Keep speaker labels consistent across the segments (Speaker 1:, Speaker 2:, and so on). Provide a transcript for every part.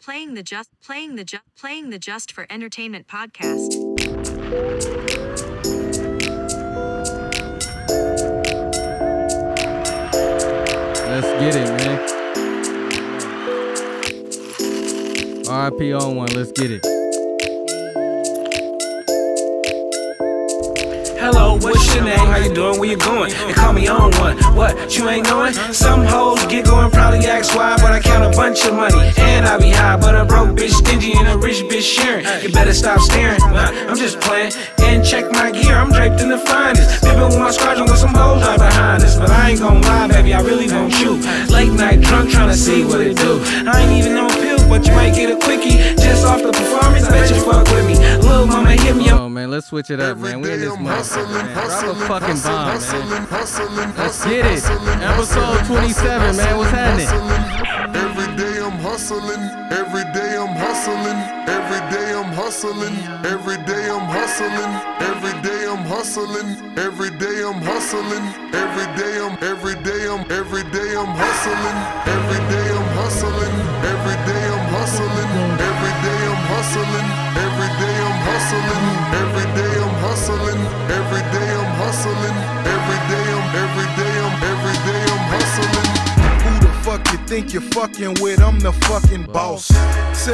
Speaker 1: Playing the just playing the just playing the just for entertainment podcast.
Speaker 2: Let's get it, man. RIP on one. Let's get it.
Speaker 3: Hello, what's your name? How you doing? Where you going? And call me on one. What? You ain't knowing? Some hoes get going, probably ask why, but I count a bunch of money. And I be high, but a broke bitch stingy and a rich bitch sharing. You better stop staring. Nah, I'm just playing. And check my gear, I'm draped in the finest. Pippin' with my squadron with some hoes right behind us. But I ain't gon' lie, baby, I really gon' shoot. Late night drunk, tryna see what it do. I ain't even on pills, but you might get a quickie. Just off the performance, bet you fuck with me. Lil' mama hit me, I'm
Speaker 2: Oh man, let's switch it up, man. We in this motherfucker, man. Drop a fucking bomb, man. Let's get it. Episode 27, man. What's happening?
Speaker 4: Every day I'm hustling, every day I'm hustling, every day I'm hustling, every day I'm hustling, every day I'm hustling, every day I'm hustling, every day I'm every day I'm every day I'm hustling, every day I'm hustling, every day I'm hustling, every day I'm hustling, every day I'm hustling, every day I'm hustling, every day I'm hustling, every day I'm every day I'm every day I'm hustling.
Speaker 5: Who the fuck you think you're fucking with? I'm the fucking boss.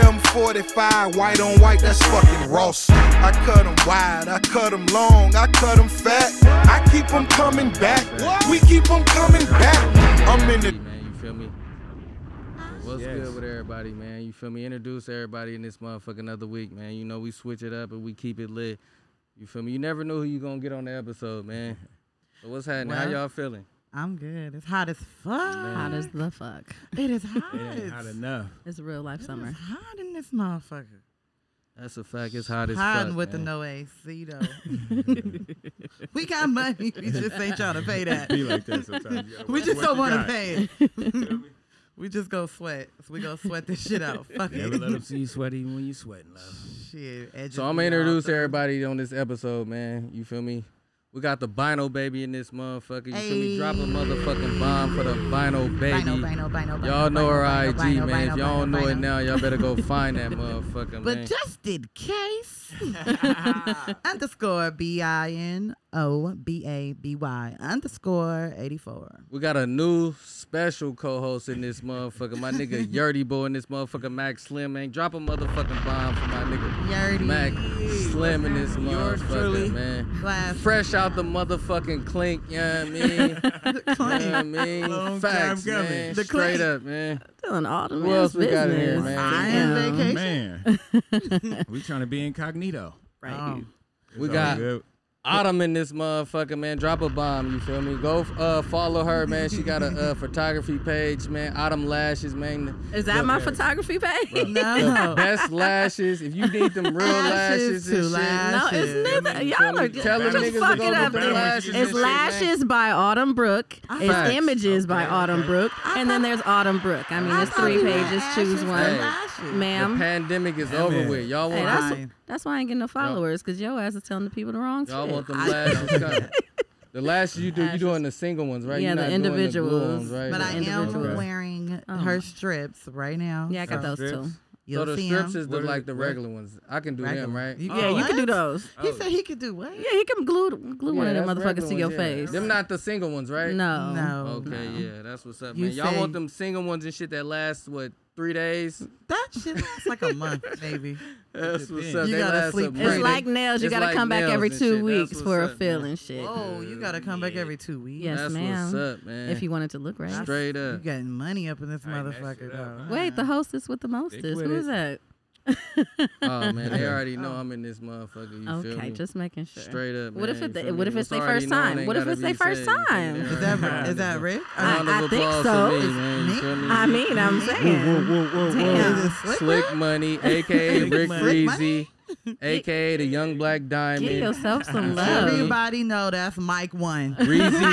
Speaker 5: 745, white on white, that's fucking Ross. I cut 'em wide, I cut 'em long, I cut 'em fat. I keep 'em coming back, we keep 'em coming back. I'm in the
Speaker 2: Man, you feel me? What's good with everybody, man? You feel me? Introduce everybody in this motherfucker another week, man. You know we switch it up and we keep it lit. You feel me? You never know who you gonna get on the episode, man. So what's happening? How
Speaker 6: Well,
Speaker 2: y'all feeling?
Speaker 6: I'm good. It's hot as fuck.
Speaker 7: Hot as the fuck.
Speaker 6: It is hot.
Speaker 3: enough.
Speaker 7: It's real life
Speaker 6: It's
Speaker 7: summer.
Speaker 6: hot in this motherfucker.
Speaker 2: That's a fact. It's hot as
Speaker 6: Hiding
Speaker 2: fuck.
Speaker 6: with
Speaker 2: man.
Speaker 6: the no AC though. we got money. We just ain't trying to pay that. we just don't want to pay it. we just go sweat. we gonna sweat this shit out. Fuck it.
Speaker 3: see you sweat even when you sweating, love.
Speaker 6: Shit, edges
Speaker 2: So I'm
Speaker 6: be
Speaker 2: gonna
Speaker 6: all
Speaker 2: introduce
Speaker 6: through.
Speaker 2: everybody on this episode, man. You feel me? We got the Bino baby in this motherfucker. You feel me? Drop a motherfucking bomb for the Bino baby.
Speaker 7: Bino, Bino, Bino, Bino,
Speaker 2: y'all know her
Speaker 7: Bino,
Speaker 2: IG,
Speaker 7: Bino,
Speaker 2: man. if
Speaker 7: Bino,
Speaker 2: y'all don't
Speaker 7: Bino,
Speaker 2: know it
Speaker 7: Bino.
Speaker 2: now, y'all better go find that motherfucker,
Speaker 6: But
Speaker 2: man.
Speaker 6: just in case, underscore B I N O B A B Y underscore 84.
Speaker 2: we got a new special co-host in this motherfucker. My nigga Yerdy Boy in this motherfucker. Mac Slim, man. Drop a motherfucking bomb for my nigga
Speaker 6: Yerdy.
Speaker 2: Mac Slim in this motherfucker, man.
Speaker 6: Glass.
Speaker 2: Fresh out the motherfucking clink, you know what I mean? You know what I mean? Facts, man.
Speaker 6: The
Speaker 2: Straight
Speaker 6: clink.
Speaker 2: up, man.
Speaker 7: Still an autumn
Speaker 2: Who else we got in here,
Speaker 7: business.
Speaker 2: man?
Speaker 6: I am vacation.
Speaker 8: Man, we trying to be incognito.
Speaker 6: Oh.
Speaker 7: Right.
Speaker 2: We
Speaker 8: It's all
Speaker 2: got
Speaker 8: good.
Speaker 2: Autumn in this motherfucker, man. Drop a bomb, you feel me? Go uh, follow her, man. She got a uh, photography page, man. Autumn Lashes, man.
Speaker 7: Is that my photography page?
Speaker 2: The
Speaker 6: No.
Speaker 2: best lashes. If you need them real lashes,
Speaker 6: Lashes
Speaker 2: and
Speaker 6: to
Speaker 2: shit,
Speaker 7: No,
Speaker 6: lashes.
Speaker 7: it's neither.
Speaker 2: you
Speaker 7: Y'all
Speaker 2: feel me?
Speaker 7: are
Speaker 2: Tell them niggas
Speaker 7: just
Speaker 2: to
Speaker 7: fucking
Speaker 2: go
Speaker 7: up.
Speaker 2: get the lashes and
Speaker 7: It's
Speaker 2: shit,
Speaker 7: Lashes by Autumn Brooke. It's
Speaker 2: Facts.
Speaker 7: Images by Autumn Brooke. And then there's Autumn Brooke. I mean, it's three pages. Choose one.
Speaker 2: The
Speaker 7: Ma'am.
Speaker 2: pandemic is over
Speaker 8: man.
Speaker 2: with. Y'all
Speaker 7: Hey,
Speaker 2: want
Speaker 7: that's,
Speaker 6: Fine.
Speaker 7: that's why I ain't getting no followers because your ass is telling the people the wrong
Speaker 2: y'all want
Speaker 7: shit.
Speaker 2: them lashes coming. The lashes you do, you doing the single ones, right?
Speaker 7: Yeah,
Speaker 2: You're
Speaker 7: the
Speaker 2: not doing glue
Speaker 7: individuals.
Speaker 2: ones, right?
Speaker 6: But I
Speaker 7: Individual.
Speaker 6: am wearing
Speaker 7: Oh.
Speaker 6: her strips right now.
Speaker 7: Yeah, I got
Speaker 6: so
Speaker 7: those too.
Speaker 2: So
Speaker 6: You'll
Speaker 2: the
Speaker 6: see
Speaker 2: strips
Speaker 6: 'em.
Speaker 2: is the,
Speaker 8: What is-
Speaker 2: like the
Speaker 8: what?
Speaker 2: regular Oh, ones. I can do them,
Speaker 6: Regular.
Speaker 2: right?
Speaker 6: You-
Speaker 7: Yeah, you can do
Speaker 6: What?
Speaker 7: those.
Speaker 2: Oh.
Speaker 6: He said he could do what?
Speaker 7: Yeah, he can glue glue one of
Speaker 2: Yeah,
Speaker 7: them
Speaker 2: that's
Speaker 7: motherfuckers to
Speaker 2: regular
Speaker 7: your
Speaker 2: ones, yeah.
Speaker 7: face.
Speaker 2: Them not the single ones, right?
Speaker 7: No.
Speaker 6: No.
Speaker 2: Okay, yeah, that's what's up,
Speaker 6: You
Speaker 2: man. Y'all want
Speaker 6: say-
Speaker 2: them single ones and shit that lasts what three days?
Speaker 6: That shit lasts like a month, baby.
Speaker 2: That's what's
Speaker 8: depends.
Speaker 2: up.
Speaker 6: You
Speaker 2: they
Speaker 6: gotta
Speaker 2: last
Speaker 6: sleep
Speaker 2: a
Speaker 6: pretty.
Speaker 7: It's
Speaker 2: minute.
Speaker 7: like nails. You
Speaker 2: It's
Speaker 7: gotta
Speaker 2: like
Speaker 7: come back
Speaker 2: nails
Speaker 7: every
Speaker 2: and
Speaker 7: two
Speaker 2: shit. That's
Speaker 7: weeks
Speaker 2: what's
Speaker 7: for a
Speaker 2: up,
Speaker 7: fill
Speaker 2: man.
Speaker 7: and shit.
Speaker 6: Oh, you gotta come back every two weeks.
Speaker 7: Yes,
Speaker 2: That's
Speaker 7: ma'am.
Speaker 2: what's up, man.
Speaker 7: If you want it to look right.
Speaker 2: straight
Speaker 6: You
Speaker 2: up,
Speaker 6: getting money up in this
Speaker 8: Tighten that
Speaker 6: motherfucker
Speaker 8: shit up, huh?
Speaker 6: though.
Speaker 7: Wait, the hostess with the mostest.
Speaker 8: with
Speaker 7: Who is that?
Speaker 2: oh man, they already know I'm in this motherfucker. You feel
Speaker 7: Okay,
Speaker 2: me?
Speaker 7: just making sure.
Speaker 2: straight up.
Speaker 7: What if
Speaker 2: man,
Speaker 7: it-
Speaker 2: you feel
Speaker 7: what if
Speaker 2: me?
Speaker 7: it's
Speaker 2: What's
Speaker 7: they
Speaker 2: already
Speaker 7: first
Speaker 2: known
Speaker 7: time?
Speaker 2: ain't
Speaker 7: What if
Speaker 2: gotta
Speaker 7: it's
Speaker 2: be
Speaker 7: they first
Speaker 2: said, you feel me?
Speaker 7: time?
Speaker 2: They
Speaker 6: Is
Speaker 2: already
Speaker 6: that
Speaker 2: know.
Speaker 6: is that Rick?
Speaker 7: I-
Speaker 2: Round of
Speaker 7: I think
Speaker 2: applause
Speaker 7: so.
Speaker 2: to me, man. You feel me?
Speaker 7: I mean, I'm saying. Damn.
Speaker 2: Slick Money, aka Rick
Speaker 6: Money?
Speaker 2: Breezy, aka the Young Black
Speaker 7: Give
Speaker 2: Diamond,
Speaker 7: yourself some love.
Speaker 6: Everybody know that's Mike one.
Speaker 2: Breezy,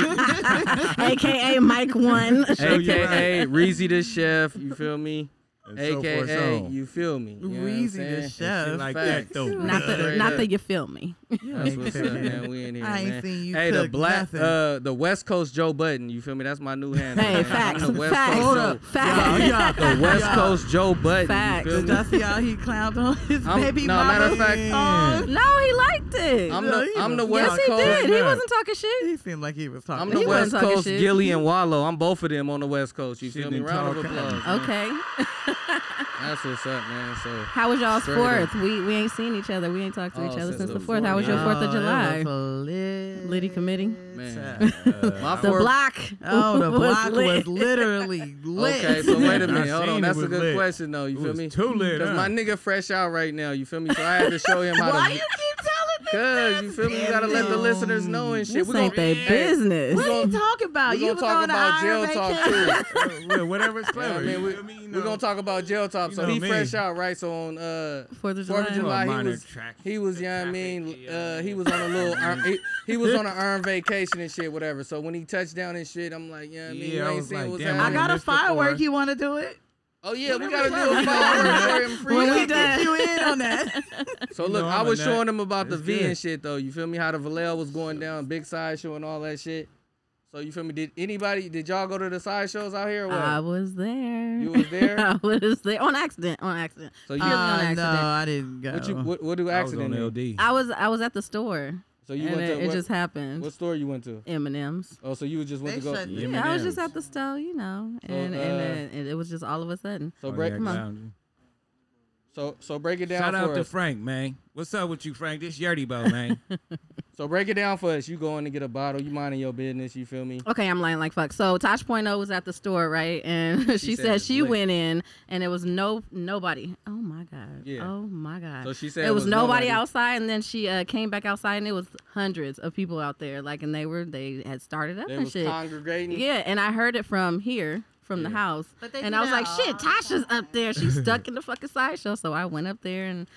Speaker 7: AKA Mike One.
Speaker 2: aka Reezy the Chef. You feel me?
Speaker 9: and so forth,
Speaker 2: AKA,
Speaker 9: so on.
Speaker 2: you feel me? You know what I'm
Speaker 6: Wheezy
Speaker 2: saying?
Speaker 6: to
Speaker 2: And
Speaker 6: shove.
Speaker 9: like
Speaker 2: Facts.
Speaker 9: that though.
Speaker 7: Not the,
Speaker 2: Straight
Speaker 7: not
Speaker 2: up.
Speaker 7: the you feel me.
Speaker 2: That's what's up, man. We in here,
Speaker 6: I ain't
Speaker 2: man.
Speaker 6: seen you
Speaker 2: hey, the
Speaker 6: cook
Speaker 2: black,
Speaker 6: nothing.
Speaker 2: uh, the West Coast Joe Button. You feel me? That's my new handle.
Speaker 7: Hey,
Speaker 2: man.
Speaker 7: facts,
Speaker 2: I'm the West
Speaker 7: facts,
Speaker 2: Coast Joe.
Speaker 7: facts.
Speaker 2: The West Coast Joe Button.
Speaker 7: Facts.
Speaker 2: You feel
Speaker 6: Did
Speaker 2: me?
Speaker 6: y'all see how he clowned on his
Speaker 2: I'm-
Speaker 6: baby
Speaker 2: no,
Speaker 6: mama?
Speaker 2: matter of fact,
Speaker 6: Oh,
Speaker 7: No, he liked it.
Speaker 2: I'm
Speaker 6: No,
Speaker 2: the,
Speaker 6: he
Speaker 2: I'm the
Speaker 6: was
Speaker 2: West
Speaker 7: yes, he
Speaker 2: Coast.
Speaker 7: did. He
Speaker 9: Nah.
Speaker 7: wasn't talking shit.
Speaker 6: he seemed like he was
Speaker 2: I'm
Speaker 6: talking.
Speaker 2: the
Speaker 7: He
Speaker 2: West
Speaker 7: wasn't talking
Speaker 2: Coast
Speaker 7: shit.
Speaker 2: Gilly and Wallow. I'm both of them on the West Coast. You feel
Speaker 9: Shitting
Speaker 2: me?
Speaker 9: and
Speaker 2: Round of
Speaker 9: talking.
Speaker 2: applause. man.
Speaker 7: Okay.
Speaker 2: That's what's up, man. So
Speaker 7: How was y'all's
Speaker 2: Straight up.
Speaker 7: fourth? We we ain't seen each other. We ain't talked to
Speaker 2: Oh,
Speaker 7: each other
Speaker 2: since
Speaker 7: since
Speaker 2: the
Speaker 7: the fourth. How was your Fourth of
Speaker 6: Oh, it
Speaker 2: Uh,
Speaker 7: July?
Speaker 6: was lit.
Speaker 7: Liddy committee.
Speaker 2: man, uh, my
Speaker 7: The
Speaker 2: fourth-
Speaker 7: block.
Speaker 6: Oh, the
Speaker 7: was
Speaker 6: block
Speaker 7: lit.
Speaker 6: was literally lit.
Speaker 2: Okay, so wait a
Speaker 9: I
Speaker 2: minute. Hold
Speaker 9: seen
Speaker 2: on.
Speaker 9: it
Speaker 2: That's a
Speaker 9: was
Speaker 2: good
Speaker 9: lit.
Speaker 2: question, though. You
Speaker 9: It
Speaker 2: feel
Speaker 9: was
Speaker 2: me?
Speaker 9: too lit,
Speaker 2: Because
Speaker 9: huh?
Speaker 2: my nigga fresh out right now. You feel me? So I had to show him how
Speaker 7: Why
Speaker 2: to.
Speaker 7: you keep telling me?
Speaker 2: Cause you feel me? You gotta let the
Speaker 6: Damn.
Speaker 2: listeners know and shit.
Speaker 7: This
Speaker 2: We
Speaker 7: ain't
Speaker 2: gonna-
Speaker 7: their business.
Speaker 6: What
Speaker 2: We
Speaker 6: are you
Speaker 2: gonna-
Speaker 6: talking about?
Speaker 2: We gonna
Speaker 6: You was
Speaker 2: talk
Speaker 6: on the
Speaker 2: about jail
Speaker 6: iron
Speaker 2: talk
Speaker 6: vacation.
Speaker 2: too.
Speaker 9: Well, whatever's
Speaker 2: Yeah, I
Speaker 9: clever.
Speaker 2: mean, we
Speaker 9: I mean, you
Speaker 2: we
Speaker 9: know.
Speaker 2: gonna talk about jail top.
Speaker 9: you
Speaker 2: So
Speaker 9: know
Speaker 2: he
Speaker 9: me.
Speaker 2: fresh out, right? So on uh
Speaker 7: Fourth of
Speaker 2: Fourth of
Speaker 7: July.
Speaker 2: July, he
Speaker 9: minor
Speaker 2: was
Speaker 9: track-
Speaker 2: he was, you know what I
Speaker 9: traffic,
Speaker 2: mean,
Speaker 9: yeah.
Speaker 2: uh, he was on a little, ir- he, he was on an earn vacation and shit, whatever. So when he touched down and shit, I'm like, you know what I mean,
Speaker 9: Yeah,
Speaker 2: you
Speaker 9: I
Speaker 2: ain't
Speaker 9: was
Speaker 2: seen
Speaker 9: like,
Speaker 2: what's
Speaker 9: damn,
Speaker 6: I
Speaker 2: happening.
Speaker 6: got a
Speaker 9: Missed the fourth.
Speaker 6: firework. You want to do it?
Speaker 2: oh yeah, we gotta do a firework free.
Speaker 6: When
Speaker 2: up.
Speaker 6: we get you in on that.
Speaker 2: So look,
Speaker 9: know
Speaker 2: I
Speaker 9: I'm a
Speaker 2: was
Speaker 9: nut.
Speaker 2: showing him about the
Speaker 9: It's
Speaker 2: V and
Speaker 9: good.
Speaker 2: shit though. You feel me? How the Vallejo was going down, big sideshow and all that shit. So you feel me? Did anybody? Did y'all go to the sideshows out here? Or what?
Speaker 7: I was there.
Speaker 2: You was there?
Speaker 7: I was there on accident. On accident.
Speaker 2: So you-
Speaker 7: Purely on
Speaker 6: Uh, no,
Speaker 7: accident.
Speaker 6: I didn't go.
Speaker 2: what you? What, what do
Speaker 9: I was
Speaker 2: accident?
Speaker 9: on
Speaker 2: mean?
Speaker 9: LD.
Speaker 7: I was I was at the store.
Speaker 2: So you
Speaker 7: and
Speaker 2: went
Speaker 7: it,
Speaker 2: to
Speaker 7: it
Speaker 2: what,
Speaker 7: just happened.
Speaker 2: what store you went to?
Speaker 7: M and M's.
Speaker 2: Oh, so you just went
Speaker 6: They
Speaker 2: to go.
Speaker 6: shut
Speaker 9: Yeah,
Speaker 6: the-
Speaker 7: Yeah, I was just
Speaker 9: M&Ms.
Speaker 7: at the store, you know,
Speaker 2: So,
Speaker 7: and
Speaker 2: uh,
Speaker 7: and then it, it was just all of a sudden.
Speaker 2: So
Speaker 9: Oh,
Speaker 2: break.
Speaker 9: yeah,
Speaker 7: come on.
Speaker 9: clown.
Speaker 2: So so break it down
Speaker 9: Shout
Speaker 2: for
Speaker 9: out
Speaker 2: us.
Speaker 9: to Frank, man. What's up with you, Frank? This Yerdy Bo, man.
Speaker 2: so break it down for us. You going to get a bottle. You minding your business. You feel me?
Speaker 7: Okay, I'm lying like fuck. So Tosh Point O was at the store, right? And she,
Speaker 2: said
Speaker 7: said
Speaker 2: it's
Speaker 7: she
Speaker 2: lit.
Speaker 7: went in and it was no nobody. Oh my god.
Speaker 2: Yeah.
Speaker 7: Oh my god.
Speaker 2: So she said
Speaker 7: it
Speaker 2: it
Speaker 7: was,
Speaker 2: was
Speaker 7: nobody,
Speaker 2: nobody.
Speaker 7: outside, and then she uh, came back outside and it was hundreds of people out there. Like, and they were they had started up
Speaker 2: They
Speaker 7: and
Speaker 2: was
Speaker 7: shit.
Speaker 2: congregating.
Speaker 7: Yeah, and I heard it from here, from the house.
Speaker 6: But they
Speaker 7: and
Speaker 6: do
Speaker 7: I was
Speaker 6: that
Speaker 7: like, shit, Tasha's up there. She's stuck in the fucking sideshow. So I went up there and.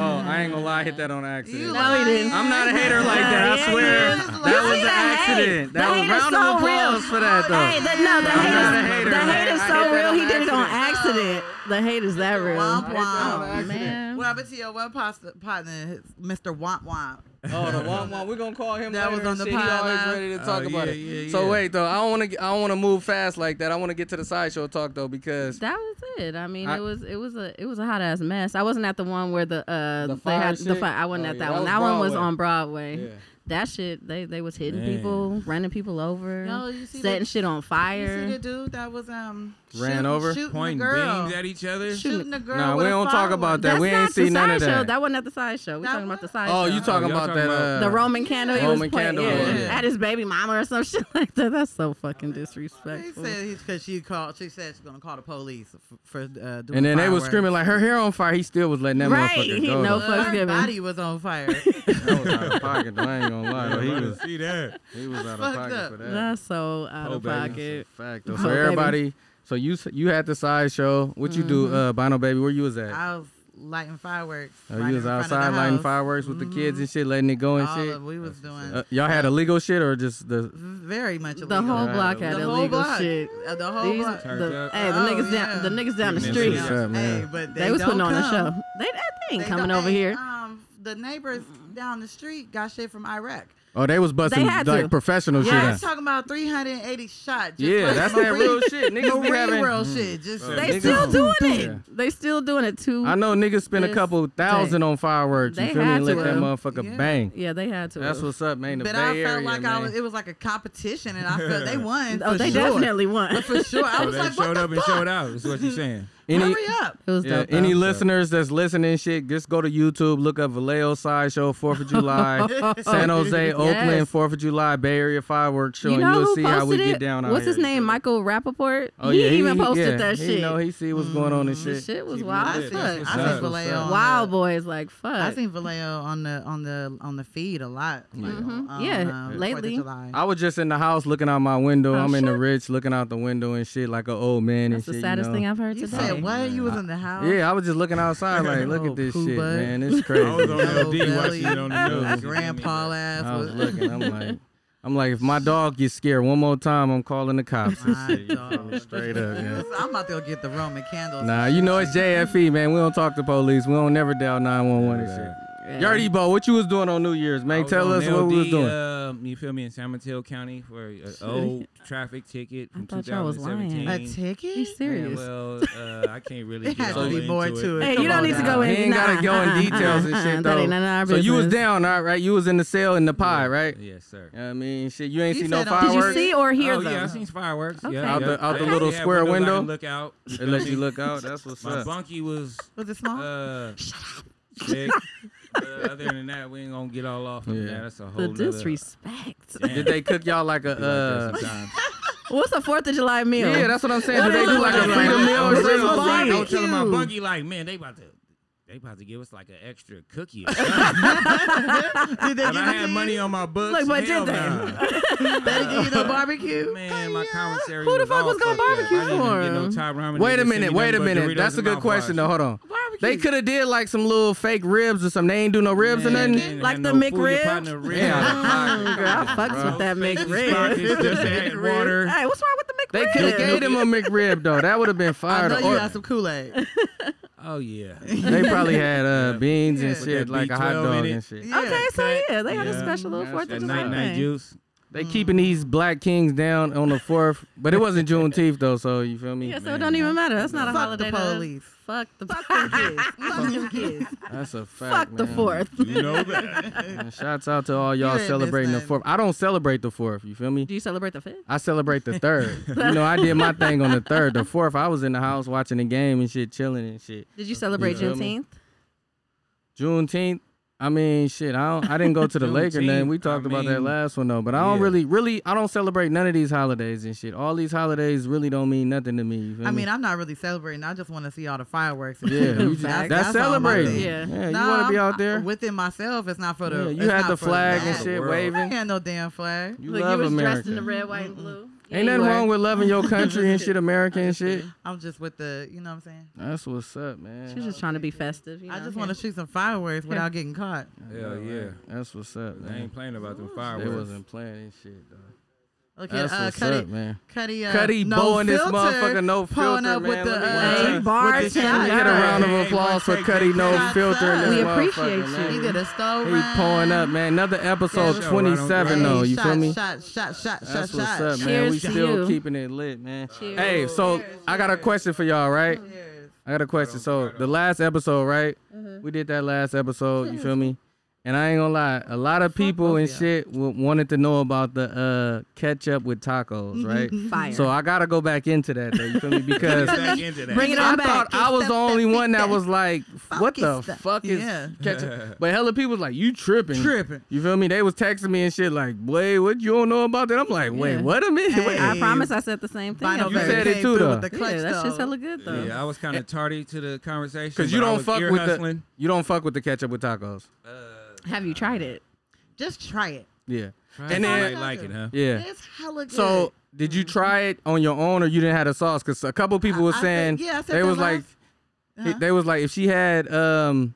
Speaker 2: Oh, I ain't gonna lie. I hit that on accident.
Speaker 7: No, he didn't.
Speaker 2: I'm not a hater like
Speaker 7: Yeah,
Speaker 2: that.
Speaker 7: yeah,
Speaker 2: I swear.
Speaker 7: yeah.
Speaker 2: That
Speaker 7: You
Speaker 2: was
Speaker 7: see
Speaker 2: an
Speaker 7: the hate.
Speaker 2: accident.
Speaker 7: The
Speaker 2: That was
Speaker 7: hate is
Speaker 2: round of
Speaker 7: so real.
Speaker 2: applause for that though.
Speaker 7: Hey, the, no, the
Speaker 2: I'm
Speaker 7: hate
Speaker 2: not
Speaker 7: is,
Speaker 2: a hater,
Speaker 7: the
Speaker 2: man.
Speaker 7: hate is
Speaker 2: I
Speaker 7: so
Speaker 2: hit that
Speaker 7: real.
Speaker 2: on
Speaker 7: He did it on
Speaker 6: accident.
Speaker 7: accident. The hate is that real.
Speaker 6: Womp
Speaker 2: on
Speaker 6: womp.
Speaker 2: accident.
Speaker 7: man.
Speaker 6: What happened to your one pasta partner, Mr. Womp Womp?
Speaker 2: Oh, the one one. We're gonna call him.
Speaker 6: That
Speaker 2: later
Speaker 6: was on
Speaker 2: and
Speaker 6: the
Speaker 2: shit. He
Speaker 6: pod
Speaker 2: always
Speaker 6: last-
Speaker 2: ready to talk
Speaker 9: Oh,
Speaker 2: about
Speaker 9: yeah,
Speaker 2: it.
Speaker 9: yeah,
Speaker 2: So
Speaker 9: yeah.
Speaker 2: wait though, I don't want to. I don't want to move fast like that. I want to get to the sideshow talk though because
Speaker 7: That was it. I mean,
Speaker 2: I-
Speaker 7: it was it was a it was a hot ass mess. I wasn't at the one where the uh
Speaker 2: The
Speaker 7: they
Speaker 2: fire
Speaker 7: had the
Speaker 2: shit?
Speaker 7: fire. I wasn't
Speaker 2: Oh,
Speaker 7: at
Speaker 2: yeah,
Speaker 7: that
Speaker 2: that
Speaker 7: one.
Speaker 2: was
Speaker 7: That one was
Speaker 2: Broadway.
Speaker 7: on Broadway.
Speaker 2: Yeah.
Speaker 7: That shit they they was hitting
Speaker 9: Man.
Speaker 7: people, running people over,
Speaker 6: Yo, you see
Speaker 7: setting
Speaker 6: the-
Speaker 7: shit on
Speaker 6: You see the
Speaker 7: fire.
Speaker 6: dude that was um
Speaker 2: Ran
Speaker 6: shooting-
Speaker 2: over?
Speaker 6: shooting
Speaker 9: Point
Speaker 6: a girl,
Speaker 9: beams at each other.
Speaker 6: shooting a girl.
Speaker 2: Nah,
Speaker 6: with
Speaker 2: we
Speaker 6: a
Speaker 2: don't talk about
Speaker 6: firework.
Speaker 2: that.
Speaker 7: That's
Speaker 2: we ain't
Speaker 7: not the
Speaker 2: seen none of
Speaker 7: sideshow.
Speaker 2: that.
Speaker 7: That wasn't at the sideshow. We
Speaker 6: That
Speaker 7: talking about the
Speaker 6: was-
Speaker 7: sideshow.
Speaker 2: oh, you talking
Speaker 9: y'all
Speaker 2: about
Speaker 9: talking
Speaker 2: that? Uh,
Speaker 9: about-
Speaker 7: the Roman candle he
Speaker 2: Roman
Speaker 7: was playing
Speaker 2: candle,
Speaker 7: yeah,
Speaker 2: yeah.
Speaker 7: at his baby mama or some shit like that. That's so fucking
Speaker 6: He
Speaker 7: disrespectful.
Speaker 6: said because she called. She said she's gonna call the police f- for uh, doing.
Speaker 2: And then they was
Speaker 6: fireworks.
Speaker 2: screaming like her hair on fire. He still was letting that
Speaker 7: Right,
Speaker 2: motherfucker
Speaker 7: he
Speaker 2: go.
Speaker 7: no
Speaker 2: though.
Speaker 7: fucks
Speaker 6: Her
Speaker 7: given.
Speaker 6: body was on fire.
Speaker 2: That was out of pocket. Though. I ain't gonna lie. Though.
Speaker 9: I
Speaker 2: He
Speaker 9: wanna
Speaker 2: was
Speaker 9: see that.
Speaker 2: he was out of
Speaker 6: fucked
Speaker 2: pocket
Speaker 6: up.
Speaker 2: for that.
Speaker 7: That's so out
Speaker 9: Oh,
Speaker 7: of
Speaker 9: baby.
Speaker 2: That's a
Speaker 7: pocket.
Speaker 2: fact. Though.
Speaker 7: Oh,
Speaker 2: So
Speaker 7: baby.
Speaker 2: everybody, so you s- you had the sideshow. What you do, uh, Bono baby? Where you was at?
Speaker 6: Mm-hmm. I was lighting fireworks.
Speaker 2: Oh,
Speaker 6: right
Speaker 2: you
Speaker 6: in
Speaker 2: was
Speaker 6: front of the
Speaker 2: outside lighting
Speaker 6: house. Mm-hmm.
Speaker 2: fireworks with the kids and shit, letting it go and
Speaker 6: All
Speaker 2: shit.
Speaker 6: of we was doing
Speaker 2: Uh, y'all had illegal shit or just the
Speaker 6: very much
Speaker 7: The
Speaker 6: illegal.
Speaker 7: whole
Speaker 2: Right.
Speaker 7: block had
Speaker 6: the
Speaker 7: illegal
Speaker 6: whole block.
Speaker 7: shit.
Speaker 6: Uh, The whole
Speaker 7: These,
Speaker 6: block.
Speaker 9: Turned
Speaker 7: the,
Speaker 9: up.
Speaker 7: hey, the
Speaker 6: Oh,
Speaker 7: niggas
Speaker 6: yeah.
Speaker 7: down, the niggas down the
Speaker 9: Yeah,
Speaker 7: street.
Speaker 2: What's up, man?
Speaker 6: Hey, but
Speaker 7: They,
Speaker 6: they,
Speaker 7: was putting
Speaker 6: don't
Speaker 7: on a
Speaker 6: come.
Speaker 7: show. They, they ain't
Speaker 6: They
Speaker 7: coming
Speaker 6: don't-
Speaker 7: over
Speaker 6: hey,
Speaker 7: here.
Speaker 6: Um, the neighbors down the street got shit from Iraq.
Speaker 2: oh they was busting
Speaker 7: had
Speaker 2: like
Speaker 7: to.
Speaker 2: professional
Speaker 7: Yeah.
Speaker 6: I'm
Speaker 2: shit. Out.
Speaker 6: talking about 380 shots. Just
Speaker 2: Yeah,
Speaker 6: like
Speaker 2: that's
Speaker 6: Marie,
Speaker 2: that real shit. Niggas be
Speaker 6: Marie
Speaker 2: having.
Speaker 6: world shit. Just
Speaker 7: they
Speaker 2: niggas
Speaker 7: still
Speaker 2: don't
Speaker 7: doing
Speaker 2: do
Speaker 7: it.
Speaker 2: that.
Speaker 7: They still doing it too.
Speaker 2: I know niggas spend a
Speaker 7: This
Speaker 2: couple thousand on fireworks.
Speaker 7: They
Speaker 2: you feel me?
Speaker 7: had
Speaker 2: And let
Speaker 7: to,
Speaker 2: that
Speaker 7: uh,
Speaker 2: motherfucker
Speaker 6: yeah.
Speaker 2: bang.
Speaker 7: Yeah, they had to.
Speaker 2: That's
Speaker 7: have.
Speaker 2: what's up, man. The
Speaker 6: but
Speaker 2: Bay
Speaker 6: I felt
Speaker 2: Area,
Speaker 6: like I
Speaker 2: man.
Speaker 6: was, it was like a competition, and I felt they won.
Speaker 7: oh,
Speaker 6: for
Speaker 7: they
Speaker 6: sure.
Speaker 7: definitely won.
Speaker 6: For sure, I
Speaker 9: So
Speaker 6: was
Speaker 9: they
Speaker 6: like, "What
Speaker 9: showed
Speaker 6: the
Speaker 9: up and
Speaker 6: fuck?
Speaker 9: showed out. Is what you saying?
Speaker 2: any
Speaker 6: Hurry up!"
Speaker 7: It was
Speaker 2: yeah,
Speaker 7: dope,
Speaker 2: any
Speaker 7: though.
Speaker 2: listeners that's listening and shit, just go to YouTube, look up Vallejo Sideshow, Fourth of July, San Jose,
Speaker 7: Yes.
Speaker 2: Oakland, Fourth of July, Bay Area fireworks show,
Speaker 7: You know
Speaker 2: and you'll
Speaker 7: who
Speaker 2: see
Speaker 7: posted
Speaker 2: how we
Speaker 7: it?
Speaker 2: get down out
Speaker 7: What's
Speaker 2: here.
Speaker 7: his name? Michael Rappaport.
Speaker 2: Oh
Speaker 7: he
Speaker 2: yeah,
Speaker 7: even
Speaker 2: he-
Speaker 7: posted
Speaker 2: yeah,
Speaker 7: that
Speaker 2: He
Speaker 7: shit.
Speaker 2: know he see what's going on and
Speaker 7: the
Speaker 2: shit.
Speaker 7: shit was
Speaker 9: Keeping it
Speaker 7: wild
Speaker 9: lit.
Speaker 7: as
Speaker 9: That's
Speaker 7: fuck.
Speaker 9: what's
Speaker 6: I
Speaker 9: up.
Speaker 6: seen Vallejo. on
Speaker 7: Wild
Speaker 6: the-
Speaker 7: boys like fuck.
Speaker 6: I seen Vallejo on the on the on the feed a lot. like,
Speaker 7: Mhm.
Speaker 6: on,
Speaker 7: Yeah,
Speaker 6: um, Fourth of
Speaker 7: lately.
Speaker 6: July.
Speaker 2: I was just in the house looking out my window.
Speaker 7: Oh,
Speaker 2: I'm in the
Speaker 7: shit.
Speaker 2: rich looking out the window and shit like an old man
Speaker 7: That's
Speaker 2: and
Speaker 7: the
Speaker 2: shit.
Speaker 7: saddest
Speaker 2: you know?
Speaker 7: thing I've heard
Speaker 6: You
Speaker 7: today.
Speaker 6: said what? You was in the house.
Speaker 2: Yeah, I was just looking outside like, look
Speaker 6: Oh,
Speaker 2: at this
Speaker 6: poo
Speaker 2: shit,
Speaker 6: butt.
Speaker 2: man. It's
Speaker 9: I was
Speaker 2: crazy.
Speaker 9: on
Speaker 6: Yellow
Speaker 9: LD watching
Speaker 6: belly,
Speaker 9: it on the news.
Speaker 6: grandpa
Speaker 2: I
Speaker 6: ass.
Speaker 2: was
Speaker 6: was-
Speaker 2: looking. I'm like, I I'm like, if my dog gets scared one more time, I'm calling the cops.
Speaker 6: My dog.
Speaker 2: Straight up, yeah.
Speaker 6: I'm about to go get the Roman candles.
Speaker 2: Nah, you know it's JFE, man. We don't talk to police. We don't never dial 911 and
Speaker 9: Yeah.
Speaker 2: shit. Yardy Bo, what you was doing on New Year's, man? Tell us what we was doing.
Speaker 3: uh,
Speaker 9: Um, you feel me in San Mateo County for an old traffic ticket
Speaker 7: I
Speaker 9: from
Speaker 7: thought y'all was lying.
Speaker 9: 2017.
Speaker 6: a ticket?
Speaker 7: He's
Speaker 9: Yeah,
Speaker 7: serious.
Speaker 9: well, uh, I can't really.
Speaker 6: It
Speaker 9: get
Speaker 6: has
Speaker 9: all
Speaker 6: to be
Speaker 9: into
Speaker 6: more to it.
Speaker 7: Hey,
Speaker 6: Come
Speaker 7: you don't
Speaker 6: on
Speaker 7: need to
Speaker 6: now.
Speaker 7: go in.
Speaker 2: He ain't gotta go in
Speaker 7: Nah,
Speaker 2: details and
Speaker 7: uh-uh,
Speaker 2: shit
Speaker 7: That
Speaker 2: though.
Speaker 7: ain't none of our
Speaker 2: so you was
Speaker 7: business.
Speaker 2: down, all right? You was in the cell in the pie, right? Yeah.
Speaker 9: Yes, sir.
Speaker 2: I mean, shit, you ain't
Speaker 6: He
Speaker 2: see no
Speaker 6: said on-
Speaker 2: fireworks.
Speaker 7: Did you see or hear
Speaker 9: oh
Speaker 7: though?
Speaker 9: yeah, I seen fireworks.
Speaker 7: Okay.
Speaker 9: Yeah,
Speaker 7: Out
Speaker 2: the-
Speaker 9: yeah.
Speaker 2: out the
Speaker 9: They-
Speaker 2: little
Speaker 9: they had
Speaker 2: square
Speaker 9: windows
Speaker 2: window?
Speaker 9: I can Look out.
Speaker 2: It let you look out. That's what's
Speaker 9: My
Speaker 2: up.
Speaker 9: bunkie was
Speaker 6: Was it small?
Speaker 9: uh sick. but other than that, we ain't gonna get all off of
Speaker 2: Yeah.
Speaker 9: that. That's a whole
Speaker 7: The
Speaker 9: nother-
Speaker 7: disrespect.
Speaker 9: Damn,
Speaker 2: Did they cook y'all like a?
Speaker 9: be like that
Speaker 2: Uh,
Speaker 9: sometimes.
Speaker 7: What's a Fourth of July meal?
Speaker 2: yeah, that's what I'm saying.
Speaker 7: What
Speaker 2: Do they
Speaker 7: is
Speaker 2: do
Speaker 7: it
Speaker 2: like a
Speaker 7: like?
Speaker 2: freedom meal or
Speaker 7: What is
Speaker 2: something?
Speaker 7: it like?
Speaker 9: Don't tell my
Speaker 7: Barbecue.
Speaker 9: bunkie like, man, they about to they about to give us like an extra cookie. or something."
Speaker 6: Did they
Speaker 9: but I
Speaker 6: give it
Speaker 9: had
Speaker 6: to
Speaker 9: money
Speaker 6: you?
Speaker 9: on my books.
Speaker 7: Look, but
Speaker 9: Hell
Speaker 7: did they?
Speaker 9: nah.
Speaker 6: They didn't give you no barbecue?
Speaker 9: Man, my commissary.
Speaker 7: Who the
Speaker 9: was
Speaker 7: fuck was
Speaker 9: all
Speaker 7: gonna
Speaker 9: fucked up. I
Speaker 7: barbecue
Speaker 9: didn't
Speaker 7: for
Speaker 9: even get no
Speaker 7: him?
Speaker 9: Thai ramen. They
Speaker 2: Wait a
Speaker 9: just sent
Speaker 2: minute,
Speaker 9: me
Speaker 2: wait a
Speaker 9: nothing but
Speaker 2: minute.
Speaker 9: Doritos
Speaker 2: That's a
Speaker 9: and
Speaker 2: good
Speaker 9: mouthwash.
Speaker 2: question though. Hold on.
Speaker 6: Barbecue.
Speaker 2: They could have did like some little fake ribs or something. They ain't do no ribs or
Speaker 9: Man, they
Speaker 2: nothing.
Speaker 9: didn't
Speaker 7: Like
Speaker 9: have
Speaker 7: the
Speaker 9: no food, your
Speaker 7: McRib?
Speaker 9: partner rib.
Speaker 7: Mm, girl, I fucks with that
Speaker 9: Fake
Speaker 7: McRib.
Speaker 9: Spartans just had
Speaker 6: McRib.
Speaker 9: water.
Speaker 7: Hey, what's wrong with the
Speaker 2: They
Speaker 7: McRib?
Speaker 2: could have gave them a McRib though. That would have been
Speaker 6: I
Speaker 2: fire.
Speaker 6: know you
Speaker 2: Or
Speaker 6: got some Kool-Aid.
Speaker 9: Oh yeah.
Speaker 2: They probably had uh, beans and
Speaker 6: Yeah.
Speaker 2: shit
Speaker 9: With that
Speaker 2: like a hot
Speaker 9: B12
Speaker 2: dog
Speaker 9: in it.
Speaker 2: and shit.
Speaker 6: Yeah,
Speaker 7: okay, so
Speaker 9: cut.
Speaker 7: yeah, they had a
Speaker 9: Yeah.
Speaker 7: special little
Speaker 2: That's
Speaker 7: Fourth of
Speaker 9: That
Speaker 2: just
Speaker 7: July
Speaker 9: night
Speaker 2: like
Speaker 9: night
Speaker 7: thing.
Speaker 9: juice.
Speaker 2: They keeping these black kings down on the fourth, but it wasn't Juneteenth though, so you feel me?
Speaker 7: Yeah, so it don't even matter. That's not a
Speaker 6: Fuck the
Speaker 7: holiday. to us.
Speaker 6: police.
Speaker 7: Fuck the police. Fuck them kids.
Speaker 2: That's a fact.
Speaker 7: Fuck the
Speaker 2: man.
Speaker 7: fourth.
Speaker 9: You know that.
Speaker 2: And shouts out to all y'all
Speaker 6: ain't
Speaker 2: celebrating the
Speaker 6: missing.
Speaker 2: fourth. I don't celebrate the fourth. You feel me?
Speaker 7: Do you celebrate the fifth?
Speaker 2: I celebrate the third. you know, I did my thing on the third. The fourth, I was in the house watching the game and shit, chilling and shit.
Speaker 7: Did you celebrate
Speaker 2: feel me?
Speaker 7: Juneteenth?
Speaker 2: Juneteenth. I mean, shit. I don't, I didn't go to the Lake or nothing. We
Speaker 9: Juneteenth,
Speaker 2: talked
Speaker 9: I
Speaker 2: about that
Speaker 9: mean,
Speaker 2: last one though. But I don't
Speaker 9: yeah.
Speaker 2: really, really, I don't celebrate none of these holidays and shit. All these holidays really don't mean nothing to me. You feel
Speaker 6: I
Speaker 2: me?
Speaker 6: mean, I'm not really celebrating. I just want to see all the fireworks. And
Speaker 2: Yeah,
Speaker 6: shit.
Speaker 2: you just,
Speaker 6: That's-
Speaker 2: that's,
Speaker 6: that's all I'm
Speaker 2: celebrating.
Speaker 6: doing.
Speaker 2: Yeah,
Speaker 7: Yeah.
Speaker 2: you
Speaker 6: Nah,
Speaker 2: want to be
Speaker 6: I'm-
Speaker 2: out there.
Speaker 6: within myself. It's not for the.
Speaker 2: Yeah, you
Speaker 6: it's
Speaker 2: had
Speaker 6: not
Speaker 2: the
Speaker 6: for
Speaker 2: flag and
Speaker 6: that.
Speaker 2: shit
Speaker 9: world.
Speaker 6: I
Speaker 2: waving.
Speaker 6: ain't no damn flag.
Speaker 2: You
Speaker 7: Look,
Speaker 2: love
Speaker 7: you was
Speaker 2: America.
Speaker 7: dressed in the red, white, and blue. Yeah,
Speaker 2: Ain't
Speaker 7: you
Speaker 2: nothing
Speaker 7: were.
Speaker 2: wrong with loving your country and shit, America and shit.
Speaker 6: I'm just with the. You know what I'm saying?
Speaker 2: That's what's up,
Speaker 7: She's
Speaker 2: man.
Speaker 7: just trying to be festive. You know?
Speaker 6: I just want to shoot some fireworks without getting caught.
Speaker 9: Hell yeah.
Speaker 2: That's what's up,
Speaker 9: They
Speaker 2: man.
Speaker 9: ain't playing about them
Speaker 2: They
Speaker 9: fireworks.
Speaker 2: wasn't playing this shit, dog.
Speaker 6: Look at
Speaker 2: That's
Speaker 6: uh,
Speaker 2: what's up,
Speaker 6: Cuddy.
Speaker 2: man.
Speaker 6: Cuddy. Uh,
Speaker 2: Cuddy
Speaker 6: no
Speaker 2: Bowen, this
Speaker 6: filter,
Speaker 2: motherfucker, no
Speaker 6: pulling
Speaker 2: filter,
Speaker 6: up
Speaker 2: man.
Speaker 6: with the.
Speaker 2: Let me
Speaker 6: uh,
Speaker 7: Hey,
Speaker 6: with the
Speaker 7: bartender.
Speaker 6: shotgun.
Speaker 2: Get a round of
Speaker 9: Hey,
Speaker 2: applause for
Speaker 9: take
Speaker 2: Cuddy
Speaker 9: that
Speaker 2: No
Speaker 6: shot.
Speaker 2: Filter in this
Speaker 7: We
Speaker 2: motherfucker,
Speaker 7: appreciate
Speaker 6: He
Speaker 2: man.
Speaker 6: did a stove
Speaker 2: He pulling up, man. Another episode
Speaker 9: Yeah, sure, right on
Speaker 2: 27,
Speaker 9: the
Speaker 2: though.
Speaker 9: road.
Speaker 2: You
Speaker 6: shot,
Speaker 2: feel me?
Speaker 6: Shot, shot, shot,
Speaker 2: That's
Speaker 6: shot,
Speaker 2: what's
Speaker 6: shot.
Speaker 2: up, man. We
Speaker 7: Cheers to
Speaker 2: still
Speaker 7: you.
Speaker 2: keeping it lit, man.
Speaker 7: Cheers.
Speaker 2: Hey, so I got a question for y'all, right?
Speaker 6: Cheers.
Speaker 2: I got a question. So the last episode, right?
Speaker 7: Mm-hmm.
Speaker 2: We did that last episode. You feel me? And I ain't gonna lie, a lot of people and shit w- wanted to know about the uh, ketchup with tacos, right?
Speaker 7: Fire.
Speaker 2: So I gotta go back into that though. You feel me? Because
Speaker 9: back into that.
Speaker 7: Bring it
Speaker 2: I
Speaker 7: on back.
Speaker 2: thought I was the only one that was like, "What
Speaker 6: Funky
Speaker 2: the
Speaker 6: stuff.
Speaker 2: fuck is
Speaker 6: Yeah.
Speaker 2: ketchup?" But hella people was like, "You tripping?"
Speaker 6: Tripping.
Speaker 2: You feel me? They was texting me and shit like, "Wait, what you don't know about that?" I'm like, "Wait,
Speaker 7: Yeah.
Speaker 2: what a minute."
Speaker 6: Hey,
Speaker 2: Wait,
Speaker 7: I promise I said the same thing.
Speaker 6: Vinyl
Speaker 7: over
Speaker 2: You
Speaker 7: there.
Speaker 6: Baby
Speaker 2: said it
Speaker 6: came
Speaker 2: too,
Speaker 6: through
Speaker 2: though.
Speaker 6: With the clutch,
Speaker 7: Yeah, that shit's
Speaker 6: though.
Speaker 7: hella good though.
Speaker 9: Yeah, I was kind of tardy to the conversation
Speaker 2: Cause
Speaker 9: but
Speaker 2: you
Speaker 9: I
Speaker 2: don't
Speaker 9: was
Speaker 2: fuck
Speaker 9: ear
Speaker 2: with
Speaker 9: hustling.
Speaker 2: the you don't fuck with the ketchup with tacos.
Speaker 7: Have you tried it?
Speaker 6: Just try it.
Speaker 2: Yeah,
Speaker 9: Try
Speaker 2: and
Speaker 9: it,
Speaker 2: then
Speaker 9: might like it, huh?
Speaker 2: yeah.
Speaker 6: It's hella good.
Speaker 2: So did you try it on your own or you didn't have the sauce? Cause a couple people were
Speaker 6: I
Speaker 2: saying
Speaker 6: said- yeah, I said
Speaker 2: they
Speaker 6: that
Speaker 2: was like
Speaker 6: last- uh-huh.
Speaker 2: he- they was like if she had um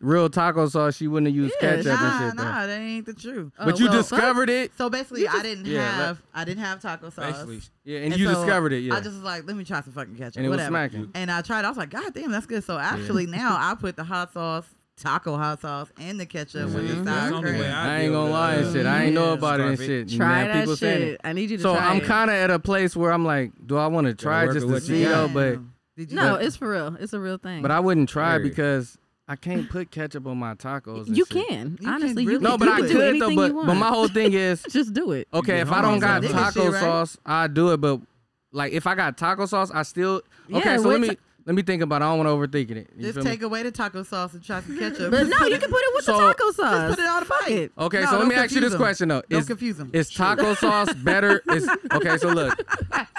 Speaker 2: real taco sauce, she wouldn't have used
Speaker 7: Yeah,
Speaker 2: ketchup
Speaker 6: nah,
Speaker 2: and shit. though.
Speaker 6: nah, that ain't the truth.
Speaker 2: But
Speaker 7: Oh,
Speaker 2: you
Speaker 7: well,
Speaker 2: discovered it.
Speaker 6: So basically, I didn't
Speaker 2: Yeah, let-
Speaker 6: have I didn't have taco sauce.
Speaker 9: Basically,
Speaker 2: Yeah, and,
Speaker 6: And
Speaker 2: you
Speaker 6: so
Speaker 2: discovered it, yeah.
Speaker 6: I just was like, let me try some fucking ketchup.
Speaker 2: And it was
Speaker 6: whatever.
Speaker 2: smacking.
Speaker 6: And I tried. it. I was like, God damn, that's good. So actually, now I put the hot sauce, taco hot sauce, and the ketchup with
Speaker 2: Mm-hmm.
Speaker 6: the
Speaker 9: That's the
Speaker 6: sour
Speaker 9: only way
Speaker 6: cream.
Speaker 2: I ain't gonna
Speaker 9: deal
Speaker 2: lie
Speaker 9: with
Speaker 2: and
Speaker 9: it.
Speaker 2: shit. I ain't know
Speaker 9: Yeah.
Speaker 2: about it and
Speaker 9: Scarf
Speaker 2: shit.
Speaker 7: Try
Speaker 2: Man,
Speaker 7: that
Speaker 2: people saying
Speaker 7: shit.
Speaker 2: it.
Speaker 7: I need you to
Speaker 2: So
Speaker 7: try
Speaker 2: I'm
Speaker 7: it.
Speaker 2: kind of at a place where I'm like, do I want to try
Speaker 9: work
Speaker 2: just
Speaker 9: with
Speaker 2: to
Speaker 9: what you
Speaker 2: see
Speaker 9: got.
Speaker 2: though? But
Speaker 6: Did you
Speaker 7: No, it's for real. It's a real thing.
Speaker 2: but I wouldn't try
Speaker 9: Word.
Speaker 2: because I can't put ketchup on my tacos. and
Speaker 7: you
Speaker 2: shit.
Speaker 7: can
Speaker 6: You can
Speaker 7: honestly.
Speaker 6: really
Speaker 7: you
Speaker 2: No,
Speaker 7: can
Speaker 2: but
Speaker 7: do
Speaker 2: I
Speaker 7: it.
Speaker 2: could
Speaker 7: Anything
Speaker 2: though.
Speaker 7: you
Speaker 2: But
Speaker 7: want.
Speaker 2: but my whole Oh, thing is
Speaker 7: just do it.
Speaker 2: Okay,
Speaker 9: get
Speaker 2: if I
Speaker 9: home
Speaker 2: don't
Speaker 9: and
Speaker 2: got
Speaker 6: something.
Speaker 2: taco
Speaker 6: Nigga shit, right?
Speaker 2: sauce, I do it. But like, if I got taco sauce, I still okay.
Speaker 7: Yeah,
Speaker 2: so let
Speaker 7: we're
Speaker 2: me
Speaker 7: ta-
Speaker 2: let me think about. it. I don't want to overthinking it. You
Speaker 6: just
Speaker 2: feel me?
Speaker 6: take away the taco sauce and try some ketchup.
Speaker 7: But no, you can put it with
Speaker 2: So-
Speaker 7: the taco sauce.
Speaker 6: Just put it on the
Speaker 7: Fuck
Speaker 6: bite.
Speaker 7: it.
Speaker 2: Okay,
Speaker 6: No,
Speaker 2: so let
Speaker 6: don't
Speaker 2: me ask you this
Speaker 6: confuse 'em.
Speaker 2: question though.
Speaker 6: Don't
Speaker 2: Is-
Speaker 6: confuse 'em.
Speaker 2: Is taco sauce better? Is okay. So look,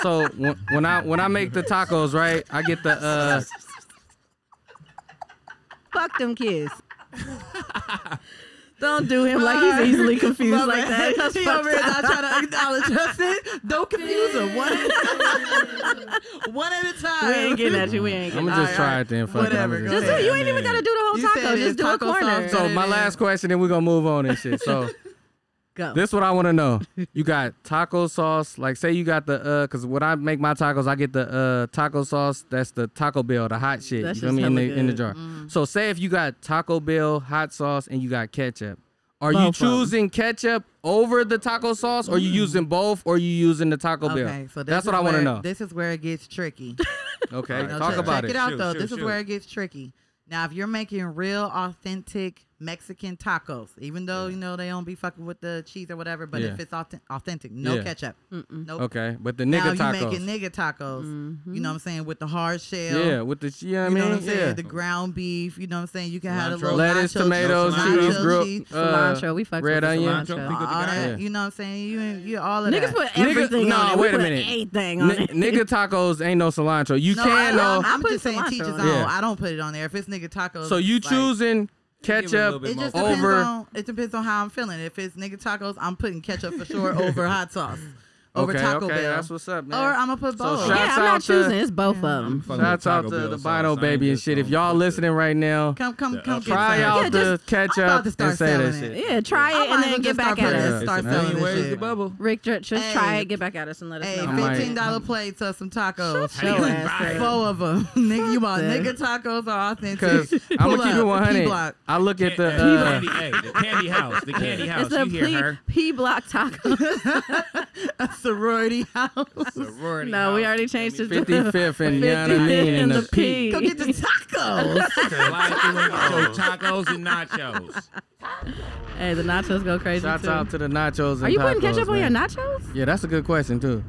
Speaker 2: so when, when I when I make the tacos, right, I get the uh,
Speaker 7: Fuck them kids. Don't do him like he's easily confused like that. That's
Speaker 6: He
Speaker 7: fucked
Speaker 6: over here
Speaker 7: up.
Speaker 6: not trying to acknowledge us. Don't confuse him. One one at a time.
Speaker 7: We ain't getting at you. We ain't
Speaker 2: I'm
Speaker 7: getting
Speaker 2: gonna
Speaker 7: at
Speaker 2: just try it then. Fuck
Speaker 6: Whatever,
Speaker 2: It.
Speaker 6: go
Speaker 2: I'm
Speaker 7: you.
Speaker 2: just
Speaker 6: ahead.
Speaker 7: Just- You ain't even gotta do the whole
Speaker 6: You said
Speaker 7: taco.
Speaker 6: it's
Speaker 7: Just do a
Speaker 6: taco sauce.
Speaker 7: corner.
Speaker 2: So my
Speaker 6: it
Speaker 2: last question, then we're gonna move on and shit. So
Speaker 7: Go.
Speaker 2: This what I want to know. You got taco sauce. Like, say you got the uh, cause when I make my tacos, I get the uh taco sauce. That's the Taco Bell, the hot shit.
Speaker 7: That
Speaker 2: you feel
Speaker 7: shit's
Speaker 2: me? In the
Speaker 7: hella
Speaker 2: in the
Speaker 7: good.
Speaker 2: jar.
Speaker 6: Mm.
Speaker 2: So say if you got Taco Bell hot sauce and you got ketchup, are you
Speaker 7: Both of 'em.
Speaker 2: choosing ketchup over the taco sauce, or you using both, or you using the Taco Bell?
Speaker 6: Mm. Okay, so this
Speaker 2: that's what
Speaker 6: is
Speaker 2: I want to
Speaker 6: where-
Speaker 2: know.
Speaker 6: This is where it gets tricky.
Speaker 2: okay,
Speaker 6: No,
Speaker 2: talk
Speaker 6: check,
Speaker 2: about
Speaker 6: check
Speaker 2: it.
Speaker 6: out
Speaker 9: Shoot,
Speaker 6: though.
Speaker 9: shoot,
Speaker 6: this is
Speaker 9: shoot.
Speaker 6: where it gets tricky. Now, if you're making real authentic Mexican tacos, even though you know they don't be fucking with the cheese or whatever, but
Speaker 2: Yeah.
Speaker 6: if it's authentic, authentic no
Speaker 2: Yeah.
Speaker 6: ketchup, no
Speaker 2: Okay, but the
Speaker 6: Now
Speaker 2: nigga
Speaker 6: you
Speaker 2: tacos.
Speaker 6: making nigga tacos. You
Speaker 7: Mm-hmm.
Speaker 6: know what I'm saying with the hard shell.
Speaker 2: yeah, with the you know what I
Speaker 6: You
Speaker 2: mean.
Speaker 6: know what I'm saying?
Speaker 2: yeah.
Speaker 6: The ground beef. You know what I'm saying? You can have a
Speaker 9: Cilantro.
Speaker 6: little
Speaker 2: Lettuce,
Speaker 6: nacho
Speaker 2: tomatoes,
Speaker 6: cheese,
Speaker 2: cheese,
Speaker 6: nacho
Speaker 2: grilled
Speaker 6: cheese,
Speaker 2: uh,
Speaker 7: cilantro. We fuck
Speaker 2: red
Speaker 7: with the
Speaker 2: onion.
Speaker 7: cilantro.
Speaker 9: Pico de
Speaker 6: all that.
Speaker 2: Yeah.
Speaker 6: You know what I'm saying? You you all of
Speaker 7: Niggas
Speaker 6: that.
Speaker 7: put everything
Speaker 2: Nigga,
Speaker 7: on
Speaker 2: nah,
Speaker 7: it. We
Speaker 2: wait a
Speaker 7: put
Speaker 2: minute.
Speaker 7: Anything on
Speaker 2: Ni-
Speaker 7: it.
Speaker 2: nigga tacos ain't no cilantro. You
Speaker 6: No,
Speaker 2: can
Speaker 6: I,
Speaker 2: though.
Speaker 6: I'm, I'm
Speaker 7: I
Speaker 6: just
Speaker 7: put
Speaker 6: saying
Speaker 7: cilantro
Speaker 6: teachers
Speaker 7: on
Speaker 6: on.
Speaker 7: it.
Speaker 2: Yeah.
Speaker 6: I don't put it on there. If it's nigga tacos,
Speaker 2: so you
Speaker 6: like-
Speaker 2: choosing
Speaker 9: a little
Speaker 2: ketchup
Speaker 9: bit
Speaker 6: It just
Speaker 9: more.
Speaker 6: depends
Speaker 2: over?
Speaker 6: on it depends on how I'm feeling. If it's nigga tacos, I'm putting ketchup for sure over hot sauce, over
Speaker 2: okay,
Speaker 6: Taco
Speaker 2: okay,
Speaker 6: Bell,
Speaker 2: that's what's up, man.
Speaker 6: or um, I'm gonna put both.
Speaker 2: shout-
Speaker 7: yeah,
Speaker 2: Shouts
Speaker 7: I'm
Speaker 2: out
Speaker 7: not
Speaker 2: to-
Speaker 7: choosing. It's both of them.
Speaker 9: fucking with
Speaker 2: Shouts out
Speaker 9: Taco
Speaker 2: to
Speaker 9: Bell
Speaker 2: the
Speaker 9: sauce.
Speaker 2: Bino
Speaker 9: I ain't
Speaker 2: baby and
Speaker 9: just
Speaker 2: shit. If
Speaker 9: gonna
Speaker 2: y'all
Speaker 9: put the-
Speaker 2: listening right now,
Speaker 6: come, come,
Speaker 3: Yeah,
Speaker 6: come
Speaker 3: I'll
Speaker 6: get
Speaker 2: try
Speaker 6: some.
Speaker 2: out
Speaker 7: Yeah,
Speaker 2: the
Speaker 6: I'm
Speaker 7: just-
Speaker 6: about
Speaker 2: ketchup
Speaker 6: to
Speaker 2: and
Speaker 6: start
Speaker 2: say that
Speaker 6: selling
Speaker 2: shit.
Speaker 6: it.
Speaker 7: Yeah, try
Speaker 6: I
Speaker 7: it
Speaker 6: might
Speaker 7: and
Speaker 6: as well
Speaker 7: then
Speaker 6: just
Speaker 7: get back
Speaker 6: start
Speaker 7: at
Speaker 6: putting
Speaker 7: us.
Speaker 6: it. Start
Speaker 2: Yeah,
Speaker 6: selling
Speaker 9: Anyway,
Speaker 6: this
Speaker 9: it's the
Speaker 6: shit.
Speaker 9: bubble.
Speaker 7: Rick, ju- just
Speaker 6: Hey.
Speaker 7: try it. Get back at us and let us
Speaker 6: Hey,
Speaker 2: I
Speaker 7: know.
Speaker 2: might-
Speaker 6: fifteen dollar plates of some tacos.
Speaker 7: Shut your ass up.
Speaker 6: Four of them, nigga. You want
Speaker 7: that.
Speaker 6: nigga tacos are
Speaker 2: Cause
Speaker 6: authentic.
Speaker 2: I'm
Speaker 6: Pull
Speaker 2: gonna keep it
Speaker 6: up, P
Speaker 2: 100.
Speaker 6: block.
Speaker 2: I look at the
Speaker 9: the
Speaker 2: uh,
Speaker 9: candy, hey, the candy house, the candy house.
Speaker 7: It's the
Speaker 9: you hear
Speaker 7: P,
Speaker 9: her?
Speaker 7: P block taco.
Speaker 6: A sorority house.
Speaker 9: Sorority
Speaker 7: no, we
Speaker 9: house.
Speaker 7: already changed it to
Speaker 2: 55th and you know what I mean, and the P.
Speaker 6: Go get the tacos.
Speaker 9: Slide through and get your tacos and nachos.
Speaker 7: Hey, the nachos go crazy
Speaker 2: Shouts
Speaker 7: too.
Speaker 2: out to the nachos and
Speaker 7: Are you
Speaker 2: tacos,
Speaker 7: putting ketchup on your
Speaker 2: man.
Speaker 7: nachos?
Speaker 2: Yeah, that's a good question too.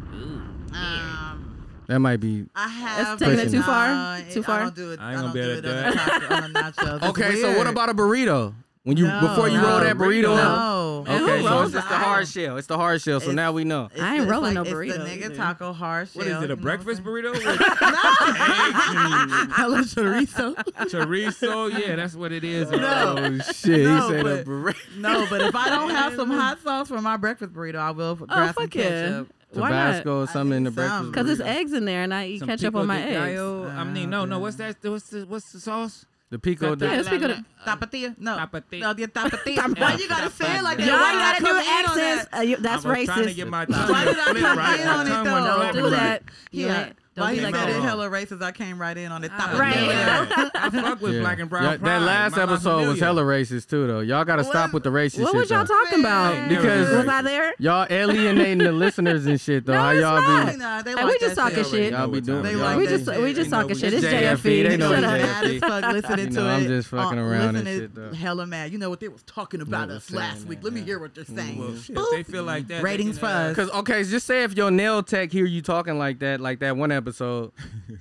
Speaker 6: um,
Speaker 2: That might be
Speaker 6: I have
Speaker 7: taking
Speaker 2: it too
Speaker 7: far?
Speaker 6: nah,
Speaker 7: Too
Speaker 6: I
Speaker 7: far?
Speaker 6: don't do it.
Speaker 9: I
Speaker 6: I,
Speaker 9: ain't gonna
Speaker 6: don't
Speaker 9: be
Speaker 6: do
Speaker 9: able
Speaker 6: it
Speaker 9: to
Speaker 6: on, the taco, on the nachos. It's
Speaker 2: Okay, so what
Speaker 6: weird.
Speaker 2: about a burrito? When you
Speaker 6: No,
Speaker 2: before you
Speaker 6: no.
Speaker 2: roll that burrito up.
Speaker 6: No.
Speaker 7: Who
Speaker 2: Okay, so
Speaker 7: rolls
Speaker 2: it's just the
Speaker 7: that?
Speaker 2: hard shell. It's the hard shell. So
Speaker 6: It's-
Speaker 2: now we know.
Speaker 6: It's
Speaker 7: I ain't
Speaker 6: just
Speaker 7: rolling no
Speaker 6: It's the
Speaker 7: burrito
Speaker 6: nigga
Speaker 7: either.
Speaker 6: taco hard shell.
Speaker 9: What is it?
Speaker 6: you
Speaker 9: A
Speaker 6: know
Speaker 9: breakfast
Speaker 6: what
Speaker 9: burrito? with
Speaker 6: I'm saying? I love
Speaker 7: Oh,
Speaker 6: chorizo.
Speaker 9: Chorizo? Yeah, that's what it is.
Speaker 6: No.
Speaker 2: Oh shit,
Speaker 6: No,
Speaker 2: he said a
Speaker 6: but-
Speaker 2: burrito.
Speaker 6: no, but if I don't have some hot sauce for my breakfast burrito, I will
Speaker 7: Oh
Speaker 6: grab some
Speaker 7: fuck yeah!
Speaker 6: ketchup.
Speaker 7: Why not?
Speaker 2: Tabasco or something in the
Speaker 6: need
Speaker 2: breakfast.
Speaker 6: some.
Speaker 7: Because it's
Speaker 2: burrito.
Speaker 7: eggs in there, and I eat
Speaker 9: Some
Speaker 7: ketchup
Speaker 9: pico
Speaker 7: on my
Speaker 9: de
Speaker 7: eggs.
Speaker 9: gallo.
Speaker 6: Uh,
Speaker 9: I mean, no, no. What's that? What's the what's the sauce?
Speaker 2: the pico.
Speaker 7: Yeah,
Speaker 2: De,
Speaker 7: it's pico de.
Speaker 6: Tapatio? No.
Speaker 9: Tapatio.
Speaker 6: No, the tapatio. Why you gotta say it like that?
Speaker 7: Y'all
Speaker 6: Why
Speaker 7: gotta
Speaker 6: come
Speaker 7: do
Speaker 6: in on that?
Speaker 7: accents. Uh, you- that's
Speaker 9: I was Trying to
Speaker 7: racist.
Speaker 9: get my tongue
Speaker 6: Why
Speaker 9: to
Speaker 6: did I
Speaker 9: flip
Speaker 6: come
Speaker 9: right.
Speaker 6: in
Speaker 9: My
Speaker 6: on it,
Speaker 9: tongue
Speaker 6: though?
Speaker 9: went all
Speaker 7: Don't
Speaker 9: over
Speaker 7: do
Speaker 9: the
Speaker 7: that.
Speaker 9: place.
Speaker 7: You ain't- Don't
Speaker 6: Why
Speaker 7: be
Speaker 6: you
Speaker 7: like
Speaker 6: said it
Speaker 9: that.
Speaker 6: hella racist? I came right in on it. Tapatio.
Speaker 7: Right.
Speaker 9: Yeah. I fuck with
Speaker 2: Yeah.
Speaker 9: black and brown
Speaker 2: Yeah,
Speaker 9: pride.
Speaker 2: that last
Speaker 9: My La
Speaker 2: episode was
Speaker 9: Familia.
Speaker 2: hella racist too, though. Y'all gotta stop
Speaker 6: What-
Speaker 2: with the racist
Speaker 7: What
Speaker 2: shit.
Speaker 7: was y'all
Speaker 2: though.
Speaker 7: talking about?
Speaker 9: Never
Speaker 2: Because-
Speaker 9: been
Speaker 7: was I
Speaker 9: racist.
Speaker 7: there?
Speaker 2: Y'all alienating the listeners and shit though.
Speaker 7: No,
Speaker 2: How
Speaker 7: it's
Speaker 2: y'all
Speaker 7: not.
Speaker 2: be?
Speaker 6: Nah, they
Speaker 7: Hey, we
Speaker 6: like
Speaker 7: just
Speaker 6: that shit.
Speaker 7: talking
Speaker 9: They
Speaker 7: shit.
Speaker 2: Y'all be
Speaker 9: what
Speaker 2: doing?
Speaker 9: time
Speaker 2: it,
Speaker 9: it is.
Speaker 2: y'all.
Speaker 6: like
Speaker 7: We
Speaker 6: that
Speaker 7: just
Speaker 6: shit.
Speaker 7: we
Speaker 6: They
Speaker 7: just
Speaker 9: know
Speaker 7: talking
Speaker 9: we
Speaker 7: shit.
Speaker 9: just
Speaker 7: It's
Speaker 2: JFE.
Speaker 7: JFE.
Speaker 2: They know
Speaker 7: Shut
Speaker 2: we
Speaker 7: up.
Speaker 2: JFE.
Speaker 6: Mad as fuck listening
Speaker 2: You know,
Speaker 6: to
Speaker 2: I'm
Speaker 6: it.
Speaker 2: just fucking
Speaker 6: Uh,
Speaker 2: around and
Speaker 6: listening-
Speaker 2: shit, though.
Speaker 6: Hella mad. You know what they was talking about
Speaker 2: was
Speaker 6: us
Speaker 2: saying
Speaker 6: last
Speaker 2: that,
Speaker 6: week. Let me
Speaker 2: yeah.
Speaker 6: hear what they're saying.
Speaker 9: Well, shit, if they feel like that. they
Speaker 6: Ratings
Speaker 9: can,
Speaker 6: for
Speaker 9: uh,
Speaker 6: us.
Speaker 2: Cause okay, just say if your nail tech hear you talking like that, like that one episode,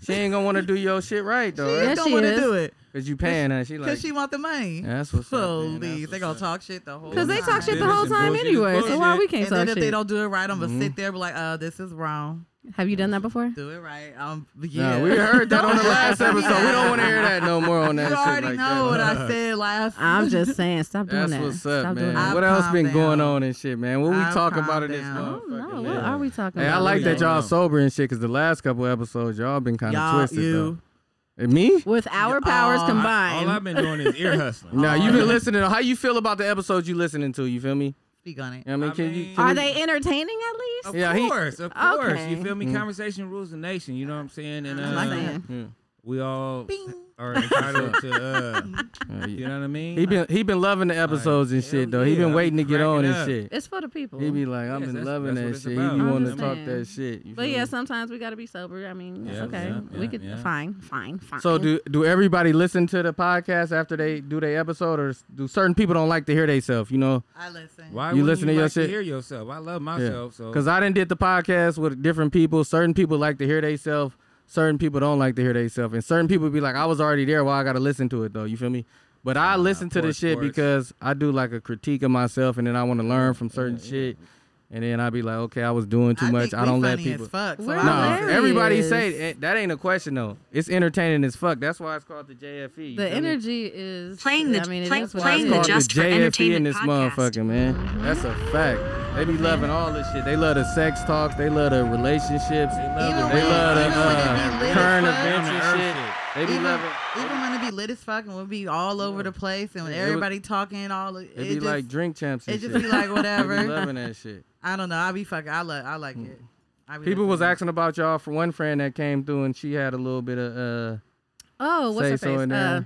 Speaker 2: she ain't gonna want to do your shit right though,
Speaker 6: She
Speaker 2: right?
Speaker 7: Yes,
Speaker 6: don't
Speaker 7: she
Speaker 6: want to
Speaker 7: is.
Speaker 6: do it
Speaker 2: Cause you paying her. She like,
Speaker 6: because she want the money.
Speaker 2: Yeah, that's what's up, man. That's
Speaker 6: Please,
Speaker 2: what's
Speaker 6: they gonna
Speaker 2: up.
Speaker 6: talk shit the whole.
Speaker 7: Because they talk shit the
Speaker 9: Business
Speaker 7: whole
Speaker 9: and
Speaker 7: time
Speaker 9: bullshit is
Speaker 7: anyway. So why
Speaker 9: bullshit.
Speaker 7: we can't
Speaker 6: And then
Speaker 7: talk
Speaker 6: if they
Speaker 7: shit?
Speaker 6: don't do it right, I'm gonna
Speaker 2: Mm-hmm.
Speaker 6: sit there and be like, "Uh, this is wrong.
Speaker 7: Have you done that before?
Speaker 6: Do it right." Um, yeah.
Speaker 2: Nah, we heard that on the last
Speaker 6: Yeah.
Speaker 2: episode. We don't want to hear that no more on
Speaker 6: You
Speaker 2: that shit
Speaker 6: already
Speaker 2: like
Speaker 6: know what
Speaker 2: that.
Speaker 6: I said last.
Speaker 7: I'm just saying, stop doing
Speaker 2: That's
Speaker 7: that.
Speaker 2: what's up,
Speaker 7: Stop doing
Speaker 2: man.
Speaker 7: that.
Speaker 6: I've
Speaker 2: What else been
Speaker 6: calmed
Speaker 2: going
Speaker 6: down.
Speaker 2: on and shit, man? What we
Speaker 6: I've
Speaker 2: talk about
Speaker 6: calmed
Speaker 2: in this
Speaker 6: down. I
Speaker 7: Oh
Speaker 2: motherfucker?
Speaker 7: no! What
Speaker 2: man?
Speaker 7: are we talking
Speaker 2: Hey,
Speaker 7: about?
Speaker 2: I like
Speaker 7: We
Speaker 2: that
Speaker 7: don't
Speaker 2: y'all
Speaker 7: know.
Speaker 2: sober and shit, cause the last couple episodes y'all been kind of
Speaker 6: Y'all,
Speaker 2: twisted
Speaker 6: you.
Speaker 2: though. And me?
Speaker 7: With our powers
Speaker 6: all-
Speaker 7: combined,
Speaker 9: All I've been doing is ear hustling.
Speaker 2: Now you been listening. to How you feel about the episodes you listening to? You feel me?
Speaker 6: Speak on it.
Speaker 2: You know what I mean,
Speaker 9: I
Speaker 2: can you?
Speaker 9: mean-
Speaker 2: can
Speaker 7: are
Speaker 2: we-
Speaker 7: they entertaining at least?
Speaker 3: Oh,
Speaker 9: Of
Speaker 2: Yeah, he- Mm.
Speaker 9: course, of course.
Speaker 7: Okay.
Speaker 9: You feel me? Conversation rules the nation. You know what I'm saying? And
Speaker 7: I'm
Speaker 9: uh,
Speaker 7: saying.
Speaker 9: we all are entitled to, uh,
Speaker 2: Uh,
Speaker 9: you know what I mean?
Speaker 2: He been he been loving the episodes and shit though. he
Speaker 9: yeah,
Speaker 2: been
Speaker 9: I
Speaker 2: waiting to
Speaker 9: be
Speaker 2: get on
Speaker 9: cracking
Speaker 2: and
Speaker 9: up.
Speaker 2: shit.
Speaker 7: It's for the people.
Speaker 2: He be like, I've
Speaker 9: Yes,
Speaker 2: been
Speaker 9: that's-
Speaker 2: loving
Speaker 9: that's what
Speaker 2: that
Speaker 9: it's
Speaker 2: shit.
Speaker 9: about.
Speaker 2: He be
Speaker 9: I'm
Speaker 2: wanting to
Speaker 7: just
Speaker 2: talk
Speaker 7: saying.
Speaker 2: that shit. you
Speaker 7: But
Speaker 2: feel
Speaker 7: yeah,
Speaker 2: me?
Speaker 7: sometimes we gotta be sober. I mean, it's
Speaker 9: Yeah,
Speaker 7: okay.
Speaker 9: yeah,
Speaker 7: we
Speaker 9: yeah,
Speaker 7: could
Speaker 9: yeah.
Speaker 7: fine, fine, fine.
Speaker 2: So do do everybody listen to the podcast after they do their episode, or s- do certain people don't like to hear themselves? You know,
Speaker 6: I listen.
Speaker 9: Why
Speaker 2: You
Speaker 9: wouldn't
Speaker 2: listen to
Speaker 9: you
Speaker 2: your
Speaker 9: like
Speaker 2: shit?
Speaker 9: hear yourself. I love myself. So
Speaker 2: because I didn't did the podcast with different people. Certain people like to hear themselves. Certain people don't like to hear themselves, and certain people be like, I was already there. Why I got to listen to it though? You feel me? But I listen to
Speaker 9: of
Speaker 2: the
Speaker 9: course,
Speaker 2: shit
Speaker 9: course.
Speaker 2: because I do like a critique of myself, and then I want to learn from certain shit, and then I be like, okay, I was doing too
Speaker 6: I
Speaker 2: much.
Speaker 6: think
Speaker 2: I
Speaker 6: we
Speaker 2: don't let
Speaker 6: funny
Speaker 2: people.
Speaker 6: As fuck, so
Speaker 7: We're
Speaker 6: I
Speaker 2: No,
Speaker 6: listen.
Speaker 7: hilarious.
Speaker 2: everybody say it, that ain't a question though. It's entertaining as fuck. That's why it's called the JFE. you
Speaker 7: the
Speaker 2: feel me?
Speaker 7: energy is
Speaker 1: Playing the-
Speaker 7: I mean, it
Speaker 1: play-
Speaker 7: is what
Speaker 1: playing
Speaker 7: it
Speaker 2: It's
Speaker 1: the
Speaker 7: is.
Speaker 2: called
Speaker 1: Just for
Speaker 2: JFE E in
Speaker 1: Entertainment
Speaker 2: this
Speaker 1: podcast.
Speaker 2: motherfucker, man. That's a fact. They be loving all this shit. They love the sex talks. They love the relationships. They
Speaker 9: love
Speaker 2: love,
Speaker 9: the-
Speaker 2: the
Speaker 9: Even
Speaker 2: uh,
Speaker 6: when it be lit as
Speaker 2: current
Speaker 6: fuck.
Speaker 2: events
Speaker 9: Down to
Speaker 2: and
Speaker 9: earth
Speaker 2: shit.
Speaker 9: shit.
Speaker 2: They be
Speaker 6: Even,
Speaker 2: loving.
Speaker 6: even when it be lit as fuck and we'll be all over the place and when
Speaker 2: It would-
Speaker 6: everybody talking all it,
Speaker 2: They be
Speaker 6: just,
Speaker 2: like drink champs. And
Speaker 6: it just
Speaker 2: shit.
Speaker 6: be like
Speaker 2: They
Speaker 6: whatever.
Speaker 2: be loving that shit.
Speaker 6: I don't know. I be fucking. I love. I like it. I be
Speaker 2: People
Speaker 6: listening.
Speaker 2: was asking about y'all for one friend that came through and she had a little bit of uh
Speaker 7: Oh, what's
Speaker 2: Say
Speaker 7: her
Speaker 2: so
Speaker 7: face?
Speaker 2: in there.
Speaker 7: Uh,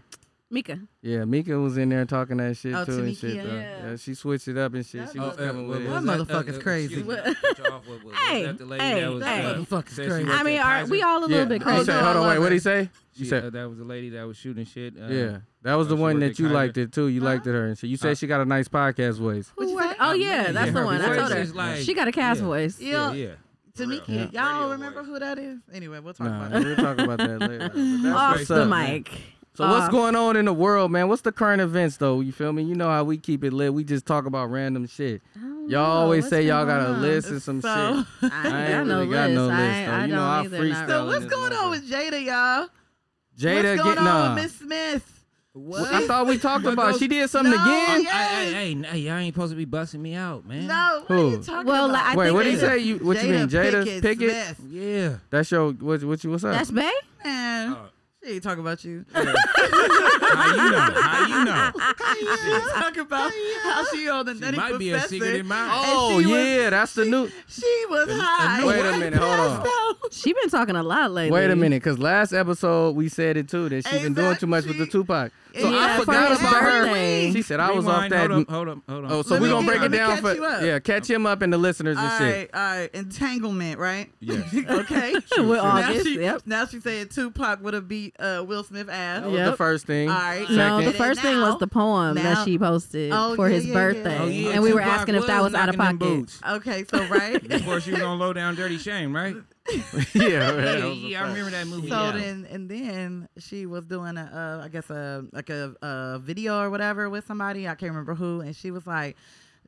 Speaker 7: Mika.
Speaker 2: yeah, Mika was in there talking that shit
Speaker 6: Oh,
Speaker 2: too and shit
Speaker 6: Tamikia.
Speaker 2: though.
Speaker 7: Yeah.
Speaker 2: she switched it up and shit.
Speaker 7: That
Speaker 2: she was uh,
Speaker 7: mother-
Speaker 2: coming with it.
Speaker 6: That motherfucker's crazy.
Speaker 7: Hey, hey, hey.
Speaker 6: Motherfucker's crazy.
Speaker 7: I mean, are, we all a little bit
Speaker 2: He
Speaker 7: crazy.
Speaker 2: said, hold on, wait, what he say? You
Speaker 9: She,
Speaker 2: said
Speaker 9: uh, that was the lady that was shooting shit. Uh,
Speaker 2: yeah. Um, That was
Speaker 9: uh,
Speaker 2: the
Speaker 9: she
Speaker 2: one
Speaker 9: worked
Speaker 2: that
Speaker 9: at
Speaker 2: you
Speaker 9: Kaiser.
Speaker 2: liked it too. You liked it her, and she, you said she got a nice podcast voice.
Speaker 7: Who what? Oh yeah, that's the
Speaker 9: her
Speaker 7: one. I
Speaker 9: voice
Speaker 7: told her
Speaker 9: is like-
Speaker 7: she got a cast
Speaker 9: yeah.
Speaker 7: voice.
Speaker 9: Yeah,
Speaker 6: Yeah.
Speaker 9: yeah.
Speaker 6: Tamika,
Speaker 10: Yeah.
Speaker 6: y'all
Speaker 10: Radio
Speaker 6: remember
Speaker 10: voice.
Speaker 6: who that is? Anyway, we'll talk
Speaker 2: Nah,
Speaker 6: about it.
Speaker 2: we'll talk about that later. But that's
Speaker 7: Off
Speaker 2: what's
Speaker 7: the
Speaker 2: up, man.
Speaker 7: mic.
Speaker 2: So what's
Speaker 7: Off.
Speaker 2: going on in the world, man? What's the current events though? You feel me? You know how we keep it lit. We just talk about random shit.
Speaker 7: I
Speaker 2: Y'all
Speaker 7: don't know,
Speaker 2: always
Speaker 7: what's
Speaker 2: say y'all
Speaker 7: going
Speaker 2: got a
Speaker 7: on?
Speaker 2: list and some
Speaker 6: so,
Speaker 2: shit.
Speaker 7: I
Speaker 2: ain't
Speaker 7: ain't got no
Speaker 2: really got
Speaker 7: list.
Speaker 2: no list, though.
Speaker 7: I, I
Speaker 2: You
Speaker 7: don't
Speaker 2: know, I
Speaker 7: either.
Speaker 2: freestyle.
Speaker 7: Not really.
Speaker 6: so what's going on with Jada, y'all?
Speaker 2: Jada
Speaker 6: what's
Speaker 2: get
Speaker 6: going on
Speaker 2: nah.
Speaker 6: with Miss Smith?
Speaker 2: Well, I thought we talked about. She did something
Speaker 6: No,
Speaker 2: again.
Speaker 6: yeah.
Speaker 9: Hey, hey, hey, hey, y'all ain't supposed to be busting me out, man.
Speaker 6: No, what are
Speaker 2: Who?
Speaker 6: you talking
Speaker 7: Well,
Speaker 6: about?
Speaker 7: like, I
Speaker 2: Wait,
Speaker 7: think
Speaker 2: what
Speaker 7: it
Speaker 2: did you
Speaker 7: is.
Speaker 2: say? You what you mean, Jada Pickett?
Speaker 6: Smith.
Speaker 9: Yeah.
Speaker 2: That's your what? What you? What's up?
Speaker 7: That's Bay.
Speaker 6: Man,
Speaker 9: Oh.
Speaker 6: she ain't talking about you.
Speaker 9: How you know? How you know?
Speaker 6: She talking about how she on the
Speaker 9: She
Speaker 6: nutty
Speaker 9: might be a
Speaker 6: professor.
Speaker 9: secret in my
Speaker 2: oh
Speaker 6: she was-
Speaker 2: yeah, that's the new.
Speaker 6: She was high.
Speaker 2: Wait a minute, hold on.
Speaker 7: She been talking a lot lately.
Speaker 2: Wait a minute, because last episode we said it too that she been doing too much with the
Speaker 6: Exactly.
Speaker 2: Tupac. So
Speaker 7: Yeah,
Speaker 2: I
Speaker 7: for
Speaker 2: forgot
Speaker 7: his
Speaker 2: about her.
Speaker 7: birthday.
Speaker 2: She said I was off
Speaker 9: Rewind,
Speaker 2: that.
Speaker 9: Hold up, hold up, hold up.
Speaker 2: Oh, so
Speaker 6: Let
Speaker 2: we
Speaker 6: me
Speaker 2: gonna
Speaker 6: get-
Speaker 2: break
Speaker 6: let
Speaker 2: it
Speaker 6: me
Speaker 2: down
Speaker 6: catch
Speaker 2: for
Speaker 6: you up.
Speaker 2: yeah, catch him up and the listeners and
Speaker 6: All
Speaker 2: shit.
Speaker 6: right, all right. Entanglement, right?
Speaker 9: Yes.
Speaker 6: okay.
Speaker 7: With
Speaker 6: now,
Speaker 7: August,
Speaker 6: she,
Speaker 7: yep. Oh,
Speaker 6: now she said Tupac would have beat uh, Will Smith ass.
Speaker 2: That was the
Speaker 7: Yep.
Speaker 2: first thing.
Speaker 6: All right.
Speaker 2: Second.
Speaker 7: No,
Speaker 6: And
Speaker 7: the
Speaker 6: then
Speaker 7: first thing was
Speaker 6: now-
Speaker 7: the poem
Speaker 6: now-
Speaker 7: that she posted
Speaker 6: Oh,
Speaker 7: for
Speaker 6: yeah,
Speaker 7: his
Speaker 6: yeah, yeah.
Speaker 7: birthday,
Speaker 9: Oh, yeah,
Speaker 7: and we were
Speaker 9: Tupac
Speaker 7: asking if that
Speaker 9: was
Speaker 7: was out of
Speaker 9: knocking them
Speaker 7: pocket.
Speaker 9: boots.
Speaker 6: Okay, so right. so
Speaker 9: Before she was on low down dirty shame, right?
Speaker 2: yeah, right, that
Speaker 9: Yeah,
Speaker 2: was the
Speaker 9: yeah, I
Speaker 2: first.
Speaker 9: remember that movie. yeah.
Speaker 6: then and then she was doing a uh, I guess a like a, a video or whatever with somebody I can't remember who, and she was like,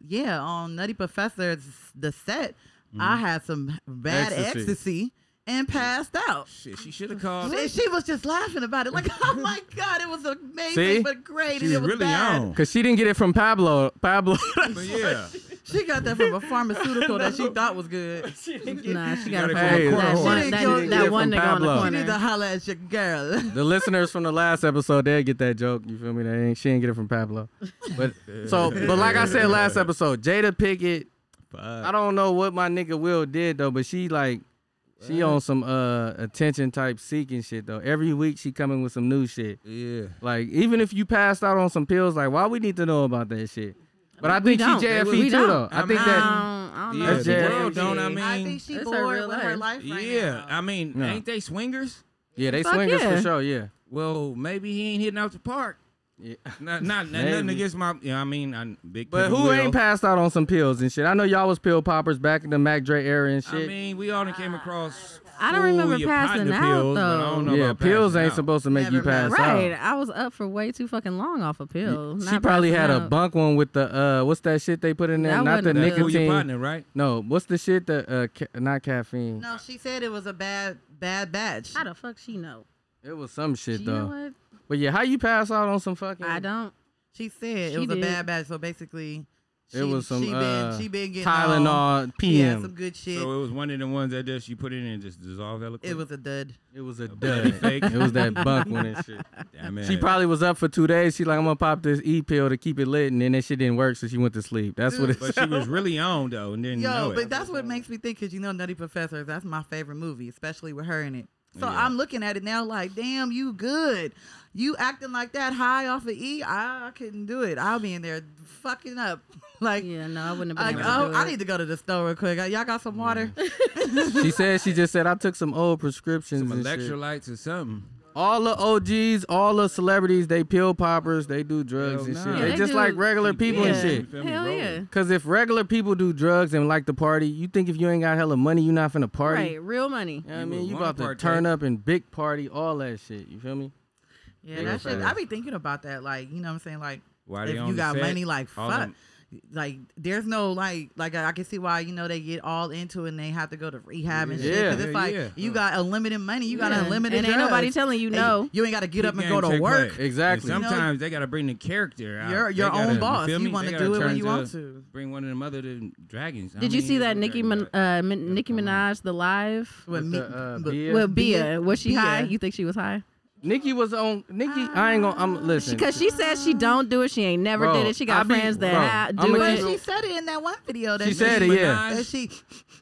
Speaker 6: "Yeah, on Nutty Professor's the set, I had some bad
Speaker 2: Ecstasy.
Speaker 6: Mm-hmm. ecstasy, Oh. and passed out."
Speaker 9: Shit, she should have called.
Speaker 6: And she was just laughing about it, like, "Oh my god, it was amazing,
Speaker 2: See?
Speaker 6: but great, and
Speaker 9: She was
Speaker 6: it was
Speaker 9: really
Speaker 6: bad."
Speaker 9: on.
Speaker 2: Cause she didn't get it from Pablo. Pablo.
Speaker 9: But yeah.
Speaker 6: She got that from a pharmaceutical that she thought was good. She
Speaker 7: Nah, she got it
Speaker 9: got it from Hey,
Speaker 7: from that
Speaker 9: Cornhole.
Speaker 6: She
Speaker 7: one.
Speaker 6: didn't
Speaker 7: That,
Speaker 6: get
Speaker 2: it
Speaker 7: that one
Speaker 2: from
Speaker 7: that go in the
Speaker 2: Pablo.
Speaker 7: corner.
Speaker 6: need to holler at your girl.
Speaker 2: the listeners from the last episode, they'll get that joke. You feel me? They ain't, she ain't get it from Pablo. But so, but like I said last episode, Jada Pickett. I don't know what my nigga Will did though, but she like, she on some uh attention type seeking shit though. Every week she coming with some new shit.
Speaker 9: Yeah.
Speaker 2: Like even if you passed out on some pills, like why we need to know about that shit? But I
Speaker 7: We
Speaker 2: think she
Speaker 7: don't.
Speaker 2: JFE
Speaker 7: We
Speaker 2: too
Speaker 7: don't. Um,
Speaker 2: though. I
Speaker 9: I
Speaker 2: think
Speaker 9: mean,
Speaker 2: that
Speaker 7: I don't
Speaker 9: Yeah,
Speaker 7: know.
Speaker 2: That's
Speaker 7: if she
Speaker 2: Jay.
Speaker 7: did.
Speaker 9: the world don't, I mean.
Speaker 6: I think she
Speaker 7: That's her
Speaker 6: bored
Speaker 7: real
Speaker 6: with her
Speaker 7: life.
Speaker 6: life right
Speaker 9: yeah,
Speaker 6: now.
Speaker 9: I mean,
Speaker 2: No.
Speaker 9: ain't they swingers?
Speaker 2: yeah, they
Speaker 7: Fuck
Speaker 2: swingers for
Speaker 7: yeah.
Speaker 2: sure. Yeah.
Speaker 9: Well, maybe he ain't hitting out the park.
Speaker 2: Yeah.
Speaker 9: Not, not nothing
Speaker 2: Maybe.
Speaker 9: against my. Yeah, I mean, I big.
Speaker 2: But
Speaker 9: Papa
Speaker 2: who
Speaker 9: Will.
Speaker 2: ain't passed out on some pills and shit? I know y'all was pill poppers back in the Mac Dre era and
Speaker 9: I
Speaker 2: shit.
Speaker 9: mean, we all done came across.
Speaker 7: I don't
Speaker 9: ooh,
Speaker 7: remember
Speaker 9: your
Speaker 7: passing
Speaker 9: partner
Speaker 7: out
Speaker 9: pills, but I don't
Speaker 7: though.
Speaker 9: know
Speaker 2: yeah,
Speaker 9: about
Speaker 2: pills
Speaker 9: passing
Speaker 2: ain't
Speaker 9: out.
Speaker 2: supposed to make you
Speaker 6: Never
Speaker 2: pass
Speaker 6: mind.
Speaker 7: Right,
Speaker 2: out.
Speaker 7: I was up for way too fucking long off a pill.
Speaker 2: She
Speaker 7: not
Speaker 2: probably had
Speaker 7: passing
Speaker 2: a
Speaker 7: out.
Speaker 2: bunk one with the uh, what's that shit they put in there?
Speaker 7: That
Speaker 2: Not the
Speaker 7: wasn't
Speaker 9: That's
Speaker 7: good.
Speaker 9: who your
Speaker 2: nicotine.
Speaker 9: partner, right?
Speaker 2: No, what's the shit that uh, ca- not caffeine?
Speaker 6: No, she said it was a bad, bad batch.
Speaker 7: How the fuck she know?
Speaker 2: It was some shit
Speaker 7: You
Speaker 2: though.
Speaker 7: know
Speaker 2: But yeah, how you pass out on some fucking?
Speaker 7: what? I don't.
Speaker 6: She said
Speaker 7: She
Speaker 6: it was
Speaker 7: did.
Speaker 6: a bad batch. So basically,
Speaker 2: It
Speaker 6: she,
Speaker 2: was some
Speaker 6: she
Speaker 2: uh,
Speaker 6: been, she been getting on.
Speaker 2: Tylenol
Speaker 6: She had
Speaker 2: PM.
Speaker 6: some good shit.
Speaker 9: So it was one of the ones that just you put in and just dissolve eloquently.
Speaker 6: it was a dud.
Speaker 2: it was a
Speaker 9: bloody
Speaker 2: dud.
Speaker 9: fake.
Speaker 2: it was that bunk one and shit.
Speaker 9: Damn it.
Speaker 2: She probably was up for two days. She like, I'm gonna pop this E pill to keep it lit, and then that shit didn't work, so she went to sleep. That's what
Speaker 9: But
Speaker 2: it's.
Speaker 9: she was really on though, and didn't know
Speaker 6: Yo,
Speaker 9: it.
Speaker 6: but that's what makes me think because you know Nutty Professor. That's my favorite movie, especially with her in it. So
Speaker 9: Yeah.
Speaker 6: I'm looking at it now, like, damn, you good. You acting like that high off of E. I, I couldn't do it. I'll be in there fucking up. Like,
Speaker 7: Yeah, no, I wouldn't have
Speaker 6: like
Speaker 7: been.
Speaker 6: oh,
Speaker 7: able to
Speaker 6: I
Speaker 7: do it.
Speaker 6: need to go to the store real quick. Y'all got some water?
Speaker 2: she said she just said I took some old prescriptions
Speaker 9: some
Speaker 2: and shit.
Speaker 9: electrolytes or something.
Speaker 2: All the OGs, all the celebrities, they pill poppers, they do drugs
Speaker 9: Hell
Speaker 2: and
Speaker 9: nah.
Speaker 2: shit.
Speaker 9: Yeah,
Speaker 2: they,
Speaker 7: they
Speaker 2: just
Speaker 7: do-
Speaker 2: like regular people and
Speaker 7: Yeah.
Speaker 2: shit.
Speaker 9: You feel me?
Speaker 7: Hell
Speaker 9: Roll
Speaker 7: yeah.
Speaker 9: it.
Speaker 2: Cause if regular people do drugs and like the party, you think if you ain't got hella money, you not finna party.
Speaker 7: Right, real money.
Speaker 2: You know what I
Speaker 9: You
Speaker 2: mean,
Speaker 9: would
Speaker 2: you
Speaker 9: wanna
Speaker 2: about to
Speaker 9: partake.
Speaker 2: turn up and big party, all that shit. You feel me?
Speaker 6: Yeah, that
Speaker 2: fact.
Speaker 6: shit. I be thinking about that. Like, you know what I'm saying? Like,
Speaker 9: Why
Speaker 6: if
Speaker 9: they on
Speaker 6: you
Speaker 9: the
Speaker 6: got
Speaker 9: set,
Speaker 6: money, like,
Speaker 9: all
Speaker 6: fuck.
Speaker 9: them-
Speaker 6: Like, there's no, like, like I I can see why, you know, they get all into it and they have to go to rehab and shit. 'Cause
Speaker 2: Yeah.
Speaker 6: it's like,
Speaker 9: Yeah, yeah.
Speaker 6: you got unlimited money, you got
Speaker 7: Yeah.
Speaker 6: unlimited
Speaker 7: And ain't nobody
Speaker 6: drugs.
Speaker 7: telling you
Speaker 6: And
Speaker 7: no.
Speaker 6: You ain't got to get up and
Speaker 9: Big
Speaker 6: go
Speaker 9: game
Speaker 6: to
Speaker 9: take
Speaker 6: work.
Speaker 9: play.
Speaker 2: Exactly.
Speaker 9: And sometimes they gotta bring the character out.
Speaker 6: You're-
Speaker 9: They
Speaker 6: your
Speaker 9: gotta-
Speaker 6: own boss.
Speaker 9: feel
Speaker 6: You
Speaker 9: me?
Speaker 6: wanna
Speaker 9: They gotta
Speaker 6: do it when
Speaker 9: turn
Speaker 6: you want to.
Speaker 9: Bring one of them other than dragons. I
Speaker 7: Did you
Speaker 9: mean,
Speaker 7: see that
Speaker 9: who
Speaker 7: Nicki,
Speaker 9: dragon
Speaker 7: Min-
Speaker 9: got?
Speaker 7: uh, Min- Nicki Minaj the live
Speaker 6: With
Speaker 2: With
Speaker 6: me-
Speaker 2: the, uh,
Speaker 6: but-
Speaker 2: beer. Yeah.
Speaker 7: with Bia? Was she
Speaker 6: Bia.
Speaker 7: high? You think she was high?
Speaker 2: Nikki was on Nikki. I ain't gonna. I'm listen.
Speaker 7: Because she says she don't do it. She ain't never
Speaker 2: Uh, Bro,
Speaker 7: did it. She got
Speaker 2: I be-
Speaker 7: friends
Speaker 2: bro,
Speaker 7: that
Speaker 2: I'ma
Speaker 7: do
Speaker 2: keep
Speaker 7: it.
Speaker 2: it-
Speaker 6: She said it in that one video. That
Speaker 2: She said it, yeah.
Speaker 6: That she.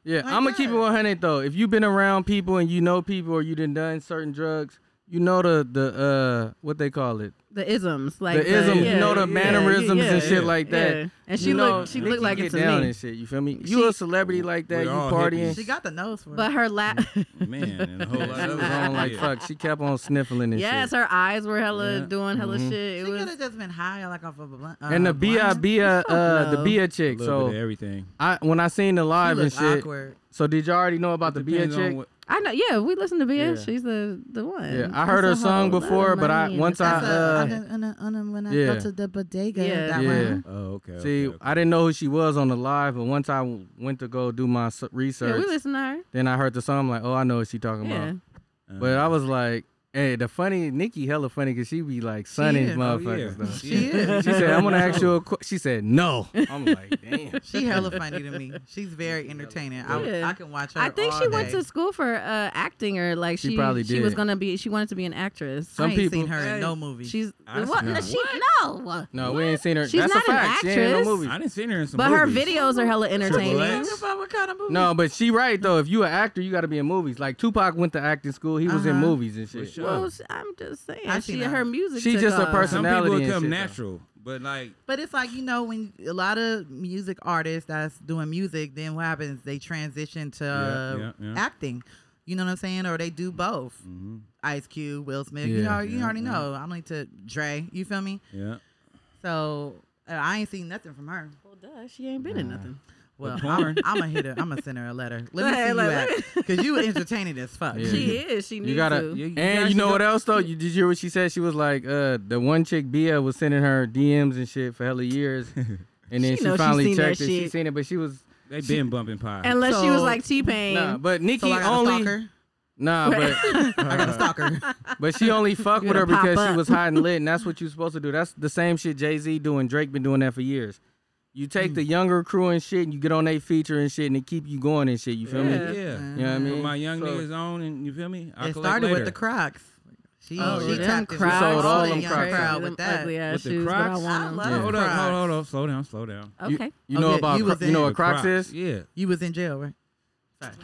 Speaker 2: Yeah,
Speaker 6: Like
Speaker 2: I'm gonna keep it
Speaker 6: that.
Speaker 2: 100 though. If you've been around people and you know people or you done done certain drugs, you know the the uh what they call it,
Speaker 7: The isms, like
Speaker 2: the isms,
Speaker 7: yeah,
Speaker 2: you know the
Speaker 7: yeah,
Speaker 2: mannerisms
Speaker 7: yeah,
Speaker 2: and shit like that.
Speaker 7: yeah. And she
Speaker 2: You know,
Speaker 7: looked, she
Speaker 2: Nicki
Speaker 7: looked like
Speaker 2: get
Speaker 7: it to
Speaker 2: down
Speaker 7: me.
Speaker 2: and shit. You feel me? You a celebrity like that?
Speaker 9: we're
Speaker 2: You
Speaker 9: all
Speaker 2: partying?
Speaker 9: hippies.
Speaker 6: She got the nose for
Speaker 7: But
Speaker 6: it.
Speaker 7: her lap,
Speaker 9: Man, and a whole lot
Speaker 2: I
Speaker 9: of
Speaker 2: was
Speaker 9: other
Speaker 2: on like
Speaker 9: shit.
Speaker 2: fuck. She kept on sniffling and
Speaker 7: yes,
Speaker 2: shit.
Speaker 7: her eyes were hella
Speaker 2: Yeah.
Speaker 7: doing hella
Speaker 2: Mhm.
Speaker 7: shit. It
Speaker 6: She could
Speaker 7: was
Speaker 6: have just been high, like off of a blunt. Uh,
Speaker 2: and the Bia
Speaker 6: blunt.
Speaker 2: Bia uh the
Speaker 7: know.
Speaker 2: Bia
Speaker 9: A
Speaker 2: chick.
Speaker 9: little bit of
Speaker 2: So
Speaker 9: everything.
Speaker 2: I when I seen the
Speaker 6: She
Speaker 2: live and
Speaker 6: looked
Speaker 2: shit.
Speaker 6: awkward.
Speaker 2: So did you already know about the Bia
Speaker 9: Depends on
Speaker 2: chick?
Speaker 9: what-
Speaker 7: I know, yeah, we listened to Bia.
Speaker 2: Yeah.
Speaker 7: She's the the one.
Speaker 2: Yeah, I heard her
Speaker 7: That's a
Speaker 2: song
Speaker 7: whole lot of
Speaker 2: before, but I-
Speaker 7: money and
Speaker 2: once
Speaker 7: it's-
Speaker 2: I,
Speaker 6: That's a-
Speaker 2: uh,
Speaker 6: on the- on the- on the- when I
Speaker 2: yeah.
Speaker 6: go to the bodega,
Speaker 7: Yeah.
Speaker 6: that
Speaker 2: Yeah.
Speaker 6: one.
Speaker 9: Oh, okay. okay,
Speaker 2: See,
Speaker 9: okay.
Speaker 2: I didn't know who she was on the live, but once I w- went to go do my s-
Speaker 7: yeah,
Speaker 2: research,
Speaker 7: we listened to her.
Speaker 2: then I heard the song. I'm like, oh, I know what she talking
Speaker 7: Yeah,
Speaker 2: about. But I was like, hey, the funny Nikki, hella funny, cause she be like sunning
Speaker 6: is. Oh,
Speaker 2: motherfuckers. though.
Speaker 9: She
Speaker 6: She
Speaker 9: is.
Speaker 6: is.
Speaker 2: She said, I'm gonna ask you a qu-. She said, no. I'm like, damn.
Speaker 6: She hella funny to me. She's very entertaining.
Speaker 7: Yeah.
Speaker 6: I, I can watch her.
Speaker 7: I think
Speaker 6: all
Speaker 7: she went
Speaker 6: day.
Speaker 7: to school for uh, acting, or like
Speaker 2: She
Speaker 7: she
Speaker 2: probably
Speaker 7: she was
Speaker 2: did.
Speaker 7: gonna be she wanted to be an actress.
Speaker 2: Some
Speaker 6: I ain't
Speaker 2: people.
Speaker 6: seen her in no movie.
Speaker 7: She's
Speaker 9: I
Speaker 7: what?
Speaker 9: see.
Speaker 7: No,
Speaker 9: No.
Speaker 7: she no.
Speaker 2: No, we ain't seen her.
Speaker 7: She's
Speaker 2: That's
Speaker 7: not
Speaker 2: a
Speaker 7: an
Speaker 2: fact. She ain't in no
Speaker 7: actress.
Speaker 2: movie.
Speaker 9: I didn't see her in some
Speaker 7: But her
Speaker 9: movies.
Speaker 7: videos are hella entertaining.
Speaker 9: X.
Speaker 6: about what kind of movie?
Speaker 2: No, but she right though. If you an actor, you got to be in movies. Like Tupac went to acting school. He was in
Speaker 6: Uh-huh.
Speaker 2: movies and shit.
Speaker 9: sure.
Speaker 7: Well, she- I'm just saying,
Speaker 6: I
Speaker 7: she
Speaker 6: seen
Speaker 7: her
Speaker 6: her.
Speaker 7: music.
Speaker 2: She
Speaker 7: took
Speaker 2: just a
Speaker 7: off.
Speaker 2: person-
Speaker 9: Some people
Speaker 2: personality
Speaker 9: it
Speaker 2: and
Speaker 9: come
Speaker 2: shit, though.
Speaker 9: natural, but like
Speaker 6: But it's like you know when a lot of music artists that's doing music, then what happens? They transition to uh,
Speaker 9: Yeah, yeah, yeah.
Speaker 6: acting. You know what I'm saying? Or they do both. Ice Cube, Will Smith. you
Speaker 2: Yeah,
Speaker 6: know, you
Speaker 9: yeah,
Speaker 6: already
Speaker 9: yeah.
Speaker 6: know. I don't need to Dre. You feel me?
Speaker 9: yeah.
Speaker 6: So uh, I ain't seen nothing from her.
Speaker 7: Well, duh, she ain't been in nothing.
Speaker 6: Well,
Speaker 9: porn.
Speaker 6: I'm, I'm gonna hit her. I'm gonna send her a letter. Let me
Speaker 7: Hey,
Speaker 6: see
Speaker 7: look,
Speaker 6: you
Speaker 7: let
Speaker 6: act, because you were entertaining as fuck.
Speaker 2: Yeah.
Speaker 7: She is. She needs
Speaker 2: You gotta,
Speaker 7: to.
Speaker 2: and
Speaker 9: gotta-
Speaker 2: you know
Speaker 9: she
Speaker 2: what else though? You, did you hear what she said? She was like, uh, the one chick Bia was sending her DMs and shit for hella years, and then
Speaker 7: She
Speaker 2: she,
Speaker 7: know she
Speaker 2: finally
Speaker 7: seen that
Speaker 2: checked it. She
Speaker 7: shit.
Speaker 2: seen it, but she was
Speaker 9: They been bumping pie.
Speaker 7: Unless she was
Speaker 6: So-
Speaker 7: like T Pain.
Speaker 2: nah. But Nikki
Speaker 6: So I got a
Speaker 2: only
Speaker 6: stalker.
Speaker 2: nah, but
Speaker 6: I got a stalker.
Speaker 2: but she only fucked with
Speaker 7: You're
Speaker 2: her
Speaker 7: gonna
Speaker 2: because
Speaker 7: pop
Speaker 2: she
Speaker 7: up.
Speaker 2: was hot and lit, and that's what you're supposed to do. That's the same shit Jay Z doing. Drake been doing that for years. You take the younger crew and shit, and you get on their feature and shit, and it keep you going and shit. You feel
Speaker 9: yeah.
Speaker 2: me?
Speaker 9: yeah.
Speaker 2: You know what I mean?
Speaker 9: Put my young
Speaker 2: So-
Speaker 9: niggas on, and you feel me? I
Speaker 6: it
Speaker 9: collect
Speaker 6: started
Speaker 9: later.
Speaker 6: with the Crocs. She,
Speaker 7: Oh,
Speaker 6: she
Speaker 7: them
Speaker 6: tapped into
Speaker 7: Crocs.
Speaker 2: sold all
Speaker 6: the
Speaker 2: them
Speaker 6: young
Speaker 2: Crocs.
Speaker 6: crowd Oh, with that.
Speaker 7: Ugly ass
Speaker 9: With the
Speaker 7: shoes, but
Speaker 9: Crocs?
Speaker 6: I
Speaker 7: I want
Speaker 6: love
Speaker 7: them.
Speaker 2: Yeah.
Speaker 9: Hold up, hold
Speaker 6: Crocs.
Speaker 9: up, hold up. Slow down, slow down.
Speaker 2: You-
Speaker 7: Okay.
Speaker 2: You,
Speaker 6: Oh,
Speaker 2: know
Speaker 6: yeah,
Speaker 2: about
Speaker 6: you
Speaker 2: Cro-
Speaker 6: was
Speaker 2: you
Speaker 6: in-
Speaker 2: know
Speaker 9: The
Speaker 2: what Crocs is?
Speaker 9: Yeah.
Speaker 6: You was in jail, right?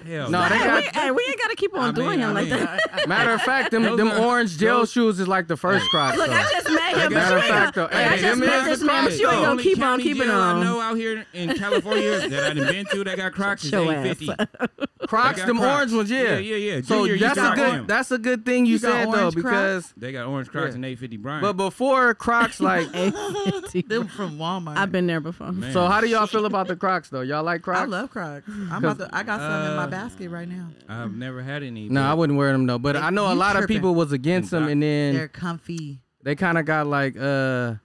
Speaker 9: Hell
Speaker 2: No,
Speaker 9: no.
Speaker 2: they
Speaker 7: Hey,
Speaker 2: got-
Speaker 7: we, hey, we ain't gotta keep on
Speaker 9: I
Speaker 7: doing
Speaker 9: mean,
Speaker 7: him
Speaker 9: I
Speaker 7: like
Speaker 9: mean,
Speaker 7: that.
Speaker 2: Matter of fact, them, them
Speaker 9: Those are-
Speaker 2: orange gel
Speaker 9: those-
Speaker 2: shoes is like the first Crocs.
Speaker 7: Look, I
Speaker 2: though.
Speaker 7: just met
Speaker 2: Matter
Speaker 7: him, but
Speaker 2: of
Speaker 7: you ain't
Speaker 2: fact,
Speaker 7: gonna.
Speaker 2: though,
Speaker 7: Like, I
Speaker 2: hey,
Speaker 7: just
Speaker 2: them
Speaker 7: met
Speaker 2: is
Speaker 7: this
Speaker 2: the
Speaker 7: man, but
Speaker 2: Crocs,
Speaker 7: you ain't
Speaker 2: though.
Speaker 7: gonna
Speaker 9: Only
Speaker 7: keep on
Speaker 9: county
Speaker 7: keeping
Speaker 9: jail I
Speaker 7: on.
Speaker 9: know out here in California that I done been through that got Crocs is
Speaker 7: Show ass.
Speaker 9: 850. They
Speaker 2: Crocs,
Speaker 9: got
Speaker 2: them
Speaker 9: Crocs.
Speaker 2: orange ones, yeah,
Speaker 9: Yeah, yeah, yeah.
Speaker 2: So
Speaker 9: Junior, you
Speaker 2: that's a
Speaker 9: got
Speaker 2: good
Speaker 9: them.
Speaker 2: that's a good thing you,
Speaker 6: You got
Speaker 2: said though
Speaker 6: orange Crocs?
Speaker 2: because
Speaker 9: They got orange Crocs
Speaker 2: Yeah.
Speaker 9: and 850 Brian.
Speaker 2: but before Crocs like
Speaker 6: Them from Walmart.
Speaker 7: I've been there before.
Speaker 9: Man.
Speaker 2: so how do y'all feel about the Crocs though? Y'all like Crocs?
Speaker 6: I love Crocs. I'm about to, I got some in my basket right now.
Speaker 9: I've never had any.
Speaker 2: no, I
Speaker 9: but
Speaker 2: wouldn't wear them though, but I know a
Speaker 6: you
Speaker 2: lot of
Speaker 6: tripping.
Speaker 2: people was against them, and
Speaker 6: They're
Speaker 2: then
Speaker 6: comfy.
Speaker 2: they kind of got like uh,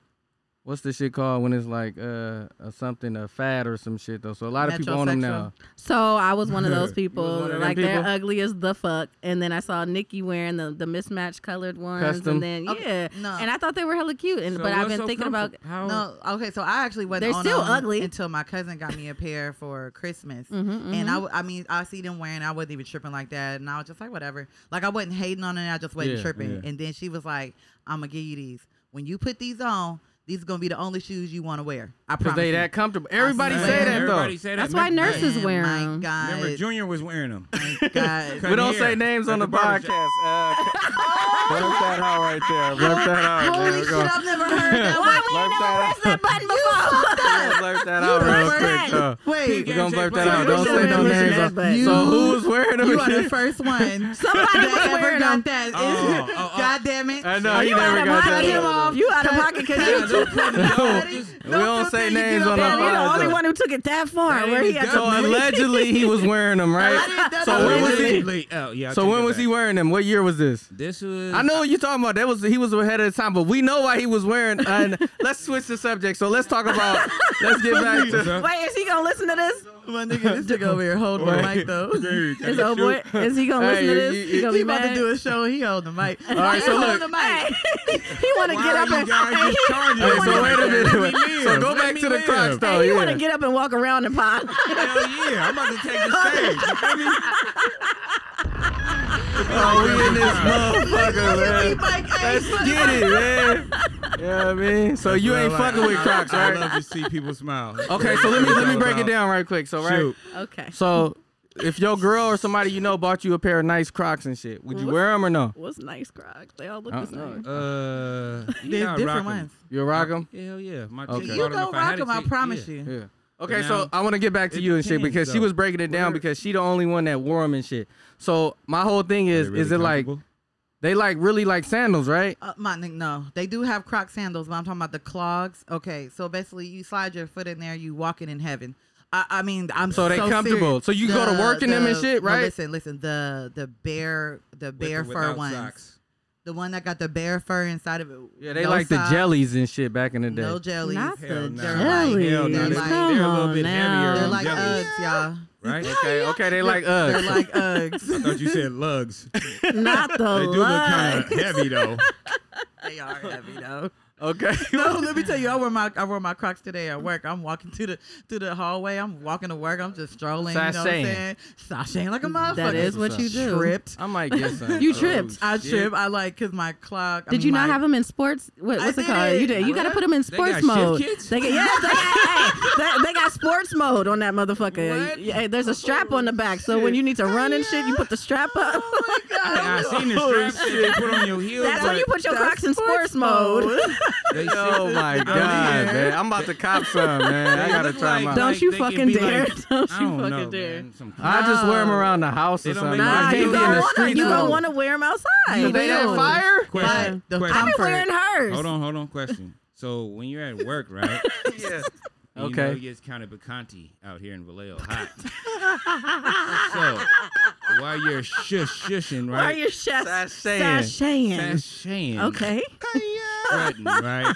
Speaker 2: what's the shit called when it's like uh a something a fad or some shit though. So a lot of people on them
Speaker 6: Metrosexual.
Speaker 2: now.
Speaker 7: So I was one of those people.
Speaker 2: one of them
Speaker 7: like they're
Speaker 2: people?
Speaker 7: ugly as the fuck. And then I saw Nikki wearing the, the mismatched colored ones.
Speaker 2: Custom?
Speaker 7: And then
Speaker 6: Okay,
Speaker 7: yeah.
Speaker 6: no.
Speaker 7: And I thought they were hella cute. And
Speaker 9: So
Speaker 7: but I've
Speaker 9: what's
Speaker 7: been
Speaker 9: so
Speaker 7: thinking about
Speaker 9: comfort- how
Speaker 6: No, okay, so I actually wasn't
Speaker 7: Oh. They're
Speaker 6: on
Speaker 7: still
Speaker 6: them
Speaker 7: ugly. Mm-hmm,
Speaker 6: until my cousin got me a pair for Christmas. And I, w- I mean, I see them wearing, I wasn't even tripping like that. And I was just like, whatever. Like, I wasn't hating on it, I just wasn't
Speaker 2: Yeah,
Speaker 6: tripping.
Speaker 9: yeah.
Speaker 6: And then she was like, I'm going to give you these. When you put these on, these are going to be the only shoes you want to wear. I
Speaker 2: Cause
Speaker 6: promise.
Speaker 2: they
Speaker 6: you.
Speaker 2: that comfortable. Everybody
Speaker 6: swear.
Speaker 2: say that though.
Speaker 9: Everybody say that.
Speaker 7: That's why
Speaker 9: Remember-
Speaker 7: nurses
Speaker 6: Man,
Speaker 7: wear
Speaker 6: my
Speaker 7: 'em.
Speaker 6: God.
Speaker 9: Remember, Junior was wearing them.
Speaker 6: God.
Speaker 2: We don't
Speaker 9: Here,
Speaker 2: say names
Speaker 9: at
Speaker 2: on the,
Speaker 9: the barbershop.
Speaker 2: podcast. Uh, blurt that out right there. Blurt that out.
Speaker 6: Holy
Speaker 2: man. We're
Speaker 6: shit,
Speaker 2: gonna
Speaker 6: I've never heard that.
Speaker 7: why
Speaker 6: one.
Speaker 7: we ain't
Speaker 2: Wipe
Speaker 7: never
Speaker 2: that
Speaker 7: pressed that button before.
Speaker 2: blurt that out
Speaker 7: done
Speaker 2: real
Speaker 7: blurt
Speaker 2: quick.
Speaker 7: that.
Speaker 2: though.
Speaker 6: Wait,
Speaker 2: We're gonna blurt that out.
Speaker 9: Jack,
Speaker 2: Don't say
Speaker 9: put your
Speaker 2: no
Speaker 9: hand in
Speaker 2: names.
Speaker 7: that
Speaker 2: on-
Speaker 7: button.
Speaker 2: So who's wearing them?
Speaker 6: You are the first one.
Speaker 7: Somebody
Speaker 6: that
Speaker 7: was
Speaker 6: ever
Speaker 7: wearing
Speaker 6: got that.
Speaker 7: them.
Speaker 9: Oh, oh, oh.
Speaker 6: God damn it.
Speaker 2: I know he
Speaker 7: You out
Speaker 2: never
Speaker 7: of
Speaker 2: got
Speaker 6: Cut him
Speaker 2: that.
Speaker 7: pocket.
Speaker 6: off.
Speaker 7: You out of
Speaker 6: Cut-
Speaker 7: pocket
Speaker 6: cut
Speaker 7: because
Speaker 6: him
Speaker 7: you
Speaker 6: off.
Speaker 2: We don't say names on the
Speaker 7: Damn, you the
Speaker 2: podcast.
Speaker 7: only one who took it that far. Where he had
Speaker 2: So
Speaker 7: to
Speaker 2: allegedly he was wearing them, right?
Speaker 6: Allegedly.
Speaker 2: So when was he?
Speaker 9: Allegedly- Oh, yeah. I
Speaker 2: So
Speaker 9: take
Speaker 2: when
Speaker 9: it
Speaker 2: was he
Speaker 9: back.
Speaker 2: wearing them? What year was this?
Speaker 9: This was.
Speaker 2: I know what you're talking about. That was he was ahead of the time, but we know why he was wearing. And let's switch the subject. So let's talk about. Let's get back to.
Speaker 7: Wait, is he gonna listen to this?
Speaker 6: My nigga, this nigga over here holding the mic though.
Speaker 7: Is old boy? Is he gonna
Speaker 2: Hey,
Speaker 7: listen to
Speaker 2: you-
Speaker 7: this?
Speaker 2: you-
Speaker 7: He gonna
Speaker 6: He
Speaker 7: be
Speaker 6: about to
Speaker 7: mad.
Speaker 6: do a show. He holding the mic. All
Speaker 2: right, so look.
Speaker 6: The mic.
Speaker 7: Hey, he want to
Speaker 9: Why
Speaker 7: get
Speaker 9: are
Speaker 7: up
Speaker 9: you
Speaker 7: and
Speaker 9: guys
Speaker 7: hey,
Speaker 9: just
Speaker 7: he-
Speaker 9: charging
Speaker 2: Hey,
Speaker 9: us?
Speaker 2: so wait a minute.
Speaker 9: Let me
Speaker 2: So go
Speaker 9: live.
Speaker 2: back
Speaker 9: Let
Speaker 2: to
Speaker 9: me
Speaker 2: the Crocs,
Speaker 9: live.
Speaker 2: though.
Speaker 7: hey, he want
Speaker 2: Yeah.
Speaker 7: to get up and walk around the pod.
Speaker 9: Hell yeah! I'm about to take the stage. You feel me?
Speaker 2: Oh, we in this motherfucker, man.
Speaker 6: Like, hey,
Speaker 2: Let's get it, man. You know what I mean? So you ain't
Speaker 9: Well,
Speaker 2: fucking
Speaker 9: I-
Speaker 2: with
Speaker 9: I-
Speaker 2: Crocs,
Speaker 9: I
Speaker 2: right?
Speaker 9: love to see Uh, people smile.
Speaker 2: Okay, so let me let me
Speaker 9: Shoot.
Speaker 2: break it down right quick. So right,
Speaker 9: Shoot.
Speaker 7: Okay.
Speaker 2: so if your girl or somebody you know bought you a pair of nice Crocs and shit, would you
Speaker 7: What?
Speaker 2: wear them or no?
Speaker 7: What's nice, Croc? They all look
Speaker 2: Uh,
Speaker 7: the same.
Speaker 9: Uh,
Speaker 6: There's
Speaker 9: yeah, I rock 'em.
Speaker 6: different ones.
Speaker 2: You rock them?
Speaker 9: Hell yeah, my
Speaker 2: Okay.
Speaker 9: chick
Speaker 2: You
Speaker 6: You
Speaker 9: bought 'em
Speaker 6: go
Speaker 9: if I
Speaker 6: rock
Speaker 9: had a
Speaker 6: them, I
Speaker 9: chick,
Speaker 6: promise
Speaker 9: yeah.
Speaker 6: you.
Speaker 2: Yeah. Okay,
Speaker 9: But
Speaker 2: so
Speaker 9: now-
Speaker 2: I want to get back to
Speaker 9: It
Speaker 2: you and shit
Speaker 9: depends,
Speaker 2: because she
Speaker 9: though.
Speaker 2: was breaking it down
Speaker 9: Where-
Speaker 2: because she the only one that wore them and shit. So my whole thing is,
Speaker 9: They really
Speaker 2: is it like
Speaker 9: comfortable?
Speaker 2: they like really like sandals, right?
Speaker 6: Uh, my, nigga, no, they do have Croc sandals, but I'm talking about the clogs. Okay, so basically, you slide your foot in there, you walking in heaven. I, I mean, I'm
Speaker 2: So they comfortable.
Speaker 6: serious.
Speaker 2: So you go to work in them and shit,
Speaker 6: no,
Speaker 2: right?
Speaker 6: listen, listen, the the bear the
Speaker 9: With or
Speaker 6: bear fur
Speaker 9: without
Speaker 6: ones,
Speaker 9: socks.
Speaker 6: the one that got the bear fur inside of it.
Speaker 2: Yeah, they
Speaker 6: No
Speaker 2: like
Speaker 6: socks,
Speaker 2: the jellies and shit back in the day.
Speaker 6: no jellies.
Speaker 7: Not the
Speaker 9: Hell nah.
Speaker 7: jellies.
Speaker 9: Hell nah.
Speaker 6: They're
Speaker 9: They-
Speaker 6: like-
Speaker 7: Come
Speaker 9: They're a little
Speaker 7: on
Speaker 9: bit
Speaker 7: now.
Speaker 9: heavier.
Speaker 6: They're
Speaker 9: on
Speaker 6: like
Speaker 9: jellies,
Speaker 6: Uggs, y'all.
Speaker 9: right?
Speaker 2: Okay, okay, they like uh,
Speaker 6: They're
Speaker 2: Uggs.
Speaker 6: like Uggs.
Speaker 9: I thought you said lugs. they
Speaker 7: Not the
Speaker 9: do look kind
Speaker 7: lug.
Speaker 9: of heavy though.
Speaker 6: they are heavy though.
Speaker 2: Okay.
Speaker 6: No, let me tell you, I wore my I wore my Crocs today at work. I'm walking to the to the hallway. I'm walking to work. I'm just strolling. You know what I'm saying? Sashaying like a motherfucker.
Speaker 7: That is what you do.
Speaker 6: Tripped.
Speaker 2: I might get some.
Speaker 7: You tripped.
Speaker 6: I
Speaker 9: shit.
Speaker 6: trip. I like cause my clock. I
Speaker 7: Did
Speaker 6: mean,
Speaker 7: you not
Speaker 6: my-
Speaker 7: have them in sports? What,
Speaker 6: I
Speaker 7: what's it
Speaker 6: did.
Speaker 7: called? You did. You got to put them in
Speaker 9: got
Speaker 7: sports
Speaker 9: shift
Speaker 7: mode.
Speaker 9: kids?
Speaker 7: They got, yes, they got, hey, that- they got sports mode on that motherfucker.
Speaker 6: What?
Speaker 7: Yeah, hey, there's a strap on the back, so when you need to run and shit, you put the strap up.
Speaker 6: Oh my
Speaker 9: I, I
Speaker 6: god.
Speaker 9: seen the straps that they put on your heels.
Speaker 7: That's when
Speaker 9: but
Speaker 7: you put your
Speaker 6: That's
Speaker 7: Crocs in sports mode.
Speaker 9: they
Speaker 2: Oh my god, man! I'm about to cop some, man. I
Speaker 9: They
Speaker 2: gotta
Speaker 9: look
Speaker 2: try
Speaker 9: like-
Speaker 2: my.
Speaker 7: Don't
Speaker 9: Like,
Speaker 7: you
Speaker 9: they can
Speaker 7: fucking
Speaker 9: be
Speaker 7: dare!
Speaker 9: like-
Speaker 7: Don't you
Speaker 9: I don't
Speaker 7: fucking
Speaker 9: know,
Speaker 7: dare!
Speaker 9: man. Some
Speaker 2: I just wear them around the house
Speaker 9: They
Speaker 2: or
Speaker 9: don't
Speaker 2: something.
Speaker 9: make no
Speaker 2: I
Speaker 7: Nah,
Speaker 9: They
Speaker 7: you
Speaker 2: can't be
Speaker 9: don't
Speaker 2: in
Speaker 7: gonna
Speaker 2: the
Speaker 7: wanna
Speaker 2: streets.
Speaker 7: you
Speaker 2: with
Speaker 7: gonna
Speaker 2: 'em.
Speaker 7: wanna wear them outside.
Speaker 2: So they
Speaker 7: Hell.
Speaker 2: that fire?
Speaker 9: Question.
Speaker 6: But the
Speaker 9: question.
Speaker 7: I've been
Speaker 6: comfort.
Speaker 7: wearing hers.
Speaker 9: Hold on, hold on. Question. So when you're at work, right?
Speaker 2: Yeah.
Speaker 9: and You
Speaker 2: Okay.
Speaker 9: know it gets kind of picante out here in Vallejo. Hot. so while you're shush shushing,
Speaker 7: Why are
Speaker 9: right?
Speaker 7: you shush-
Speaker 2: Sashaying.
Speaker 7: sashaying?
Speaker 9: sashaying?
Speaker 7: Okay.
Speaker 9: Sweating, right?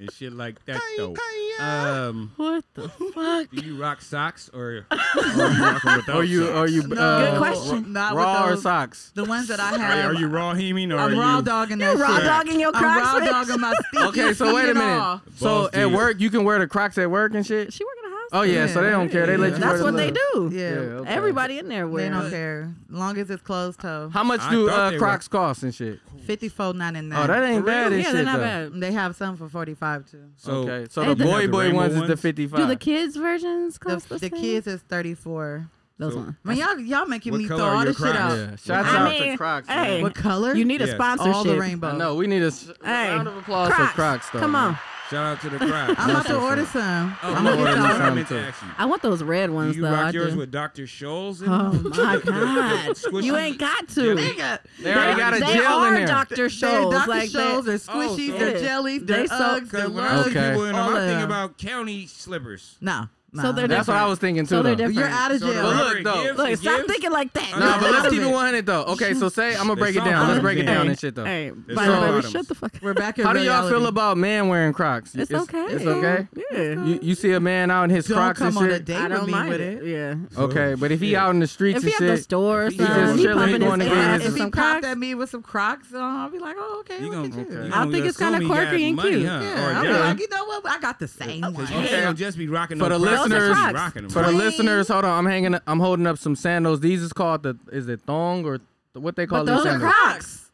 Speaker 9: And shit like that though. Um,
Speaker 7: What the fuck?
Speaker 9: do you rock socks or? or you rock 'em without
Speaker 2: Are you?
Speaker 9: socks?
Speaker 2: Are you?
Speaker 6: No,
Speaker 2: uh,
Speaker 7: Good question.
Speaker 6: Not with
Speaker 2: Raw or
Speaker 6: those-
Speaker 2: socks?
Speaker 6: The ones that I
Speaker 9: Are,
Speaker 6: have.
Speaker 9: are you raw heming or
Speaker 6: I'm
Speaker 9: are
Speaker 6: raw
Speaker 9: you?
Speaker 6: dogging
Speaker 7: You're
Speaker 6: that
Speaker 7: raw
Speaker 6: shit.
Speaker 7: dogging your
Speaker 6: I'm raw
Speaker 7: Crocs. bitch.
Speaker 6: dogging my feet.
Speaker 2: Okay, so wait a minute. So
Speaker 9: Balls
Speaker 2: at
Speaker 9: deep.
Speaker 2: work, you can wear the Crocs at work and shit.
Speaker 7: She work in a house.
Speaker 2: Oh yeah, so they don't care. They let you.
Speaker 7: That's
Speaker 2: wear the
Speaker 7: what they
Speaker 2: little-
Speaker 7: do.
Speaker 6: Yeah.
Speaker 2: Yeah, okay.
Speaker 7: Everybody in there
Speaker 6: They
Speaker 7: wearing.
Speaker 6: don't
Speaker 7: it.
Speaker 6: care. Long as it's closed toe.
Speaker 2: How much
Speaker 9: I
Speaker 2: do
Speaker 9: thought
Speaker 2: uh,
Speaker 9: they were-
Speaker 2: Crocs cost and shit?
Speaker 6: Fifty four ninety nine.
Speaker 2: Oh, that ain't bad. and
Speaker 7: Yeah,
Speaker 2: shit,
Speaker 7: they're not
Speaker 2: though.
Speaker 7: bad.
Speaker 6: They have some for forty five too.
Speaker 9: So,
Speaker 2: okay, so
Speaker 7: Hey,
Speaker 2: the
Speaker 7: the-
Speaker 2: boy
Speaker 9: The
Speaker 2: boy
Speaker 9: rainbow
Speaker 2: ones, is the
Speaker 9: ones?
Speaker 2: fifty
Speaker 7: Do
Speaker 2: five.
Speaker 7: the kids versions
Speaker 6: The,
Speaker 7: cost the,
Speaker 6: the
Speaker 7: same?
Speaker 6: kids is thirty four.
Speaker 7: Those
Speaker 9: So-
Speaker 7: ones.
Speaker 6: I mean, y'all y'all making
Speaker 9: What
Speaker 6: me throw
Speaker 9: color are
Speaker 6: all
Speaker 9: your
Speaker 6: this shit
Speaker 9: Crocs?
Speaker 6: out.
Speaker 2: Yeah, shouts
Speaker 7: I
Speaker 2: out
Speaker 7: mean,
Speaker 2: to Crocs.
Speaker 7: hey,
Speaker 6: What color?
Speaker 7: You need a
Speaker 9: Yes.
Speaker 7: sponsorship.
Speaker 6: all the rainbow.
Speaker 2: No, we need a s-
Speaker 7: Hey,
Speaker 2: round of applause
Speaker 7: Crocs.
Speaker 2: for Crocs. Though,
Speaker 7: Come
Speaker 2: man.
Speaker 7: on.
Speaker 9: shout out to the crowd.
Speaker 6: I'm about
Speaker 2: That's
Speaker 6: to
Speaker 2: what's
Speaker 6: order
Speaker 2: up.
Speaker 6: some.
Speaker 9: Oh,
Speaker 6: I'm gonna
Speaker 9: no,
Speaker 2: order
Speaker 6: get
Speaker 9: that's
Speaker 2: some.
Speaker 9: what I
Speaker 6: y'all.
Speaker 9: meant to
Speaker 2: too.
Speaker 9: ask you.
Speaker 7: I want those red ones
Speaker 9: Do you
Speaker 7: though.
Speaker 9: rock
Speaker 7: I
Speaker 9: yours
Speaker 7: do.
Speaker 9: with Dr. Scholl's in
Speaker 7: Oh
Speaker 9: them?
Speaker 7: my
Speaker 9: The- the- the
Speaker 7: god!
Speaker 9: squishy-
Speaker 7: You ain't got to.
Speaker 9: Jelly.
Speaker 6: Nigga,
Speaker 2: They already got a
Speaker 7: they
Speaker 2: gel
Speaker 7: are
Speaker 2: in there.
Speaker 7: Dr.
Speaker 6: They're
Speaker 7: Scholl's.
Speaker 6: Dr.
Speaker 7: Like
Speaker 6: Shows,
Speaker 7: that.
Speaker 6: they're squishies,
Speaker 9: so-
Speaker 6: they're jellies,
Speaker 7: They
Speaker 6: they're
Speaker 7: so-
Speaker 6: Uggs, they're
Speaker 9: Because when I
Speaker 6: lugs.
Speaker 9: see
Speaker 2: Okay.
Speaker 9: people in them,
Speaker 6: All
Speaker 9: I
Speaker 6: of
Speaker 9: think
Speaker 6: them.
Speaker 9: about county slippers.
Speaker 6: No, no.
Speaker 7: So they're
Speaker 2: That's what I was thinking too.
Speaker 7: So they're
Speaker 2: though.
Speaker 7: different.
Speaker 6: You're out of
Speaker 9: So the
Speaker 6: jail.
Speaker 2: But look,
Speaker 9: rubber
Speaker 2: though.
Speaker 9: gives
Speaker 7: Look,
Speaker 9: and
Speaker 7: stop
Speaker 9: gives.
Speaker 7: thinking like that.
Speaker 9: No,
Speaker 2: Nah,
Speaker 7: You're
Speaker 2: but
Speaker 7: out
Speaker 2: let's
Speaker 7: of
Speaker 2: keep it
Speaker 7: it.
Speaker 2: 100 though. Okay, so say I'm gonna break it down. Let's break it down and shit though.
Speaker 7: Hey,
Speaker 9: It's
Speaker 7: Bobby,
Speaker 9: all
Speaker 7: baby,
Speaker 9: bottoms.
Speaker 7: shut the fuck up.
Speaker 6: We're back in
Speaker 2: How do y'all
Speaker 6: reality.
Speaker 2: feel about man wearing Crocs?
Speaker 7: It's, okay.
Speaker 2: It's okay.
Speaker 7: Yeah.
Speaker 2: You, you see a man out in his
Speaker 6: Don't
Speaker 2: Crocs
Speaker 6: come
Speaker 2: and
Speaker 6: on a
Speaker 2: shit.
Speaker 6: date
Speaker 7: I
Speaker 6: with
Speaker 7: don't
Speaker 6: me
Speaker 7: mind
Speaker 6: with
Speaker 7: it.
Speaker 6: it.
Speaker 7: Yeah.
Speaker 2: Okay, but if he
Speaker 9: Shit.
Speaker 2: out in the streets
Speaker 7: If he
Speaker 2: and
Speaker 7: at
Speaker 2: shit,
Speaker 7: the store, or
Speaker 9: If he just
Speaker 7: something, he
Speaker 9: chilling,
Speaker 7: pumping
Speaker 2: he going
Speaker 7: his
Speaker 2: to
Speaker 6: If,
Speaker 2: get
Speaker 7: ass
Speaker 2: his-
Speaker 7: and
Speaker 6: if he
Speaker 7: some
Speaker 6: popped
Speaker 7: Crocs.
Speaker 6: at me with some Crocs on, I'll be like, oh, okay,
Speaker 9: You
Speaker 6: look
Speaker 9: gonna,
Speaker 6: at you.
Speaker 9: you
Speaker 7: I
Speaker 9: gonna
Speaker 7: think it's kinda
Speaker 9: assume he got
Speaker 7: quirky and
Speaker 9: money,
Speaker 7: cute.
Speaker 9: Huh?
Speaker 6: Yeah,
Speaker 9: Or
Speaker 6: I'm
Speaker 9: yeah.
Speaker 6: like, you know what? I got the same one.
Speaker 9: You can't just be rocking
Speaker 2: For
Speaker 9: them
Speaker 2: the
Speaker 9: Crocs.
Speaker 2: listeners-
Speaker 9: Just be
Speaker 7: Crocs.
Speaker 9: rocking them
Speaker 2: for the
Speaker 9: Crocs.
Speaker 2: listeners, hold on, I'm hanging, I'm holding up some sandals. These is called the, is it thong or th- what they call
Speaker 7: But
Speaker 2: these
Speaker 7: those are
Speaker 2: sandals?
Speaker 7: Crocs.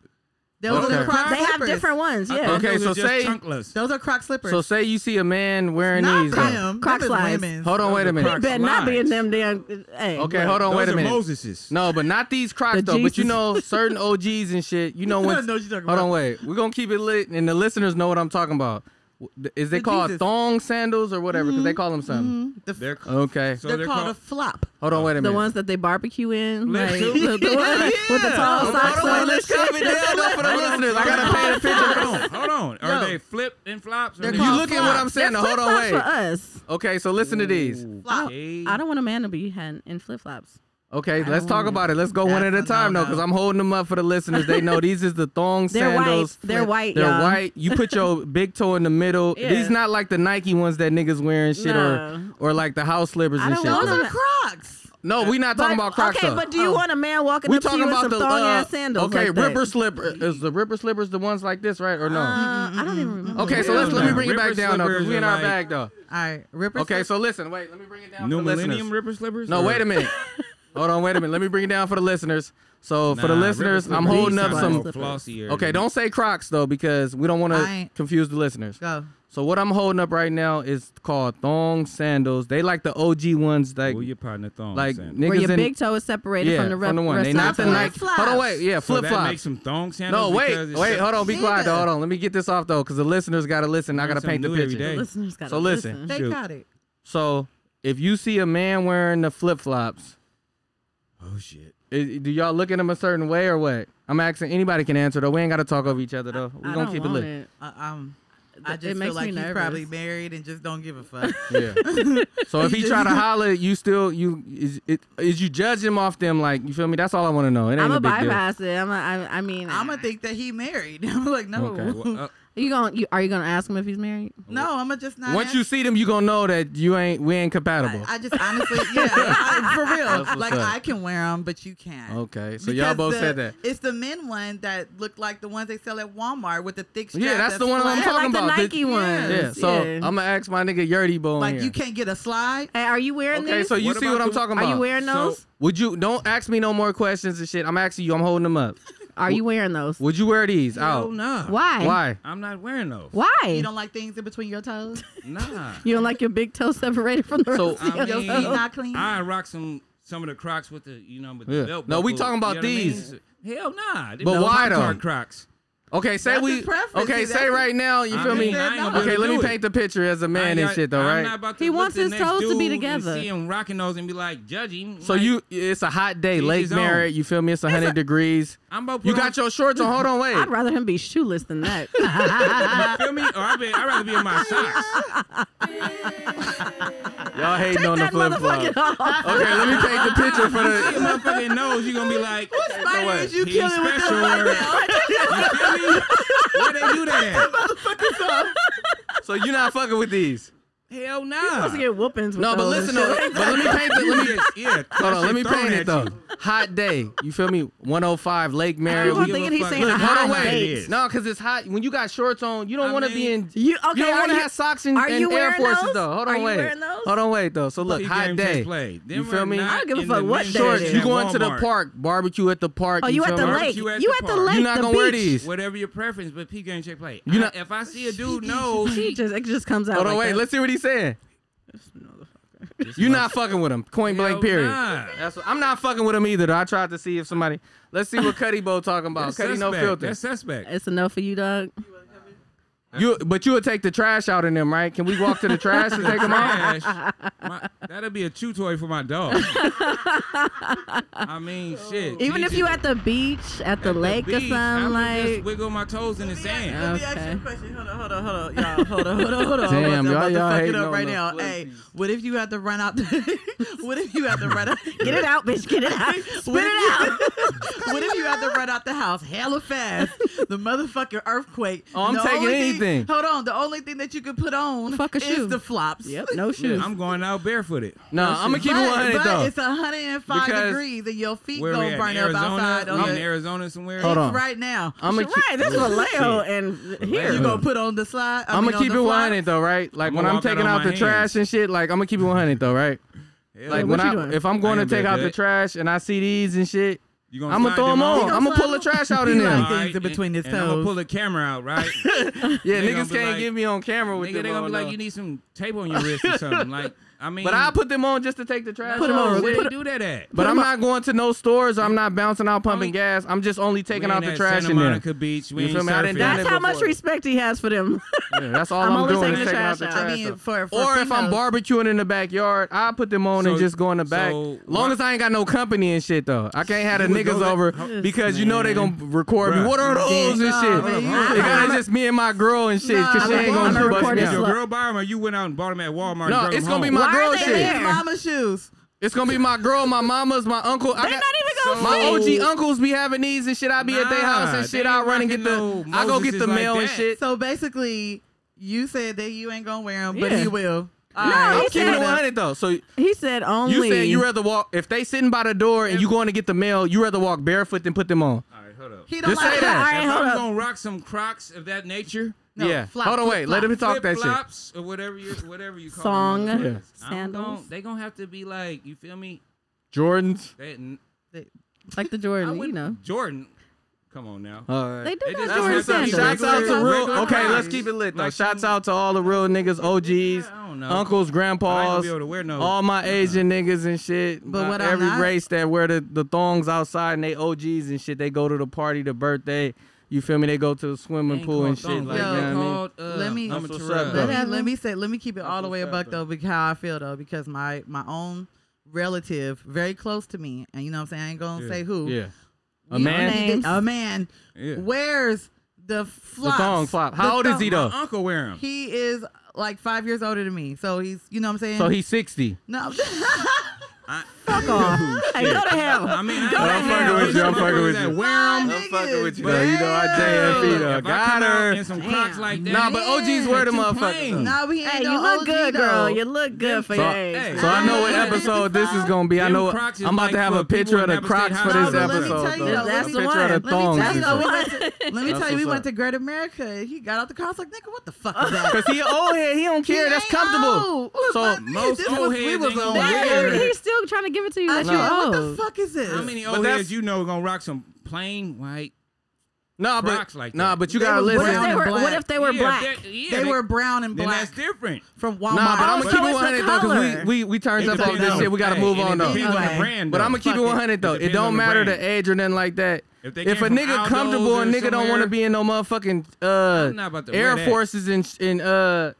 Speaker 6: Those are
Speaker 2: Okay.
Speaker 6: the Crocs.
Speaker 7: They have
Speaker 6: slippers.
Speaker 7: different ones.
Speaker 9: I
Speaker 7: Yeah.
Speaker 9: thought
Speaker 2: Okay,
Speaker 9: those
Speaker 2: so
Speaker 9: were just
Speaker 2: say-
Speaker 9: chunkless.
Speaker 6: Those are Croc slippers.
Speaker 2: So say you see a man wearing
Speaker 6: not
Speaker 2: these. though.
Speaker 6: them.
Speaker 7: Croc
Speaker 6: Them is
Speaker 7: slides.
Speaker 6: women's.
Speaker 2: Hold on, wait a
Speaker 9: Those are
Speaker 2: minute.
Speaker 9: Crocs.
Speaker 7: Better not be in
Speaker 9: Lines.
Speaker 7: them damn. Hey,
Speaker 2: Okay, hold on,
Speaker 9: Those
Speaker 2: wait a
Speaker 9: are
Speaker 2: minute.
Speaker 9: Moses's.
Speaker 2: No, but not these Crocs
Speaker 7: The
Speaker 2: though. But you
Speaker 7: Jesus.
Speaker 2: know, certain OGs and shit. You know when?
Speaker 6: I know what you're talking
Speaker 2: hold on,
Speaker 6: about.
Speaker 2: wait. We're gonna keep it lit, and the listeners know what I'm talking about. W- Is they
Speaker 6: The
Speaker 2: called
Speaker 6: Jesus.
Speaker 2: thong sandals or whatever? Because they call them something.
Speaker 6: The,
Speaker 9: They're,
Speaker 2: Okay.
Speaker 9: Mm-hmm. so
Speaker 6: they're,
Speaker 9: they're
Speaker 6: called,
Speaker 9: called
Speaker 6: a flop.
Speaker 2: hold on, wait a minute.
Speaker 7: The ones that they barbecue in,
Speaker 9: Let's
Speaker 7: like,
Speaker 9: do-
Speaker 7: the, the one with the tall socks
Speaker 2: Hold on,
Speaker 7: on.
Speaker 2: let's calm it down though for the listeners. I gotta paint a picture.
Speaker 9: Hold on, hold on. Are
Speaker 6: Yo.
Speaker 9: they flip and flops?
Speaker 6: They're
Speaker 9: or
Speaker 2: You
Speaker 6: called
Speaker 2: look at what I'm saying.
Speaker 7: They're
Speaker 2: though. Hold on,
Speaker 7: flip-flops
Speaker 2: wait.
Speaker 7: for us.
Speaker 2: Okay, so listen to these.
Speaker 6: Flop.
Speaker 9: Okay.
Speaker 7: I don't want a man to be had in flip flops.
Speaker 2: Okay, let's talk about it. Let's go one at
Speaker 6: That's
Speaker 2: a
Speaker 6: a
Speaker 2: time though,
Speaker 6: no-no.
Speaker 2: because I'm holding them up for the listeners. They know these is the thong
Speaker 7: They're
Speaker 2: sandals.
Speaker 7: white. They're white.
Speaker 2: They're
Speaker 7: y'all.
Speaker 2: white. You put your big toe in the middle.
Speaker 7: Yeah.
Speaker 2: These not like the Nike ones that niggas wearing shit
Speaker 7: No.
Speaker 2: or or like the house slippers
Speaker 7: I
Speaker 2: and
Speaker 7: don't
Speaker 2: shit.
Speaker 7: want
Speaker 6: Those
Speaker 7: them.
Speaker 6: are Crocs.
Speaker 2: No, we not talking
Speaker 7: But-
Speaker 2: about Crocs.
Speaker 7: Okay,
Speaker 2: though.
Speaker 7: but do you
Speaker 6: Oh.
Speaker 7: want a man walking
Speaker 2: we
Speaker 7: up to
Speaker 2: talking
Speaker 7: you
Speaker 2: about
Speaker 7: in
Speaker 2: the
Speaker 7: some thong ass
Speaker 2: uh,
Speaker 7: sandals?
Speaker 2: okay
Speaker 7: like that?
Speaker 2: ripper slipper. Is the ripper slippers the ones like this right or no?
Speaker 7: Uh, I don't even remember.
Speaker 2: okay, so
Speaker 9: hell
Speaker 2: let's let me
Speaker 9: no.
Speaker 2: bring it back
Speaker 9: Ripper
Speaker 2: down though, because
Speaker 9: slippers
Speaker 2: we in
Speaker 9: are
Speaker 2: our
Speaker 9: like-
Speaker 2: bag though.
Speaker 6: All right, Ripper.
Speaker 2: Okay,
Speaker 6: slip-
Speaker 2: so listen, wait, let me bring it down.
Speaker 9: New
Speaker 2: for the
Speaker 9: Millennium
Speaker 2: listeners.
Speaker 9: Ripper Slippers?
Speaker 2: No,
Speaker 9: or-
Speaker 2: wait a minute. Hold on, wait a minute. Let me bring it down for the listeners. So for the
Speaker 9: Nah,
Speaker 2: listeners,
Speaker 9: Rippers
Speaker 2: I'm
Speaker 9: with
Speaker 2: holding
Speaker 9: these
Speaker 2: up
Speaker 7: Reebok.
Speaker 2: some.
Speaker 9: are flossier.
Speaker 2: Okay, don't say Crocs though, because we don't want
Speaker 6: I
Speaker 2: to
Speaker 6: ain't-
Speaker 2: confuse the listeners.
Speaker 6: Go.
Speaker 2: So what I'm holding up right now is than thong sandals. They like the OG ones, like
Speaker 9: Pull your partner thong.
Speaker 2: like
Speaker 9: sandals.
Speaker 2: niggas
Speaker 7: Where your
Speaker 2: in
Speaker 7: big toe is separated
Speaker 2: yeah
Speaker 7: from the rep-
Speaker 2: one. They
Speaker 7: rest
Speaker 2: not
Speaker 7: of
Speaker 2: the
Speaker 7: the
Speaker 2: Nike.
Speaker 6: Flip-flops.
Speaker 2: Hold on, wait, yeah,
Speaker 9: so
Speaker 2: flip
Speaker 9: that makes
Speaker 2: flops.
Speaker 9: some thong sandals.
Speaker 2: No, wait,
Speaker 9: because it's
Speaker 2: wait, hold on. Be quiet though.
Speaker 6: Nigga.
Speaker 2: Hold on. Let me get this off though, because the listeners gotta listen. I
Speaker 9: Learn
Speaker 2: gotta paint the
Speaker 9: something new every
Speaker 2: picture.
Speaker 9: day.
Speaker 7: Listeners gotta
Speaker 2: So listen.
Speaker 7: listen.
Speaker 6: They
Speaker 9: Shoot.
Speaker 6: got it.
Speaker 2: So if you see a man wearing the flip flops,
Speaker 9: Oh shit.
Speaker 2: i- do y'all look at him a certain way or what? I'm asking anybody can answer though. We ain't gotta talk over each other though. We
Speaker 7: I
Speaker 2: gonna
Speaker 7: don't
Speaker 2: keep it
Speaker 7: want
Speaker 2: lit.
Speaker 7: it.
Speaker 6: Uh, um, I
Speaker 7: It
Speaker 6: just feel
Speaker 7: makes
Speaker 6: like
Speaker 7: me
Speaker 6: he's
Speaker 7: nervous.
Speaker 6: probably married and just don't give a fuck.
Speaker 2: Yeah. so if he try to holler, you still you is it is you judge him off them like you feel me? That's all I want to know. It ain't
Speaker 7: I'm
Speaker 2: a
Speaker 7: gonna
Speaker 2: big
Speaker 7: bypass it. I'm. A, I, I mean,
Speaker 6: I'm gonna think that he married. I'm like, no,
Speaker 2: Okay,
Speaker 9: Well, uh,
Speaker 7: You gonna? You, are you gonna ask him if he's married?
Speaker 6: no, I'm gonna just not.
Speaker 2: deal. Once
Speaker 6: ask-
Speaker 2: you see them, you gonna know that you ain't we ain't compatible.
Speaker 6: I just honestly, yeah, I, for
Speaker 2: That's
Speaker 6: real.
Speaker 2: what's
Speaker 6: Like
Speaker 2: up.
Speaker 6: I can wear them, but you can't.
Speaker 2: okay, so y'all
Speaker 6: Because
Speaker 2: both
Speaker 6: the-
Speaker 2: said that.
Speaker 6: It's the men one that look like the ones they sell at Walmart with the thick strap.
Speaker 2: Yeah, that's the one I'm
Speaker 6: flat.
Speaker 7: Yeah,
Speaker 2: talking
Speaker 7: like the
Speaker 2: about.
Speaker 7: Nike ones.
Speaker 2: Yeah, so
Speaker 7: Yeah.
Speaker 2: I'm gonna ask my nigga Yerdy Bo. in
Speaker 6: Like
Speaker 2: here.
Speaker 6: you can't get a slide.
Speaker 7: Hey, are you wearing
Speaker 2: Okay,
Speaker 7: these?
Speaker 2: so you
Speaker 9: What
Speaker 2: see
Speaker 9: about
Speaker 2: what I'm
Speaker 9: the-
Speaker 2: talking about.
Speaker 7: are you wearing
Speaker 9: So-
Speaker 7: those?
Speaker 2: Would you don't ask me no more questions and shit? I'm asking you. I'm holding them up.
Speaker 7: are you wearing those?
Speaker 2: Would you wear these
Speaker 9: Hell
Speaker 2: out?
Speaker 9: nah.
Speaker 7: Why?
Speaker 2: Why?
Speaker 9: I'm not wearing those.
Speaker 7: Why?
Speaker 6: You don't like things in between your toes.
Speaker 9: Nah.
Speaker 7: You don't like your big toe separated from the
Speaker 2: So, um,
Speaker 7: rest
Speaker 9: I
Speaker 7: of your
Speaker 9: mean,
Speaker 6: feet
Speaker 7: toe?
Speaker 6: not clean?
Speaker 9: I rock some some of the Crocs with the you know with the
Speaker 2: Yeah.
Speaker 9: belt.
Speaker 2: No, we
Speaker 9: buckle,
Speaker 2: talking about
Speaker 9: you know what I mean?
Speaker 2: these.
Speaker 9: Hell nah. Them
Speaker 2: But
Speaker 9: no
Speaker 2: why
Speaker 9: Hot Dog
Speaker 2: though?
Speaker 9: Crocs.
Speaker 2: Okay, say
Speaker 6: That's
Speaker 2: we.
Speaker 6: his preference.
Speaker 2: Okay,
Speaker 6: That's
Speaker 2: say
Speaker 6: his-
Speaker 2: right now. You
Speaker 9: I
Speaker 2: feel
Speaker 9: mean,
Speaker 2: me?
Speaker 9: I ain't gonna be able
Speaker 2: Okay,
Speaker 9: to
Speaker 2: let me
Speaker 9: do it.
Speaker 2: paint the picture as a man
Speaker 9: I-
Speaker 2: and shit though,
Speaker 9: I'm
Speaker 2: right?
Speaker 9: not about to
Speaker 7: He
Speaker 9: look
Speaker 7: wants
Speaker 9: the
Speaker 7: his
Speaker 9: next
Speaker 7: toes to be
Speaker 9: dude
Speaker 7: together.
Speaker 9: And see him rocking those and be like, judge him.
Speaker 2: So
Speaker 9: Like,
Speaker 2: you, it's a hot day,
Speaker 9: Each
Speaker 2: Lake
Speaker 9: his own.
Speaker 2: Merritt. You feel me? It's 100 degrees.
Speaker 9: I'm about to
Speaker 2: You
Speaker 9: put on-
Speaker 2: got your shorts on. Hold on, wait.
Speaker 7: I'd rather him be shoeless than that.
Speaker 9: You feel me? Or I be, I'd rather be in my socks.
Speaker 2: Y'all hating on the
Speaker 7: that
Speaker 2: flip flop.
Speaker 7: motherfucking
Speaker 2: Okay,
Speaker 7: off.
Speaker 2: let me paint the picture for
Speaker 9: Your
Speaker 2: the.
Speaker 9: motherfucking nose, you gonna be like,
Speaker 6: spider
Speaker 2: way.
Speaker 6: is you
Speaker 9: he's
Speaker 6: killing with
Speaker 9: special.
Speaker 6: them right now?
Speaker 9: you feel me? Where they do that?
Speaker 2: So you not fucking with these?
Speaker 9: at? Hell nah.
Speaker 7: supposed to get whoopings. With
Speaker 2: No, but
Speaker 7: those and
Speaker 2: listen.
Speaker 7: Oh, shit.
Speaker 2: Though, but let me paint the. Let me.
Speaker 9: yeah.
Speaker 2: Hold on, let me paint it though. Hot day. You feel me? 105 Lake Mary.
Speaker 7: Everyone
Speaker 9: we
Speaker 7: thinking
Speaker 9: give a
Speaker 7: he's
Speaker 9: fuck.
Speaker 7: saying
Speaker 2: Look,
Speaker 7: a
Speaker 2: hold
Speaker 7: hot
Speaker 2: on,
Speaker 7: date.
Speaker 2: wait.
Speaker 9: dates.
Speaker 2: No, because it's hot. When you got shorts on, you don't
Speaker 9: I
Speaker 2: want to be
Speaker 9: mean-
Speaker 2: in. You,
Speaker 7: okay,
Speaker 2: don't
Speaker 7: are
Speaker 2: want to
Speaker 7: you-
Speaker 2: have socks and,
Speaker 7: are
Speaker 2: and
Speaker 7: you
Speaker 2: Air
Speaker 7: wearing
Speaker 2: Forces
Speaker 7: those?
Speaker 2: though. Hold
Speaker 7: Are
Speaker 2: on,
Speaker 7: you
Speaker 2: wait.
Speaker 7: wearing those?
Speaker 2: Hold on, wait though. So look,
Speaker 9: He
Speaker 2: hot
Speaker 9: games they
Speaker 2: day.
Speaker 9: Play. Them
Speaker 2: You feel
Speaker 9: are
Speaker 2: me?
Speaker 9: not
Speaker 7: I don't give a
Speaker 9: in
Speaker 7: fuck
Speaker 9: the
Speaker 7: what
Speaker 9: men's
Speaker 7: day
Speaker 2: Shorts.
Speaker 7: it
Speaker 9: section
Speaker 2: You
Speaker 9: at
Speaker 2: going
Speaker 7: is.
Speaker 2: to the
Speaker 9: Walmart.
Speaker 2: park? Barbecue at the park.
Speaker 7: Oh, you at the
Speaker 2: feel me?
Speaker 7: lake.
Speaker 9: Barbecue
Speaker 7: You
Speaker 9: at
Speaker 7: at
Speaker 9: the
Speaker 7: the
Speaker 9: park.
Speaker 7: lake.
Speaker 2: You're not
Speaker 7: the
Speaker 2: gonna wear
Speaker 7: beach.
Speaker 2: these.
Speaker 9: Whatever your preference, but P game check play.
Speaker 2: You
Speaker 9: I-
Speaker 2: not-
Speaker 9: if I see a dude nose,
Speaker 7: She just it just comes out.
Speaker 2: Hold on,
Speaker 7: like
Speaker 2: wait.
Speaker 7: that.
Speaker 2: Let's see what he's saying. You not fucking with him. Point blank.
Speaker 9: Hell
Speaker 2: Period.
Speaker 9: nah.
Speaker 2: That's what, I'm not fucking with him either. Though. I tried to see if somebody. Let's see what Cuddy Bo talking about.
Speaker 9: that's
Speaker 2: Cuddy no
Speaker 9: suspect.
Speaker 2: filter.
Speaker 9: That's suspect.
Speaker 7: It's enough for you, dog.
Speaker 2: You, but you would take the trash out in them, right? Can we walk to the trash and take them out?
Speaker 9: Trash. My- that'll be a chew toy for my dog. I mean, shit.
Speaker 7: Even if
Speaker 9: Jesus.
Speaker 7: you at the beach, at the
Speaker 9: At the
Speaker 7: lake
Speaker 9: beach,
Speaker 7: or
Speaker 9: I
Speaker 7: something,
Speaker 9: would just
Speaker 7: like
Speaker 9: wiggle my toes in the
Speaker 6: Let
Speaker 9: sand.
Speaker 6: me ask you
Speaker 7: Okay.
Speaker 6: a question. Hold on, hold on, hold on, y'all. Hold on, hold on, hold on.
Speaker 2: Damn,
Speaker 6: I'm about
Speaker 2: y'all- y'all
Speaker 6: to fuck
Speaker 2: hating
Speaker 6: it
Speaker 2: on
Speaker 6: up right
Speaker 2: the
Speaker 6: now.
Speaker 2: flip
Speaker 6: Hey, what if you had to run out? The, what if you had to run out?
Speaker 7: get it out, bitch, get it out, spit
Speaker 6: What
Speaker 7: it out.
Speaker 6: if you- what if you had to run out the house hella fast? The motherfucking earthquake.
Speaker 2: Oh, I'm
Speaker 6: The
Speaker 2: taking
Speaker 6: only thing-
Speaker 2: anything.
Speaker 6: hold on. The only thing that you could put on
Speaker 7: Fuck a
Speaker 6: is
Speaker 7: shoe.
Speaker 6: the flops.
Speaker 7: Yep, no shoes.
Speaker 9: I'm going out barefooted.
Speaker 2: No, I'm gonna keep it
Speaker 6: but,
Speaker 2: 100
Speaker 6: but
Speaker 2: though.
Speaker 6: it's 105
Speaker 2: Because-
Speaker 6: degrees and your feet
Speaker 9: Where we
Speaker 6: gonna
Speaker 9: at?
Speaker 6: burn
Speaker 9: In
Speaker 6: up
Speaker 9: Arizona?
Speaker 6: outside
Speaker 9: We
Speaker 6: on
Speaker 9: in
Speaker 6: your
Speaker 9: Arizona somewhere?
Speaker 2: Hold on.
Speaker 6: right now.
Speaker 2: I'm gonna
Speaker 7: You're right, that's Vallejo and here.
Speaker 6: you gonna put on the slide? I
Speaker 2: I'm
Speaker 6: mean,
Speaker 2: gonna
Speaker 6: on
Speaker 2: keep
Speaker 6: the
Speaker 2: it
Speaker 6: flop?
Speaker 2: 100 though, right? Like
Speaker 9: I'ma
Speaker 2: when I'm
Speaker 9: walk out
Speaker 2: taking
Speaker 9: on
Speaker 2: out
Speaker 9: my
Speaker 2: the trash
Speaker 9: hands.
Speaker 2: and shit, like I'm gonna keep it 100 though, right?
Speaker 9: Yeah.
Speaker 2: Like
Speaker 7: what
Speaker 2: when
Speaker 7: you
Speaker 2: I,
Speaker 7: doing?
Speaker 2: if I'm going
Speaker 9: I
Speaker 2: to
Speaker 9: ain't
Speaker 2: take
Speaker 9: been
Speaker 2: out the
Speaker 9: good.
Speaker 2: trash and I see these and shit,
Speaker 9: You gonna
Speaker 2: I'm gonna
Speaker 9: slide
Speaker 2: throw them
Speaker 9: off?
Speaker 2: on.
Speaker 6: gonna
Speaker 2: I'm gonna pull
Speaker 6: slide
Speaker 2: the trash out in
Speaker 6: He
Speaker 2: there.
Speaker 6: like- Things in between
Speaker 9: and,
Speaker 6: his
Speaker 9: and I'm gonna
Speaker 6: toes.
Speaker 9: pull the camera out, right?
Speaker 2: Yeah,
Speaker 9: They
Speaker 2: niggas
Speaker 9: gonna be
Speaker 2: can't
Speaker 9: like-
Speaker 2: get me on camera with
Speaker 9: Nigga, they
Speaker 2: them.
Speaker 9: gonna
Speaker 2: on,
Speaker 9: be like,
Speaker 2: though.
Speaker 9: you need some tape on your wrist or something. Like, I mean,
Speaker 2: But I put them on just to take the trash.
Speaker 7: Put 'em
Speaker 2: out.
Speaker 7: on.
Speaker 9: Where
Speaker 7: Put
Speaker 9: they do that at?
Speaker 2: But I'm not going to no stores. I'm not bouncing out pumping
Speaker 9: ain't-
Speaker 2: gas. I'm just only taking
Speaker 9: We
Speaker 2: out
Speaker 9: ain't
Speaker 2: the
Speaker 9: at
Speaker 2: trash
Speaker 9: Santa
Speaker 2: in there.
Speaker 9: Monica Beach. We
Speaker 2: You
Speaker 9: ain't
Speaker 2: feel me? I didn't
Speaker 9: surfing.
Speaker 2: done
Speaker 7: That's
Speaker 2: it
Speaker 7: how much
Speaker 2: before.
Speaker 7: respect he has for them.
Speaker 2: Yeah, that's all I'm,
Speaker 7: I'm only
Speaker 2: doing is
Speaker 7: taking the
Speaker 2: taking out the
Speaker 7: trash
Speaker 2: trash.
Speaker 7: out.
Speaker 6: I mean,
Speaker 2: out.
Speaker 6: for, for
Speaker 2: or if I'm
Speaker 6: females.
Speaker 2: barbecuing in the backyard, I put them on and
Speaker 9: So-
Speaker 2: just go in the back.
Speaker 9: so
Speaker 2: Long
Speaker 9: why-
Speaker 2: as I ain't got no company and shit though, I can't have the
Speaker 9: You would
Speaker 2: niggas
Speaker 9: go to-
Speaker 2: over
Speaker 9: Yes,
Speaker 2: because you know they gonna
Speaker 9: man.
Speaker 2: record me.
Speaker 9: Bruh.
Speaker 2: What are those and
Speaker 6: Nah,
Speaker 2: shit?
Speaker 6: man, you-
Speaker 2: It gotta just me and my girl and shit, cause
Speaker 6: Nah,
Speaker 2: she ain't gonna
Speaker 6: I'm gonna
Speaker 2: bust
Speaker 7: record
Speaker 2: me
Speaker 7: this
Speaker 9: Did your
Speaker 2: out.
Speaker 7: look.
Speaker 9: girl buy them or you went out and bought them at Walmart?
Speaker 2: No,
Speaker 9: and drug
Speaker 2: it's
Speaker 9: 'em
Speaker 2: gonna be
Speaker 9: home?
Speaker 2: my
Speaker 7: Why are
Speaker 2: girl
Speaker 7: they
Speaker 2: shit.
Speaker 7: there?
Speaker 6: His mama's shoes.
Speaker 2: It's gonna be my girl, my mama's, my uncle. They're
Speaker 7: not even gonna
Speaker 2: My
Speaker 7: see.
Speaker 2: OG uncles be having these and shit. I be at their house
Speaker 9: Nah,
Speaker 2: and shit.
Speaker 9: they
Speaker 2: I
Speaker 9: ain't
Speaker 2: run and get
Speaker 9: rocking
Speaker 2: the,
Speaker 9: no
Speaker 2: I go get the
Speaker 9: Moses like
Speaker 2: mail and
Speaker 9: that.
Speaker 2: shit.
Speaker 6: So basically, you said that you ain't gonna wear them, but
Speaker 7: Yeah.
Speaker 6: he will. All
Speaker 7: No,
Speaker 6: right.
Speaker 7: he
Speaker 2: I'm keeping
Speaker 7: said-
Speaker 2: it 100 though. So
Speaker 7: He said only.
Speaker 2: you said you rather walk if they sitting by the door and you going to get the mail, you rather walk barefoot than put them on.
Speaker 9: All right, hold up.
Speaker 6: He don't
Speaker 2: Just
Speaker 6: like
Speaker 2: say that.
Speaker 7: All right,
Speaker 9: if
Speaker 7: hold
Speaker 9: I'm
Speaker 7: up.
Speaker 9: gonna rock some Crocs of that nature,
Speaker 6: No,
Speaker 2: yeah.
Speaker 6: flop,
Speaker 2: Hold on,
Speaker 6: flip,
Speaker 2: wait. Let
Speaker 6: flop.
Speaker 2: him talk that shit.
Speaker 9: flops or whatever you whatever you call
Speaker 7: Song,
Speaker 9: them.
Speaker 7: Yeah.
Speaker 9: I'm gonna-
Speaker 7: sandals.
Speaker 9: they gonna have to be like you feel me.
Speaker 2: Jordans.
Speaker 9: They, n-
Speaker 6: They-
Speaker 7: like the
Speaker 9: I
Speaker 7: Jordan, you
Speaker 9: wouldn't-
Speaker 7: know.
Speaker 9: Jordan, come on now.
Speaker 2: All right.
Speaker 7: They do
Speaker 9: They
Speaker 7: got Jordan
Speaker 9: just- That's what's up.
Speaker 7: sandals.
Speaker 2: Shouts out to
Speaker 9: Regular
Speaker 2: real.
Speaker 9: price.
Speaker 2: Okay, let's keep it lit though.
Speaker 9: Like
Speaker 2: Shouts
Speaker 9: some-
Speaker 2: out to all the real niggas, OGs,
Speaker 9: I don't know.
Speaker 2: uncles,
Speaker 9: I ain't gonna
Speaker 2: grandpas,
Speaker 9: be able to wear no-
Speaker 2: all my Asian niggas and shit.
Speaker 6: But
Speaker 2: my-
Speaker 6: what I'm
Speaker 2: every
Speaker 6: not-
Speaker 2: race that wear the, the thongs outside and they OGs and shit, they go to the party, the birthday. You feel me? They go to the swimming
Speaker 9: Ain't
Speaker 2: pool and
Speaker 9: called
Speaker 2: shit.
Speaker 9: thong,
Speaker 2: Like, you
Speaker 6: Yo,
Speaker 2: know what I mean?
Speaker 9: called, uh,
Speaker 6: Let me-
Speaker 9: I'm a
Speaker 2: That's what's
Speaker 9: Terrell.
Speaker 2: up,
Speaker 6: Let
Speaker 2: though.
Speaker 6: me, let me say, let me keep it all the
Speaker 2: what's
Speaker 6: way a
Speaker 2: up,
Speaker 6: buck
Speaker 2: though.
Speaker 6: though, because how I feel though, because my my own relative, very close to me, and you know what I'm saying, I ain't gonna say who.
Speaker 2: Yeah. A
Speaker 6: You know,
Speaker 2: man?
Speaker 6: they- a man
Speaker 9: Yeah.
Speaker 6: wears
Speaker 2: The
Speaker 6: the flops.
Speaker 2: thong flop. How old is he
Speaker 6: thong-
Speaker 2: though?
Speaker 9: My uncle wear them.
Speaker 6: He is like five years older than me, so he's you know what I'm saying.
Speaker 2: So he's 60.
Speaker 6: no,
Speaker 9: Fuck off.
Speaker 7: Hey, go to hell.
Speaker 9: I mean, I
Speaker 7: Go to
Speaker 2: I'm fucking
Speaker 7: hell.
Speaker 2: with you. I'm fucking with
Speaker 9: That
Speaker 2: you.
Speaker 9: wear 'em.
Speaker 6: Niggas,
Speaker 2: though. You know I JFE though.
Speaker 9: If I
Speaker 2: Got
Speaker 9: come out
Speaker 2: her.
Speaker 9: In some Crocs like that.
Speaker 2: Nah, but OGs wear the
Speaker 9: Too
Speaker 2: motherfuckers.
Speaker 9: plain.
Speaker 2: though.
Speaker 6: Nah, we ain't
Speaker 7: Hey,
Speaker 6: no
Speaker 7: you look
Speaker 6: OG,
Speaker 7: good,
Speaker 6: though.
Speaker 7: girl. You look good for
Speaker 2: So,
Speaker 7: your age.
Speaker 2: so I know what episode this is gonna be. I
Speaker 9: Them
Speaker 2: know
Speaker 9: Crocs is
Speaker 2: I'm about
Speaker 9: like
Speaker 2: to have
Speaker 9: for
Speaker 2: a picture of
Speaker 9: people
Speaker 2: the
Speaker 9: in Upstate
Speaker 2: Crocs for this
Speaker 9: Hollywood.
Speaker 6: No, but let me
Speaker 2: episode.
Speaker 6: tell you,
Speaker 2: though.
Speaker 6: though, That's
Speaker 7: let me- the
Speaker 2: Picture of the
Speaker 6: Let
Speaker 2: thongs
Speaker 6: me
Speaker 2: and
Speaker 6: tell you, though, we
Speaker 2: shit.
Speaker 6: went to, let me
Speaker 2: That's
Speaker 6: tell you, we
Speaker 2: what's
Speaker 6: went
Speaker 2: up.
Speaker 6: to Great America. He got out the car. I was like, nigga, what the fuck is that?
Speaker 2: Cause he an old head, he don't care. That's
Speaker 6: ain't
Speaker 2: comfortable.
Speaker 6: old.
Speaker 2: So
Speaker 6: What?
Speaker 9: Most
Speaker 6: This
Speaker 9: old
Speaker 6: was-
Speaker 9: heads
Speaker 6: we was
Speaker 9: ain't
Speaker 6: on
Speaker 9: gonna
Speaker 6: that.
Speaker 9: wear it.
Speaker 7: He's still trying to give it to you.
Speaker 6: I
Speaker 7: Like,
Speaker 6: said,
Speaker 7: you're
Speaker 6: what the
Speaker 7: old.
Speaker 6: fuck is this?
Speaker 9: How many
Speaker 2: But
Speaker 9: old
Speaker 2: that's-
Speaker 9: heads you know gonna rock some plain white?
Speaker 2: nah, but
Speaker 9: Crocs like
Speaker 2: nah,
Speaker 9: that.
Speaker 2: but you
Speaker 6: They
Speaker 2: gotta
Speaker 6: was
Speaker 7: What
Speaker 2: listen.
Speaker 7: if
Speaker 6: brown
Speaker 7: they
Speaker 6: and
Speaker 7: were, what
Speaker 6: black.
Speaker 7: if they were
Speaker 9: Yeah,
Speaker 7: black?
Speaker 9: that- yeah,
Speaker 6: they were brown and
Speaker 9: Then that's
Speaker 6: black
Speaker 9: different.
Speaker 6: from
Speaker 2: Nah,
Speaker 6: Walmart.
Speaker 2: but I'm
Speaker 7: Oh,
Speaker 2: gonna keep it
Speaker 7: so it's the
Speaker 2: 100 though, cause
Speaker 7: color.
Speaker 2: we we we turned up off this shit. We gotta move on
Speaker 9: It
Speaker 2: though.
Speaker 9: depends on the
Speaker 6: Okay.
Speaker 9: brand.
Speaker 2: But
Speaker 9: though.
Speaker 2: I'm gonna keep it
Speaker 6: Fuck it.
Speaker 2: 100 though. It
Speaker 9: Depends on
Speaker 2: don't
Speaker 9: the
Speaker 2: matter
Speaker 9: brand.
Speaker 2: the age or nothing like that.
Speaker 9: If
Speaker 2: If,
Speaker 9: they came
Speaker 2: a
Speaker 9: from
Speaker 2: nigga
Speaker 9: Aldo's
Speaker 2: comfortable,
Speaker 9: or
Speaker 2: a nigga don't want to
Speaker 9: somewhere-
Speaker 2: be in no motherfucking uh
Speaker 9: I'm not about to wear
Speaker 2: Air
Speaker 9: that.
Speaker 2: Forces and sh- and uh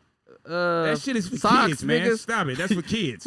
Speaker 2: uh
Speaker 9: That shit is for
Speaker 2: socks,
Speaker 9: kids, man.
Speaker 2: niggas.
Speaker 9: Stop it. That's for kids.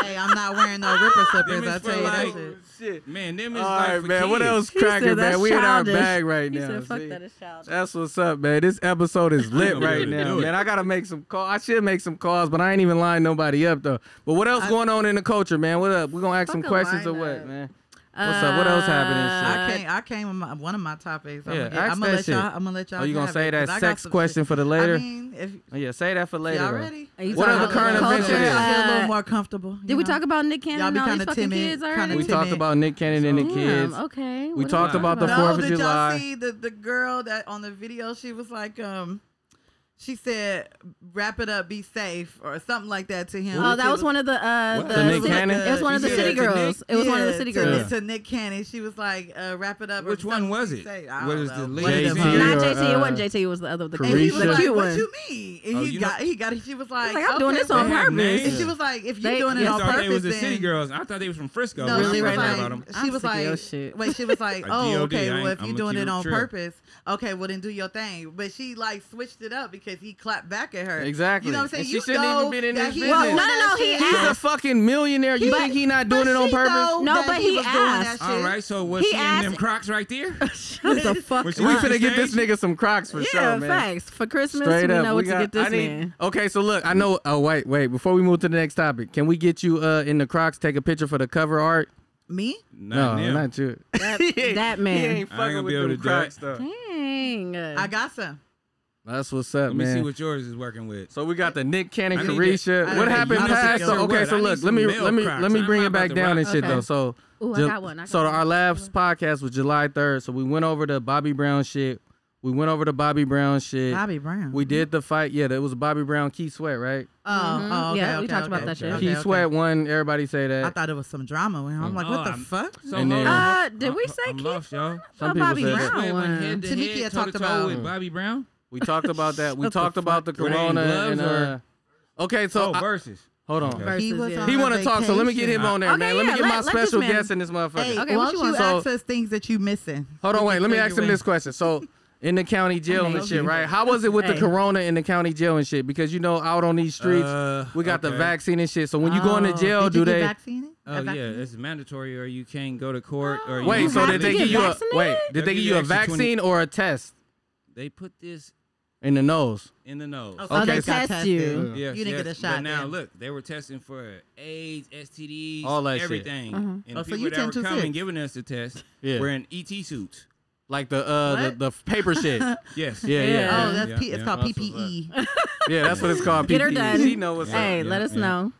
Speaker 6: hey, I'm not wearing no ripper
Speaker 9: Them
Speaker 6: slippers.
Speaker 9: is
Speaker 6: I
Speaker 9: for
Speaker 6: tell you
Speaker 9: like-
Speaker 6: that shit.
Speaker 2: Shit.
Speaker 9: man, them is
Speaker 2: All
Speaker 9: like
Speaker 2: right,
Speaker 9: for
Speaker 2: man. What
Speaker 9: kids.
Speaker 2: else
Speaker 7: He
Speaker 2: cracking,
Speaker 7: said that's
Speaker 2: man? We in our
Speaker 7: childish.
Speaker 2: bag right
Speaker 7: He
Speaker 2: now.
Speaker 7: said, fuck
Speaker 2: see?
Speaker 7: that is childish.
Speaker 2: That's what's up, man. This episode is lit
Speaker 9: gonna be
Speaker 2: right
Speaker 9: able to
Speaker 2: now,
Speaker 9: do it.
Speaker 2: man. I gotta make some call. I should make some calls, but I ain't even lining nobody up though. But what else going on in the culture, man? What up? We gonna ask some
Speaker 7: Fuck a
Speaker 2: questions or what,
Speaker 7: lineup. Uh,
Speaker 2: man? What's up? What else happening? and shit?
Speaker 6: I came. I came with my, one of my topics. I'm
Speaker 2: Yeah,
Speaker 6: gonna,
Speaker 2: ask
Speaker 6: I'm gonna
Speaker 2: that
Speaker 6: let
Speaker 2: shit.
Speaker 6: y'all. I'm gonna let y'all.
Speaker 2: Oh, you gonna
Speaker 6: have
Speaker 2: say
Speaker 6: it,
Speaker 2: that
Speaker 6: 'cause I got
Speaker 2: sex
Speaker 6: some
Speaker 2: question
Speaker 6: shit.
Speaker 2: for the later?
Speaker 6: I mean, if
Speaker 2: Oh, yeah, say that for later.
Speaker 6: y'all
Speaker 2: though.
Speaker 6: ready,
Speaker 7: Are you
Speaker 2: What
Speaker 7: talking
Speaker 2: other current
Speaker 7: about
Speaker 2: events
Speaker 6: culture,
Speaker 2: it is?
Speaker 7: culture?
Speaker 6: I feel a
Speaker 7: Uh,
Speaker 6: little more comfortable.
Speaker 7: Did we talk about Nick Cannon
Speaker 6: Y'all
Speaker 7: and
Speaker 6: be
Speaker 7: all these
Speaker 6: kinda
Speaker 7: fucking
Speaker 6: timid,
Speaker 7: kids
Speaker 6: kinda
Speaker 7: already?
Speaker 2: We
Speaker 6: timid.
Speaker 2: talked about Nick Cannon and the
Speaker 7: Damn,
Speaker 2: kids.
Speaker 7: Okay.
Speaker 2: We
Speaker 7: What are
Speaker 2: talked about the
Speaker 6: no,
Speaker 2: Fourth of
Speaker 6: did
Speaker 2: July.
Speaker 6: y'all see the the girl that on the video? She was like, um, she said, "Wrap it up, be safe," or something like that to him.
Speaker 7: Oh, that was one of the uh,
Speaker 9: What?
Speaker 7: the,
Speaker 2: The Nick
Speaker 7: city,
Speaker 2: Cannon?
Speaker 7: It was one of the
Speaker 6: Yeah,
Speaker 7: city
Speaker 6: to Nick-
Speaker 7: girls. It was one of the
Speaker 6: Yeah,
Speaker 7: city
Speaker 6: to-
Speaker 7: girls.
Speaker 6: To, Nick Cannon, she was like, uh, "Wrap it up." or
Speaker 9: Which one
Speaker 6: something
Speaker 9: was
Speaker 6: she
Speaker 9: it?
Speaker 6: said. I
Speaker 9: Was
Speaker 6: don't
Speaker 9: the
Speaker 6: know. One
Speaker 9: lady-
Speaker 6: of
Speaker 2: JT
Speaker 6: them.
Speaker 2: or,
Speaker 7: Not JT. It
Speaker 2: uh,
Speaker 7: wasn't JT. It was the other, the,
Speaker 2: And
Speaker 6: And he
Speaker 7: the
Speaker 6: was
Speaker 2: Carisha?
Speaker 7: cute
Speaker 6: like, "What
Speaker 7: one.
Speaker 6: you mean?" And
Speaker 9: Oh,
Speaker 6: he
Speaker 9: you
Speaker 6: got, he got. She was like,
Speaker 7: like, "I'm doing
Speaker 6: okay,
Speaker 7: this on
Speaker 6: well."
Speaker 9: purpose."
Speaker 6: And she was like, "If you're
Speaker 7: They-
Speaker 6: doing it
Speaker 7: Yeah,
Speaker 9: I
Speaker 6: on
Speaker 9: thought
Speaker 6: purpose,
Speaker 9: they was the
Speaker 6: then-
Speaker 9: city girls. I thought they was from Frisco.
Speaker 6: No,
Speaker 9: When I
Speaker 6: she was
Speaker 9: found out
Speaker 6: like,
Speaker 9: about 'em.
Speaker 7: I'm
Speaker 6: she was
Speaker 7: sick of your
Speaker 6: like,
Speaker 7: shit.
Speaker 6: wait, she was like,
Speaker 9: Like
Speaker 6: oh,
Speaker 9: DOD,
Speaker 6: okay,
Speaker 9: I
Speaker 6: well,
Speaker 9: ain't-
Speaker 6: if
Speaker 9: I'm
Speaker 6: you're
Speaker 9: a
Speaker 6: doing
Speaker 9: cute
Speaker 6: it on
Speaker 9: trip.
Speaker 6: purpose, okay, well, then do your thing. But she like switched it up because he clapped back at her.
Speaker 2: Exactly.
Speaker 6: You know what I'm saying?
Speaker 2: And she
Speaker 6: you
Speaker 2: shouldn't even
Speaker 6: know
Speaker 2: been in
Speaker 6: that
Speaker 2: this
Speaker 6: he
Speaker 2: business.
Speaker 6: was doing
Speaker 7: Well, no, no,
Speaker 6: that
Speaker 7: no, he
Speaker 6: shit.
Speaker 2: He's a
Speaker 7: asked-
Speaker 2: fucking millionaire. You think he not doing
Speaker 6: But
Speaker 2: it on
Speaker 6: she
Speaker 2: purpose?
Speaker 6: know
Speaker 7: No,
Speaker 6: that
Speaker 7: but he
Speaker 6: was doing that
Speaker 7: asked.
Speaker 6: shit.
Speaker 9: All right, so was
Speaker 7: He
Speaker 9: she in
Speaker 7: asked-
Speaker 9: them Crocs right there?
Speaker 7: What the fuck?
Speaker 9: When she
Speaker 2: We
Speaker 9: was on
Speaker 2: finna get this
Speaker 9: stage?
Speaker 2: nigga some Crocs for
Speaker 7: yeah,
Speaker 2: sure, man.
Speaker 7: facts. For Christmas,
Speaker 2: Straight
Speaker 7: we
Speaker 2: up,
Speaker 7: know
Speaker 2: we
Speaker 7: what to
Speaker 2: got,
Speaker 7: get this
Speaker 2: I need,
Speaker 7: man.
Speaker 2: Okay, so look, I know. Oh wait, wait. Before we move to the next topic, can we get you uh in the Crocs? Take a picture for the cover art.
Speaker 6: Me?
Speaker 9: Not
Speaker 2: no,
Speaker 9: them.
Speaker 2: not you.
Speaker 7: That, that
Speaker 2: He
Speaker 7: man.
Speaker 2: ain't
Speaker 9: I ain't
Speaker 2: fucking
Speaker 9: gonna
Speaker 2: with
Speaker 9: be able
Speaker 2: them
Speaker 9: to do
Speaker 2: Crocs
Speaker 9: it.
Speaker 2: though.
Speaker 7: Dang.
Speaker 6: I got some.
Speaker 2: That's what's up,
Speaker 9: Let me
Speaker 2: man.
Speaker 9: see what yours is working with.
Speaker 2: so we got the Nick Cannon,
Speaker 9: I need
Speaker 2: Carisha.
Speaker 9: that- I
Speaker 2: What
Speaker 9: need
Speaker 2: happened
Speaker 9: that yellow
Speaker 2: past?
Speaker 9: picture.
Speaker 2: So, okay, so
Speaker 9: I need
Speaker 2: look, let
Speaker 9: some
Speaker 2: me
Speaker 9: male
Speaker 2: let me
Speaker 9: Crocs.
Speaker 2: let me
Speaker 9: I'm
Speaker 2: bring
Speaker 9: not
Speaker 2: it
Speaker 9: about
Speaker 2: back
Speaker 9: to
Speaker 2: down
Speaker 9: rock-
Speaker 2: and shit
Speaker 7: Okay.
Speaker 2: though. So,
Speaker 7: Ooh, I
Speaker 2: Ju-
Speaker 7: got one. I got
Speaker 2: so
Speaker 7: one.
Speaker 2: our last podcast was July third. So we went over the Bobby Brown shit. We went over the Bobby Brown shit.
Speaker 6: Bobby Brown.
Speaker 2: We did the fight. Yeah, that was Bobby Brown Key Sweat, right?
Speaker 6: Oh,
Speaker 7: Mhm.
Speaker 6: oh, okay,
Speaker 7: Yeah, we
Speaker 6: okay,
Speaker 7: talked about
Speaker 6: okay,
Speaker 7: that shit.
Speaker 6: okay,
Speaker 2: Key
Speaker 6: okay.
Speaker 2: Sweat won. Everybody say that.
Speaker 6: I thought it was some drama. with him. I'm like,
Speaker 9: Oh,
Speaker 6: what the
Speaker 9: I'm-
Speaker 6: fuck?
Speaker 9: So
Speaker 2: And
Speaker 9: hold
Speaker 2: then-
Speaker 9: on.
Speaker 7: Uh, did we
Speaker 9: I-
Speaker 7: say
Speaker 9: I'm
Speaker 7: Keith?
Speaker 9: lost, y'all.
Speaker 2: Some
Speaker 7: Some
Speaker 2: people
Speaker 7: Bobby
Speaker 2: said that.
Speaker 7: Brown
Speaker 9: Went like head
Speaker 7: one.
Speaker 9: to
Speaker 6: Tanika
Speaker 9: head,
Speaker 6: had
Speaker 9: toe
Speaker 6: talked
Speaker 9: to toe
Speaker 6: about-
Speaker 9: with Bobby Brown.
Speaker 2: We talked about that. We
Speaker 7: Shut the
Speaker 2: talked about the
Speaker 9: Were they in
Speaker 2: corona and
Speaker 9: gloves
Speaker 2: uh,
Speaker 9: or-
Speaker 2: okay. So
Speaker 9: So
Speaker 2: I-
Speaker 9: versus.
Speaker 2: hold on.
Speaker 9: Okay.
Speaker 7: Versus,
Speaker 6: He was
Speaker 7: yeah.
Speaker 6: on
Speaker 2: He
Speaker 6: a
Speaker 2: want to talk, so let me get him
Speaker 6: vacation.
Speaker 2: on there,
Speaker 7: Okay,
Speaker 2: man. Let me
Speaker 7: yeah,
Speaker 2: get my
Speaker 7: let- let this
Speaker 2: special
Speaker 7: man-
Speaker 2: guest in this motherfucker.
Speaker 6: Hey,
Speaker 7: Okay, what
Speaker 6: won't
Speaker 7: you
Speaker 6: you,
Speaker 7: want?
Speaker 6: ask
Speaker 2: So-
Speaker 6: us things that you missing?
Speaker 2: Hold on,
Speaker 6: We
Speaker 2: wait.
Speaker 6: can
Speaker 2: Let me
Speaker 6: fill
Speaker 2: ask
Speaker 6: you
Speaker 2: him
Speaker 6: in.
Speaker 2: this question. So, in the county jail and
Speaker 7: love
Speaker 2: shit,
Speaker 7: you.
Speaker 2: right? How was it with the
Speaker 7: Hey.
Speaker 2: corona in the county jail and shit? Because you know, out on these streets,
Speaker 9: Uh,
Speaker 2: we got the
Speaker 9: okay.
Speaker 2: vaccine and shit. So when you go into
Speaker 7: Oh,
Speaker 2: jail,
Speaker 6: Did you
Speaker 2: do
Speaker 6: get
Speaker 2: they?
Speaker 6: vaccinated?
Speaker 9: Oh
Speaker 6: Got
Speaker 9: yeah,
Speaker 6: vaccinated?
Speaker 9: it's mandatory, or you can't go to court. Or you
Speaker 7: You
Speaker 2: Wait. So
Speaker 7: have
Speaker 2: did
Speaker 7: to
Speaker 2: they
Speaker 7: get
Speaker 2: give you a
Speaker 7: vaccinated?
Speaker 2: wait? Did they
Speaker 9: They'll
Speaker 2: give
Speaker 9: give
Speaker 2: you
Speaker 9: you
Speaker 2: a
Speaker 9: extra 20
Speaker 2: vaccine or a test
Speaker 9: They put this
Speaker 2: in the nose?
Speaker 9: in the nose.
Speaker 6: Oh,
Speaker 7: Oh,
Speaker 2: Okay,
Speaker 7: they
Speaker 2: so-
Speaker 7: test you.
Speaker 2: Uh-huh.
Speaker 9: Yes,
Speaker 6: You didn't get
Speaker 9: yes,
Speaker 6: a shot
Speaker 9: But now
Speaker 6: then.
Speaker 9: look, they were testing for AIDS, STDs,
Speaker 2: All that shit.
Speaker 9: everything. And
Speaker 6: Oh, so
Speaker 9: the people
Speaker 6: you
Speaker 9: that
Speaker 6: 10
Speaker 9: were
Speaker 6: to
Speaker 9: coming
Speaker 6: six.
Speaker 9: giving us the test
Speaker 2: Yeah.
Speaker 9: were in ET suits.
Speaker 2: Like the uh the,
Speaker 6: What?
Speaker 2: the paper shit.
Speaker 9: Yes.
Speaker 2: Yeah, yeah.
Speaker 7: Yeah.
Speaker 6: Oh, that's
Speaker 9: Yeah,
Speaker 6: P- E. it's
Speaker 9: yeah.
Speaker 6: called
Speaker 2: That's what's
Speaker 6: PPE.
Speaker 2: Yeah, that's what it's called.
Speaker 7: Get her
Speaker 2: PPE.
Speaker 7: done.
Speaker 2: She know what's
Speaker 7: Hey,
Speaker 2: up.
Speaker 7: let us
Speaker 9: yeah.
Speaker 7: know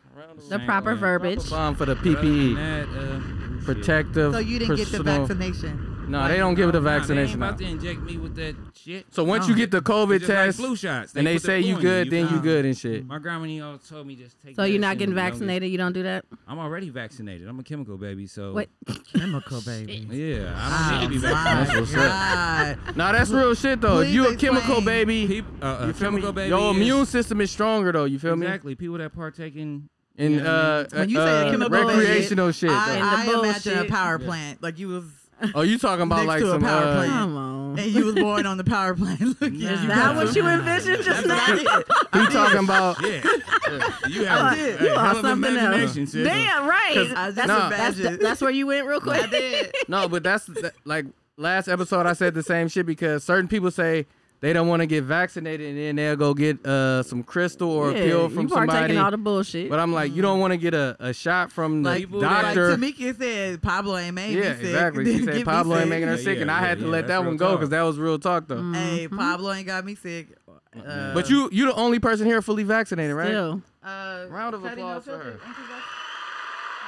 Speaker 7: the
Speaker 9: Same,
Speaker 7: proper
Speaker 9: yeah.
Speaker 7: verbiage.
Speaker 2: Bomb for the
Speaker 9: Other than
Speaker 2: PPE,
Speaker 9: that, uh, shit.
Speaker 2: E. protective.
Speaker 6: so you didn't get the
Speaker 2: personal-
Speaker 6: vaccination.
Speaker 2: No, they don't give it a
Speaker 9: Nah,
Speaker 2: vaccination.
Speaker 9: They ain't
Speaker 2: out.
Speaker 9: about to inject me with that shit.
Speaker 2: So once
Speaker 6: No.
Speaker 2: you get the COVID
Speaker 9: It's just like
Speaker 2: test
Speaker 9: flu shots. They
Speaker 2: and they
Speaker 9: put the
Speaker 2: say
Speaker 9: flu
Speaker 2: you
Speaker 9: in you,
Speaker 2: good,
Speaker 9: you
Speaker 2: then you
Speaker 9: fine.
Speaker 2: good and shit.
Speaker 9: My grandma always told me just take.
Speaker 7: So
Speaker 9: that
Speaker 7: you're
Speaker 9: shit
Speaker 7: not getting
Speaker 9: when you don't get-
Speaker 7: vaccinated. You don't do that.
Speaker 9: I'm already vaccinated. I'm a chemical baby, so
Speaker 7: Wait,
Speaker 6: Chemical baby.
Speaker 9: yeah, I don't need to be
Speaker 6: My
Speaker 9: vaccinated.
Speaker 6: God.
Speaker 2: Nah, that's real shit though. if
Speaker 6: Please
Speaker 2: you a chemical
Speaker 6: explain.
Speaker 2: baby,
Speaker 9: Peop- uh, a
Speaker 2: you feel me?
Speaker 9: chemical baby
Speaker 2: Your
Speaker 9: is-
Speaker 2: immune system is stronger though. You feel me?
Speaker 9: Exactly, people that partake in
Speaker 2: And
Speaker 9: Yeah,
Speaker 2: uh,
Speaker 6: When you say
Speaker 2: uh,
Speaker 6: chemical baby,
Speaker 2: recreational shit. though.
Speaker 6: I,
Speaker 7: And
Speaker 6: I
Speaker 7: the
Speaker 6: imagine a
Speaker 7: bullshit.
Speaker 6: power plant. Like you was,
Speaker 2: oh, you talking about
Speaker 6: next
Speaker 2: like
Speaker 6: to a
Speaker 2: some?
Speaker 6: power
Speaker 2: uh,
Speaker 6: plant.
Speaker 7: come on.
Speaker 6: and you was born on the power plant. Look, at
Speaker 9: Nah.
Speaker 6: you
Speaker 7: That
Speaker 6: got
Speaker 7: what
Speaker 6: some-
Speaker 7: you envisioned just
Speaker 6: That's what I
Speaker 7: now?
Speaker 6: did.
Speaker 2: you talking about?
Speaker 9: Yeah. you have
Speaker 6: I did.
Speaker 9: hey,
Speaker 7: You are
Speaker 9: hell of
Speaker 7: something else.
Speaker 9: imagination, sis.
Speaker 7: Damn
Speaker 6: I
Speaker 7: right.
Speaker 6: just
Speaker 7: That's,
Speaker 2: Nah.
Speaker 7: that's,
Speaker 6: imagined.
Speaker 7: that's where you went real quick.
Speaker 6: I did.
Speaker 2: No, but that's that, like last episode. I said the same shit because certain people say they don't want to get vaccinated and then they'll go get uh some crystal or a pill from
Speaker 7: you
Speaker 2: somebody.
Speaker 7: partaking all the bullshit.
Speaker 2: but I'm like, you don't want to get a, a shot from the
Speaker 9: Like, people that-
Speaker 2: doctor.
Speaker 6: Like Tamika said, Pablo ain't making
Speaker 2: Yeah,
Speaker 6: sick.
Speaker 2: exactly. She
Speaker 6: Didn't get me
Speaker 2: said Pablo ain't
Speaker 6: sick. Mm.
Speaker 2: making her
Speaker 9: Yeah,
Speaker 2: sick, and
Speaker 9: yeah,
Speaker 2: I had
Speaker 9: yeah,
Speaker 2: to
Speaker 9: yeah,
Speaker 2: let
Speaker 9: that's
Speaker 2: that
Speaker 9: real
Speaker 2: one go
Speaker 9: talk.
Speaker 2: because that was real talk though.
Speaker 6: Hey, Pablo ain't got me sick. Uh,
Speaker 2: But you you the only person here fully vaccinated, right?
Speaker 7: Still.
Speaker 6: uh,
Speaker 2: Round of
Speaker 6: Cuddy, no
Speaker 2: applause for
Speaker 6: filter.
Speaker 2: her.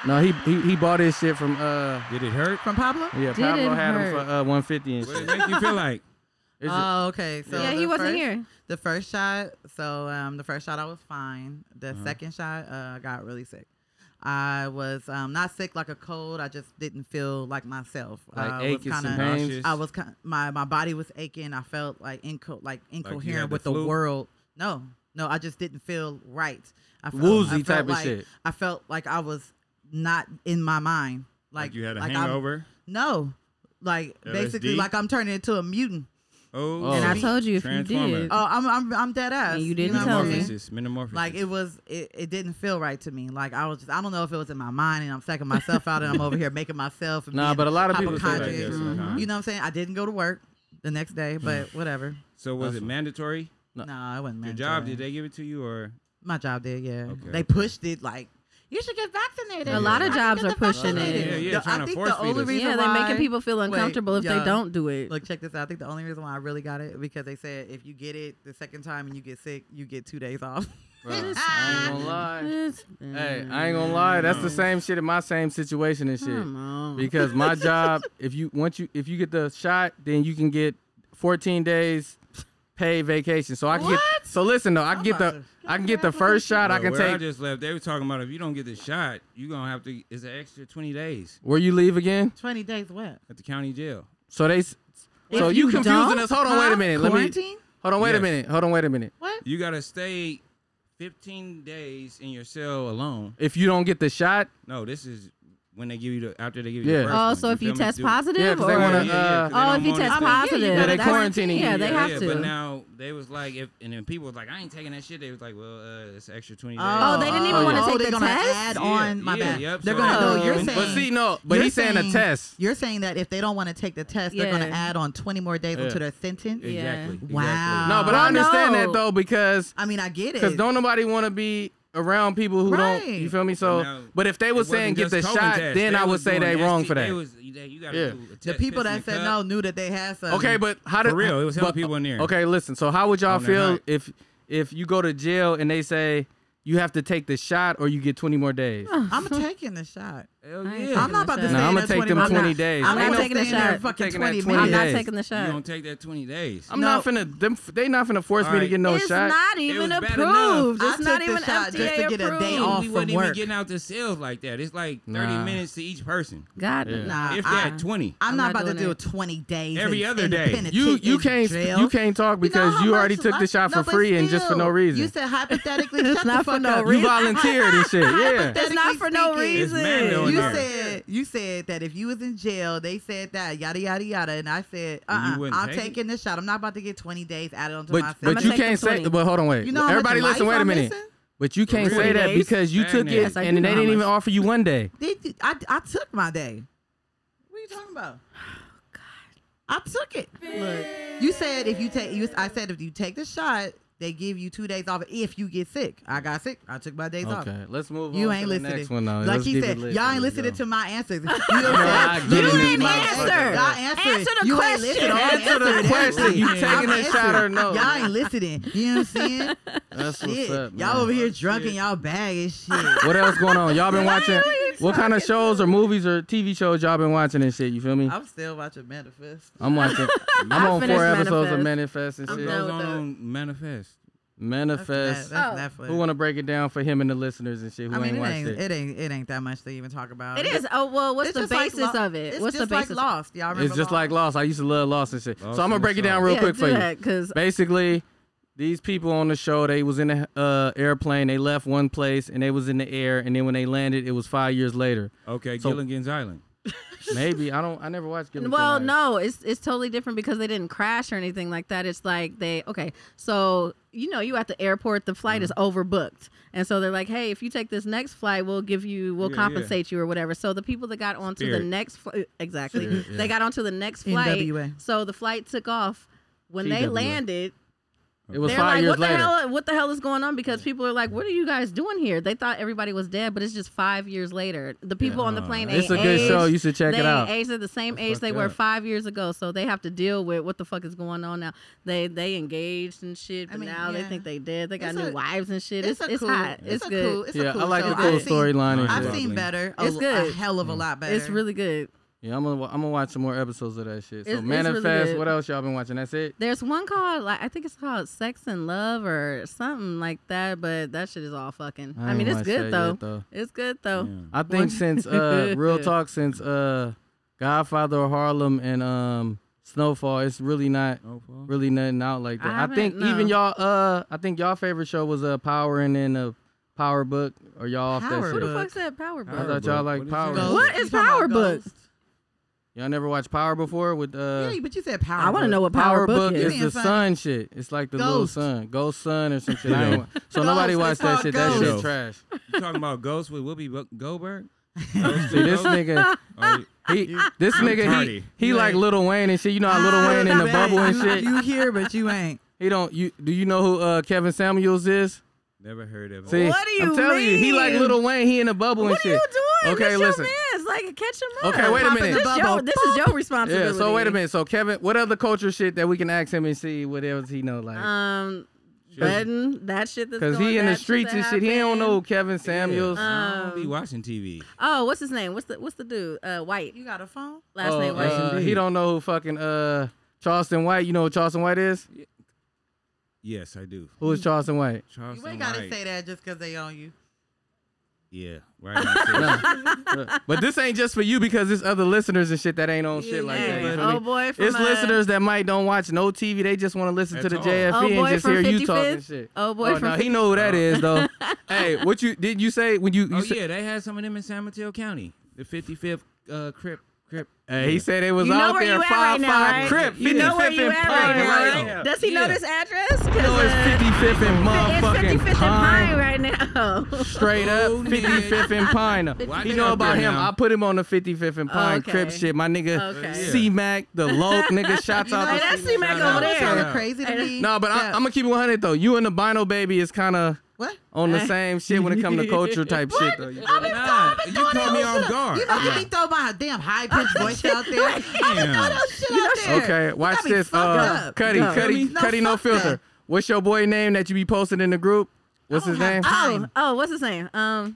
Speaker 2: No, he, he he bought his shit from uh
Speaker 9: Did it hurt?
Speaker 6: From Pablo?
Speaker 2: yeah
Speaker 7: Didn't
Speaker 2: Pablo had him for
Speaker 7: hurt. Um,
Speaker 2: uh 150 and
Speaker 9: What
Speaker 2: shit.
Speaker 9: did it make you feel like?
Speaker 2: It's just-
Speaker 6: Oh, okay. So
Speaker 7: Yeah,
Speaker 6: the
Speaker 7: he wasn't
Speaker 6: first-
Speaker 7: here.
Speaker 6: The first shot, so um, the first shot I was fine. The
Speaker 9: Uh-huh.
Speaker 6: second shot, uh, I got really sick. I was um, not sick like a cold. I just didn't feel like myself.
Speaker 2: like
Speaker 6: I was
Speaker 2: aches and
Speaker 6: kinda-
Speaker 2: pains.
Speaker 9: nauseous.
Speaker 6: I was kind my my body was aching. I felt like inco- like incoherent
Speaker 9: the
Speaker 6: with the,
Speaker 9: flu?
Speaker 6: world. No, no, I just didn't feel right. I felt,
Speaker 2: Woozy
Speaker 6: I felt
Speaker 2: type of
Speaker 6: like-
Speaker 2: shit.
Speaker 6: I felt like I was not in my mind. Like,
Speaker 9: Like you had a
Speaker 6: like I'm-
Speaker 9: hangover?
Speaker 6: no, like basically
Speaker 9: LSD?
Speaker 6: like I'm turning into a mutant.
Speaker 9: Oh,
Speaker 2: Oh.
Speaker 7: And I
Speaker 2: Sweet.
Speaker 7: told you if you
Speaker 9: Transformer.
Speaker 7: did.
Speaker 6: Oh, I'm I'm I'm dead ass.
Speaker 7: And you
Speaker 6: know
Speaker 7: didn't
Speaker 6: what I'm
Speaker 7: tell me.
Speaker 6: saying?
Speaker 9: metamorphosis, metamorphosis.
Speaker 6: Like it was, it, it didn't feel right to me. Like I was just, I don't know if it was in my mind, and I'm psyching myself out, and I'm over here making myself. And
Speaker 2: Nah,
Speaker 6: being
Speaker 2: but a lot of people say
Speaker 9: Like that uh-huh.
Speaker 6: hypochondriac.
Speaker 9: sometimes.
Speaker 6: You know what I'm saying? I didn't go to work the next day,
Speaker 9: Hmm.
Speaker 6: but whatever.
Speaker 9: So was it mandatory?
Speaker 6: No, I wasn't.
Speaker 9: Your job?
Speaker 6: mandatory.
Speaker 9: Did they give it to you or?
Speaker 6: My job did, yeah.
Speaker 9: Okay.
Speaker 6: They pushed it like you should get vaccinated.
Speaker 7: A lot of
Speaker 6: You should
Speaker 7: jobs
Speaker 6: get
Speaker 7: are pushing
Speaker 6: vaccinated."
Speaker 9: Yeah,
Speaker 7: it.
Speaker 9: yeah,
Speaker 6: The-
Speaker 9: trying
Speaker 6: I
Speaker 9: to
Speaker 6: think
Speaker 9: force
Speaker 6: the
Speaker 9: feed
Speaker 6: only
Speaker 9: us.
Speaker 6: reason
Speaker 7: Yeah, they're
Speaker 6: why,
Speaker 7: making people feel
Speaker 6: Wait,
Speaker 7: uncomfortable if
Speaker 6: yeah.
Speaker 7: they don't do it.
Speaker 6: Look, check this out. I think the only reason why I really got it because they said if you get it the second time and you get sick, you get two days off.
Speaker 2: Bruh, I ain't gonna lie.
Speaker 7: It's-
Speaker 2: Hey, I ain't gonna lie. That's the same shit in my same situation and shit.
Speaker 7: Come on.
Speaker 2: because my job if you once you if you get the shot then you can get 14 days paid vacation so i can get so listen though i can get the i can get the first shot i
Speaker 9: But
Speaker 2: can
Speaker 9: where I
Speaker 2: take
Speaker 9: just left. They were talking about if you don't get the shot, you gonna have to. It's an extra twenty days
Speaker 2: where you leave again
Speaker 6: Twenty days what?
Speaker 9: at the county jail.
Speaker 2: so they s- so
Speaker 7: If
Speaker 2: you
Speaker 7: you
Speaker 2: confusing
Speaker 7: don't,
Speaker 2: us hold on wait a minute let me
Speaker 6: Quarantine?
Speaker 2: hold on wait a
Speaker 9: Yes.
Speaker 2: minute hold on wait a minute
Speaker 9: You gotta stay fifteen days in your cell alone.
Speaker 2: if you don't get the shot
Speaker 9: No, this is when they give you the after they give you.
Speaker 2: Yeah.
Speaker 9: The first
Speaker 7: Oh,
Speaker 9: one.
Speaker 7: so if you
Speaker 9: feel me?
Speaker 7: test
Speaker 9: Do-
Speaker 7: positive
Speaker 2: Yeah, 'cause they
Speaker 7: or
Speaker 2: wanna- uh,
Speaker 9: yeah, 'cause they
Speaker 7: Oh,
Speaker 9: don't
Speaker 7: if you
Speaker 9: want
Speaker 7: test
Speaker 9: us to-
Speaker 7: positive,
Speaker 2: Yeah, they
Speaker 7: that's-
Speaker 2: quarantining you.
Speaker 7: Yeah, they have to.
Speaker 9: But now they was like, if and then people was like, I ain't taking that shit. They was like, well, uh, it's an extra twenty days.
Speaker 7: Oh, they didn't even
Speaker 2: Oh,
Speaker 7: wanna
Speaker 2: yeah.
Speaker 7: take
Speaker 6: they're
Speaker 7: the
Speaker 6: gonna
Speaker 7: test?
Speaker 6: add
Speaker 9: Yeah,
Speaker 6: on. my
Speaker 9: yeah,
Speaker 6: bad.
Speaker 9: yep,
Speaker 6: they're
Speaker 9: so-
Speaker 6: gonna. No, you're
Speaker 7: Oh.
Speaker 6: saying.
Speaker 2: but see no but
Speaker 6: you're
Speaker 2: he's saying a
Speaker 6: saying-
Speaker 2: test
Speaker 6: You're saying that if they don't want to take the test, they're gonna
Speaker 7: Yeah.
Speaker 6: add on 20 more days
Speaker 2: Yeah.
Speaker 6: onto their sentence.
Speaker 7: Yeah.
Speaker 9: Exactly. exactly.
Speaker 6: Wow.
Speaker 2: no but
Speaker 7: Oh,
Speaker 2: i understand
Speaker 7: no.
Speaker 2: that though because
Speaker 6: I mean, I get it.
Speaker 2: because don't nobody want to be around people who
Speaker 6: Right.
Speaker 2: don't you feel me so
Speaker 9: Now,
Speaker 2: but if they
Speaker 9: it
Speaker 2: was
Speaker 9: wasn't
Speaker 2: saying get the
Speaker 9: just COVID
Speaker 2: shot
Speaker 9: test.
Speaker 2: then
Speaker 9: They
Speaker 2: i would
Speaker 9: was
Speaker 2: say they
Speaker 9: doing
Speaker 2: wrong
Speaker 9: ST
Speaker 2: for that
Speaker 9: They was, they, you gotta
Speaker 2: Yeah.
Speaker 9: do a
Speaker 6: the
Speaker 9: test,
Speaker 6: people
Speaker 9: piss in
Speaker 6: that
Speaker 9: the
Speaker 6: said
Speaker 9: cup.
Speaker 6: no knew that they had some.
Speaker 2: Okay, but how did
Speaker 9: For real, it was hella
Speaker 2: but-
Speaker 9: people in there.
Speaker 2: Okay, listen. So how would y'all
Speaker 9: On their
Speaker 2: feel
Speaker 9: night.
Speaker 2: if if you go to jail and they say you have to take the shot or you get 20 more days?
Speaker 6: I'm taking the shot.
Speaker 9: Hell
Speaker 7: I ain't
Speaker 9: yeah.
Speaker 6: I'm not about to
Speaker 7: Nah,
Speaker 6: say
Speaker 2: I'ma
Speaker 6: that
Speaker 2: take
Speaker 6: 20
Speaker 2: them
Speaker 6: I'm not-
Speaker 2: 20 days.
Speaker 6: I'm
Speaker 7: Ain't
Speaker 6: not
Speaker 7: no
Speaker 6: taking that
Speaker 7: fucking
Speaker 6: shot.
Speaker 7: shot.
Speaker 6: Fucking
Speaker 2: Taking that
Speaker 6: 20
Speaker 2: 20
Speaker 7: I'm
Speaker 6: minutes.
Speaker 7: not
Speaker 2: days.
Speaker 7: taking the
Speaker 9: You
Speaker 7: shot.
Speaker 9: don't take that 20 days.
Speaker 2: I'm
Speaker 6: No.
Speaker 2: not finna. Them, they not finna force me to
Speaker 9: Alright.
Speaker 2: get
Speaker 6: Oh,
Speaker 2: no
Speaker 7: it's
Speaker 2: shot.
Speaker 7: not
Speaker 9: was
Speaker 7: even
Speaker 9: bad
Speaker 7: approved.
Speaker 6: enough.
Speaker 7: It's
Speaker 6: I
Speaker 7: not
Speaker 6: took the
Speaker 7: even
Speaker 6: shot
Speaker 7: FDA
Speaker 6: just to get a
Speaker 7: approved.
Speaker 6: day off.
Speaker 9: we
Speaker 6: from
Speaker 9: wasn't
Speaker 6: work.
Speaker 9: even getting out the cells like that. It's like 30
Speaker 2: Nah.
Speaker 9: minutes to each person.
Speaker 7: God,
Speaker 6: Nah,
Speaker 9: If
Speaker 6: I-
Speaker 9: that 20.
Speaker 6: I'm,
Speaker 7: I'm
Speaker 6: not
Speaker 7: not
Speaker 6: about to
Speaker 7: doing
Speaker 6: do
Speaker 7: it.
Speaker 6: 20 days.
Speaker 9: Every
Speaker 6: in-
Speaker 9: other
Speaker 6: in
Speaker 9: day.
Speaker 6: penitentiary
Speaker 2: You you can't
Speaker 6: jail.
Speaker 2: you can't talk because
Speaker 6: know how
Speaker 2: you, already
Speaker 6: much
Speaker 2: took
Speaker 6: I-
Speaker 2: the shot
Speaker 6: No,
Speaker 2: for
Speaker 6: but
Speaker 2: free and just for no
Speaker 6: still,
Speaker 2: reason.
Speaker 6: You
Speaker 2: You,
Speaker 6: said hypothetically, shut
Speaker 7: not
Speaker 6: the
Speaker 7: for
Speaker 6: fuck
Speaker 7: no
Speaker 6: up.
Speaker 7: reason.
Speaker 2: volunteered and shit. Yeah.
Speaker 7: That's not for no
Speaker 6: Hypothetically
Speaker 7: reason.
Speaker 9: speaking, It's Mando in
Speaker 6: You
Speaker 9: there.
Speaker 6: said you said that if you was in jail, they said that yada yada yada, and I said, uh,
Speaker 9: you
Speaker 6: uh
Speaker 9: wouldn't
Speaker 6: I'm
Speaker 9: take it?
Speaker 6: taking this shot. I'm not about to get 20 days added onto my
Speaker 2: But
Speaker 6: sentence.
Speaker 2: but you
Speaker 7: take the
Speaker 2: can't say.
Speaker 7: 20.
Speaker 2: But hold on, wait.
Speaker 6: You know how much
Speaker 2: Everybody, listen.
Speaker 6: life
Speaker 2: Wait a
Speaker 6: I'm
Speaker 2: minute.
Speaker 6: missing?
Speaker 2: But you can't say
Speaker 7: Forty
Speaker 2: that
Speaker 7: days?
Speaker 2: because you
Speaker 9: Dang
Speaker 2: took
Speaker 9: it.
Speaker 2: it
Speaker 7: That's like,
Speaker 2: and
Speaker 7: you
Speaker 2: they
Speaker 7: know how
Speaker 2: didn't even
Speaker 7: much-
Speaker 2: offer you one day.
Speaker 6: They did- I, I took my day. What are you talking about? I took it.
Speaker 7: Look,
Speaker 6: You said if you take, you, I said if you take the shot, they give you two days off if you get sick. I got sick. I took my days off.
Speaker 2: Okay, let's move
Speaker 6: You
Speaker 2: on
Speaker 6: ain't
Speaker 2: to the
Speaker 6: listening.
Speaker 2: next one though.
Speaker 6: Like
Speaker 2: Let's
Speaker 6: he
Speaker 2: keep it
Speaker 6: said,
Speaker 2: lit.
Speaker 6: y'all ain't
Speaker 2: Let's
Speaker 6: listening
Speaker 2: go.
Speaker 6: to my answers. You,
Speaker 2: I
Speaker 6: said-
Speaker 2: get it,
Speaker 6: didn't
Speaker 2: motherfucker.
Speaker 6: answer. Y'all answered.
Speaker 7: Answer the
Speaker 6: you ain't
Speaker 7: question.
Speaker 6: listening. I
Speaker 2: Answer the
Speaker 6: answered
Speaker 2: question.
Speaker 6: everything.
Speaker 2: You
Speaker 6: I'm
Speaker 2: taking a shot
Speaker 6: answering.
Speaker 2: or no?
Speaker 6: Y'all ain't listening. You know what I'm saying?
Speaker 2: That's what's
Speaker 6: Shit.
Speaker 2: up.
Speaker 6: y'all
Speaker 2: man.
Speaker 6: over here drunk in y'all bag and shit.
Speaker 2: What else going on? Y'all been watching? What kind of shows or movies or TV shows y'all been watching and shit? You feel me?
Speaker 6: I'm still watching Manifest.
Speaker 2: I'm watching. I'm
Speaker 7: I
Speaker 2: on
Speaker 7: finished
Speaker 2: four episodes of Manifest and
Speaker 7: I'm
Speaker 2: shit.
Speaker 7: done.
Speaker 9: goes
Speaker 7: with that.
Speaker 9: on manifest.
Speaker 6: That's, Net-
Speaker 2: Manifest.
Speaker 6: that's Netflix.
Speaker 2: Who want to break it down for him and the listeners and shit? Who
Speaker 6: I mean,
Speaker 2: ain't
Speaker 6: it
Speaker 2: watched
Speaker 6: ain't,
Speaker 2: it?
Speaker 6: it ain't it ain't that much to even talk about.
Speaker 7: It is. Oh well, what's
Speaker 6: It's
Speaker 7: the
Speaker 6: just like
Speaker 7: basis
Speaker 6: Lo-
Speaker 7: of it?
Speaker 6: It's
Speaker 7: What's the
Speaker 6: just
Speaker 7: basis?
Speaker 6: like Lost. Y'all remember
Speaker 2: It's just like
Speaker 6: Lost?
Speaker 2: Lost. I used to love Lost and shit.
Speaker 9: Lost
Speaker 2: so I'm gonna
Speaker 9: in
Speaker 2: break
Speaker 9: the
Speaker 2: it down
Speaker 9: South.
Speaker 2: real
Speaker 7: yeah,
Speaker 2: quick
Speaker 7: do
Speaker 2: for you.
Speaker 7: that, Cause
Speaker 2: Basically, these people on the show, they was in a uh, airplane. They left one place and they was in the air. And then when they landed, it was five years later.
Speaker 9: Okay,
Speaker 2: So-
Speaker 9: Gilligan's Island.
Speaker 2: Maybe I don't. I never watched. Gilligan's
Speaker 7: well,
Speaker 2: Island.
Speaker 7: no, it's it's totally different because they didn't crash or anything like that. It's like they okay, so you know you at the airport, the flight is
Speaker 9: Mm-hmm.
Speaker 7: overbooked, and so they're like, hey, if you take this next flight, we'll give you, we'll
Speaker 9: Yeah, yeah.
Speaker 7: compensate you or whatever. So the people that got onto
Speaker 9: Spirit.
Speaker 7: the next flight, exactly,
Speaker 2: Spirit, yeah.
Speaker 7: they got onto the next flight.
Speaker 6: NWA.
Speaker 7: So the flight took off. When they
Speaker 2: TWA.
Speaker 7: landed,
Speaker 2: It was
Speaker 7: they're
Speaker 2: five
Speaker 7: like,
Speaker 2: years
Speaker 7: "What the
Speaker 2: later.
Speaker 7: hell? What the hell is going on?" Because people are like, "What are you guys doing here?" They thought everybody was dead, but it's just five years later. The people on the plane.
Speaker 2: It's a
Speaker 7: ain't
Speaker 2: good show.
Speaker 7: aged
Speaker 2: You should check
Speaker 7: they
Speaker 2: it out.
Speaker 7: Age at the same
Speaker 2: That's
Speaker 7: age they
Speaker 2: fucked
Speaker 7: were
Speaker 2: up.
Speaker 7: five years ago, so they have to deal with what the fuck is going on now. They they engaged and shit,
Speaker 6: I
Speaker 7: but
Speaker 6: mean,
Speaker 7: now they
Speaker 6: yeah.
Speaker 7: think they did. They got
Speaker 6: It's
Speaker 7: new
Speaker 6: a-
Speaker 7: wives and shit. It's
Speaker 6: It's,
Speaker 7: it's,
Speaker 6: a cool.
Speaker 7: hot. It's,
Speaker 6: a
Speaker 7: good.
Speaker 6: cool. It's a
Speaker 2: Yeah,
Speaker 6: cool
Speaker 2: I like
Speaker 6: show.
Speaker 2: the
Speaker 6: I've
Speaker 2: cool
Speaker 6: seen-
Speaker 2: storyline and
Speaker 6: I've
Speaker 2: shit.
Speaker 6: seen better.
Speaker 7: It's
Speaker 6: a,
Speaker 7: good.
Speaker 6: A hell of a lot better.
Speaker 7: It's really good.
Speaker 2: Yeah, I'm gonna wa- I'm gonna watch some more episodes of that shit. So
Speaker 7: It's- it's really
Speaker 2: manifest.
Speaker 7: good.
Speaker 2: what else y'all been watching? That's it.
Speaker 7: There's one called like I think it's called Sex and Love or something like that, but that shit is all fucking.
Speaker 2: I
Speaker 7: I, mean,
Speaker 2: ain't
Speaker 7: it's
Speaker 2: watched
Speaker 7: good
Speaker 2: that
Speaker 7: though.
Speaker 2: yet, though.
Speaker 7: It's good though.
Speaker 2: I think since uh, real talk, since uh, Godfather of Harlem and um, Snowfall, it's really not
Speaker 9: Snowfall?
Speaker 2: really nothing out like
Speaker 7: I
Speaker 2: that. I,
Speaker 7: haven't-
Speaker 2: think even
Speaker 7: no.
Speaker 2: y'all uh, I think y'all favorite show was uh, Power and then uh, Power Book. Or y'all off that
Speaker 6: Power
Speaker 7: Who
Speaker 2: shit?
Speaker 7: the
Speaker 6: Book.
Speaker 7: fuck's that Power
Speaker 2: I
Speaker 7: Book?
Speaker 2: thought y'all like
Speaker 9: What is
Speaker 2: Power.
Speaker 9: it?
Speaker 6: Ghost.
Speaker 7: What is
Speaker 6: You talking about
Speaker 7: Power Book?
Speaker 6: Ghost?
Speaker 2: Y'all never watched Power before with uh,
Speaker 6: yeah, but you said Power.
Speaker 7: I want to
Speaker 6: Book.
Speaker 7: know what
Speaker 2: Power Book
Speaker 7: is.
Speaker 2: is the
Speaker 6: Being fine.
Speaker 2: sun shit. It's like the little
Speaker 6: Ghost.
Speaker 2: sun, ghost sun or some shit. I ain't wa- so
Speaker 6: Ghost,
Speaker 2: nobody
Speaker 6: it's
Speaker 2: watched that
Speaker 6: called
Speaker 2: shit. That shit
Speaker 9: Ghost.
Speaker 2: trash.
Speaker 9: You talking about Ghost with Whoopi Go- Goldberg?
Speaker 2: See this nigga,
Speaker 9: Oh,
Speaker 2: he this nigga he
Speaker 9: tardy.
Speaker 2: he
Speaker 6: You
Speaker 2: like
Speaker 6: ain't-
Speaker 2: Little Wayne and shit. You know how Little
Speaker 6: Ah,
Speaker 2: Wayne in the
Speaker 6: babe,
Speaker 2: bubble and
Speaker 6: you-
Speaker 2: shit.
Speaker 6: You here, but you ain't.
Speaker 2: He don't you do you know who uh, Kevin Samuels is?
Speaker 9: Never heard of it.
Speaker 2: See,
Speaker 7: What do
Speaker 2: I'm
Speaker 7: you
Speaker 2: telling you, he like
Speaker 7: mean?
Speaker 2: Little Wayne. He in the bubble and
Speaker 7: What are
Speaker 2: shit.
Speaker 7: you doing?
Speaker 2: Okay,
Speaker 7: That's
Speaker 2: listen.
Speaker 7: Your man's like catch him up.
Speaker 2: Okay, wait a
Speaker 7: Pop in
Speaker 2: minute.
Speaker 7: This, your, this is your responsibility.
Speaker 2: Yeah. So wait a minute. So Kevin, what other culture shit that we can ask him and see what else he know like?
Speaker 7: Um, Breton, that shit that's
Speaker 2: Cause
Speaker 7: going
Speaker 2: he in the
Speaker 7: that
Speaker 2: streets and
Speaker 7: that
Speaker 2: shit. He don't
Speaker 7: happened.
Speaker 2: know who Kevin Samuels.
Speaker 9: I
Speaker 6: Um,
Speaker 9: don't be watching TV.
Speaker 7: Oh, what's his name? What's the what's the dude? Uh, White.
Speaker 6: You got a phone?
Speaker 7: Last
Speaker 2: Oh,
Speaker 7: name White.
Speaker 2: uh,
Speaker 9: Indeed.
Speaker 2: he don't know who fucking uh Charleston White. You know who Charleston White is?
Speaker 9: Yes, I do.
Speaker 2: Who is Charleston White?
Speaker 9: Charles
Speaker 6: You ain't gotta say that just because they own you.
Speaker 9: Yeah, right. next to it.
Speaker 2: but this ain't just for you because there's other listeners and shit that ain't on shit like that.
Speaker 7: Hey,
Speaker 2: you feel me?
Speaker 7: oh boy, from
Speaker 2: it's
Speaker 7: uh,
Speaker 2: listeners that might don't watch no TV. They just want to listen to
Speaker 9: At
Speaker 2: the
Speaker 9: all.
Speaker 2: JFE
Speaker 7: Oh
Speaker 2: and
Speaker 7: boy
Speaker 2: just
Speaker 7: from
Speaker 2: hear you
Speaker 7: 55th?
Speaker 2: talking shit.
Speaker 7: Oh boy
Speaker 2: oh, no,
Speaker 7: from
Speaker 2: he know who that is though. hey, what you did you say when you? you
Speaker 9: oh
Speaker 2: said,
Speaker 9: yeah, they had some of them in San Mateo County, the 55th uh, Crip Crip.
Speaker 2: Hey, he said it was
Speaker 7: You know
Speaker 2: out
Speaker 7: where
Speaker 2: there
Speaker 7: you at
Speaker 2: five
Speaker 7: right now,
Speaker 2: five
Speaker 7: right?
Speaker 2: Crip.
Speaker 9: You know where
Speaker 2: 55th
Speaker 7: you
Speaker 2: and
Speaker 7: at
Speaker 2: Pine,
Speaker 7: right now,
Speaker 2: right?
Speaker 9: right?
Speaker 7: Does he know
Speaker 9: Yeah.
Speaker 7: this address?
Speaker 2: You know it's 55th and motherfucking
Speaker 7: it's 55th and
Speaker 2: Pine.
Speaker 7: Pine right now.
Speaker 2: Straight up,
Speaker 9: Oh,
Speaker 2: 55th and Pine.
Speaker 9: Why
Speaker 2: You
Speaker 9: they
Speaker 2: know
Speaker 9: up
Speaker 2: about
Speaker 9: there
Speaker 2: him.
Speaker 9: now?
Speaker 2: I put him on the 55th and Pine
Speaker 7: Okay.
Speaker 2: Crip shit. My nigga
Speaker 7: Okay.
Speaker 9: Yeah.
Speaker 2: C Mac, the Loke nigga. Shouts
Speaker 6: You
Speaker 2: out
Speaker 6: know
Speaker 2: to
Speaker 7: that's C-Mac
Speaker 9: Shout
Speaker 7: over
Speaker 9: out.
Speaker 7: there.
Speaker 9: Shout
Speaker 6: Kind
Speaker 9: out.
Speaker 6: of Oh, crazy to
Speaker 7: Hey,
Speaker 6: me.
Speaker 2: No, but I,
Speaker 6: Yeah.
Speaker 2: I'm gonna keep it 100 though. You and the Bino Baby is kind of
Speaker 6: What?
Speaker 2: on the same shit when it comes to culture type shit though. You feel me?
Speaker 9: Nah, you caught me off guard.
Speaker 6: You gonna me throw my damn high pitched voice out there? I
Speaker 9: Damn.
Speaker 6: throw that shit out there.
Speaker 2: Okay, watch
Speaker 6: got me
Speaker 2: this.
Speaker 6: fucked
Speaker 2: Uh,
Speaker 6: up.
Speaker 2: Cuddy,
Speaker 7: No.
Speaker 2: Cuddy,
Speaker 6: No,
Speaker 2: Cuddy, no
Speaker 6: fuck
Speaker 2: filter.
Speaker 6: that.
Speaker 2: What's your boy name that you be posting in the group? What's
Speaker 6: I don't
Speaker 2: his
Speaker 6: have
Speaker 2: name?
Speaker 6: time.
Speaker 7: Oh, oh, what's his name? Um,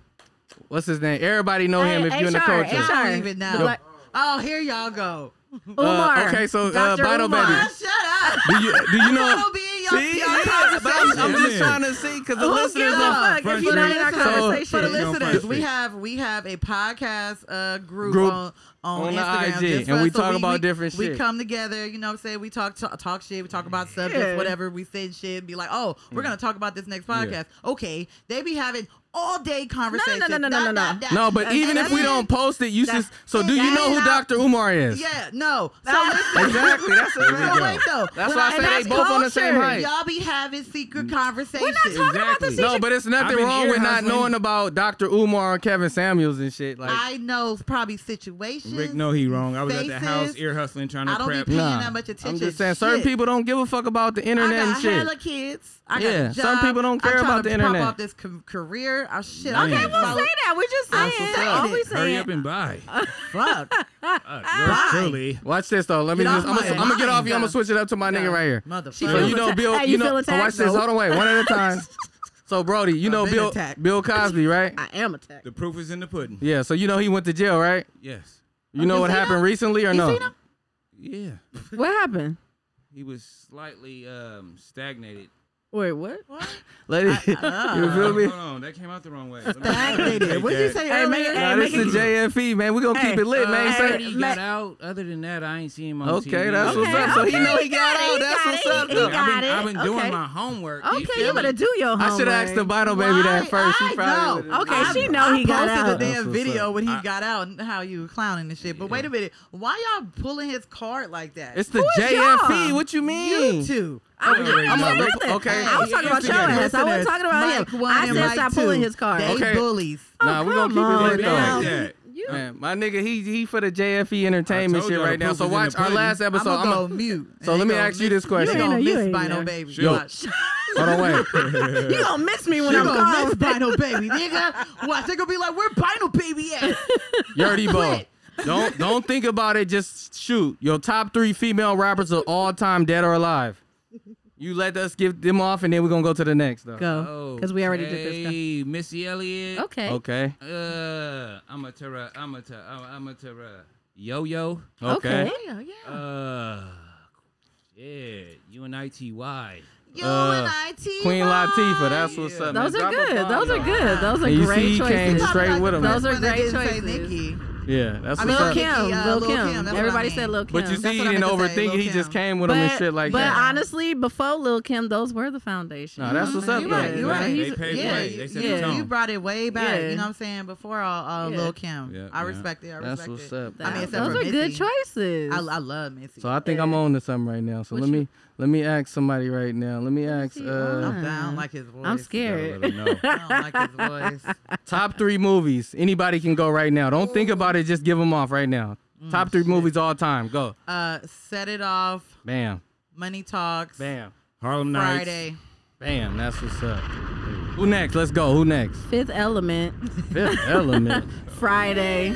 Speaker 2: What's his name? Everybody know him
Speaker 7: Hey,
Speaker 2: if you're in the
Speaker 7: HR,
Speaker 2: culture.
Speaker 7: HR.
Speaker 6: I don't even know.
Speaker 7: Black-
Speaker 6: Oh, here y'all go.
Speaker 7: Umar.
Speaker 2: Uh, okay, so uh,
Speaker 7: Dr.
Speaker 2: Bino
Speaker 7: Umar.
Speaker 2: Baby.
Speaker 6: Ah, shut up.
Speaker 2: Do you, do you know?
Speaker 6: Don't be in y'all-
Speaker 2: See,
Speaker 6: y'all
Speaker 2: yeah, but I'm, I'm just
Speaker 9: Yeah.
Speaker 2: trying to see because the
Speaker 7: Who
Speaker 2: listeners
Speaker 7: gives a
Speaker 2: are.
Speaker 7: fuck if
Speaker 9: Front
Speaker 7: you're not in
Speaker 9: Street.
Speaker 7: our
Speaker 6: So,
Speaker 7: conversation?
Speaker 6: For the
Speaker 9: Shit.
Speaker 6: listeners, we
Speaker 9: Shit.
Speaker 6: have we have a podcast uh, group,
Speaker 2: Group
Speaker 6: on, on,
Speaker 2: on the
Speaker 6: Instagram
Speaker 2: IG,
Speaker 6: just for
Speaker 2: and we
Speaker 6: us. So
Speaker 2: talk about different
Speaker 6: we
Speaker 2: shit.
Speaker 6: come together, you know what I'm saying? We talk talk, talk shit, we talk about subjects,
Speaker 7: Yeah.
Speaker 6: whatever we said shit, be like, "Oh,
Speaker 2: Mm.
Speaker 6: we're going to talk about this next podcast." Okay, they be having all day conversations.
Speaker 7: no, no, no,
Speaker 6: Nah,
Speaker 7: no,
Speaker 6: nah,
Speaker 7: no.
Speaker 6: nah.
Speaker 2: No, but
Speaker 6: And
Speaker 2: even if
Speaker 6: that's
Speaker 2: we
Speaker 6: it.
Speaker 2: don't post it, you
Speaker 7: That's-
Speaker 2: just. So do you
Speaker 6: That's
Speaker 2: know who
Speaker 6: not-
Speaker 2: Dr. Umar is?
Speaker 6: Yeah, no. So listen.
Speaker 2: Ah. Exactly. That's a
Speaker 6: So
Speaker 2: fact.
Speaker 6: wait though.
Speaker 2: That's
Speaker 6: When
Speaker 2: why I say
Speaker 7: that's
Speaker 2: they both on the same
Speaker 7: culture.
Speaker 2: height.
Speaker 6: Y'all be having secret conversations.
Speaker 7: talking about the
Speaker 9: Exactly.
Speaker 7: secret
Speaker 2: No, but it's
Speaker 9: I've
Speaker 2: nothing
Speaker 9: been
Speaker 2: wrong
Speaker 9: ear
Speaker 2: with not
Speaker 9: hustling.
Speaker 2: knowing about Dr. Umar and Kevin Samuels and shit. Like,
Speaker 6: I know probably situations.
Speaker 9: Rick, no, he wrong. I was at the house
Speaker 6: faces.
Speaker 9: ear hustling trying to
Speaker 6: I don't
Speaker 9: prep.
Speaker 6: be paying
Speaker 2: nah.
Speaker 6: that much attention.
Speaker 2: I'm just saying, certain
Speaker 6: Shit.
Speaker 2: people don't give a fuck about the
Speaker 6: I
Speaker 2: internet and
Speaker 6: got
Speaker 2: shit.
Speaker 6: hella kids. I got a
Speaker 2: Yeah, some
Speaker 6: job.
Speaker 2: people don't
Speaker 6: I'm
Speaker 2: care
Speaker 6: trying
Speaker 2: about
Speaker 6: to
Speaker 2: the
Speaker 6: pop
Speaker 2: internet.
Speaker 6: off this com- career. I shit.
Speaker 9: Okay,
Speaker 6: I can't
Speaker 9: well,
Speaker 6: follow-
Speaker 7: Say that. We're just
Speaker 6: I'm
Speaker 7: saying.
Speaker 6: so
Speaker 7: That's
Speaker 6: sorry.
Speaker 7: all we
Speaker 9: Hurry
Speaker 7: saying.
Speaker 9: up and buy.
Speaker 6: Fuck.
Speaker 9: Fuck, yours
Speaker 6: Bye.
Speaker 9: truly.
Speaker 2: Watch this though. Let me
Speaker 6: Get
Speaker 2: just.
Speaker 6: off
Speaker 2: I'm
Speaker 6: my
Speaker 2: gonna get off you. I'm
Speaker 6: mind,
Speaker 2: gonna switch it up to my nigga right here.
Speaker 6: Motherfucker.
Speaker 7: She
Speaker 2: So you
Speaker 7: feels
Speaker 2: don't
Speaker 7: atta-
Speaker 2: build.
Speaker 7: Hey,
Speaker 2: you
Speaker 7: you
Speaker 2: know,
Speaker 7: feel
Speaker 2: oh, watch
Speaker 7: attacked,
Speaker 2: this.
Speaker 7: though.
Speaker 2: Hold on, wait. One at a time. So Brody, you
Speaker 6: I've
Speaker 2: know
Speaker 6: been
Speaker 2: Bill
Speaker 6: attacked.
Speaker 2: Bill Cosby, right?
Speaker 7: I am attacked.
Speaker 9: The proof is in the pudding.
Speaker 2: Yeah. So you know he went to jail, right?
Speaker 9: Yes.
Speaker 2: You know
Speaker 7: you
Speaker 2: what
Speaker 7: seen
Speaker 2: happened
Speaker 7: him?
Speaker 2: recently or
Speaker 7: You
Speaker 2: no?
Speaker 7: seen him?
Speaker 9: Yeah.
Speaker 7: What happened?
Speaker 9: He was slightly um, stagnated.
Speaker 7: Wait, what?
Speaker 2: Lady,
Speaker 7: Uh,
Speaker 2: you feel me?
Speaker 9: Hold on, that came out the wrong way. Let me-
Speaker 6: Stagnated. What did you say
Speaker 7: Hey, make
Speaker 6: earlier?
Speaker 7: it-
Speaker 2: Nah,
Speaker 7: hey,
Speaker 2: this
Speaker 7: make
Speaker 2: is JFE, man. We gonna keep
Speaker 7: Hey,
Speaker 2: it lit, man.
Speaker 7: uh,
Speaker 2: Say-
Speaker 7: hey,
Speaker 9: He
Speaker 7: Ma-
Speaker 9: got out. Other than that, I ain't seen him on TV.
Speaker 2: okay, that's what's up. So he
Speaker 7: okay,
Speaker 2: know he
Speaker 7: he
Speaker 2: got
Speaker 7: got it,
Speaker 2: out.
Speaker 7: he
Speaker 2: That's
Speaker 7: got
Speaker 2: what's
Speaker 7: it,
Speaker 2: up,
Speaker 7: he
Speaker 2: though.
Speaker 7: got
Speaker 9: I've been,
Speaker 7: it.
Speaker 9: I've been doing
Speaker 7: Okay.
Speaker 9: my homework.
Speaker 7: Okay, you
Speaker 9: feel
Speaker 7: better
Speaker 9: me?
Speaker 7: do your homework.
Speaker 2: I should have asked the Bino baby that
Speaker 7: Why?
Speaker 2: first. She
Speaker 7: I
Speaker 2: probably
Speaker 6: know.
Speaker 2: would've-
Speaker 7: Okay,
Speaker 6: I-
Speaker 7: she know he got
Speaker 6: I
Speaker 7: out.
Speaker 6: posted the
Speaker 2: That's
Speaker 6: damn
Speaker 2: what's
Speaker 6: video
Speaker 2: up.
Speaker 6: when he
Speaker 9: I-
Speaker 6: got out and how you were clowning and shit. But wait a minute, why y'all pulling his card like that?
Speaker 2: It's the
Speaker 7: is
Speaker 2: JFE.
Speaker 7: y'all?
Speaker 2: What you
Speaker 6: you
Speaker 2: mean?
Speaker 6: two.
Speaker 7: I, I,
Speaker 9: already
Speaker 7: I'm
Speaker 9: know.
Speaker 7: up,
Speaker 2: Nothing.
Speaker 7: okay.
Speaker 2: Hey,
Speaker 7: I was talking about your
Speaker 2: instigator.
Speaker 7: ass. I wasn't talking about
Speaker 6: Mike
Speaker 7: him.
Speaker 6: one
Speaker 7: I
Speaker 6: and
Speaker 7: said
Speaker 6: Mike
Speaker 7: stop
Speaker 6: two,
Speaker 7: pulling his card.
Speaker 6: They
Speaker 2: Okay.
Speaker 6: bullies.
Speaker 2: Nah, we gonna
Speaker 7: come
Speaker 2: keep
Speaker 7: on,
Speaker 2: it lit
Speaker 9: man.
Speaker 2: though.
Speaker 9: Yeah.
Speaker 7: You-
Speaker 2: Man, my nigga, he he for the JFE entertainment
Speaker 9: told
Speaker 2: shit
Speaker 9: y'all the
Speaker 2: right now.
Speaker 9: proof
Speaker 2: So
Speaker 9: is in
Speaker 2: watch
Speaker 9: the
Speaker 2: our
Speaker 9: pudding.
Speaker 2: last episode.
Speaker 6: I'm gonna
Speaker 2: I'ma-
Speaker 6: go mute.
Speaker 2: So
Speaker 6: They
Speaker 2: let me
Speaker 6: gonna
Speaker 2: ask you
Speaker 6: miss-
Speaker 2: this question.
Speaker 6: They
Speaker 7: You
Speaker 6: gonna
Speaker 7: ain't- you
Speaker 6: miss
Speaker 7: ain't
Speaker 6: Bino
Speaker 7: there.
Speaker 6: baby.
Speaker 9: Yo.
Speaker 6: Watch.
Speaker 2: Hold on, wait.
Speaker 7: you gonna miss me when
Speaker 6: You
Speaker 7: I'm
Speaker 6: gonna miss
Speaker 7: gone.
Speaker 6: Bino baby, nigga. Watch. They gonna be like, where Bino baby at?
Speaker 2: Yerdy Bo. Don't don't think about it. Just shoot. Your top three female rappers of all time, dead or alive. You let us give them off, and then we're gonna go to the next though.
Speaker 7: Go, because we already did this. Go.
Speaker 9: Okay, Missy Elliott.
Speaker 7: Okay.
Speaker 2: Okay.
Speaker 9: Uh, Amatera, Amatera, Amatera. Yo yo.
Speaker 2: Okay.
Speaker 7: Yeah, yeah.
Speaker 9: Uh, yeah. You and ITY.
Speaker 6: You
Speaker 2: Uh,
Speaker 6: and I T.
Speaker 2: Queen Latifah. That's what's up.
Speaker 7: Those
Speaker 2: man.
Speaker 7: are
Speaker 2: Drop a
Speaker 7: good.
Speaker 2: bomb,
Speaker 7: Those
Speaker 2: yo.
Speaker 7: are good. Those
Speaker 2: And
Speaker 7: are
Speaker 2: you see,
Speaker 7: great
Speaker 2: he came
Speaker 7: choices.
Speaker 2: straight with him.
Speaker 7: Those
Speaker 2: man.
Speaker 7: are great choices.
Speaker 6: Nikki.
Speaker 2: Yeah, that's
Speaker 6: I
Speaker 2: what's
Speaker 6: mean,
Speaker 7: Lil
Speaker 2: up.
Speaker 6: Nicki,
Speaker 7: Kim,
Speaker 6: uh,
Speaker 7: Lil
Speaker 6: Lil
Speaker 7: Kim.
Speaker 6: Kim, that's what I
Speaker 7: Everybody
Speaker 6: mean.
Speaker 7: said Lil Kim.
Speaker 2: But you
Speaker 6: That's
Speaker 2: see, he
Speaker 6: what I
Speaker 2: didn't
Speaker 6: meant to say,
Speaker 2: overthink it.
Speaker 6: Lil'
Speaker 2: He just
Speaker 6: Kim.
Speaker 2: came with
Speaker 7: but,
Speaker 2: him and shit like
Speaker 7: but
Speaker 2: that.
Speaker 7: honestly, before Lil Kim, those were the foundation.
Speaker 2: Nah, that's what's up,
Speaker 6: You
Speaker 2: though.
Speaker 6: right, you right.
Speaker 9: They paved the
Speaker 6: yeah,
Speaker 9: way.
Speaker 6: you-
Speaker 9: They set
Speaker 7: the
Speaker 6: yeah,
Speaker 9: tone.
Speaker 6: you brought it way back.
Speaker 7: Yeah.
Speaker 6: You know what I'm saying? Before uh, uh,
Speaker 7: Yeah.
Speaker 6: Lil Kim,
Speaker 9: Yeah,
Speaker 6: I
Speaker 9: yeah.
Speaker 6: respect it. I
Speaker 2: That's
Speaker 6: respect
Speaker 2: what's
Speaker 6: it.
Speaker 2: up,
Speaker 6: I mean,
Speaker 2: though.
Speaker 6: except
Speaker 7: those
Speaker 6: for
Speaker 7: are good
Speaker 6: Missy.
Speaker 7: choices.
Speaker 6: I, I love Missy.
Speaker 2: So I think I'm on to something right now. So
Speaker 7: What
Speaker 2: let
Speaker 7: you-
Speaker 2: me let me ask somebody right now. Let me ask
Speaker 7: see,
Speaker 2: uh,
Speaker 6: I'm down like his voice.
Speaker 7: I'm
Speaker 9: Gotta
Speaker 7: scared.
Speaker 9: let 'em know.
Speaker 6: I don't like his voice.
Speaker 2: top three movies. Anybody can go right now. Don't think about it. Just give them off right now.
Speaker 7: Mm,
Speaker 2: top three movies all time. Go.
Speaker 6: Uh, set it off.
Speaker 2: Bam.
Speaker 6: Money talks.
Speaker 2: Bam.
Speaker 9: Harlem Nights.
Speaker 6: Friday.
Speaker 2: Bam. That's what's up. Who next? Let's go. Who next?
Speaker 7: Fifth Element,
Speaker 2: Fifth Element.
Speaker 7: Friday.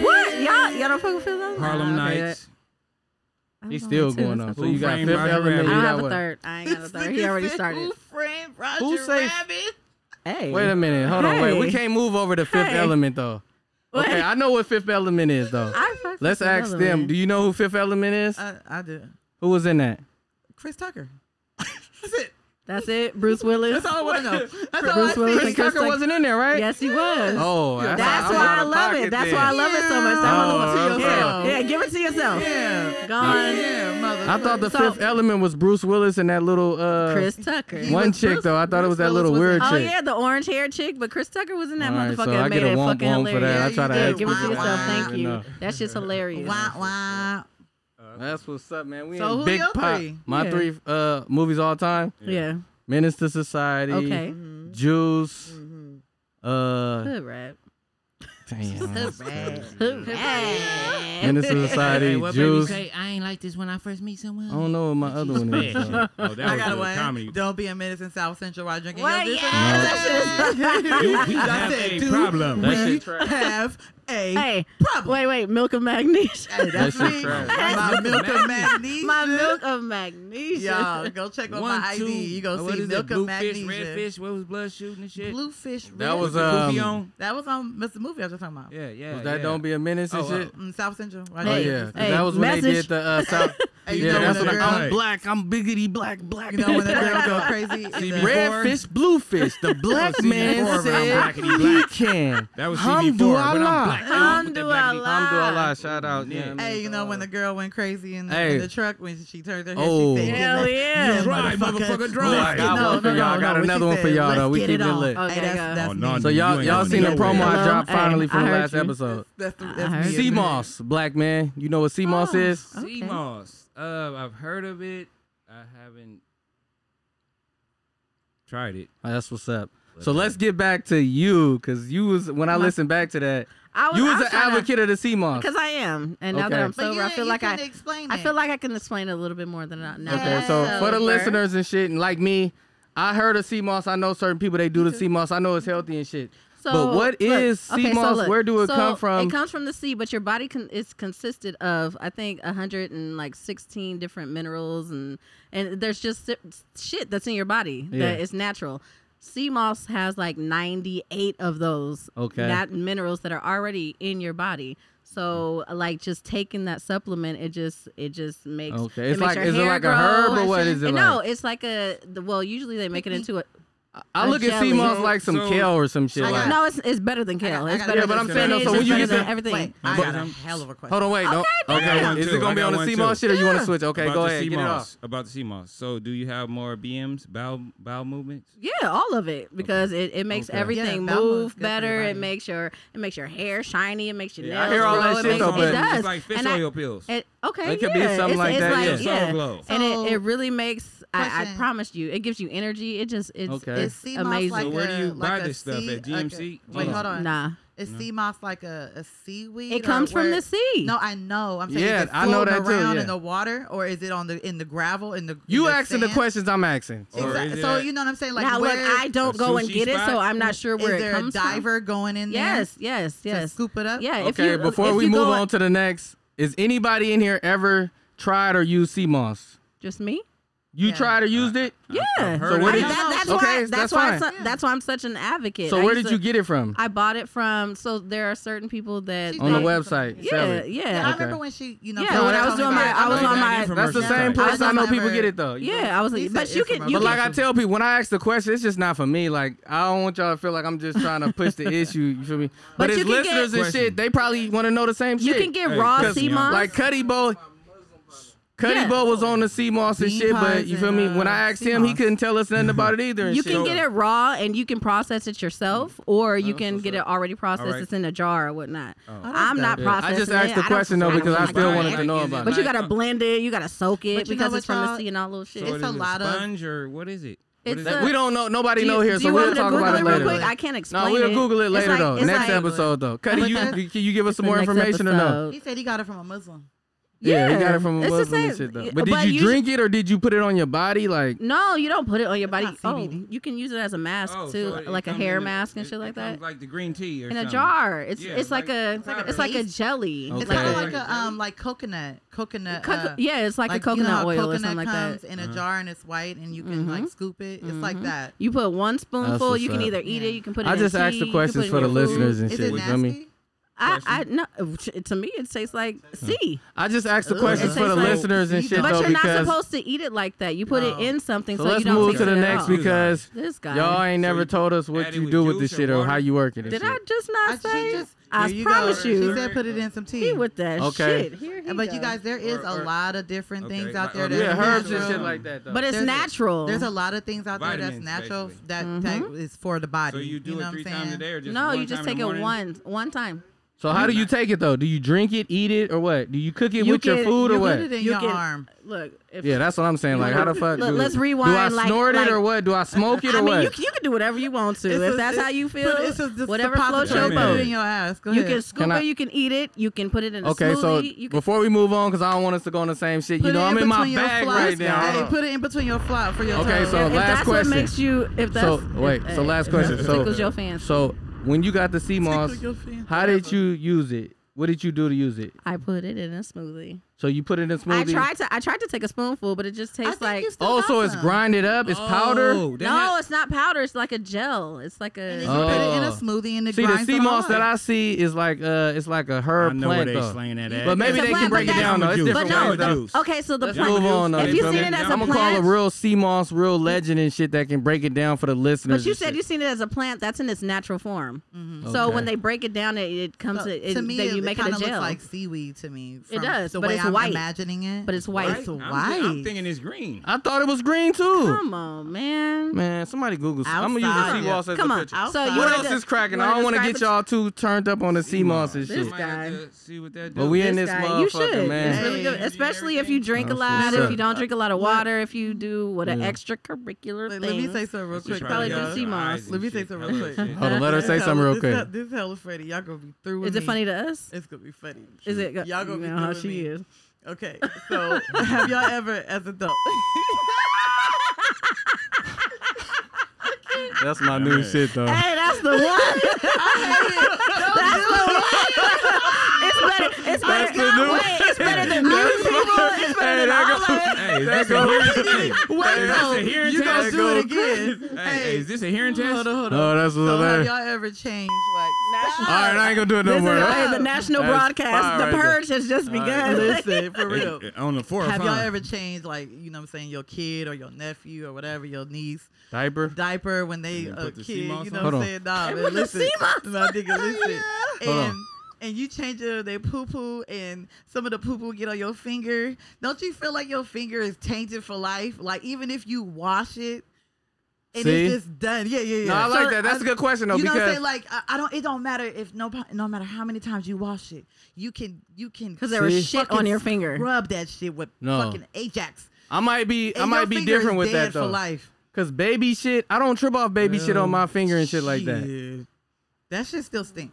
Speaker 7: What y'all? Y'all don't fuck with Fifth Element?
Speaker 9: Harlem Nights.
Speaker 7: I don't
Speaker 2: He's
Speaker 7: know,
Speaker 2: still
Speaker 7: too.
Speaker 2: going
Speaker 7: That's
Speaker 2: on.
Speaker 7: okay.
Speaker 2: So you got
Speaker 9: Who
Speaker 2: Fifth
Speaker 9: Framed Roger
Speaker 2: Element.
Speaker 7: I
Speaker 2: You
Speaker 7: don't
Speaker 2: got
Speaker 7: have a
Speaker 2: what?
Speaker 7: Ah, third. I ain't got a third. He already started.
Speaker 6: Who framed Roger
Speaker 2: Who say-
Speaker 6: Rabbit?
Speaker 7: Hey.
Speaker 2: Wait a minute. Hold on. Wait. We
Speaker 7: Hey.
Speaker 2: can't move over to Fifth
Speaker 7: Hey.
Speaker 2: Element though. Okay.
Speaker 7: Wait.
Speaker 2: I know what Fifth Element is though.
Speaker 7: I fuck with
Speaker 2: Let's
Speaker 7: Fifth
Speaker 2: ask them.
Speaker 7: Element. Uh,
Speaker 2: Do you know who Fifth Element is?
Speaker 6: I, Uh, I do.
Speaker 2: Who was in that?
Speaker 6: Chris Tucker. That's it.
Speaker 7: That's it. Bruce Willis.
Speaker 6: That's all I want to know. That's all I see.
Speaker 7: Bruce Willis
Speaker 2: Chris
Speaker 7: and Chris
Speaker 2: Tucker
Speaker 7: Tuck-
Speaker 2: wasn't in there, right?
Speaker 7: Yes, he was.
Speaker 2: Oh, that's,
Speaker 7: That's
Speaker 2: I'm
Speaker 7: why
Speaker 2: out
Speaker 7: I
Speaker 2: of
Speaker 7: love
Speaker 2: pocket
Speaker 7: it. That's
Speaker 2: then.
Speaker 7: why I love it so much. That
Speaker 2: Oh,
Speaker 7: motherfucker-
Speaker 2: okay.
Speaker 7: yeah. yeah, give it to yourself.
Speaker 6: Yeah.
Speaker 7: Gone.
Speaker 6: Yeah, mother.
Speaker 2: I thought the
Speaker 7: So-
Speaker 2: fifth element was Bruce Willis and that little uh
Speaker 7: Chris Tucker.
Speaker 2: one
Speaker 6: was
Speaker 2: chick
Speaker 6: Bruce-
Speaker 2: though. I thought it was
Speaker 6: Bruce
Speaker 2: that little
Speaker 6: Willis was
Speaker 2: weird
Speaker 6: in-
Speaker 2: chick.
Speaker 7: Oh yeah, the orange haired chick, but Chris Tucker was in that
Speaker 2: All right,
Speaker 7: motherfucker.
Speaker 2: so
Speaker 7: and
Speaker 2: I
Speaker 7: made
Speaker 2: get a
Speaker 7: it
Speaker 2: womp
Speaker 7: fucking
Speaker 2: womp for
Speaker 7: hilarious.
Speaker 2: that. I try to
Speaker 6: Yeah,
Speaker 2: act
Speaker 6: you
Speaker 7: Give it to
Speaker 6: did.
Speaker 7: yourself.
Speaker 6: Womp
Speaker 7: Thank you.
Speaker 2: womp.
Speaker 7: That shit's hilarious.
Speaker 6: Wah, wah.
Speaker 2: That's what's up, man. We
Speaker 6: So
Speaker 2: in
Speaker 6: who
Speaker 2: big
Speaker 6: your
Speaker 2: pop.
Speaker 6: three?
Speaker 2: My
Speaker 7: Yeah.
Speaker 2: three uh movies all time:
Speaker 7: Yeah.
Speaker 2: Menace to Society,
Speaker 7: Okay. Mm-hmm.
Speaker 2: Juice, uh,
Speaker 7: Hood rap.
Speaker 2: damn,
Speaker 7: Hood rap.
Speaker 2: Menace to
Speaker 9: Hey,
Speaker 2: Society,
Speaker 9: what baby
Speaker 2: Juice. I
Speaker 9: say? I ain't like this when I first meet someone.
Speaker 2: don't know what my other one is. though.
Speaker 9: Oh, that
Speaker 6: I
Speaker 9: was
Speaker 6: got
Speaker 9: good
Speaker 6: one.
Speaker 9: comedy.
Speaker 6: Don't be a menace in South Central while drinking
Speaker 7: What?
Speaker 6: your
Speaker 7: Yeah.
Speaker 6: That
Speaker 9: We have
Speaker 6: it,
Speaker 9: a
Speaker 6: dude.
Speaker 9: problem.
Speaker 2: That
Speaker 6: We
Speaker 2: shit trash.
Speaker 6: have a
Speaker 7: Hey,
Speaker 6: problem.
Speaker 7: wait, wait. Milk of magnesia.
Speaker 6: Hey, that's
Speaker 2: That
Speaker 6: me.
Speaker 2: shit trash.
Speaker 6: My milk of magnesia.
Speaker 7: My milk of magnesia.
Speaker 6: Y'all, go check on my ID. You
Speaker 2: Uh,
Speaker 9: oh,
Speaker 6: gonna
Speaker 9: what
Speaker 6: see
Speaker 9: is it?
Speaker 6: milk of
Speaker 9: Bluefish,
Speaker 6: magnesia.
Speaker 9: redfish. What was blood shooting and shit?
Speaker 6: Bluefish.
Speaker 2: That
Speaker 6: red-
Speaker 2: was
Speaker 9: The
Speaker 2: um,
Speaker 9: goofy on.
Speaker 6: that was on Mr. Movie I was just talking about.
Speaker 9: Yeah, yeah.
Speaker 2: was that
Speaker 9: yeah.
Speaker 2: don't be a menace
Speaker 7: uh,
Speaker 2: and
Speaker 9: Oh, oh.
Speaker 2: shit.
Speaker 6: Mm, South Central. Right
Speaker 2: Oh
Speaker 7: Hey,
Speaker 2: yeah, 'cause
Speaker 7: hey,
Speaker 2: that was when they did
Speaker 7: message-
Speaker 2: the uh, South.
Speaker 6: Hey, you
Speaker 2: yeah,
Speaker 6: know
Speaker 2: that's
Speaker 6: when
Speaker 2: what
Speaker 6: a
Speaker 2: I- I'm
Speaker 9: girl-
Speaker 2: black. I'm biggity black black.
Speaker 6: You know when that girl go crazy? It's
Speaker 9: See,
Speaker 6: a-
Speaker 9: before-
Speaker 2: Red fish, blue fish. The black
Speaker 9: see,
Speaker 2: man
Speaker 9: before when I'm
Speaker 2: said
Speaker 9: blackity
Speaker 2: he
Speaker 9: black.
Speaker 2: can.
Speaker 9: That was
Speaker 2: Hum
Speaker 9: CB4.
Speaker 2: do
Speaker 9: When
Speaker 2: Allah.
Speaker 9: I'm black,
Speaker 7: Hum
Speaker 9: put that
Speaker 7: do
Speaker 9: black-
Speaker 7: Allah.
Speaker 2: Alhamdulillah. Shout out. you know what I
Speaker 6: Hey,
Speaker 2: mean?
Speaker 6: you know when the girl went crazy in the,
Speaker 2: Hey.
Speaker 6: in the truck when she turned her head,
Speaker 2: Oh.
Speaker 6: she said,
Speaker 7: Hell yeah.
Speaker 6: yeah
Speaker 9: Drive, motherfucker, drive.
Speaker 2: I got
Speaker 6: No,
Speaker 2: one for
Speaker 6: no,
Speaker 2: y'all. I
Speaker 6: no,
Speaker 2: got
Speaker 6: no,
Speaker 2: another
Speaker 6: what
Speaker 2: one
Speaker 6: she
Speaker 2: for
Speaker 6: said,
Speaker 2: y'all though.
Speaker 6: let's
Speaker 2: We
Speaker 6: get
Speaker 2: keep it
Speaker 6: it on.
Speaker 2: lit.
Speaker 7: Okay,
Speaker 6: Hey, that's,
Speaker 7: go.
Speaker 6: that's
Speaker 9: Oh,
Speaker 6: me.
Speaker 9: no,
Speaker 2: So
Speaker 9: You
Speaker 2: y'all
Speaker 9: ain't
Speaker 2: y'all
Speaker 9: going
Speaker 2: seen the
Speaker 9: nowhere.
Speaker 2: promo I
Speaker 7: Hello?
Speaker 2: dropped
Speaker 7: Hey,
Speaker 2: finally
Speaker 7: I
Speaker 2: from the
Speaker 7: heard
Speaker 2: last
Speaker 7: you.
Speaker 2: episode.
Speaker 6: That's, the,
Speaker 7: I
Speaker 6: that's
Speaker 7: heard
Speaker 6: me.
Speaker 7: you.
Speaker 2: Sea moss, black man. You know what sea moss is?
Speaker 7: Okay.
Speaker 9: Sea moss. Uh, I've heard of it. I haven't tried it.
Speaker 2: Oh, that's what's up. So let's get back to you, cause you was when I listened back to that,
Speaker 7: I was,
Speaker 2: you
Speaker 7: I
Speaker 2: was an
Speaker 7: was trying
Speaker 2: advocate of the sea moss.
Speaker 7: Because I am, and now
Speaker 2: Okay.
Speaker 7: that I'm
Speaker 6: But
Speaker 7: sober,
Speaker 6: you
Speaker 7: I feel like I,
Speaker 6: didn't explain
Speaker 7: I
Speaker 6: it.
Speaker 7: feel like I can explain it a little bit more than I now.
Speaker 2: Okay,
Speaker 7: that
Speaker 2: so
Speaker 7: I'm
Speaker 2: for the
Speaker 7: sober.
Speaker 2: listeners and shit, and like me, I heard of sea moss. I know certain people they do the sea moss. I know it's healthy and shit.
Speaker 7: So,
Speaker 2: but what
Speaker 7: look,
Speaker 2: is sea
Speaker 7: okay, so
Speaker 2: moss?
Speaker 7: look,
Speaker 2: Where do it
Speaker 7: so
Speaker 2: come from?
Speaker 7: It comes from the sea, but your body con- is consisted of I think 116 different minerals and and there's just si- shit that's in your body
Speaker 2: Yeah.
Speaker 7: that is natural. sea moss has like 98 of those
Speaker 2: Okay.
Speaker 7: nat- minerals that are already in your body. So like just taking that supplement, it just it just makes
Speaker 2: Okay.
Speaker 7: it
Speaker 2: It's
Speaker 7: makes
Speaker 2: like-
Speaker 7: your
Speaker 2: is it
Speaker 7: hair
Speaker 2: like a
Speaker 7: grow.
Speaker 2: herb or what is it
Speaker 7: No,
Speaker 2: like?
Speaker 7: it's like a the- well. Usually they make it into a.
Speaker 2: I
Speaker 7: a
Speaker 2: look at sea
Speaker 7: jelly.
Speaker 2: moss like some
Speaker 9: So-
Speaker 2: kale or some shit.
Speaker 6: I
Speaker 2: Like,
Speaker 6: got-
Speaker 7: No, it's it's better than kale.
Speaker 6: I
Speaker 7: It's
Speaker 6: got-
Speaker 7: better
Speaker 6: yeah,
Speaker 7: than
Speaker 6: but I'm saying,
Speaker 7: spinach,
Speaker 2: so when
Speaker 7: it's
Speaker 2: you
Speaker 7: better
Speaker 2: get
Speaker 7: than
Speaker 2: the-
Speaker 7: everything.
Speaker 6: Wait, I got a
Speaker 9: But-
Speaker 6: hell of a question.
Speaker 2: hold on, wait. no. Okay,
Speaker 9: one
Speaker 2: is
Speaker 9: too.
Speaker 2: it
Speaker 9: I
Speaker 2: gonna be
Speaker 9: got
Speaker 2: on the
Speaker 9: one
Speaker 2: sea
Speaker 9: too.
Speaker 2: moss shit or you want to switch? Okay,
Speaker 9: about
Speaker 2: go
Speaker 9: the
Speaker 2: ahead,
Speaker 9: sea
Speaker 2: get it
Speaker 9: moss,
Speaker 2: off.
Speaker 9: About the sea moss. So, do you have more BMs, bowel bowel movements?
Speaker 7: Yeah, all of it because it, it makes
Speaker 2: Okay.
Speaker 7: everything
Speaker 6: Yeah, that one's
Speaker 7: move
Speaker 6: good for your
Speaker 7: better. It
Speaker 6: body.
Speaker 7: makes your it makes your hair shiny. It makes your
Speaker 2: Yeah, I
Speaker 7: nails
Speaker 2: hear all
Speaker 7: grow.
Speaker 2: that
Speaker 7: it
Speaker 2: shit
Speaker 7: makes,
Speaker 2: though, but-
Speaker 7: it does.
Speaker 9: It's like fish
Speaker 7: And I-
Speaker 9: oil pills.
Speaker 7: It, okay,
Speaker 2: It could be
Speaker 7: yeah.
Speaker 2: something
Speaker 7: it's,
Speaker 2: like
Speaker 7: it's
Speaker 2: that, yeah.
Speaker 7: Like,
Speaker 9: Soul
Speaker 7: yeah.
Speaker 9: glow.
Speaker 7: and
Speaker 6: So-
Speaker 7: it, it really makes. I, I
Speaker 6: Question.
Speaker 7: promise you, it gives you energy. It just it's
Speaker 2: Okay.
Speaker 7: it's
Speaker 6: sea moss
Speaker 7: amazing.
Speaker 6: like
Speaker 9: So where do
Speaker 6: a-
Speaker 9: you buy
Speaker 6: like a
Speaker 9: this stuff, at
Speaker 6: seed- like a-
Speaker 9: GMC?
Speaker 6: wait, hold on.
Speaker 7: nah,
Speaker 6: Is sea moss like a, a seaweed?
Speaker 7: it
Speaker 6: or
Speaker 7: comes from
Speaker 6: where-
Speaker 7: the sea.
Speaker 6: No, I know. I'm saying
Speaker 2: Yeah,
Speaker 6: is it
Speaker 2: I know
Speaker 6: floating
Speaker 2: that too,
Speaker 6: around
Speaker 2: yeah.
Speaker 6: in the water, or is it on the in the gravel in the? in
Speaker 2: You
Speaker 6: the
Speaker 2: asking the
Speaker 6: sand?
Speaker 2: questions I'm asking.
Speaker 9: Or is
Speaker 6: Exactly. So
Speaker 9: it-
Speaker 6: you know what I'm saying? Like
Speaker 7: now
Speaker 6: where,
Speaker 7: look, I don't
Speaker 9: A
Speaker 7: go and
Speaker 9: sushi
Speaker 7: get it, so
Speaker 9: spot?
Speaker 7: I'm not sure
Speaker 6: is
Speaker 7: where it
Speaker 6: there
Speaker 7: comes
Speaker 6: a diver going in
Speaker 7: from.
Speaker 6: there?
Speaker 7: Yes, yes,
Speaker 6: To
Speaker 7: yes.
Speaker 6: scoop it up.
Speaker 7: Yeah. if
Speaker 2: okay,
Speaker 7: you-
Speaker 2: before
Speaker 7: if
Speaker 2: we
Speaker 7: you
Speaker 2: move
Speaker 7: go-
Speaker 2: on to the next, is anybody in here ever tried or used sea moss?
Speaker 7: Just me.
Speaker 2: You
Speaker 6: Yeah.
Speaker 2: tried or used it?
Speaker 7: Yeah.
Speaker 2: heard
Speaker 7: I
Speaker 2: of
Speaker 7: mean,
Speaker 2: it.
Speaker 7: that- that's
Speaker 2: Okay,
Speaker 7: why.
Speaker 2: that's
Speaker 7: That's why. I'm
Speaker 2: fine.
Speaker 7: su- That's why I'm such an advocate.
Speaker 2: So
Speaker 7: I
Speaker 2: where
Speaker 7: used
Speaker 2: did
Speaker 7: to-
Speaker 2: you get it from?
Speaker 7: I bought it from. So there are certain people that
Speaker 6: She's
Speaker 2: On the
Speaker 6: Yeah.
Speaker 2: website. sell
Speaker 7: Yeah,
Speaker 2: it.
Speaker 6: Yeah, I
Speaker 7: yeah,
Speaker 2: Okay.
Speaker 6: remember when she, you know,
Speaker 7: Yeah,
Speaker 6: told
Speaker 2: when
Speaker 6: me
Speaker 2: I was
Speaker 6: about
Speaker 2: doing
Speaker 6: it.
Speaker 2: my- I was
Speaker 6: know
Speaker 2: on
Speaker 6: that.
Speaker 7: my-
Speaker 9: Infomercial.
Speaker 2: That's the same
Speaker 6: Right. I
Speaker 2: person. I,
Speaker 6: just
Speaker 2: know people
Speaker 6: never-
Speaker 2: get it though. You
Speaker 7: yeah. I was like,
Speaker 6: Lisa
Speaker 7: but
Speaker 6: is
Speaker 7: you
Speaker 6: from
Speaker 7: can.
Speaker 6: over
Speaker 7: You
Speaker 2: But
Speaker 6: Yeah.
Speaker 2: like
Speaker 7: can.
Speaker 2: I tell people, when I ask the question, it's just not for me. Like I don't want y'all to feel like I'm just trying to push the issue. You feel me? But,
Speaker 7: But
Speaker 2: it's
Speaker 7: you can get-
Speaker 2: listeners and
Speaker 9: Question.
Speaker 2: shit, they probably want to know the same
Speaker 7: You
Speaker 2: shit.
Speaker 7: can get
Speaker 9: Hey,
Speaker 7: raw
Speaker 9: because,
Speaker 7: sea
Speaker 9: you know,
Speaker 7: moss.
Speaker 2: like Cuddy Bo. Cuddy
Speaker 7: Yeah.
Speaker 2: Bo was on the sea moss and
Speaker 6: Bean
Speaker 2: shit, but
Speaker 6: pies
Speaker 2: you feel
Speaker 6: and,
Speaker 2: me? When
Speaker 6: uh,
Speaker 2: I asked
Speaker 6: sea
Speaker 2: him, he
Speaker 6: moss.
Speaker 2: couldn't tell us nothing about it either. and
Speaker 7: you
Speaker 2: shit.
Speaker 7: can get it raw and you can process it yourself, or
Speaker 2: Oh,
Speaker 7: you can get it already processed.
Speaker 9: right.
Speaker 7: It's in a jar or whatnot.
Speaker 6: that's
Speaker 7: I'm not
Speaker 6: dope.
Speaker 2: Yeah,
Speaker 7: processing.
Speaker 2: Oh. I just
Speaker 7: it.
Speaker 2: asked the
Speaker 7: don't-
Speaker 2: question though
Speaker 7: I don't
Speaker 2: because I
Speaker 7: like
Speaker 2: still
Speaker 7: it.
Speaker 2: wanted to know oh. about
Speaker 7: But
Speaker 2: it.
Speaker 7: you gotta blend it. You gotta soak it
Speaker 6: But you know
Speaker 7: because
Speaker 6: what,
Speaker 7: it's from the
Speaker 6: y'all?
Speaker 7: sea and all those shit.
Speaker 9: So
Speaker 6: It's
Speaker 9: it
Speaker 6: a
Speaker 9: is
Speaker 6: lot of-
Speaker 9: sponge or what is it? What
Speaker 7: It's
Speaker 9: is
Speaker 7: a-
Speaker 9: it?
Speaker 2: we don't know. Nobody
Speaker 7: Do you-
Speaker 2: know here,
Speaker 7: do
Speaker 2: so
Speaker 7: you
Speaker 2: we'll
Speaker 7: want me to
Speaker 2: talk about
Speaker 7: Google
Speaker 2: it
Speaker 7: real
Speaker 2: later.
Speaker 7: quick? I can't explain.
Speaker 2: no, we'll
Speaker 7: it.
Speaker 2: Google it
Speaker 7: It's
Speaker 2: later
Speaker 7: like-
Speaker 2: though.
Speaker 7: it's
Speaker 2: Next
Speaker 7: like-
Speaker 2: episode though. Cuddy, you,
Speaker 6: But-
Speaker 2: you- can you give us
Speaker 7: it's
Speaker 2: some
Speaker 7: the
Speaker 2: more
Speaker 7: next
Speaker 2: information or no?
Speaker 7: episode.
Speaker 6: He said he got it from a Muslim.
Speaker 2: Yeah, he got
Speaker 7: Yeah,
Speaker 2: it from a
Speaker 7: it's the
Speaker 2: Muslim and
Speaker 7: same-
Speaker 2: shit though.
Speaker 7: yeah,
Speaker 2: But did
Speaker 7: but
Speaker 2: you
Speaker 7: you
Speaker 2: drink it or did you put it on your body? Like,
Speaker 7: No, you don't put it on your body.
Speaker 6: not
Speaker 7: Oh,
Speaker 6: CBD.
Speaker 7: you can use it as a mask
Speaker 9: Oh,
Speaker 7: too,
Speaker 9: so it
Speaker 7: like a
Speaker 9: comes
Speaker 7: hair
Speaker 9: in
Speaker 7: mask and
Speaker 9: it-
Speaker 7: shit
Speaker 9: it
Speaker 7: like
Speaker 9: comes
Speaker 7: that.
Speaker 9: like the green tea or
Speaker 7: in a
Speaker 9: something.
Speaker 7: jar. It's
Speaker 9: Yeah,
Speaker 7: it's like,
Speaker 9: like-
Speaker 7: a
Speaker 9: it's like a
Speaker 7: it's like a
Speaker 6: paste.
Speaker 7: jelly.
Speaker 2: Okay.
Speaker 6: It's kind of
Speaker 9: Okay.
Speaker 6: like a um like coconut, coconut.
Speaker 7: Coco-
Speaker 6: uh,
Speaker 7: yeah, it's like, a
Speaker 6: you know
Speaker 7: coconut
Speaker 6: how
Speaker 7: oil or
Speaker 6: coconut
Speaker 7: something like
Speaker 6: comes
Speaker 7: that.
Speaker 6: in a jar and it's white and you can like scoop it. It's like that.
Speaker 7: You put one spoonful.
Speaker 2: what's
Speaker 7: You can
Speaker 2: up.
Speaker 7: either eat it.
Speaker 6: Yeah.
Speaker 7: You can put it.
Speaker 2: I
Speaker 7: in
Speaker 2: just asked
Speaker 7: tea,
Speaker 2: the
Speaker 7: you can
Speaker 2: questions
Speaker 7: put it
Speaker 2: for
Speaker 7: in
Speaker 2: the
Speaker 7: your food.
Speaker 2: listeners and
Speaker 6: Is
Speaker 2: shit.
Speaker 6: it
Speaker 2: You feel me?
Speaker 6: nasty?
Speaker 7: I, I no. To me, it tastes like sea.
Speaker 2: I just asked the
Speaker 6: Ugh.
Speaker 2: questions
Speaker 7: It
Speaker 2: for the
Speaker 7: tastes like-
Speaker 2: listeners and shit
Speaker 7: But
Speaker 2: though
Speaker 7: you're not
Speaker 2: because.
Speaker 7: supposed to eat it like that. You put
Speaker 6: No.
Speaker 7: it in something so,
Speaker 2: So
Speaker 7: you
Speaker 2: let's
Speaker 7: don't
Speaker 2: move
Speaker 7: mix
Speaker 2: to
Speaker 7: it
Speaker 2: the
Speaker 7: at
Speaker 2: next
Speaker 7: all.
Speaker 2: because
Speaker 7: this guy.
Speaker 2: y'all ain't never
Speaker 9: you
Speaker 2: told us
Speaker 9: add
Speaker 2: what
Speaker 9: it
Speaker 2: you
Speaker 9: with
Speaker 2: do with
Speaker 9: juice
Speaker 2: this
Speaker 9: or
Speaker 2: shit or how
Speaker 9: water?
Speaker 2: you work it. and
Speaker 7: Did
Speaker 2: shit.
Speaker 7: I just not
Speaker 6: I- she
Speaker 7: say?
Speaker 6: just-
Speaker 7: I
Speaker 6: Here you go.
Speaker 7: promise
Speaker 6: She
Speaker 7: you.
Speaker 6: said put it in some tea.
Speaker 7: He with that
Speaker 2: Okay.
Speaker 7: shit. Here he
Speaker 6: but you
Speaker 7: goes.
Speaker 6: guys, there is
Speaker 9: Or-
Speaker 6: a
Speaker 9: or-
Speaker 6: lot of different things
Speaker 9: Okay,
Speaker 6: out
Speaker 9: like
Speaker 6: there.
Speaker 9: herbs.
Speaker 6: that's
Speaker 2: Yeah, herbs and
Speaker 6: natural.
Speaker 2: shit like that though.
Speaker 7: But it's
Speaker 6: There's a-
Speaker 7: natural.
Speaker 6: There's a lot of things out there that's
Speaker 9: Vitamins,
Speaker 6: natural
Speaker 9: basically.
Speaker 6: that, that is for the body.
Speaker 9: So you do
Speaker 6: know
Speaker 9: it
Speaker 6: what
Speaker 9: three
Speaker 6: I'm saying?
Speaker 9: times a day or just
Speaker 7: no,
Speaker 9: one
Speaker 7: you just
Speaker 9: time in
Speaker 7: take
Speaker 9: the
Speaker 7: it
Speaker 9: morning?
Speaker 7: one one time.
Speaker 2: So how do you take it though? Do you drink it, eat it, or what? Do you cook it
Speaker 7: You
Speaker 2: with your
Speaker 7: can-
Speaker 2: food or
Speaker 6: You
Speaker 2: what?
Speaker 6: put it in
Speaker 7: You
Speaker 6: your
Speaker 7: can-
Speaker 6: arm.
Speaker 7: Look, if
Speaker 2: Yeah, that's what I'm saying. Like, how the fuck?
Speaker 7: Look,
Speaker 2: do,
Speaker 7: let's
Speaker 2: Do I
Speaker 7: rewind, like-
Speaker 2: snort it or
Speaker 7: like-
Speaker 2: what? Do I smoke it or
Speaker 7: I mean,
Speaker 2: what?
Speaker 7: you, can- you can do whatever you want to.
Speaker 6: It's
Speaker 7: if
Speaker 6: a-
Speaker 7: that's
Speaker 6: it's-
Speaker 7: how you feel,
Speaker 6: but it's a- it's a
Speaker 7: whatever floats your
Speaker 9: suppository.
Speaker 6: Put it
Speaker 7: boat.
Speaker 6: in your ass. Go
Speaker 7: You
Speaker 6: ahead.
Speaker 7: can scoop
Speaker 2: Can I-
Speaker 7: it. You can eat it. You can put it in a
Speaker 2: okay,
Speaker 7: smoothie.
Speaker 2: so
Speaker 7: you can,
Speaker 2: before we move on, because I don't want us to go on the same shit. you
Speaker 6: Put
Speaker 2: know,
Speaker 6: it
Speaker 2: I'm in my
Speaker 6: between your
Speaker 2: bag
Speaker 6: fly-
Speaker 2: right now.
Speaker 6: Hey, put it in between your fly for your
Speaker 2: Okay,
Speaker 6: toes.
Speaker 2: so
Speaker 7: if
Speaker 2: last
Speaker 7: that's
Speaker 2: question.
Speaker 7: what makes you, if that's
Speaker 2: so wait,
Speaker 7: if-
Speaker 2: so last
Speaker 7: if
Speaker 2: question.
Speaker 7: that
Speaker 2: So
Speaker 7: tickles your fancy.
Speaker 2: So when you got the sea moss,
Speaker 6: your fancy.
Speaker 2: how did you use it? What did you do to use it?
Speaker 7: I put it in a smoothie.
Speaker 2: So you put it in a smoothie.
Speaker 7: I tried to. I tried to take a spoonful, but it just
Speaker 6: I
Speaker 7: tastes
Speaker 6: think
Speaker 7: like.
Speaker 6: you still
Speaker 2: Oh,
Speaker 6: got
Speaker 2: so it's
Speaker 6: some.
Speaker 2: grinded up. It's powder.
Speaker 9: Oh, they
Speaker 7: No,
Speaker 9: had-
Speaker 7: it's not powder. It's like a gel. It's like
Speaker 6: And
Speaker 7: a.
Speaker 6: then you put it in a
Speaker 2: Oh.
Speaker 6: smoothie and it
Speaker 2: See, the
Speaker 6: grinds
Speaker 2: sea
Speaker 6: them
Speaker 2: moss
Speaker 6: up.
Speaker 2: that I see is like uh, it's like a herb
Speaker 9: I know where
Speaker 2: plant
Speaker 9: they
Speaker 2: though.
Speaker 9: slaying that at.
Speaker 2: But maybe
Speaker 7: It's a
Speaker 2: they can
Speaker 7: plant,
Speaker 2: break
Speaker 7: but
Speaker 2: it
Speaker 7: that's-
Speaker 2: down though. It's
Speaker 9: but
Speaker 2: different
Speaker 9: no,
Speaker 2: ways though.
Speaker 9: juice.
Speaker 7: Okay, so the
Speaker 2: Let's
Speaker 7: plant.
Speaker 2: move on. Though,
Speaker 7: if
Speaker 2: you
Speaker 7: you've
Speaker 2: feel
Speaker 7: seen
Speaker 2: me?
Speaker 7: it as a
Speaker 2: I'm
Speaker 7: plant,
Speaker 2: gonna call a real sea moss, real legend and shit that can break it down for the listeners.
Speaker 7: But you
Speaker 2: and
Speaker 7: said
Speaker 2: shit.
Speaker 7: you've seen it as a plant. That's in its natural form. So
Speaker 2: Okay.
Speaker 7: when they break it down, it, it comes.
Speaker 6: Mm-hmm. So,
Speaker 7: to, it,
Speaker 6: to me,
Speaker 7: they-
Speaker 6: it,
Speaker 7: you make it,
Speaker 6: kind
Speaker 7: a
Speaker 6: of looks
Speaker 7: gel,
Speaker 6: like seaweed to me. From
Speaker 7: does,
Speaker 6: the
Speaker 7: but
Speaker 6: way
Speaker 7: it's
Speaker 6: I'm
Speaker 7: white.
Speaker 6: imagining it.
Speaker 7: but it's white.
Speaker 6: It's
Speaker 9: I'm, thi- I'm
Speaker 6: white.
Speaker 9: thinking it's green.
Speaker 2: I thought it was green too.
Speaker 7: Come on, man.
Speaker 2: Man, somebody Google. I'm gonna use
Speaker 6: Outside.
Speaker 2: the sea moss as
Speaker 7: Come
Speaker 2: a
Speaker 7: on.
Speaker 2: picture.
Speaker 7: So you
Speaker 6: What
Speaker 2: What
Speaker 7: wanna
Speaker 2: else
Speaker 7: de-
Speaker 2: is cracking?
Speaker 7: you
Speaker 2: I
Speaker 7: wanna
Speaker 2: don't want to
Speaker 7: describe
Speaker 2: get
Speaker 7: it-
Speaker 2: y'all too turned up on the sea moss and
Speaker 7: This
Speaker 2: shit.
Speaker 9: Might have
Speaker 7: guy.
Speaker 9: to See what that
Speaker 2: But
Speaker 9: do.
Speaker 2: we in
Speaker 7: this
Speaker 2: this
Speaker 7: guy, you
Speaker 2: motherfucker,
Speaker 7: should. It's
Speaker 2: man.
Speaker 7: really good,
Speaker 9: Hey.
Speaker 7: especially if you drink a
Speaker 2: That's
Speaker 7: lot,
Speaker 2: what's
Speaker 7: if
Speaker 2: up.
Speaker 7: you don't drink a lot of water, if you do what an extracurricular
Speaker 6: Wait, let
Speaker 7: thing.
Speaker 6: me say something real
Speaker 9: She
Speaker 6: quick.
Speaker 7: probably
Speaker 6: y'all.
Speaker 7: just sea moss.
Speaker 6: Let me say something real quick.
Speaker 2: Hold on, let her
Speaker 6: This
Speaker 2: say
Speaker 6: hella-
Speaker 2: something real
Speaker 6: this
Speaker 2: quick.
Speaker 6: hel- This hella funny. Y'all gonna be through with
Speaker 7: Is
Speaker 6: me.
Speaker 7: it funny to us?
Speaker 6: It's gonna be funny.
Speaker 7: Is it? go-
Speaker 6: Y'all
Speaker 7: you
Speaker 6: gonna be
Speaker 7: know how
Speaker 6: through with
Speaker 7: she
Speaker 6: me.
Speaker 7: is.
Speaker 6: Okay, so have y'all ever, as adult,
Speaker 2: That's my new shit though.
Speaker 7: Hey, that's the one. that's the one. It's better. It's better.
Speaker 2: the new-
Speaker 7: Wait, it's better than mute people. It's better
Speaker 2: Hey,
Speaker 7: than
Speaker 2: that
Speaker 7: all of it.
Speaker 9: Hey, is this a hearing test?
Speaker 6: Wait,
Speaker 9: that's
Speaker 6: no,
Speaker 9: a hearing
Speaker 6: you gonna
Speaker 9: test.
Speaker 6: do it again?
Speaker 9: Hey, hey, is this a hearing
Speaker 6: hold
Speaker 9: test?
Speaker 6: on, hold on.
Speaker 2: No, that's what
Speaker 6: so
Speaker 2: I'm
Speaker 6: have
Speaker 2: saying.
Speaker 6: y'all ever changed? Like,
Speaker 7: National-
Speaker 2: All right, I ain't gonna do it no
Speaker 7: This
Speaker 2: more.
Speaker 7: is
Speaker 2: All
Speaker 7: hey, the national
Speaker 2: That's
Speaker 7: broadcast.
Speaker 2: fire
Speaker 7: The
Speaker 2: right there.
Speaker 7: purge has just begun.
Speaker 6: listen, for real.
Speaker 9: Hey, On the four or
Speaker 6: Have y'all
Speaker 9: five.
Speaker 6: ever changed, like, you know what I'm saying, your kid or your nephew or whatever, your niece
Speaker 2: Diaper.
Speaker 6: diaper when they
Speaker 9: And
Speaker 6: a
Speaker 9: then put
Speaker 6: kid?
Speaker 9: the
Speaker 6: You know
Speaker 9: CMOS
Speaker 6: what I'm
Speaker 9: on?
Speaker 2: Hold on.
Speaker 6: saying? Nah,
Speaker 7: And
Speaker 6: man,
Speaker 7: put the
Speaker 6: listen.
Speaker 7: CMOS
Speaker 6: My nigga, listen.
Speaker 2: Hold on.
Speaker 6: And, and you change it, they poo poo, and some of the poo poo get on your finger. Don't you feel like your finger is tainted for life? Like, even if you wash it, and
Speaker 2: See?
Speaker 6: it's just done. Yeah, yeah, yeah.
Speaker 2: No, I
Speaker 6: So
Speaker 2: like that. That's a good question though
Speaker 6: you know what I'm
Speaker 2: because
Speaker 6: saying? Like I, I don't. It don't matter if no, no matter how many times you wash it, you can you can
Speaker 7: Because there was
Speaker 2: See?
Speaker 7: shit
Speaker 6: fucking
Speaker 7: on your finger.
Speaker 6: Rub that shit with
Speaker 2: No.
Speaker 6: fucking Ajax.
Speaker 2: I might be I
Speaker 6: And your
Speaker 2: might be
Speaker 6: finger is
Speaker 2: different with
Speaker 6: dead
Speaker 2: that
Speaker 6: For
Speaker 2: though.
Speaker 6: life.
Speaker 2: Cause baby shit, I don't trip off baby shit on my finger and shit like that.
Speaker 6: Shit. That shit still stink.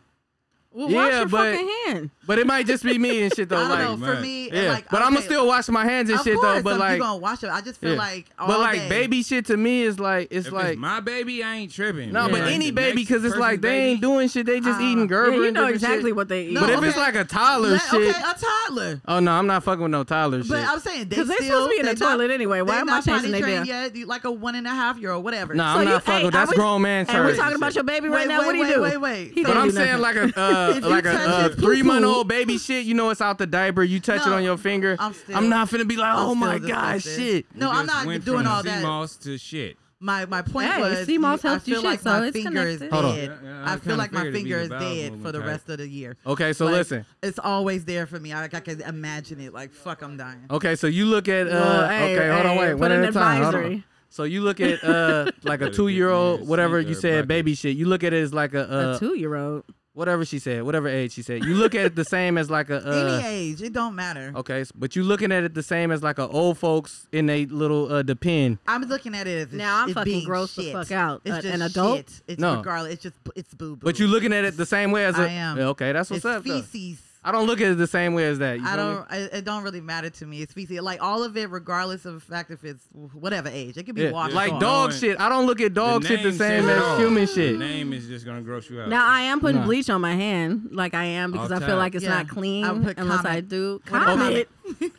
Speaker 7: Well, wash
Speaker 2: Yeah,
Speaker 7: your
Speaker 2: but-
Speaker 7: fucking hand.
Speaker 2: But it might just be me and shit though.
Speaker 6: I don't
Speaker 2: like,
Speaker 6: know. For
Speaker 9: man.
Speaker 6: me,
Speaker 2: yeah.
Speaker 6: like,
Speaker 2: but I'm gonna
Speaker 6: okay,
Speaker 2: still wash my hands and
Speaker 6: of
Speaker 2: shit
Speaker 6: course,
Speaker 2: though. But
Speaker 6: some-
Speaker 2: like,
Speaker 6: you gonna wash it. I just feel
Speaker 2: yeah.
Speaker 6: like all
Speaker 2: but like
Speaker 6: day-
Speaker 2: baby shit to me is like it's
Speaker 9: If
Speaker 2: like
Speaker 9: it's my baby, I ain't tripping.
Speaker 2: no,
Speaker 9: Yeah.
Speaker 2: but
Speaker 9: Like
Speaker 2: any
Speaker 9: the
Speaker 2: baby
Speaker 9: next
Speaker 2: because it's like
Speaker 9: person's
Speaker 2: they ain't
Speaker 9: baby,
Speaker 2: doing shit. They just
Speaker 6: Uh,
Speaker 2: eating
Speaker 7: Yeah,
Speaker 2: Gerber.
Speaker 7: you
Speaker 2: and
Speaker 7: know
Speaker 2: different
Speaker 7: exactly
Speaker 2: shit.
Speaker 7: what they eat.
Speaker 6: No,
Speaker 2: But if
Speaker 6: okay.
Speaker 2: it's like a toddler
Speaker 6: Let-
Speaker 2: shit,
Speaker 6: Okay, a toddler.
Speaker 2: oh no, I'm not fucking with no toddler
Speaker 6: But
Speaker 2: shit.
Speaker 6: I'm saying they
Speaker 7: 'Cause they supposed
Speaker 6: still-
Speaker 7: to be in the
Speaker 6: they not-
Speaker 7: toilet anyway. Why
Speaker 6: they
Speaker 7: am I
Speaker 6: not potty
Speaker 7: changing they
Speaker 6: trained
Speaker 7: down?
Speaker 6: yet? You- Like a one and a half year old, whatever.
Speaker 2: No, I'm
Speaker 7: you-
Speaker 2: not fucking
Speaker 7: hey,
Speaker 2: with
Speaker 7: I
Speaker 2: that's
Speaker 7: was-
Speaker 2: grown man
Speaker 7: And we're
Speaker 2: service.
Speaker 7: talking about your baby
Speaker 6: Wait,
Speaker 7: right now.
Speaker 6: wait,
Speaker 7: what do you
Speaker 6: wait,
Speaker 7: do?
Speaker 6: wait, wait.
Speaker 7: He
Speaker 6: But
Speaker 2: But
Speaker 7: didn't
Speaker 2: I'm
Speaker 7: do
Speaker 2: saying
Speaker 7: nothing.
Speaker 2: like a uh,
Speaker 6: If you
Speaker 2: like a
Speaker 6: touch
Speaker 2: uh,
Speaker 6: his poo-poo-
Speaker 2: three month old baby shit. You know it's out the diaper. You touch it
Speaker 6: No,
Speaker 2: on your finger.
Speaker 6: I'm still-
Speaker 2: not finna be like,
Speaker 6: I'm
Speaker 2: oh my
Speaker 6: still
Speaker 2: god,
Speaker 6: disgusted.
Speaker 2: shit.
Speaker 6: No, I'm
Speaker 9: just
Speaker 6: not
Speaker 9: went
Speaker 6: doing
Speaker 9: from
Speaker 6: all that.
Speaker 9: CMOS to shit.
Speaker 6: My my point
Speaker 7: Hey,
Speaker 6: was,
Speaker 7: sea moss
Speaker 6: you- I
Speaker 7: helps you
Speaker 6: feel
Speaker 7: shit,
Speaker 6: like
Speaker 7: so
Speaker 6: my
Speaker 7: it's
Speaker 6: finger is
Speaker 7: connected.
Speaker 2: Hold on.
Speaker 6: dead.
Speaker 9: Yeah, yeah, I
Speaker 6: I
Speaker 9: kinda
Speaker 6: feel like my
Speaker 9: figured it'd be
Speaker 6: finger
Speaker 9: the
Speaker 6: is
Speaker 9: bowel
Speaker 6: dead
Speaker 9: movement
Speaker 6: for the
Speaker 9: type.
Speaker 6: rest of the year.
Speaker 2: Okay, so
Speaker 6: Like,
Speaker 2: listen.
Speaker 6: it's always there for me. I, I can imagine it. Like fuck, I'm dying.
Speaker 2: Okay, so you look at uh
Speaker 7: Well, hey,
Speaker 2: okay, hold on,
Speaker 7: hey,
Speaker 2: wait,
Speaker 7: put
Speaker 2: one
Speaker 7: an
Speaker 2: at a time. hold on.
Speaker 7: advisory.
Speaker 2: So you look at uh like a
Speaker 9: Better get
Speaker 2: two year
Speaker 9: me
Speaker 2: old,
Speaker 9: a
Speaker 2: whatever
Speaker 9: seat
Speaker 2: you
Speaker 9: or a
Speaker 2: said,
Speaker 9: bracket.
Speaker 2: baby shit. You look at it as like a, uh,
Speaker 7: a two year old.
Speaker 2: whatever she said, whatever age she said. You look at it the same as like a
Speaker 6: Any
Speaker 2: uh,
Speaker 6: age, it don't matter.
Speaker 2: okay, s- but you looking at it the same as like a old folks in a little uh depend.
Speaker 6: I'm looking at it as it's-
Speaker 7: Now I'm
Speaker 6: it
Speaker 7: fucking
Speaker 6: being
Speaker 7: gross the
Speaker 6: shit.
Speaker 7: fuck out.
Speaker 6: It's
Speaker 7: An-
Speaker 6: just
Speaker 7: an adult?
Speaker 6: shit. It's
Speaker 2: No.
Speaker 6: regardless. It's just it's boo boo.
Speaker 2: But you looking at it the same way as a
Speaker 6: I am.
Speaker 2: Yeah, okay, that's what's
Speaker 6: it's
Speaker 2: up. though.
Speaker 6: feces.
Speaker 2: I don't look at it the same way as that. You
Speaker 6: I
Speaker 2: feel me?
Speaker 6: don't. I, it don't really matter to me. It's feces. Like all of it, regardless of the fact if it's whatever age, it could be
Speaker 2: Yeah.
Speaker 6: washed.
Speaker 2: Like
Speaker 6: off.
Speaker 2: dog
Speaker 9: Knowing-
Speaker 2: shit. I don't look at dog shit the
Speaker 9: name says
Speaker 2: same
Speaker 9: it
Speaker 2: as
Speaker 9: all.
Speaker 2: human
Speaker 9: The
Speaker 2: shit.
Speaker 9: name is just gonna gross you out.
Speaker 7: Now I am putting
Speaker 2: Nah.
Speaker 7: bleach on my hand, like I am, because I
Speaker 9: Okay.
Speaker 7: feel like it's
Speaker 6: Yeah.
Speaker 7: not clean
Speaker 6: I would put
Speaker 7: unless I
Speaker 6: Comet.
Speaker 7: do
Speaker 6: What about
Speaker 7: comment.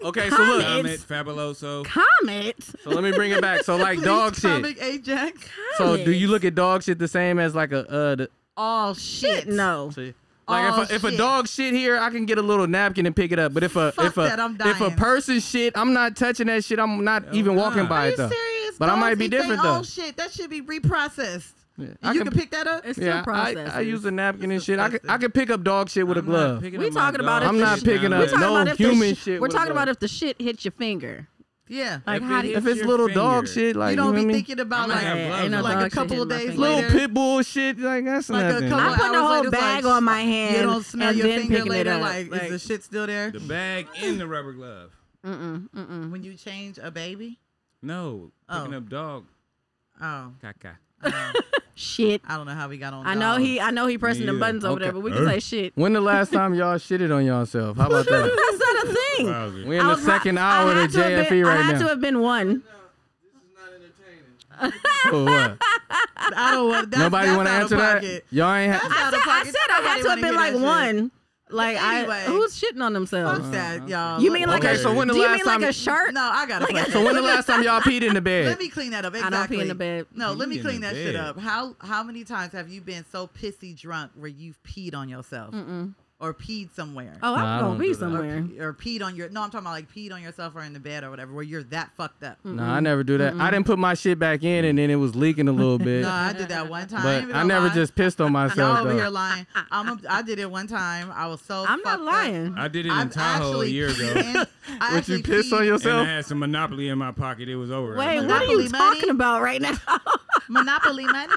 Speaker 2: Okay, so look.
Speaker 7: Comment.
Speaker 9: Comet, Fabuloso.
Speaker 7: Comment.
Speaker 2: So let me bring it back. So like
Speaker 6: Please,
Speaker 2: dog shit.
Speaker 6: Comic Ajax.
Speaker 2: So do
Speaker 7: comments.
Speaker 2: you look at dog shit the same as like a uh the,
Speaker 6: All shit.
Speaker 7: No.
Speaker 2: see? like
Speaker 6: Oh,
Speaker 2: if a, if a
Speaker 6: shit.
Speaker 2: dog shit here, I can get a little napkin and pick it up. But if a
Speaker 6: Fuck
Speaker 2: if a
Speaker 6: that, I'm
Speaker 2: if a
Speaker 6: dying.
Speaker 2: person shit, I'm not touching that shit. I'm not even
Speaker 9: nah.
Speaker 2: walking by
Speaker 6: Are
Speaker 2: it
Speaker 6: you
Speaker 2: though.
Speaker 6: serious?
Speaker 2: But I
Speaker 6: Dogs
Speaker 2: might be
Speaker 6: eat they
Speaker 2: different,
Speaker 6: own
Speaker 2: though.
Speaker 6: shit that should be reprocessed.
Speaker 2: Yeah,
Speaker 6: And
Speaker 2: I
Speaker 6: you
Speaker 2: can-
Speaker 6: can pick that up.
Speaker 7: It's
Speaker 2: Yeah,
Speaker 7: still
Speaker 2: I,
Speaker 7: processed.
Speaker 2: I use a napkin and
Speaker 6: It's
Speaker 2: shit. I could I
Speaker 6: disgusting.
Speaker 2: could pick up dog shit with a
Speaker 9: I'm not
Speaker 2: glove.
Speaker 9: picking
Speaker 7: We
Speaker 9: up my
Speaker 7: talking about
Speaker 9: dog
Speaker 7: if
Speaker 2: I'm
Speaker 7: the
Speaker 2: not
Speaker 7: shit-
Speaker 2: picking
Speaker 7: We're
Speaker 2: up
Speaker 7: talking
Speaker 2: no
Speaker 7: about if the
Speaker 2: human
Speaker 7: shit-
Speaker 2: shit
Speaker 7: We're
Speaker 2: with a
Speaker 7: talking
Speaker 2: glove.
Speaker 7: about if the shit hits your finger.
Speaker 6: yeah.
Speaker 7: Like
Speaker 9: If
Speaker 7: how
Speaker 9: it
Speaker 7: do you?
Speaker 2: If it's
Speaker 9: your
Speaker 2: little dog
Speaker 9: finger.
Speaker 2: shit, like
Speaker 6: you don't
Speaker 2: know
Speaker 6: be
Speaker 2: what I mean?
Speaker 6: thinking about
Speaker 9: I'm not
Speaker 6: like,
Speaker 9: gonna have gloves on.
Speaker 6: like
Speaker 9: Like
Speaker 6: a couple of days
Speaker 2: little
Speaker 6: later.
Speaker 2: pit bull shit. Like that's
Speaker 6: Like a
Speaker 2: nothing.
Speaker 6: couple
Speaker 7: I'm putting a
Speaker 6: hours
Speaker 7: whole
Speaker 6: later, it's
Speaker 7: bag
Speaker 6: like,
Speaker 7: on my hand.
Speaker 6: You don't smell
Speaker 7: and
Speaker 6: your
Speaker 7: then
Speaker 6: finger
Speaker 7: picking it
Speaker 6: later.
Speaker 7: up.
Speaker 6: Like, is the shit still there?
Speaker 9: The bag in the rubber glove.
Speaker 7: mm-mm, mm-mm.
Speaker 6: When you change a baby?
Speaker 9: No, picking
Speaker 6: Oh.
Speaker 9: up dog
Speaker 6: Oh,
Speaker 9: caca.
Speaker 7: shit.
Speaker 6: I don't know how we got on.
Speaker 7: I know
Speaker 6: dogs.
Speaker 7: he. I know he pressing the
Speaker 9: either.
Speaker 7: buttons over there,
Speaker 2: Okay.
Speaker 7: but we can say shit.
Speaker 2: when the last time y'all shitted on yourself? How about that?
Speaker 7: That's not a thing.
Speaker 9: Wowzers.
Speaker 2: We in the
Speaker 7: was right-
Speaker 2: second
Speaker 7: I
Speaker 2: hour
Speaker 7: had
Speaker 2: of
Speaker 7: to have
Speaker 2: JFE
Speaker 7: been- I
Speaker 2: right
Speaker 7: had to
Speaker 2: now.
Speaker 7: have been one.
Speaker 2: For what?
Speaker 6: I don't want. That's,
Speaker 2: Nobody
Speaker 6: want to
Speaker 2: answer that. Y'all ain't.
Speaker 6: That's
Speaker 2: Ha-
Speaker 7: I
Speaker 6: out
Speaker 7: said,
Speaker 6: of
Speaker 7: I
Speaker 6: pocket.
Speaker 7: said I had to have been
Speaker 6: Nobody
Speaker 7: like
Speaker 6: wanna hear that shit.
Speaker 7: one. Like I,
Speaker 6: Anyway.
Speaker 7: who's shitting on themselves?
Speaker 6: Fuck that, y'all.
Speaker 7: You mean
Speaker 6: Let-
Speaker 7: like
Speaker 2: Okay,
Speaker 7: a?
Speaker 2: so when the
Speaker 7: do you
Speaker 2: last
Speaker 7: mean
Speaker 2: time-
Speaker 7: like a shark?
Speaker 6: No, I got to
Speaker 2: so when the last time y'all peed in the bed?
Speaker 6: Let me clean that up.
Speaker 7: don't pee
Speaker 6: Exactly.
Speaker 7: in the bed.
Speaker 6: No, let me
Speaker 9: Pee in the
Speaker 6: clean that shit
Speaker 9: bed.
Speaker 6: up. How how many times have you been so pissy drunk where you've peed on yourself
Speaker 7: Mm-mm.
Speaker 6: or peed somewhere?
Speaker 7: Oh,
Speaker 2: Nah, I
Speaker 7: I'm
Speaker 2: don't
Speaker 7: gonna
Speaker 2: do
Speaker 7: be
Speaker 2: that.
Speaker 6: Or,
Speaker 7: somewhere.
Speaker 6: pe- or peed on your no, I'm talking about like peed on yourself or in the bed or whatever, where you're that fucked up.
Speaker 7: Mm.
Speaker 2: No, I never do that. I didn't put my shit back in, and then it was leaking a little bit.
Speaker 6: No, I did that one time. ain't
Speaker 2: but I
Speaker 6: gonna
Speaker 2: never
Speaker 6: lie.
Speaker 2: just pissed on
Speaker 6: y'all
Speaker 2: myself.
Speaker 6: over here
Speaker 2: Though.
Speaker 6: lying. I'm a, I did it one time. I was so
Speaker 7: I'm not
Speaker 6: fucked up.
Speaker 7: lying.
Speaker 9: I did it in
Speaker 6: I've
Speaker 9: Tahoe a
Speaker 6: actually
Speaker 9: year
Speaker 6: peed
Speaker 9: ago.
Speaker 6: in- I
Speaker 2: Would you
Speaker 6: actually
Speaker 2: piss on
Speaker 6: peed-
Speaker 2: yourself?
Speaker 9: And I had some Monopoly in my pocket. It was over.
Speaker 7: Wait, what are
Speaker 6: Monopoly
Speaker 7: you
Speaker 6: money?
Speaker 7: talking about right now?
Speaker 6: Monopoly money?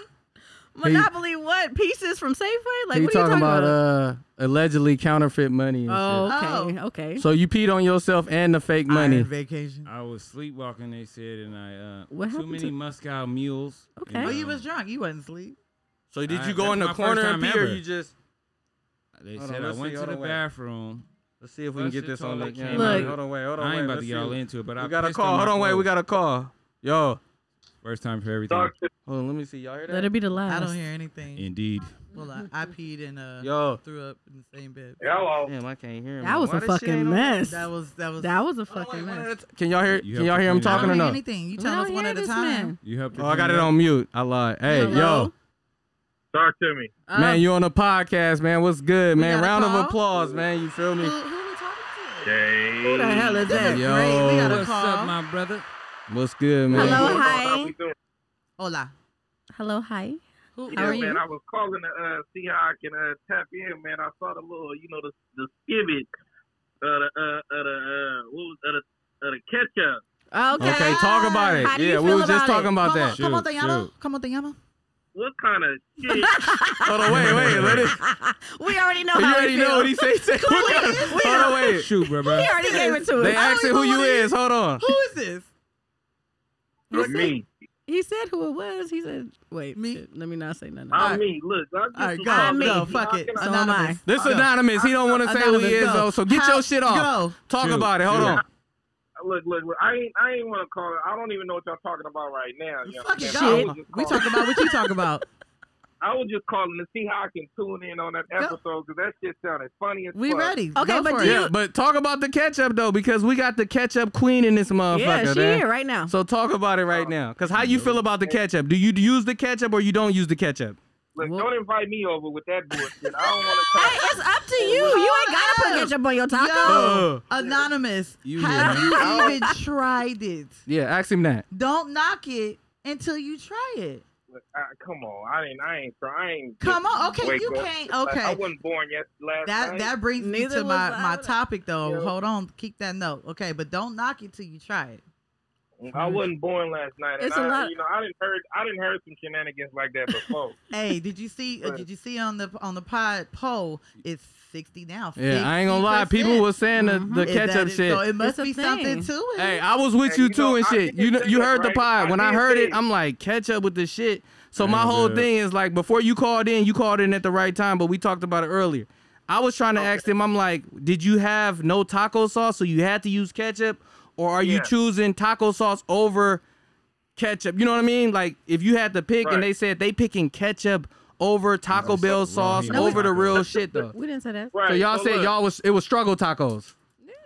Speaker 7: Monopoly, what pieces from Safeway? Like
Speaker 2: you
Speaker 7: what are you
Speaker 2: talking about uh, allegedly counterfeit money? And shit.
Speaker 7: oh, okay,
Speaker 6: Oh.
Speaker 7: okay.
Speaker 2: So you peed on yourself and the fake money.
Speaker 6: Iron vacation.
Speaker 9: I was sleepwalking, they said, and I uh
Speaker 7: What
Speaker 9: too
Speaker 7: happened
Speaker 9: many
Speaker 7: to-
Speaker 9: Moscow mules.
Speaker 7: Okay.
Speaker 9: And,
Speaker 6: Well,
Speaker 7: But
Speaker 6: you
Speaker 9: um,
Speaker 6: was drunk. You wasn't asleep.
Speaker 2: So did
Speaker 9: I-
Speaker 2: you go
Speaker 9: that's
Speaker 2: in the
Speaker 9: my
Speaker 2: corner
Speaker 9: first
Speaker 2: and pee,
Speaker 9: time
Speaker 2: or
Speaker 9: ever.
Speaker 2: you just?
Speaker 9: They
Speaker 2: Hold
Speaker 9: said
Speaker 2: on,
Speaker 9: I
Speaker 2: let's
Speaker 9: went
Speaker 2: see,
Speaker 9: to
Speaker 2: hold
Speaker 9: the
Speaker 2: on, wait.
Speaker 9: bathroom.
Speaker 2: Let's see if we can get this on the
Speaker 9: Look.
Speaker 2: camera. hold on, wait, hold on.
Speaker 9: I ain't
Speaker 2: wait,
Speaker 9: about to
Speaker 2: let's
Speaker 9: get all
Speaker 2: see.
Speaker 9: into it, but I
Speaker 2: We got a
Speaker 9: pissed on
Speaker 2: call.
Speaker 9: my
Speaker 2: Hold on, wait. We
Speaker 9: clothes.
Speaker 2: got a call. Yo,
Speaker 9: First time for everything.
Speaker 2: Hold on, let me see. Y'all hear
Speaker 7: Let
Speaker 2: that?
Speaker 7: it be the
Speaker 6: I
Speaker 7: last.
Speaker 6: don't hear anything.
Speaker 9: Indeed.
Speaker 6: Well, I, I peed and uh,
Speaker 2: Yo.
Speaker 6: threw up in the same bed.
Speaker 3: Hello.
Speaker 2: Damn, I can't hear him.
Speaker 7: That was
Speaker 2: Why
Speaker 7: a
Speaker 2: this shit ain't
Speaker 7: fucking
Speaker 2: on?
Speaker 7: mess.
Speaker 6: That was that was.
Speaker 7: That was a
Speaker 2: Oh, wait,
Speaker 7: fucking
Speaker 2: one
Speaker 7: mess.
Speaker 2: at a t- Can y'all hear?
Speaker 9: You
Speaker 2: Can
Speaker 9: have
Speaker 2: y'all
Speaker 9: to
Speaker 2: hear him
Speaker 9: clean it up.
Speaker 6: I
Speaker 2: talking or
Speaker 6: don't hear
Speaker 2: no?
Speaker 6: anything. You
Speaker 7: We
Speaker 6: tell
Speaker 7: don't
Speaker 6: us one
Speaker 7: hear
Speaker 6: at a
Speaker 7: this
Speaker 6: time.
Speaker 7: man.
Speaker 9: You helped. her
Speaker 2: Oh, I got
Speaker 9: clean
Speaker 2: it
Speaker 9: up?
Speaker 2: on mute. I lied. Hey,
Speaker 7: Hello? Uh,
Speaker 3: Talk to me.
Speaker 2: yo,
Speaker 6: Um,
Speaker 2: man, you on the podcast, man? What's good, man?
Speaker 6: got a
Speaker 2: Round of
Speaker 6: call?
Speaker 2: applause, man. You feel me?
Speaker 6: Who, who we talking to?
Speaker 7: Who the hell is
Speaker 6: This
Speaker 7: that?
Speaker 6: is
Speaker 2: Yo.
Speaker 6: great. We got a
Speaker 9: What's up,
Speaker 6: call.
Speaker 9: my brother?
Speaker 2: What's good, man?
Speaker 7: Hello,
Speaker 3: How
Speaker 7: hi.
Speaker 3: we doing?
Speaker 6: Hola.
Speaker 7: Hello, hi.
Speaker 6: Who,
Speaker 7: How
Speaker 3: Yeah,
Speaker 7: are you?
Speaker 3: man, I was calling to uh, see how I can uh, tap in, man. I saw the little, you know, the the skivot, uh, the uh, uh, the uh, what was uh, the uh, the ketchup.
Speaker 7: Okay.
Speaker 2: Okay, talk about it.
Speaker 7: How do you
Speaker 2: yeah, we
Speaker 7: feel
Speaker 2: was just
Speaker 7: about it?
Speaker 2: talking about that.
Speaker 6: Como, como
Speaker 2: Shoot,
Speaker 6: te llamo?
Speaker 2: shoot.
Speaker 6: Como te llamo?
Speaker 3: What kind of shit?
Speaker 2: Hold on, wait, wait, let it.
Speaker 7: we already know
Speaker 2: You
Speaker 7: how
Speaker 2: already
Speaker 7: we feel.
Speaker 2: know what he said. Say, what kind of- Hold on, wait.
Speaker 9: Shoot, bro, bro.
Speaker 7: He already gave it to
Speaker 2: They
Speaker 7: us.
Speaker 2: asking who you is. Hold on.
Speaker 6: Who is this?
Speaker 3: Look me,
Speaker 7: He said who it was. He said, wait,
Speaker 6: Me?
Speaker 7: shit, let me not say nothing.
Speaker 3: I'm me. Look, I'm just
Speaker 6: All right,
Speaker 3: a
Speaker 6: go,
Speaker 3: little-
Speaker 7: me.
Speaker 6: go.
Speaker 3: How
Speaker 6: Fuck it.
Speaker 3: can I-
Speaker 7: So am I.
Speaker 6: Anonymous.
Speaker 2: This anonymous. He don't want to say who he
Speaker 6: Anonymous,
Speaker 2: is
Speaker 6: go.
Speaker 2: though. So get
Speaker 6: How-
Speaker 2: your shit off.
Speaker 6: Go.
Speaker 2: Talk
Speaker 9: Shoot,
Speaker 2: about it. Hold
Speaker 9: shoot.
Speaker 2: on.
Speaker 3: Look, look, look. I ain't, I ain't want to call it. I don't even know what y'all talking about right now. You
Speaker 6: Fuck it,
Speaker 3: understand?
Speaker 6: go.
Speaker 3: I was just
Speaker 6: We
Speaker 3: calling-
Speaker 6: talk about what you talk about.
Speaker 3: I was just calling to see how I can tune in on that episode because that shit sounded funny as
Speaker 6: We
Speaker 3: fuck.
Speaker 6: ready.
Speaker 7: Okay,
Speaker 6: Go
Speaker 7: but
Speaker 6: for
Speaker 7: do
Speaker 6: it.
Speaker 2: Yeah, but talk about the ketchup though, because we got the ketchup queen in this motherfucker.
Speaker 7: yeah, she
Speaker 2: man.
Speaker 7: here right now.
Speaker 2: So talk about it right now. Cause how you feel about the ketchup? Do you use the ketchup or you don't use the ketchup?
Speaker 3: Look,
Speaker 7: Well-
Speaker 3: don't invite me over with that bullshit. I don't want to
Speaker 7: hey, it's up to you. You ain't gotta put
Speaker 6: up.
Speaker 7: ketchup on your taco.
Speaker 6: Yo,
Speaker 2: Uh.
Speaker 6: anonymous,
Speaker 9: You
Speaker 6: have you even tried it?
Speaker 2: Yeah, ask him that.
Speaker 6: Don't knock it until you try it.
Speaker 3: Uh, come on, I ain't, I ain't, I ain't.
Speaker 6: Come
Speaker 3: just
Speaker 6: on, okay,
Speaker 3: wake
Speaker 6: you
Speaker 3: up.
Speaker 6: can't-
Speaker 3: Like, I
Speaker 6: okay.
Speaker 3: wasn't born yet last
Speaker 6: That
Speaker 3: night.
Speaker 6: that brings me
Speaker 7: Neither
Speaker 6: to my,
Speaker 7: was I
Speaker 6: my
Speaker 7: when I-
Speaker 6: topic though.
Speaker 3: Yeah.
Speaker 6: Hold on, keep that note. Okay, but don't knock it till you try it.
Speaker 3: I wasn't born last night, and
Speaker 7: It's a
Speaker 3: I,
Speaker 7: lot-
Speaker 3: you know, I didn't heard, I didn't heard some shenanigans like that before.
Speaker 6: Hey, did you see? Uh,
Speaker 3: Right.
Speaker 6: did you see on the on the pod poll? It's sixty now.
Speaker 2: Yeah, I ain't gonna lie. People
Speaker 6: 60%.
Speaker 2: was saying the, the
Speaker 6: "Mm-hmm." Is that
Speaker 2: ketchup
Speaker 6: it?
Speaker 2: shit.
Speaker 6: So it must
Speaker 7: It's a
Speaker 6: be something
Speaker 7: thing.
Speaker 6: to it.
Speaker 2: Hey, I was with
Speaker 3: Hey,
Speaker 2: you
Speaker 3: you
Speaker 2: too
Speaker 3: know,
Speaker 2: and
Speaker 3: I
Speaker 2: shit.
Speaker 3: did
Speaker 2: You kn-
Speaker 3: think
Speaker 2: you
Speaker 3: it,
Speaker 2: heard the
Speaker 3: right?
Speaker 2: pod.
Speaker 3: I
Speaker 2: When I
Speaker 3: did
Speaker 2: heard it,
Speaker 3: think.
Speaker 2: I'm like, catch up with the shit. So my
Speaker 9: Damn,
Speaker 2: whole
Speaker 9: good.
Speaker 2: thing is like, before you called in, you called in at the right time, but we talked about it earlier. I was trying to ask them, I'm like, did you have no taco sauce, so you had to use ketchup, or are you
Speaker 3: Yeah.
Speaker 2: choosing taco sauce over ketchup? You know what I mean? Like, if you had to pick,
Speaker 3: Right.
Speaker 2: and they said they picking ketchup over Taco Bell sauce
Speaker 9: No,
Speaker 2: over
Speaker 9: we-
Speaker 2: the real shit though.
Speaker 7: We didn't say that.
Speaker 3: Right.
Speaker 2: So y'all
Speaker 3: so
Speaker 2: said
Speaker 3: look,
Speaker 2: y'all was it was struggle tacos.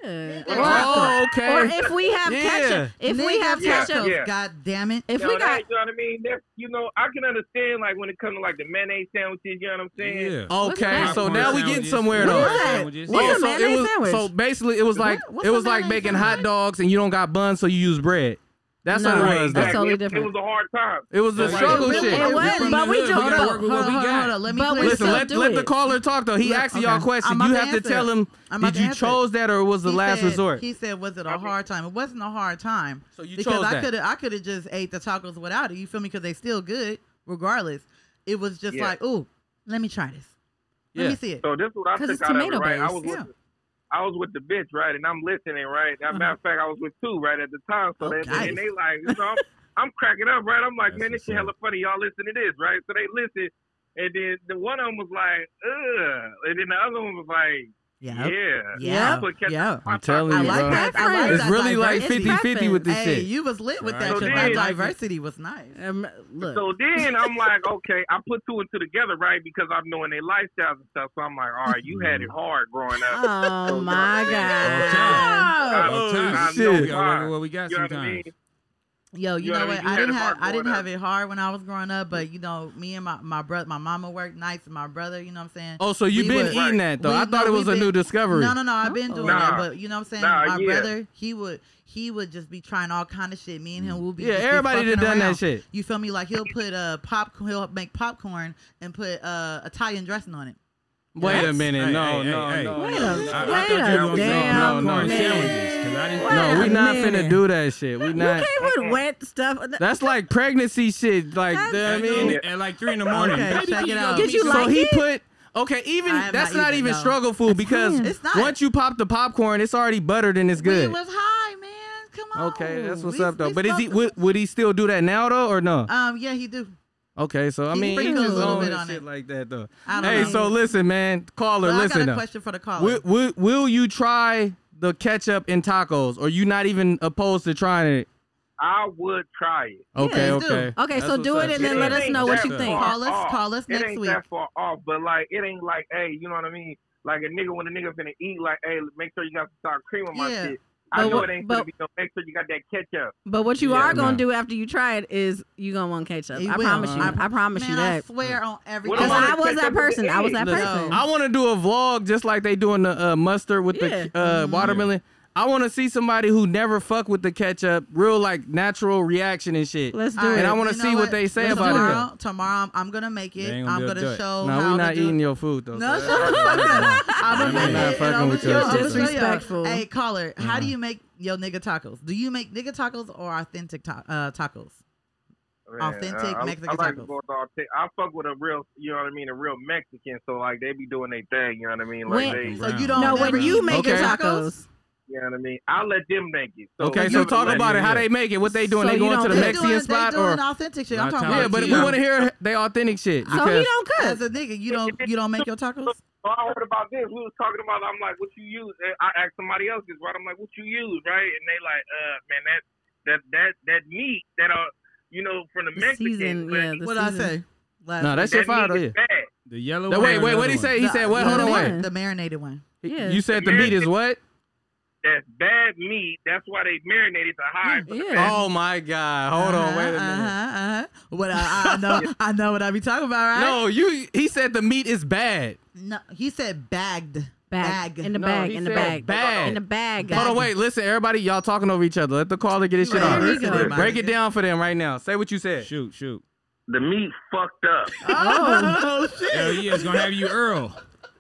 Speaker 7: Yeah.
Speaker 2: Oh, okay.
Speaker 7: Or if we have
Speaker 2: Yeah.
Speaker 7: ketchup, if we
Speaker 6: Nigga,
Speaker 7: have
Speaker 3: Yeah,
Speaker 7: ketchup,
Speaker 3: yeah.
Speaker 6: God damn it!
Speaker 7: if
Speaker 3: you
Speaker 7: we
Speaker 3: know,
Speaker 7: got
Speaker 3: that, you know what I mean? That's, you know, I can understand like when it comes to like the mayonnaise sandwiches. You know what I'm saying?
Speaker 9: Yeah.
Speaker 2: Okay,
Speaker 7: that?
Speaker 2: so
Speaker 9: Popcorn
Speaker 2: now we getting
Speaker 9: sandwiches.
Speaker 2: somewhere
Speaker 7: What
Speaker 2: though.
Speaker 7: is that?
Speaker 9: Sandwiches.
Speaker 7: What's
Speaker 2: Yeah,
Speaker 7: a
Speaker 2: Oh, so it
Speaker 7: mayonnaise
Speaker 2: was
Speaker 7: sandwich?
Speaker 2: so basically it was like
Speaker 6: what's
Speaker 2: it
Speaker 6: a
Speaker 2: was like
Speaker 6: mayonnaise
Speaker 2: making hot
Speaker 6: sandwich?
Speaker 2: dogs and you don't got buns so you use bread. That's
Speaker 7: No,
Speaker 2: what it
Speaker 7: Right,
Speaker 2: was.
Speaker 7: that's
Speaker 2: Though.
Speaker 3: exactly.
Speaker 7: totally
Speaker 3: It-
Speaker 7: different.
Speaker 3: It was a hard time.
Speaker 2: It was the
Speaker 9: Right.
Speaker 2: struggle
Speaker 9: It
Speaker 2: shit.
Speaker 7: It was, but we
Speaker 9: We
Speaker 7: do
Speaker 9: gotta work with
Speaker 7: both.
Speaker 9: what we got.
Speaker 6: Let
Speaker 7: But
Speaker 6: me
Speaker 7: we
Speaker 6: clear
Speaker 2: Listen,
Speaker 7: still
Speaker 6: this
Speaker 2: let,
Speaker 6: up.
Speaker 7: do
Speaker 2: let the
Speaker 7: it.
Speaker 2: caller talk though. He
Speaker 6: Look,
Speaker 2: asking
Speaker 6: okay.
Speaker 2: y'all question.
Speaker 6: I'm about
Speaker 2: You
Speaker 6: to
Speaker 2: have to
Speaker 6: answer
Speaker 2: tell
Speaker 6: it.
Speaker 2: him
Speaker 6: I'm about
Speaker 2: did
Speaker 6: to
Speaker 2: you
Speaker 6: answer
Speaker 2: chose that or was the
Speaker 6: He
Speaker 2: last
Speaker 6: said-
Speaker 2: resort?
Speaker 6: He said, "Was it a hard time? It wasn't a hard time.
Speaker 2: So you
Speaker 6: because
Speaker 2: chose
Speaker 6: I
Speaker 2: that.
Speaker 6: could have I could have just ate the tacos without it. You feel me? Because they still good regardless. It was just
Speaker 3: Yeah.
Speaker 6: like, ooh, let me try this. Let
Speaker 2: Yeah.
Speaker 6: me see it.
Speaker 3: So this is what I
Speaker 7: 'Cause
Speaker 3: took
Speaker 7: it's
Speaker 3: out of it,
Speaker 7: tomato
Speaker 3: right? I
Speaker 7: based,
Speaker 3: was
Speaker 6: yeah.
Speaker 3: with the, I was with the bitch, right? And I'm listening, right? As a matter of fact, I was with two, right, at the time. So
Speaker 6: Oh,
Speaker 3: they,
Speaker 6: nice.
Speaker 3: and they like, you know, I'm, I'm cracking up, right? I'm like,
Speaker 9: That's
Speaker 3: man, this
Speaker 9: what's
Speaker 3: shit
Speaker 9: up.
Speaker 3: hella funny. Y'all listen to this, right? So they listen, and then the one of them was like, ugh, and then the other one was like,
Speaker 6: Yeah,
Speaker 3: yeah,
Speaker 6: Yeah.
Speaker 3: I put ketchup
Speaker 6: Yeah.
Speaker 3: on my
Speaker 2: I'm telling
Speaker 3: taco.
Speaker 6: I
Speaker 2: you,
Speaker 6: like
Speaker 2: bro.
Speaker 6: that. I like
Speaker 7: It's
Speaker 6: that
Speaker 2: really like
Speaker 6: diversity.
Speaker 2: 50-50 with this
Speaker 6: Hey,
Speaker 2: shit.
Speaker 6: you was lit with that
Speaker 9: Right.
Speaker 6: because
Speaker 3: So then-
Speaker 6: that diversity was nice.
Speaker 7: Um, look.
Speaker 3: So then I'm like, okay, I put two and two together, right? Because I'm knowing their lifestyles and stuff. So I'm like, all right, you had it hard growing up.
Speaker 7: oh my
Speaker 9: time.
Speaker 7: god.
Speaker 3: Oh,
Speaker 9: Oh,
Speaker 2: shit.
Speaker 9: We gotta work with what we got
Speaker 3: You know what I mean?
Speaker 9: sometimes.
Speaker 6: Yo, you,
Speaker 3: You
Speaker 6: know,
Speaker 3: know what I
Speaker 6: what?
Speaker 3: mean? You
Speaker 6: I
Speaker 3: had
Speaker 6: didn't
Speaker 3: it
Speaker 6: have
Speaker 3: hard
Speaker 6: I didn't
Speaker 3: growing
Speaker 6: have it hard when I was growing up, but you know, me and my my brother, my mama worked nights, and my brother. You know what I'm saying?
Speaker 2: Oh, so you
Speaker 6: We
Speaker 2: been
Speaker 6: would-
Speaker 2: eating that though.
Speaker 6: we-
Speaker 2: I thought
Speaker 6: no,
Speaker 2: it
Speaker 6: we
Speaker 2: was a
Speaker 6: been-
Speaker 2: new discovery.
Speaker 6: No, no, no. I've been doing
Speaker 3: Nah.
Speaker 6: that, but you know what I'm saying.
Speaker 3: Nah,
Speaker 6: my
Speaker 3: yeah.
Speaker 6: brother, he would he would just be trying all kind of shit. Me and him will be
Speaker 2: Yeah,
Speaker 6: just be
Speaker 2: everybody
Speaker 6: fucking
Speaker 2: done done that
Speaker 6: around.
Speaker 2: shit.
Speaker 6: You feel me? Like he'll put uh popcorn, he'll make popcorn and put uh Italian dressing on it.
Speaker 2: Wait a
Speaker 6: What?
Speaker 2: minute.
Speaker 9: Hey,
Speaker 2: No,
Speaker 9: hey,
Speaker 2: no,
Speaker 9: hey,
Speaker 2: no.
Speaker 7: Wait
Speaker 2: no.
Speaker 7: a,
Speaker 9: I, I
Speaker 7: wait
Speaker 9: thought you were
Speaker 7: a
Speaker 9: gonna say
Speaker 7: damn
Speaker 2: no,
Speaker 9: popcorn
Speaker 2: no.
Speaker 7: minute.
Speaker 9: sandwiches. 'cause I didn't.
Speaker 7: Wait
Speaker 2: No, we
Speaker 7: a
Speaker 2: not finna
Speaker 7: minute.
Speaker 2: do that shit. We not.
Speaker 7: You came with wet stuff.
Speaker 2: That's like pregnancy shit. Like,
Speaker 7: That's-
Speaker 2: I
Speaker 9: I
Speaker 2: mean,
Speaker 9: mean, at like three in the morning.
Speaker 6: Okay,
Speaker 9: Baby,
Speaker 6: check
Speaker 9: can
Speaker 6: it
Speaker 9: you
Speaker 6: out.
Speaker 9: go
Speaker 7: Did
Speaker 9: get
Speaker 7: you
Speaker 9: me
Speaker 2: so
Speaker 7: like
Speaker 2: he
Speaker 7: it?
Speaker 2: put okay. Even
Speaker 6: I have
Speaker 2: that's
Speaker 6: not
Speaker 2: not
Speaker 6: eaten
Speaker 2: even
Speaker 6: though.
Speaker 2: struggle food because
Speaker 6: It's not.
Speaker 2: once you pop the popcorn, it's already buttered and it's
Speaker 6: We
Speaker 2: good.
Speaker 6: was high, man. Come on.
Speaker 2: Okay, that's what's
Speaker 6: We-
Speaker 2: up though.
Speaker 6: we
Speaker 2: But is he
Speaker 6: smoked-
Speaker 2: would, would he still do that now though or no?
Speaker 6: Um, yeah, he do.
Speaker 2: Okay, so I
Speaker 6: he
Speaker 2: mean, he
Speaker 6: sprinkled
Speaker 2: just
Speaker 6: a little
Speaker 2: own
Speaker 6: bit
Speaker 2: and
Speaker 6: on
Speaker 2: shit
Speaker 6: it.
Speaker 2: like that though.
Speaker 6: I don't
Speaker 2: Hey,
Speaker 6: know.
Speaker 2: so listen, man, caller,
Speaker 6: But I
Speaker 2: listen
Speaker 6: got a
Speaker 2: though.
Speaker 6: question for the caller.
Speaker 2: Will, will, will you try the ketchup in tacos? Or you not even opposed to trying it?
Speaker 3: I would try it.
Speaker 2: Okay,
Speaker 6: Yes, do.
Speaker 2: okay.
Speaker 7: Okay,
Speaker 9: That's
Speaker 7: so
Speaker 9: what's
Speaker 7: do
Speaker 9: up.
Speaker 7: it and
Speaker 9: Yeah,
Speaker 7: then let
Speaker 9: it
Speaker 7: us
Speaker 9: ain't
Speaker 7: know what
Speaker 9: that
Speaker 7: you
Speaker 9: far
Speaker 7: think.
Speaker 6: Call us.
Speaker 3: off.
Speaker 6: Call us
Speaker 3: it
Speaker 6: next
Speaker 3: ain't
Speaker 6: week.
Speaker 3: that far off, but like it ain't like, hey, you know what I mean? Like a nigga when a nigga finna eat, like, hey, make sure you got some sour cream on my
Speaker 6: Yeah.
Speaker 3: shit. I
Speaker 7: But
Speaker 3: know
Speaker 7: what-
Speaker 3: it ain't
Speaker 7: but-
Speaker 3: gonna be no. Make sure you got that ketchup.
Speaker 7: But what you
Speaker 9: Yeah,
Speaker 7: are gonna
Speaker 9: nah.
Speaker 7: do after you try it is you gonna want ketchup.
Speaker 6: You
Speaker 7: I
Speaker 6: will.
Speaker 7: promise you.
Speaker 9: Uh-huh.
Speaker 7: I, I promise
Speaker 6: Man,
Speaker 7: you
Speaker 6: I
Speaker 7: that.
Speaker 6: swear on everything.
Speaker 3: What
Speaker 7: Because
Speaker 3: about
Speaker 7: I
Speaker 3: it?
Speaker 7: was that
Speaker 3: Ketchup with
Speaker 7: person.
Speaker 3: the
Speaker 7: I was that
Speaker 6: egg?
Speaker 7: person.
Speaker 6: No.
Speaker 2: I want to do a vlog just like they doing the uh, mustard with
Speaker 7: Yeah.
Speaker 2: the
Speaker 3: Mm-hmm.
Speaker 2: uh, watermelon. I want to see somebody who never fuck with the ketchup, real like natural reaction and shit.
Speaker 7: Let's do
Speaker 6: All
Speaker 7: it.
Speaker 2: And I wanna
Speaker 6: you know
Speaker 2: see what they say about it, though.
Speaker 6: tomorrow, it. Tomorrow, I'm- I'm gonna make
Speaker 9: They
Speaker 6: it.
Speaker 9: ain't gonna
Speaker 6: I'm
Speaker 9: be able to do
Speaker 6: gonna
Speaker 9: it.
Speaker 6: show
Speaker 2: No,
Speaker 6: how
Speaker 2: we
Speaker 6: to
Speaker 2: not
Speaker 6: do
Speaker 2: eating your food though.
Speaker 6: No,
Speaker 2: so
Speaker 6: shut
Speaker 2: that's-
Speaker 6: the fuck up.
Speaker 2: Nah,
Speaker 6: I'm
Speaker 2: we
Speaker 6: gonna
Speaker 2: not
Speaker 6: make it.
Speaker 2: fucking
Speaker 6: I'm
Speaker 2: with Mm-hmm.
Speaker 6: gonna
Speaker 2: you.
Speaker 6: show you.
Speaker 7: Disrespectful.
Speaker 6: Hey, caller, how do you make your nigga tacos? Do you make nigga tacos or authentic ta- uh, tacos? Authentic
Speaker 3: I-
Speaker 6: Mexican
Speaker 3: I, like to
Speaker 6: tacos.
Speaker 3: go with authentic- I fuck with a real, you know what I mean, a real Mexican. So like they be doing their thing, you know what I mean? Like
Speaker 7: When-
Speaker 3: they,
Speaker 6: So
Speaker 9: Brown.
Speaker 6: you don't.
Speaker 7: No,
Speaker 6: never
Speaker 7: when you
Speaker 6: eat
Speaker 7: make your
Speaker 2: Okay.
Speaker 7: tacos,
Speaker 3: you know what I mean. I let them make it. So
Speaker 2: Okay,
Speaker 3: like,
Speaker 2: so
Speaker 3: you
Speaker 2: talk
Speaker 3: let
Speaker 2: about it.
Speaker 3: them
Speaker 2: How
Speaker 3: do
Speaker 2: they make it? What they doing?
Speaker 7: So
Speaker 2: they
Speaker 7: you
Speaker 2: going to
Speaker 7: don't-
Speaker 2: the
Speaker 6: They
Speaker 7: They're
Speaker 2: Mexican
Speaker 6: doing,
Speaker 2: spot
Speaker 6: they doing
Speaker 2: or?
Speaker 6: authentic shit. I'm
Speaker 9: Not
Speaker 6: talking about
Speaker 2: Yeah, but
Speaker 6: you.
Speaker 2: we want to hear they authentic shit.
Speaker 7: so he
Speaker 2: because-
Speaker 7: don't cook.
Speaker 6: As a nigga, you don't you don't make your tacos.
Speaker 3: So I heard about this. We was talking about. I'm like, what you use? And I asked somebody else this, right? I'm like, what you use, right? And they like, uh, man, that that that that meat that are, you know, from the,
Speaker 7: The
Speaker 3: Mexican.
Speaker 7: season,
Speaker 3: but
Speaker 7: yeah. The
Speaker 6: What I
Speaker 7: season.
Speaker 6: say? Last
Speaker 2: No, that
Speaker 3: that
Speaker 2: shit fire though.
Speaker 3: meat
Speaker 2: Yeah.
Speaker 3: is bad.
Speaker 9: The yellow.
Speaker 2: The-
Speaker 9: one
Speaker 2: wait, wait,
Speaker 9: or another
Speaker 2: what he
Speaker 9: one?
Speaker 2: say? He
Speaker 6: The-
Speaker 2: said what?
Speaker 6: the
Speaker 2: Hold on,
Speaker 6: mar-
Speaker 2: wait.
Speaker 6: The marinated one.
Speaker 7: Yeah.
Speaker 2: You said the meat is what?
Speaker 3: That's bad meat. That's why they marinate it to hide.
Speaker 7: Yeah.
Speaker 2: Oh my god! Hold on, wait a minute.
Speaker 6: Uh-huh, uh-huh. What I, I know, I know what I be talking about, right?
Speaker 2: No, you. He said the meat is bad.
Speaker 6: No, he said bagged.
Speaker 7: Bag. In the
Speaker 2: No,
Speaker 7: bag.
Speaker 2: he
Speaker 7: In the
Speaker 2: said
Speaker 7: bag.
Speaker 2: bag.
Speaker 7: In the bag.
Speaker 2: Hold on, wait. Listen, everybody, y'all talking over each other. Let the caller get his shit
Speaker 7: There
Speaker 2: off.
Speaker 7: you go.
Speaker 2: Break it down for them right now. Say what you said.
Speaker 9: Shoot, shoot.
Speaker 3: The meat fucked up.
Speaker 7: Oh,
Speaker 6: Oh shit!
Speaker 9: Hell yeah, it's gonna have you Earl.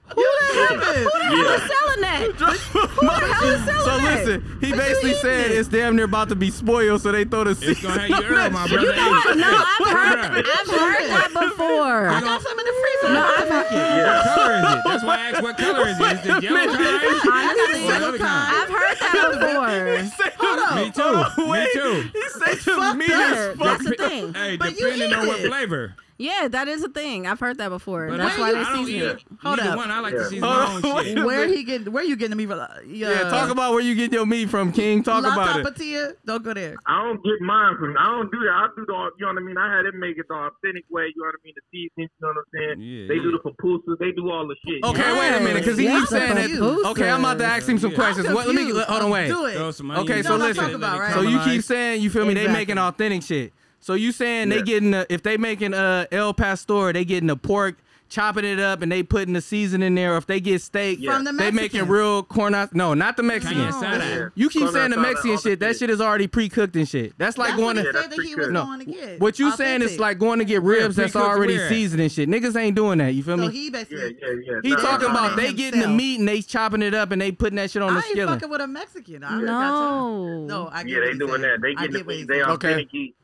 Speaker 6: Who the hell is?
Speaker 7: who was selling that? Who the hell is selling
Speaker 2: So
Speaker 7: that?
Speaker 2: listen, he basically said it's damn near about to be spoiled, so they throw the
Speaker 9: It's
Speaker 2: seeds.
Speaker 9: gonna have you Earl, my brother.
Speaker 7: You know what? No, I've
Speaker 9: Hey,
Speaker 7: heard, I've heard that before.
Speaker 6: I got some in the freezer.
Speaker 7: No, I've heard,
Speaker 9: What color is it? That's why I asked what color is it. Is it yellow color?
Speaker 7: honestly,
Speaker 9: Or another kind?
Speaker 7: I've heard that before.
Speaker 9: Me too. Me too.
Speaker 2: He said the
Speaker 6: Fuck
Speaker 2: meat
Speaker 6: that.
Speaker 2: is
Speaker 7: That's
Speaker 2: fucked.
Speaker 7: the thing.
Speaker 9: Hey,
Speaker 6: But you
Speaker 9: depending
Speaker 6: eat
Speaker 9: on what
Speaker 6: it.
Speaker 9: flavor.
Speaker 7: Yeah, that is a thing. I've heard that before.
Speaker 9: But
Speaker 7: That's
Speaker 9: I,
Speaker 7: why
Speaker 9: I
Speaker 7: they
Speaker 9: don't eat
Speaker 7: season it.
Speaker 6: Hold
Speaker 9: neither
Speaker 6: up.
Speaker 9: one. I like to season my
Speaker 2: Hold
Speaker 9: own
Speaker 2: on,
Speaker 9: shit.
Speaker 2: wait.
Speaker 6: Where he get? Where you getting me from? Uh,
Speaker 2: Yeah, talk about where you get your meat from, King. Talk
Speaker 6: La
Speaker 2: about it.
Speaker 6: Tapatia. Don't go there.
Speaker 3: I don't get mine from. I don't do that. I do the. You know what I mean. I had them make it the authentic way. You know what I mean. The seasoning. You know what I'm saying.
Speaker 9: Yeah,
Speaker 3: they do
Speaker 9: yeah.
Speaker 3: the pupusas. They do all the shit.
Speaker 2: Okay,
Speaker 3: You know?
Speaker 2: wait a minute, because he
Speaker 7: Yes,
Speaker 2: keeps saying that.
Speaker 7: pupusas.
Speaker 2: Okay, I'm about to ask him some
Speaker 9: Yeah.
Speaker 2: questions. What, let me
Speaker 6: Confused.
Speaker 2: hold on, wait.
Speaker 6: Do it.
Speaker 9: Throw some
Speaker 2: Okay,
Speaker 9: onions
Speaker 2: so
Speaker 9: in it,
Speaker 2: listen.
Speaker 9: let it
Speaker 6: About, right?
Speaker 2: So you keep
Speaker 9: caramelize.
Speaker 2: saying you feel me? They
Speaker 6: Exactly.
Speaker 2: making authentic shit. So you saying they
Speaker 3: Yeah.
Speaker 2: getting the, if they making a El Pastor, they getting the pork, chopping it up, and they putting the season in there. Or if they get steak,
Speaker 3: Yeah. From
Speaker 6: the
Speaker 2: they making
Speaker 6: Mexicans.
Speaker 2: real corn. No, not the
Speaker 9: Carne
Speaker 2: Mexicans.
Speaker 9: asada.
Speaker 2: You keep
Speaker 3: Corn
Speaker 2: saying the
Speaker 3: asada,
Speaker 2: Mexican
Speaker 3: all the
Speaker 2: shit. That
Speaker 3: shit.
Speaker 2: shit is already pre cooked and shit. That's like
Speaker 6: That's
Speaker 2: going
Speaker 6: what he
Speaker 2: to.
Speaker 3: Yeah,
Speaker 6: said
Speaker 3: that's
Speaker 6: that he
Speaker 3: pretty
Speaker 6: was
Speaker 3: good.
Speaker 6: going to get.
Speaker 2: What you saying is
Speaker 6: Authentic.
Speaker 2: like going to get ribs that's
Speaker 9: pre-cooked
Speaker 2: already
Speaker 9: where?
Speaker 2: seasoned and shit. Niggas ain't doing that. You feel
Speaker 6: So
Speaker 2: me?
Speaker 6: he
Speaker 3: Yeah,
Speaker 6: basically.
Speaker 3: yeah, yeah.
Speaker 2: He
Speaker 3: Nah,
Speaker 2: talking
Speaker 3: nah,
Speaker 2: about
Speaker 3: nah.
Speaker 2: they getting the
Speaker 6: himself.
Speaker 2: meat and they chopping it up and they putting that shit on the
Speaker 6: I ain't
Speaker 2: skillet.
Speaker 6: fucking with a Mexican. I
Speaker 7: No.
Speaker 6: already got you. No, I get
Speaker 3: Yeah,
Speaker 6: what
Speaker 3: they
Speaker 6: he's
Speaker 3: doing
Speaker 6: saying.
Speaker 3: that. They
Speaker 6: I
Speaker 3: getting
Speaker 6: get
Speaker 3: the
Speaker 6: what he's
Speaker 3: meat. They
Speaker 6: saying.
Speaker 2: Okay.
Speaker 3: authentic. eat.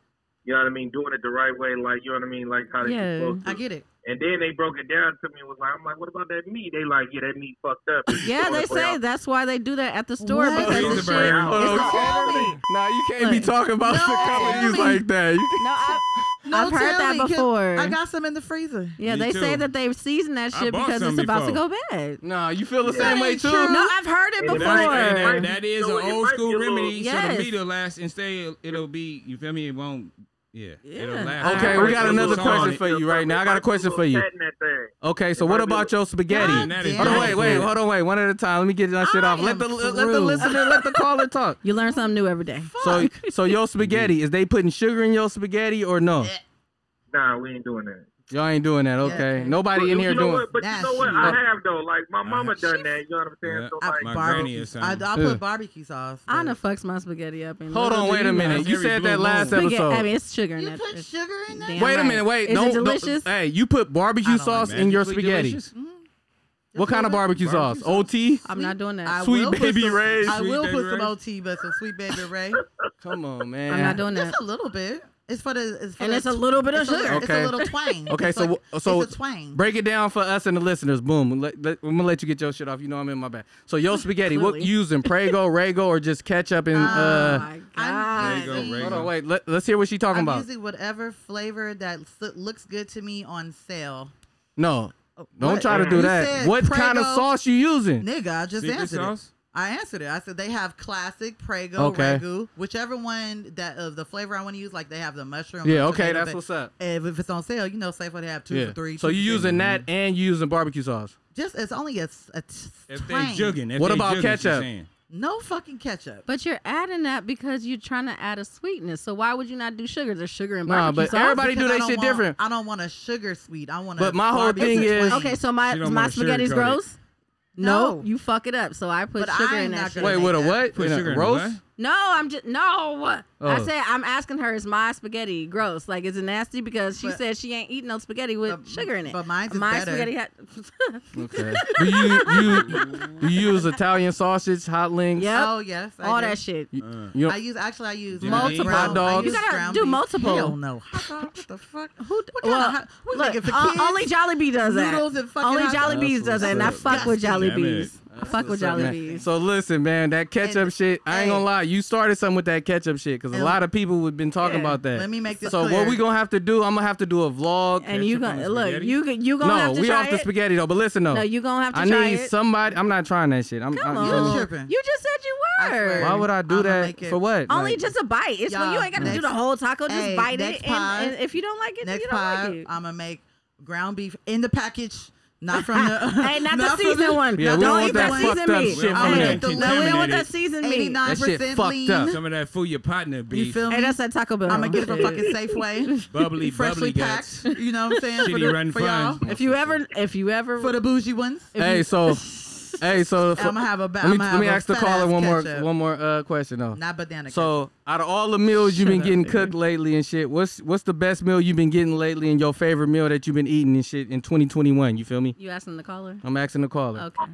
Speaker 3: You know what I mean? Doing it the right way, like you know what I mean, like how they
Speaker 7: Yeah.
Speaker 3: supposed to.
Speaker 6: I get it.
Speaker 3: And then they broke it down to me and was like, I'm like, what about that meat? They like, yeah, that meat fucked up.
Speaker 7: Yeah, they say
Speaker 3: that.
Speaker 7: that's why they do that at the store
Speaker 6: What?
Speaker 7: because the
Speaker 9: Cheeseburger.
Speaker 7: shit.
Speaker 9: Hold
Speaker 2: on,
Speaker 7: It's
Speaker 2: okay.
Speaker 7: the
Speaker 2: Nah, you can't be
Speaker 7: Look.
Speaker 2: talking about
Speaker 6: No,
Speaker 2: the companies
Speaker 6: tell me.
Speaker 2: like that. You-
Speaker 7: No, I,
Speaker 6: No,
Speaker 7: I've heard
Speaker 6: tell
Speaker 7: that
Speaker 6: me, 'cause
Speaker 7: before.
Speaker 6: I got some in the freezer.
Speaker 7: yeah,
Speaker 9: Me
Speaker 7: they say
Speaker 9: too.
Speaker 7: that they've seasoned that
Speaker 9: I
Speaker 7: shit
Speaker 9: bought
Speaker 7: because
Speaker 9: some
Speaker 7: it's about to
Speaker 9: before.
Speaker 7: go bad.
Speaker 2: Nah, you feel the
Speaker 6: That
Speaker 2: same way
Speaker 6: ain't
Speaker 2: too.
Speaker 6: true.
Speaker 7: No, I've heard it
Speaker 3: And
Speaker 9: That,
Speaker 3: Right,
Speaker 9: that-
Speaker 3: and
Speaker 7: before.
Speaker 9: that- that is
Speaker 3: So it
Speaker 9: an old
Speaker 3: might be
Speaker 9: school
Speaker 3: a little-
Speaker 9: remedy, so
Speaker 7: Yes.
Speaker 9: the meat will last and stay. It'll be, you feel me? It won't. Yeah, it'll
Speaker 7: Yeah.
Speaker 9: last.
Speaker 2: Okay,
Speaker 9: It
Speaker 2: we
Speaker 9: might
Speaker 2: got
Speaker 9: be a
Speaker 2: another
Speaker 9: little
Speaker 2: question
Speaker 9: salt.
Speaker 2: for you right now. I got a question for you. Okay, so what about your spaghetti?
Speaker 9: And that is
Speaker 2: Hold on,
Speaker 9: bad
Speaker 2: wait, wait,
Speaker 9: food.
Speaker 2: hold on, wait. One at a time. Let me get that shit
Speaker 6: I
Speaker 2: off. Let the
Speaker 6: am
Speaker 2: let the
Speaker 6: through.
Speaker 2: listener, let the caller talk.
Speaker 7: You learn something new every day.
Speaker 2: So, so your spaghetti is they putting sugar in your spaghetti or no?
Speaker 3: Nah, we ain't doing that.
Speaker 2: Y'all ain't doing that. Okay, nobody in
Speaker 3: But
Speaker 2: here
Speaker 3: you know
Speaker 2: doing.
Speaker 3: What, but
Speaker 6: Nah,
Speaker 3: you know what?
Speaker 6: she-
Speaker 3: I have though. Like my
Speaker 9: Nah.
Speaker 3: mama done that. You know what I'm saying?
Speaker 9: Yeah.
Speaker 3: So
Speaker 9: I-
Speaker 3: like,
Speaker 9: my
Speaker 6: Barbe-
Speaker 9: granny or something.
Speaker 6: I, I
Speaker 2: Ugh.
Speaker 6: put barbecue sauce. but-
Speaker 7: Anna fucks my spaghetti up. And
Speaker 2: Hold on,
Speaker 7: little do
Speaker 2: wait a
Speaker 7: you know.
Speaker 2: minute. You
Speaker 9: Every
Speaker 2: said that
Speaker 9: blue
Speaker 2: last
Speaker 9: moon.
Speaker 7: Spaghetti-
Speaker 2: episode.
Speaker 7: I mean, it's sugar in
Speaker 6: You
Speaker 7: that.
Speaker 6: put
Speaker 7: It's-
Speaker 6: sugar in that?
Speaker 7: Damn
Speaker 2: Wait a
Speaker 7: right.
Speaker 2: minute, wait.
Speaker 7: Is
Speaker 2: don't,
Speaker 7: it
Speaker 2: don't-
Speaker 7: delicious? Mm.
Speaker 2: hey, you put barbecue
Speaker 6: I don't like
Speaker 2: sauce in your
Speaker 9: Magically
Speaker 2: spaghetti.
Speaker 9: delicious?
Speaker 2: What kind of barbecue, sauce?
Speaker 9: Barbecue
Speaker 2: OT?
Speaker 9: sauce.
Speaker 7: I'm not doing that.
Speaker 6: I
Speaker 2: Sweet
Speaker 6: will put
Speaker 2: Baby
Speaker 6: some-
Speaker 2: Ray's.
Speaker 6: I
Speaker 9: Sweet
Speaker 6: will
Speaker 9: Baby
Speaker 6: put some
Speaker 9: Ray's.
Speaker 6: OT, but some sweet baby Ray.
Speaker 2: Come on, man.
Speaker 7: I'm not doing that.
Speaker 6: Just a little bit. It's for the. It's for
Speaker 7: And
Speaker 6: the
Speaker 7: it's a
Speaker 6: tw-
Speaker 7: little bit of
Speaker 6: it's a little-
Speaker 7: sugar.
Speaker 6: It's
Speaker 2: Okay.
Speaker 6: a little twang.
Speaker 2: Okay,
Speaker 6: It's
Speaker 2: so
Speaker 6: like-
Speaker 2: wh- so
Speaker 6: it's a twang.
Speaker 2: Break it down for us and the listeners. Boom. Let, let, I'm gonna let you get your shit off. You know I'm in my bag. So your spaghetti, what
Speaker 7: Clearly.
Speaker 2: you using? Prego, Rego, or just ketchup and?
Speaker 7: Oh
Speaker 2: uh,
Speaker 7: my
Speaker 6: I'm
Speaker 7: god.
Speaker 9: There you go,
Speaker 6: using-
Speaker 9: Ray.
Speaker 2: hold on, wait. Let, us hear what she talking
Speaker 6: Ah. I'm
Speaker 2: about.
Speaker 6: using whatever flavor that s- looks good to me on sale.
Speaker 2: no,
Speaker 6: Oh,
Speaker 2: don't
Speaker 6: what?
Speaker 2: try to do
Speaker 6: You
Speaker 2: that.
Speaker 6: said
Speaker 2: What kind of
Speaker 6: Prego.
Speaker 2: sauce you using?
Speaker 6: Nigga, I just
Speaker 9: Secret
Speaker 6: answered it.
Speaker 9: sauce?
Speaker 6: I answered it. I said they have classic Prego,
Speaker 2: Okay.
Speaker 6: Ragu, whichever one that of the flavor I want to use. Like they have the mushroom.
Speaker 2: Yeah,
Speaker 6: with
Speaker 2: okay,
Speaker 6: potato
Speaker 2: that's
Speaker 6: ba-
Speaker 2: what's up.
Speaker 6: And if it's on sale, you know, safe for they have two
Speaker 2: Yeah.
Speaker 6: for three. Mm-hmm.
Speaker 2: So
Speaker 6: two
Speaker 2: you
Speaker 6: for six.
Speaker 2: using that and you using barbecue sauce.
Speaker 6: Just it's only a, s- a t-
Speaker 9: If they
Speaker 6: tiny.
Speaker 9: jugging, if
Speaker 2: What
Speaker 9: they
Speaker 2: about
Speaker 9: jugging, she
Speaker 2: ketchup?
Speaker 9: saying.
Speaker 6: No fucking ketchup.
Speaker 7: But you're adding that because you're trying to add a sweetness. So why would you not do sugar? There's sugar in
Speaker 2: Nah,
Speaker 7: barbecue
Speaker 2: but
Speaker 7: sauce.
Speaker 2: everybody do
Speaker 6: Because I
Speaker 2: they
Speaker 6: don't
Speaker 2: shit
Speaker 6: want-
Speaker 2: different.
Speaker 6: I don't want a sugar sweet. I want.
Speaker 2: But
Speaker 6: a
Speaker 2: my whole
Speaker 6: barbecue
Speaker 2: thing
Speaker 6: twang.
Speaker 2: is-
Speaker 7: Okay, so my
Speaker 9: She don't
Speaker 7: my
Speaker 9: wanna
Speaker 7: spaghetti's
Speaker 9: sugarcoat it.
Speaker 7: gross. No,
Speaker 6: No.
Speaker 7: you fuck it up. So I put
Speaker 6: But
Speaker 7: sugar
Speaker 6: I'm
Speaker 7: in
Speaker 6: not
Speaker 7: that. shit.
Speaker 6: gonna
Speaker 2: Wait,
Speaker 6: make
Speaker 2: with a
Speaker 6: that.
Speaker 2: what?
Speaker 9: Put
Speaker 2: In a
Speaker 9: sugar in the
Speaker 2: roast?
Speaker 9: what?
Speaker 7: No, I'm just no. I
Speaker 2: Oh.
Speaker 7: said I'm asking her. Is my spaghetti gross? Like, is it nasty? Because she
Speaker 6: But-
Speaker 7: said she ain't eating no spaghetti with
Speaker 6: But-
Speaker 7: sugar in it.
Speaker 6: but mine's is
Speaker 7: my
Speaker 6: better.
Speaker 7: spaghetti had.
Speaker 2: Okay. do you you you use Italian sausage, hot links?
Speaker 7: Yep.
Speaker 6: Oh yes, I
Speaker 7: all
Speaker 6: do.
Speaker 7: that shit.
Speaker 2: You, you
Speaker 6: I
Speaker 2: don't,
Speaker 6: use actually I use
Speaker 9: Jimmy Multiple.
Speaker 6: brown-
Speaker 2: Hot dogs.
Speaker 6: I use
Speaker 7: You gotta
Speaker 6: ground
Speaker 7: do
Speaker 6: beef.
Speaker 7: multiple.
Speaker 6: Hell no. Hot dog? What the fuck? Who? What kind
Speaker 7: Well,
Speaker 6: of hot? We
Speaker 7: look,
Speaker 6: looking for
Speaker 7: o-
Speaker 2: uh,
Speaker 6: kids?
Speaker 7: only Jollibee does that.
Speaker 6: Noodles and fucking
Speaker 7: only
Speaker 6: hot dogs.
Speaker 7: Jollibees
Speaker 2: That's
Speaker 7: does that, and I
Speaker 2: what's
Speaker 7: fuck with
Speaker 6: disgusting.
Speaker 9: Damn it.
Speaker 7: Jollibees. I fuck with
Speaker 2: What's up, man?
Speaker 7: Jollibees.
Speaker 2: So listen, man, that ketchup
Speaker 6: And-
Speaker 2: shit. I ain't
Speaker 6: hey.
Speaker 2: gonna lie, you started something with that ketchup shit because a
Speaker 6: And-
Speaker 2: lot of people have been talking
Speaker 7: Yeah.
Speaker 2: about that.
Speaker 6: Let me make this
Speaker 2: So
Speaker 6: clear.
Speaker 2: what we gonna have to do? I'm gonna have to do a vlog.
Speaker 7: and you
Speaker 9: Ketchup on
Speaker 7: gonna look
Speaker 9: spaghetti?
Speaker 7: you g- you gonna
Speaker 2: no,
Speaker 7: have to
Speaker 2: we
Speaker 7: try
Speaker 2: off the
Speaker 7: it.
Speaker 2: spaghetti though. But listen though,
Speaker 7: No, you gonna have to
Speaker 2: I
Speaker 7: try
Speaker 2: need
Speaker 7: it.
Speaker 2: somebody. I'm not trying that shit. I'm.
Speaker 7: Come
Speaker 2: I'm
Speaker 7: on.
Speaker 6: You tripping.
Speaker 7: You just said you
Speaker 6: I
Speaker 7: were.
Speaker 6: swear.
Speaker 2: Why would I do
Speaker 6: I'ma
Speaker 2: that
Speaker 6: make it-
Speaker 2: for what?
Speaker 7: Only
Speaker 2: Like,
Speaker 7: just a bite. It's when
Speaker 6: Y'all,
Speaker 7: you ain't gotta do
Speaker 6: next-
Speaker 7: the whole taco. Just
Speaker 6: Hey,
Speaker 7: bite
Speaker 6: next
Speaker 7: it, and,
Speaker 6: pod-
Speaker 7: and if you don't like it,
Speaker 6: Next
Speaker 7: you don't
Speaker 6: pie,
Speaker 7: like it.
Speaker 6: I'ma make ground beef in the package, not from the.
Speaker 7: hey, not, the
Speaker 6: from
Speaker 7: seasoned one.
Speaker 2: Yeah, we
Speaker 7: don't
Speaker 2: don't
Speaker 7: eat
Speaker 2: want that
Speaker 7: that seasoned
Speaker 2: fucked up
Speaker 7: meat.
Speaker 2: shit
Speaker 9: from
Speaker 7: Hey,
Speaker 9: them.
Speaker 7: No, we don't want
Speaker 9: Contaminated.
Speaker 7: that seasoned meat.
Speaker 6: Eighty-nine
Speaker 2: That shit
Speaker 6: percent
Speaker 2: fucked
Speaker 6: lean.
Speaker 2: up.
Speaker 9: Some of that fool your partner
Speaker 6: You
Speaker 9: beef.
Speaker 6: feel me?
Speaker 7: Hey, that's that Taco Bell.
Speaker 6: I'm gonna get it from fucking Safeway.
Speaker 9: Bubbly,
Speaker 6: freshly
Speaker 9: bubbly
Speaker 6: packed.
Speaker 9: guts.
Speaker 6: You know what I'm saying? for
Speaker 9: Shitty
Speaker 6: the,
Speaker 9: run
Speaker 6: for y'all,
Speaker 9: fun.
Speaker 7: If you ever, if you ever,
Speaker 6: for the bougie ones.
Speaker 7: if
Speaker 2: Hey,
Speaker 7: you-
Speaker 2: so, hey, so.
Speaker 6: I'ma have a ba-
Speaker 2: Let me,
Speaker 6: I'ma
Speaker 2: let me
Speaker 6: have a
Speaker 2: ask the
Speaker 6: fat-ass
Speaker 2: caller one more,
Speaker 6: ketchup.
Speaker 2: one more uh, question though.
Speaker 6: Not banana.
Speaker 2: So, out of all the meals you've been getting cooked lately and shit, what's what's the best meal you've been getting lately and your favorite meal that you've been eating and shit in 2021? You feel me?
Speaker 7: you asking the caller.
Speaker 2: I'm asking the caller.
Speaker 7: Okay.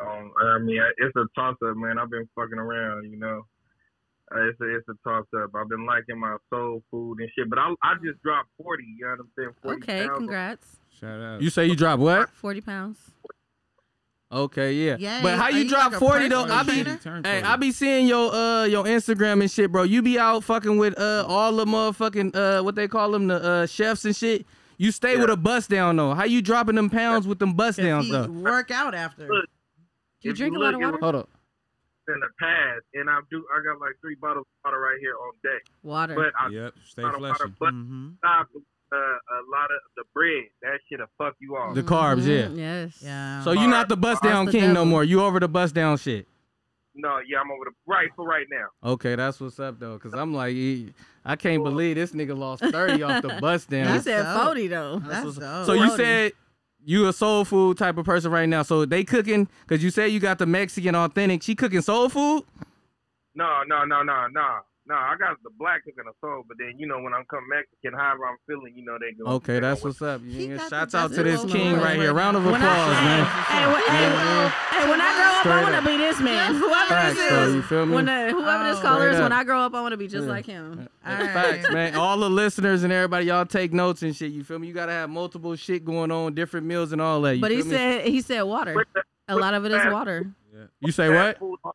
Speaker 3: Um, I mean, I- it's a toss up, man. I've been fucking around, you know. Uh, it's a it's a toss up. I've been liking my soul food and shit, but I I just dropped forty. You know what I'm saying? 40
Speaker 7: Okay.
Speaker 3: pounds.
Speaker 7: Congrats.
Speaker 9: Shout out.
Speaker 2: You say you drop what?
Speaker 7: Forty pounds.
Speaker 2: Okay, yeah.
Speaker 6: Yay,
Speaker 2: but how
Speaker 6: are
Speaker 2: you,
Speaker 6: you
Speaker 2: drop
Speaker 6: like a
Speaker 2: 40 though?
Speaker 6: personal
Speaker 2: I be
Speaker 6: trainer?
Speaker 9: Turn
Speaker 2: Hey,
Speaker 9: 40.
Speaker 2: I be seeing your uh your Instagram and shit, bro. You be out fucking with uh all the motherfucking uh what they call them the uh chefs and shit. You stay with a bust down though. How you dropping them pounds with them bust downs
Speaker 6: he
Speaker 2: though?
Speaker 6: work out after.
Speaker 3: Look,
Speaker 7: Do you
Speaker 3: If
Speaker 7: drink
Speaker 3: you
Speaker 7: a lot of
Speaker 3: look at
Speaker 7: water?
Speaker 2: Hold up.
Speaker 3: in the past, and I do. I got like three bottles of water right here on deck.
Speaker 7: Water.
Speaker 3: But I
Speaker 9: Yep. Stay
Speaker 3: got a lot
Speaker 9: fleshy.
Speaker 3: of but
Speaker 6: Mm-hmm.
Speaker 2: Mm.
Speaker 3: stop uh, a lot of the bread. That shit'll fuck you off.
Speaker 2: The carbs, yeah.
Speaker 7: Mhm, Yes.
Speaker 6: Yeah.
Speaker 2: So you not the bust down
Speaker 7: the
Speaker 2: king no
Speaker 7: devil.
Speaker 2: more. You over the bust down shit.
Speaker 3: no, yeah, I'm over the right for right now.
Speaker 2: Okay, that's what's up though. Cause I'm like, e- I can't believe this nigga lost 30 off the bust
Speaker 7: You
Speaker 2: down.
Speaker 6: That's
Speaker 7: said
Speaker 6: dope.
Speaker 7: forty though.
Speaker 6: That's
Speaker 2: What's up?
Speaker 6: dope.
Speaker 2: so you
Speaker 7: Brody.
Speaker 2: said you a soul food type of person right now. So they cooking cause you say you got the Mexican authentic. She cooking soul food?
Speaker 3: No, no, no, no, no. No, I got the black cooking the soul, but then you know when I'm come Mexican, however I'm feeling, you know they go.
Speaker 2: Okay,
Speaker 3: they go
Speaker 2: that's
Speaker 3: with-
Speaker 2: what's up.
Speaker 6: He
Speaker 2: Yeah,
Speaker 6: got the
Speaker 2: Shouts out
Speaker 6: best
Speaker 2: to this
Speaker 6: role
Speaker 2: king
Speaker 6: model
Speaker 2: right here.
Speaker 6: right
Speaker 2: Round of
Speaker 6: now.
Speaker 2: applause,
Speaker 7: When I,
Speaker 2: man.
Speaker 7: hey, when, hey,
Speaker 2: man.
Speaker 7: hey, when I grow
Speaker 2: Straight
Speaker 7: up, I want
Speaker 2: up.
Speaker 7: to be this man. Whoever
Speaker 2: Facts,
Speaker 7: this
Speaker 2: though.
Speaker 7: is,
Speaker 2: You feel me?
Speaker 7: when uh, whoever this
Speaker 6: Oh.
Speaker 7: caller
Speaker 2: Straight
Speaker 7: is, when
Speaker 2: up.
Speaker 7: I grow up, I want to be just
Speaker 2: Yeah.
Speaker 7: like him.
Speaker 6: All
Speaker 2: That's
Speaker 6: right.
Speaker 2: Facts, man. All the listeners and everybody, y'all take notes and shit. You feel me? You gotta have multiple shit going on, different meals and all that. You
Speaker 7: But he
Speaker 2: feel me?
Speaker 7: said he said water.
Speaker 3: With the-
Speaker 7: A lot of it is water.
Speaker 2: you say
Speaker 3: fast
Speaker 2: what?
Speaker 3: food.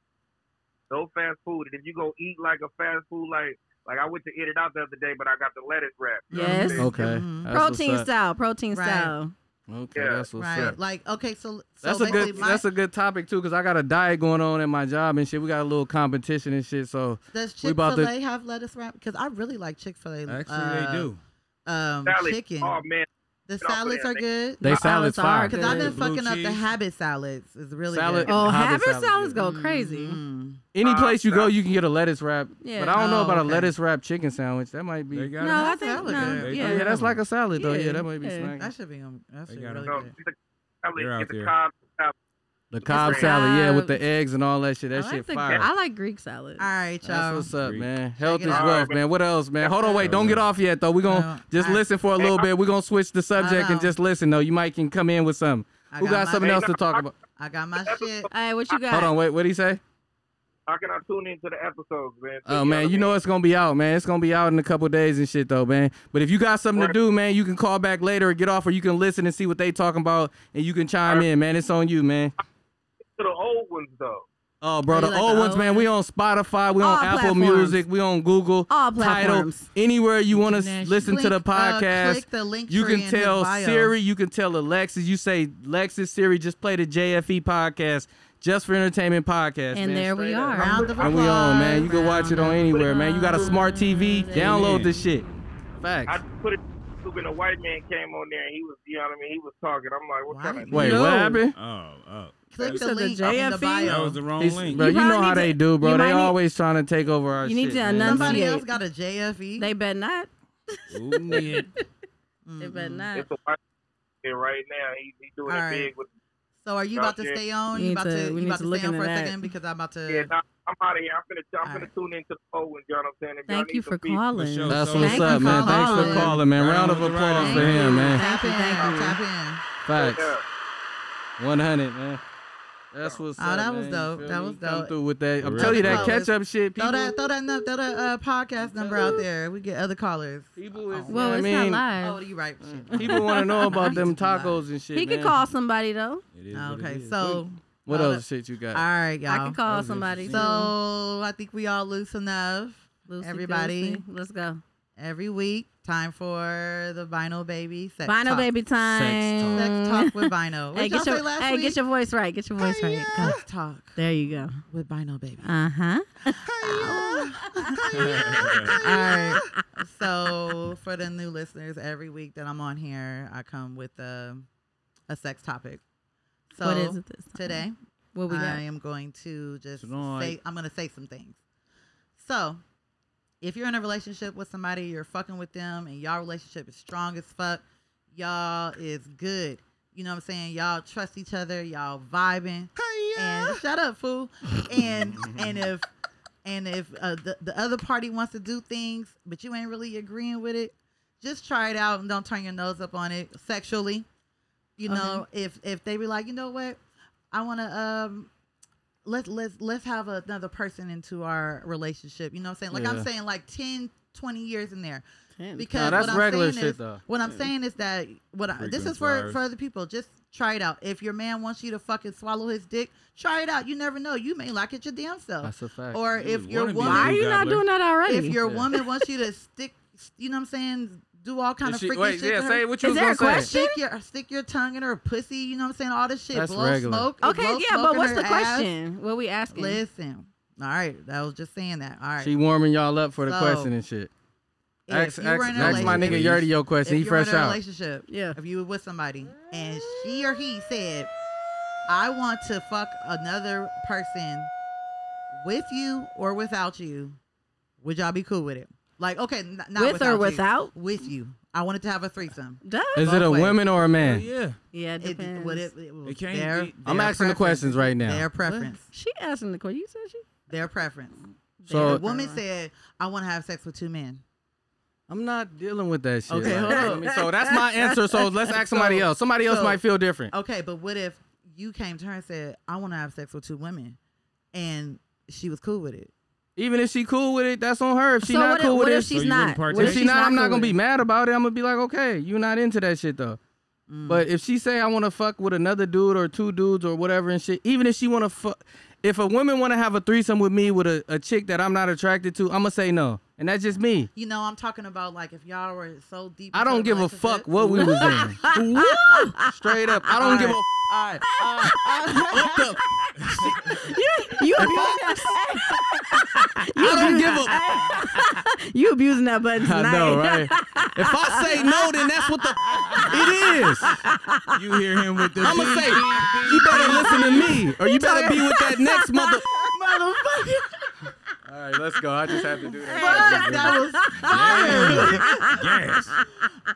Speaker 3: No fast food. And if you go eat like a fast food, like like I went to eat it out the other day, but I got the lettuce wrap.
Speaker 7: Yes.
Speaker 2: Okay,
Speaker 6: Mhm.
Speaker 2: that's what's
Speaker 7: Protein
Speaker 2: up.
Speaker 7: style. Protein
Speaker 6: Right.
Speaker 7: style.
Speaker 2: Okay,
Speaker 3: Yeah.
Speaker 2: that's what's
Speaker 6: Right.
Speaker 2: up.
Speaker 6: Like okay, so, so
Speaker 2: That's a
Speaker 6: basically
Speaker 2: good.
Speaker 6: my,
Speaker 2: that's a good topic too, cause I got a diet going on at my job and shit. We got a little competition and shit. So
Speaker 6: does
Speaker 2: we
Speaker 6: Chick
Speaker 2: about
Speaker 6: Fil
Speaker 2: to-
Speaker 6: A have lettuce wrap? Because I really like Chick Fil A.
Speaker 9: Actually, they do.
Speaker 6: Um,
Speaker 3: Salad.
Speaker 6: chicken.
Speaker 3: Oh man,
Speaker 6: the
Speaker 3: Get off of
Speaker 6: salads
Speaker 3: there.
Speaker 6: are good.
Speaker 2: they
Speaker 7: My
Speaker 2: salads
Speaker 7: olives are
Speaker 2: fire.
Speaker 6: Because I've
Speaker 7: good.
Speaker 6: been
Speaker 9: Blue
Speaker 6: fucking up the
Speaker 9: cheese.
Speaker 6: habit salads. It's really
Speaker 2: Salad-
Speaker 6: good.
Speaker 7: Oh,
Speaker 2: Habit
Speaker 7: habit
Speaker 2: salads,
Speaker 7: salads
Speaker 2: yeah.
Speaker 7: go crazy.
Speaker 6: Mm.
Speaker 2: Any
Speaker 3: Uh,
Speaker 2: place you go,
Speaker 3: uh,
Speaker 2: you can get a lettuce wrap.
Speaker 7: Yeah.
Speaker 2: Mm-hmm. But I don't know
Speaker 6: Oh,
Speaker 2: about
Speaker 6: okay.
Speaker 2: a lettuce wrap chicken sandwich. That might be. oh,
Speaker 9: They got
Speaker 7: No,
Speaker 9: it.
Speaker 7: I
Speaker 6: That's
Speaker 7: think
Speaker 6: valid,
Speaker 7: no.
Speaker 6: yeah.
Speaker 2: yeah,
Speaker 7: Yeah.
Speaker 2: that's like a salad though. Yeah,
Speaker 7: Yeah,
Speaker 2: that might be
Speaker 7: yeah.
Speaker 2: smacking.
Speaker 6: That should be on. That should be
Speaker 9: got
Speaker 6: really
Speaker 3: no,
Speaker 6: good.
Speaker 3: get the salad,
Speaker 9: They're out
Speaker 3: get the
Speaker 9: there.
Speaker 3: cob salad.
Speaker 2: The Cobb
Speaker 7: Different.
Speaker 2: salad, yeah, with
Speaker 7: Cobb.
Speaker 2: the eggs and all that shit. That
Speaker 7: I
Speaker 2: shit
Speaker 7: like the,
Speaker 2: fire.
Speaker 7: I like Greek salad.
Speaker 6: All right,
Speaker 2: That's
Speaker 6: y'all.
Speaker 2: what's up,
Speaker 9: Greek.
Speaker 2: man. Health
Speaker 6: it
Speaker 2: is
Speaker 6: out.
Speaker 2: wealth, man. What else, man? Hold on, wait. Don't get off yet, though. We're going to
Speaker 6: No,
Speaker 2: just
Speaker 6: I-
Speaker 2: listen for a little bit. We're going to switch the subject and
Speaker 6: know.
Speaker 2: just listen, though. You might can come in with something.
Speaker 6: I
Speaker 2: Who
Speaker 6: got
Speaker 2: got
Speaker 6: my-
Speaker 2: something else to talk about?
Speaker 6: I got my shit.
Speaker 7: All right, what you got?
Speaker 2: Hold on, wait. What did he say?
Speaker 3: How can I tune into the episodes, man?
Speaker 2: Oh, man, you know it's going to be out, man. It's going to be out in a couple days and shit, though, man. But if you got something to do, man, you can call back later or get off or you can listen and see what they talking about and you can chime in, man. It's on you, man.
Speaker 3: to the old ones though.
Speaker 2: Oh, bro,
Speaker 7: Oh,
Speaker 2: the
Speaker 7: you like
Speaker 2: old
Speaker 7: the
Speaker 2: ones,
Speaker 7: old
Speaker 2: man. We on Spotify, we on
Speaker 7: All
Speaker 2: Apple
Speaker 7: platforms.
Speaker 2: Music, we on Google,
Speaker 7: All
Speaker 2: Title,
Speaker 7: platforms.
Speaker 2: anywhere you want to listen to the
Speaker 6: Click, uh,
Speaker 2: podcast.
Speaker 6: click the link
Speaker 2: you
Speaker 6: tree
Speaker 2: can
Speaker 6: in his
Speaker 2: tell
Speaker 6: bio.
Speaker 2: Siri, you can tell Alexis. You say Lexis, Siri, just play the JFE E podcast. Just for Entertainment podcast.
Speaker 7: And
Speaker 2: man.
Speaker 7: there we
Speaker 2: Straight
Speaker 7: are.
Speaker 2: up.
Speaker 6: Round of
Speaker 2: And we on, man.
Speaker 6: applause,
Speaker 2: You can watch it on
Speaker 6: round
Speaker 2: anywhere, man. You got a smart TV, download this shit.
Speaker 3: I
Speaker 2: Facts.
Speaker 3: just put it to YouTube and a white man came on there and he was, you know what I mean? He was talking. I'm like, what kind of.
Speaker 2: Wait,
Speaker 7: No.
Speaker 2: what happened?
Speaker 9: Oh, oh.
Speaker 6: Click
Speaker 7: You
Speaker 6: the
Speaker 7: said the E?
Speaker 6: link up in the
Speaker 7: JFE?
Speaker 9: That
Speaker 6: bio.
Speaker 9: was the wrong
Speaker 2: It's-
Speaker 9: link.
Speaker 2: bro, you,
Speaker 7: You probably
Speaker 2: know how
Speaker 7: need to-
Speaker 2: they do, bro.
Speaker 7: you
Speaker 2: They
Speaker 7: might need-
Speaker 2: always trying to take over our
Speaker 7: You
Speaker 2: shit.
Speaker 7: need to
Speaker 2: man.
Speaker 7: enunciate.
Speaker 6: Somebody
Speaker 7: Shit.
Speaker 6: else got a E? JFE.
Speaker 7: They bet not.
Speaker 9: Ooh, yeah.
Speaker 6: Mm-hmm.
Speaker 7: They bet
Speaker 2: Mm-hmm.
Speaker 7: not.
Speaker 3: It's a white man right now. He, he doing
Speaker 6: All
Speaker 3: it
Speaker 6: right.
Speaker 3: big with.
Speaker 6: So are you about to
Speaker 3: Okay.
Speaker 6: stay on?
Speaker 7: We
Speaker 6: You
Speaker 7: need
Speaker 6: about
Speaker 7: to-
Speaker 6: to,
Speaker 7: we
Speaker 6: you
Speaker 7: need
Speaker 6: about
Speaker 7: to
Speaker 6: to
Speaker 7: look
Speaker 6: stay on
Speaker 7: into
Speaker 6: for a
Speaker 7: that.
Speaker 6: second because I'm about to.
Speaker 3: Yeah, nah, I'm out of here. I'm finna, I'm
Speaker 6: All
Speaker 3: finna
Speaker 6: right.
Speaker 3: tune into the poll when you know what I'm saying. If y'all
Speaker 7: Thank
Speaker 3: need
Speaker 7: you
Speaker 3: some
Speaker 7: for
Speaker 3: beef,
Speaker 7: calling.
Speaker 9: sure.
Speaker 2: That's
Speaker 9: So-
Speaker 2: what's
Speaker 7: Thank
Speaker 2: up,
Speaker 7: you
Speaker 2: man.
Speaker 7: for
Speaker 2: Thanks for
Speaker 7: calling.
Speaker 2: calling, man. Round of
Speaker 9: Thank
Speaker 2: applause
Speaker 9: you.
Speaker 2: for him, man.
Speaker 6: Tap in,
Speaker 7: Thank you.
Speaker 6: tap in.
Speaker 2: Facts.
Speaker 3: Yeah.
Speaker 2: 100, man. That's what's
Speaker 6: Oh,
Speaker 2: up.
Speaker 6: that was
Speaker 2: man. You
Speaker 6: dope.
Speaker 2: feel
Speaker 6: That
Speaker 2: me?
Speaker 6: was
Speaker 2: Come
Speaker 6: dope.
Speaker 2: through with that. I'm
Speaker 9: Real
Speaker 2: telling you, that
Speaker 6: talk.
Speaker 2: catch up shit.
Speaker 6: Throw
Speaker 2: People,
Speaker 6: that, throw that, nu- throw that uh, podcast number out there. We get other callers.
Speaker 2: people is,
Speaker 7: Well,
Speaker 2: I
Speaker 7: it's
Speaker 2: mean,
Speaker 7: not
Speaker 6: Oh,
Speaker 7: live.
Speaker 6: you right. Shit.
Speaker 7: Mm.
Speaker 2: people want to know about them
Speaker 6: Need to lie.
Speaker 2: tacos and shit.
Speaker 7: He could
Speaker 2: man.
Speaker 7: call somebody though.
Speaker 9: It is what it
Speaker 6: Okay,
Speaker 9: is.
Speaker 6: so
Speaker 2: What
Speaker 6: all
Speaker 2: other shit you
Speaker 6: that-
Speaker 2: got?
Speaker 6: All right, y'all.
Speaker 7: I could call somebody. too.
Speaker 6: So I think we all loose enough
Speaker 7: Loosey-goosey.
Speaker 6: everybody.
Speaker 7: let's go.
Speaker 6: every week. Time for the vinyl baby. Sex
Speaker 7: Vinyl
Speaker 6: talk.
Speaker 7: baby time.
Speaker 6: Sex talk with vinyl. What hey,
Speaker 7: Hey,
Speaker 6: y'all
Speaker 7: get your
Speaker 6: say last
Speaker 7: hey,
Speaker 6: week?
Speaker 7: get your voice right. Get your voice right. Go.
Speaker 6: Sex talk
Speaker 7: There you go.
Speaker 6: with vinyl baby.
Speaker 7: Uh huh.
Speaker 6: All right. So for the new listeners, every week that I'm on here, I come with a a sex topic. So
Speaker 7: what is it this time?
Speaker 6: today?
Speaker 7: What we
Speaker 6: I
Speaker 7: got?
Speaker 6: am going to just
Speaker 9: Tonight.
Speaker 6: say I'm gonna say some things. So if you're in a relationship with somebody, you're fucking with them and y'all relationship is strong as fuck, y'all is good. You know what I'm saying? Y'all trust each other, y'all vibing. And shut up, fool. And and if and if uh, the, the other party wants to do things, but you ain't really agreeing with it, just try it out and don't turn your nose up on it sexually. You know, if if they be like, you know what, I want to um, let's let's let's have another person into our relationship. You know, what I'm saying like
Speaker 2: Yeah.
Speaker 6: I'm saying like 10, 20 years in there because
Speaker 2: Nah, that's
Speaker 6: what I'm
Speaker 2: regular
Speaker 6: saying
Speaker 2: shit,
Speaker 6: is,
Speaker 2: though.
Speaker 6: What I'm saying is that what I, this
Speaker 9: Uh, Frequent
Speaker 6: is for
Speaker 9: flyers.
Speaker 6: for other people. Just try it out. If your man wants you to fucking swallow his dick, try it out. You never know. You may like it your damn self.
Speaker 2: That's a fact.
Speaker 6: Or
Speaker 9: You
Speaker 6: if
Speaker 9: would
Speaker 6: your
Speaker 9: wanna be
Speaker 6: woman
Speaker 9: a
Speaker 7: Why are you not
Speaker 9: Gobbler.
Speaker 7: doing that already?
Speaker 6: if your
Speaker 2: Yeah.
Speaker 6: woman wants you to stick, you know what I'm saying, do all kind
Speaker 2: Is
Speaker 6: of
Speaker 2: she-
Speaker 6: freaky
Speaker 2: wait,
Speaker 6: shit.
Speaker 2: yeah,
Speaker 6: to her,
Speaker 2: say what you
Speaker 7: Is
Speaker 2: was
Speaker 7: there a
Speaker 2: gonna say.
Speaker 7: question?
Speaker 6: Stick your stick your tongue in her pussy. You know what I'm saying? All this shit.
Speaker 2: That's
Speaker 6: blow
Speaker 2: regular.
Speaker 6: smoke.
Speaker 7: okay,
Speaker 6: blow
Speaker 7: yeah,
Speaker 6: smoke
Speaker 7: but
Speaker 6: in
Speaker 7: what's
Speaker 6: her
Speaker 7: the
Speaker 6: ass.
Speaker 7: question? What we asking?
Speaker 6: Listen. All right, that was just saying that. All right.
Speaker 2: She warming y'all up for the
Speaker 6: So,
Speaker 2: question and shit.
Speaker 6: If
Speaker 2: Ask,
Speaker 6: you
Speaker 2: ask,
Speaker 6: were in a
Speaker 2: ask my
Speaker 6: relationship-
Speaker 2: nigga Yerdy your
Speaker 6: if
Speaker 2: question. He
Speaker 6: you were in
Speaker 2: fresh
Speaker 6: a
Speaker 2: out.
Speaker 6: relationship,
Speaker 7: Yeah.
Speaker 6: if you were with somebody and she or he said, I want to fuck another person with you or without you, would y'all be cool with it? Like, okay, n- not
Speaker 7: With or
Speaker 6: without you,
Speaker 7: without?
Speaker 6: with you. I wanted to have a threesome.
Speaker 7: Duh.
Speaker 2: Is it a
Speaker 6: both ways.
Speaker 2: woman or a
Speaker 9: Hell
Speaker 2: man?
Speaker 9: Oh, yeah.
Speaker 7: Yeah, it
Speaker 6: It,
Speaker 7: depends.
Speaker 6: what it, it was
Speaker 9: It can't
Speaker 6: their,
Speaker 9: be-
Speaker 2: I'm
Speaker 6: their
Speaker 2: asking the
Speaker 6: preference.
Speaker 2: questions right now.
Speaker 6: Their preference.
Speaker 7: She asking the question. You said she.
Speaker 6: Their preference.
Speaker 2: So-
Speaker 6: the woman said, I want to have sex with two men.
Speaker 2: I'm not dealing with that shit.
Speaker 6: Okay,
Speaker 2: like,
Speaker 6: hold
Speaker 2: I
Speaker 6: on.
Speaker 2: mean, So that's my answer. So let's ask somebody
Speaker 6: So-
Speaker 2: else. Somebody else
Speaker 6: so- oh.
Speaker 2: might feel different.
Speaker 6: Okay, but what if you came to her and said, I want to have sex with two women and she was cool with it?
Speaker 2: Even if she cool with it, that's on her. If she
Speaker 7: so
Speaker 2: not
Speaker 7: what, if-
Speaker 2: cool
Speaker 7: what
Speaker 2: with
Speaker 7: if
Speaker 2: it,
Speaker 7: she's
Speaker 9: you wouldn't
Speaker 7: not?
Speaker 9: partake?
Speaker 7: What
Speaker 2: if
Speaker 9: If
Speaker 2: she
Speaker 7: she's
Speaker 2: not, I'm not
Speaker 7: cool
Speaker 2: gonna
Speaker 7: with
Speaker 2: be
Speaker 7: it?
Speaker 2: mad about it. I'm gonna be like, okay, you not into that shit though. But if she say I want to fuck with another dude or two dudes or whatever and shit, even if she want to fuck, if a woman want to have a threesome with me with a, a chick that I'm not attracted to, I'm gonna say no, and that's just me.
Speaker 6: You know, I'm talking about like if y'all were so deep.
Speaker 2: I
Speaker 6: into
Speaker 2: don't give a
Speaker 6: relationship-
Speaker 2: fuck what we was in. Straight up, I don't give a.
Speaker 6: All right.
Speaker 2: Uh,
Speaker 7: You,
Speaker 2: I don't give a.
Speaker 7: you abusing that button
Speaker 2: I
Speaker 7: tonight.
Speaker 2: know, right? If I say no, then that's what the it is.
Speaker 9: You hear him with the.
Speaker 2: I'ma say you better listen to me, or you better be with that next mother. All right, let's go. I just have to do
Speaker 6: Fuck, that was
Speaker 9: Yes.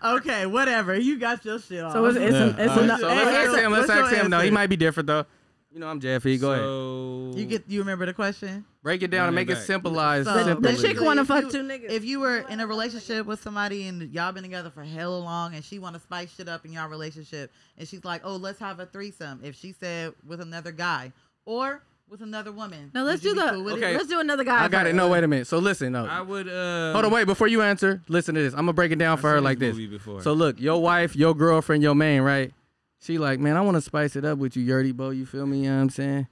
Speaker 6: okay. Whatever. You got your shit off.
Speaker 7: So it's, it's,
Speaker 2: Yeah.
Speaker 7: an, it's
Speaker 2: All right,
Speaker 7: an,
Speaker 2: so
Speaker 6: hey,
Speaker 2: let's ask
Speaker 6: what's
Speaker 2: him. Let's
Speaker 6: your
Speaker 2: ask him. No, he
Speaker 6: answer?
Speaker 2: might be different though. You know, I'm Jeffy. Go ahead.
Speaker 9: so,
Speaker 6: you get. You remember the question?
Speaker 2: Break it down and
Speaker 9: Run it
Speaker 2: make it
Speaker 9: back.
Speaker 2: simplified.
Speaker 6: So,
Speaker 2: simple.
Speaker 7: the chick
Speaker 6: basically,
Speaker 7: wanna
Speaker 6: if
Speaker 7: fuck
Speaker 6: you-
Speaker 7: two niggas.
Speaker 6: If you were in a relationship with somebody and y'all been together for hella long, and she want to spice shit up in y'all relationship, and she's like, "Oh, let's have a threesome." If she said with another guy or with another woman,
Speaker 7: no, let's
Speaker 6: would you
Speaker 7: do
Speaker 6: be
Speaker 7: the.
Speaker 6: cool with it?
Speaker 2: Okay.
Speaker 7: Let's do another guy.
Speaker 2: I got it.
Speaker 7: first.
Speaker 2: No, wait a minute. So listen, no.
Speaker 9: I would. Uh,
Speaker 2: Hold on, wait. Before you answer, listen to this. I'm gonna break it down for
Speaker 9: seen
Speaker 2: her
Speaker 9: this
Speaker 2: like this.
Speaker 9: movie before.
Speaker 2: So look, your wife, your girlfriend, your man, right? She like, man, I want to spice it up with you, Yerdy Bo. You feel me? You know what I'm saying?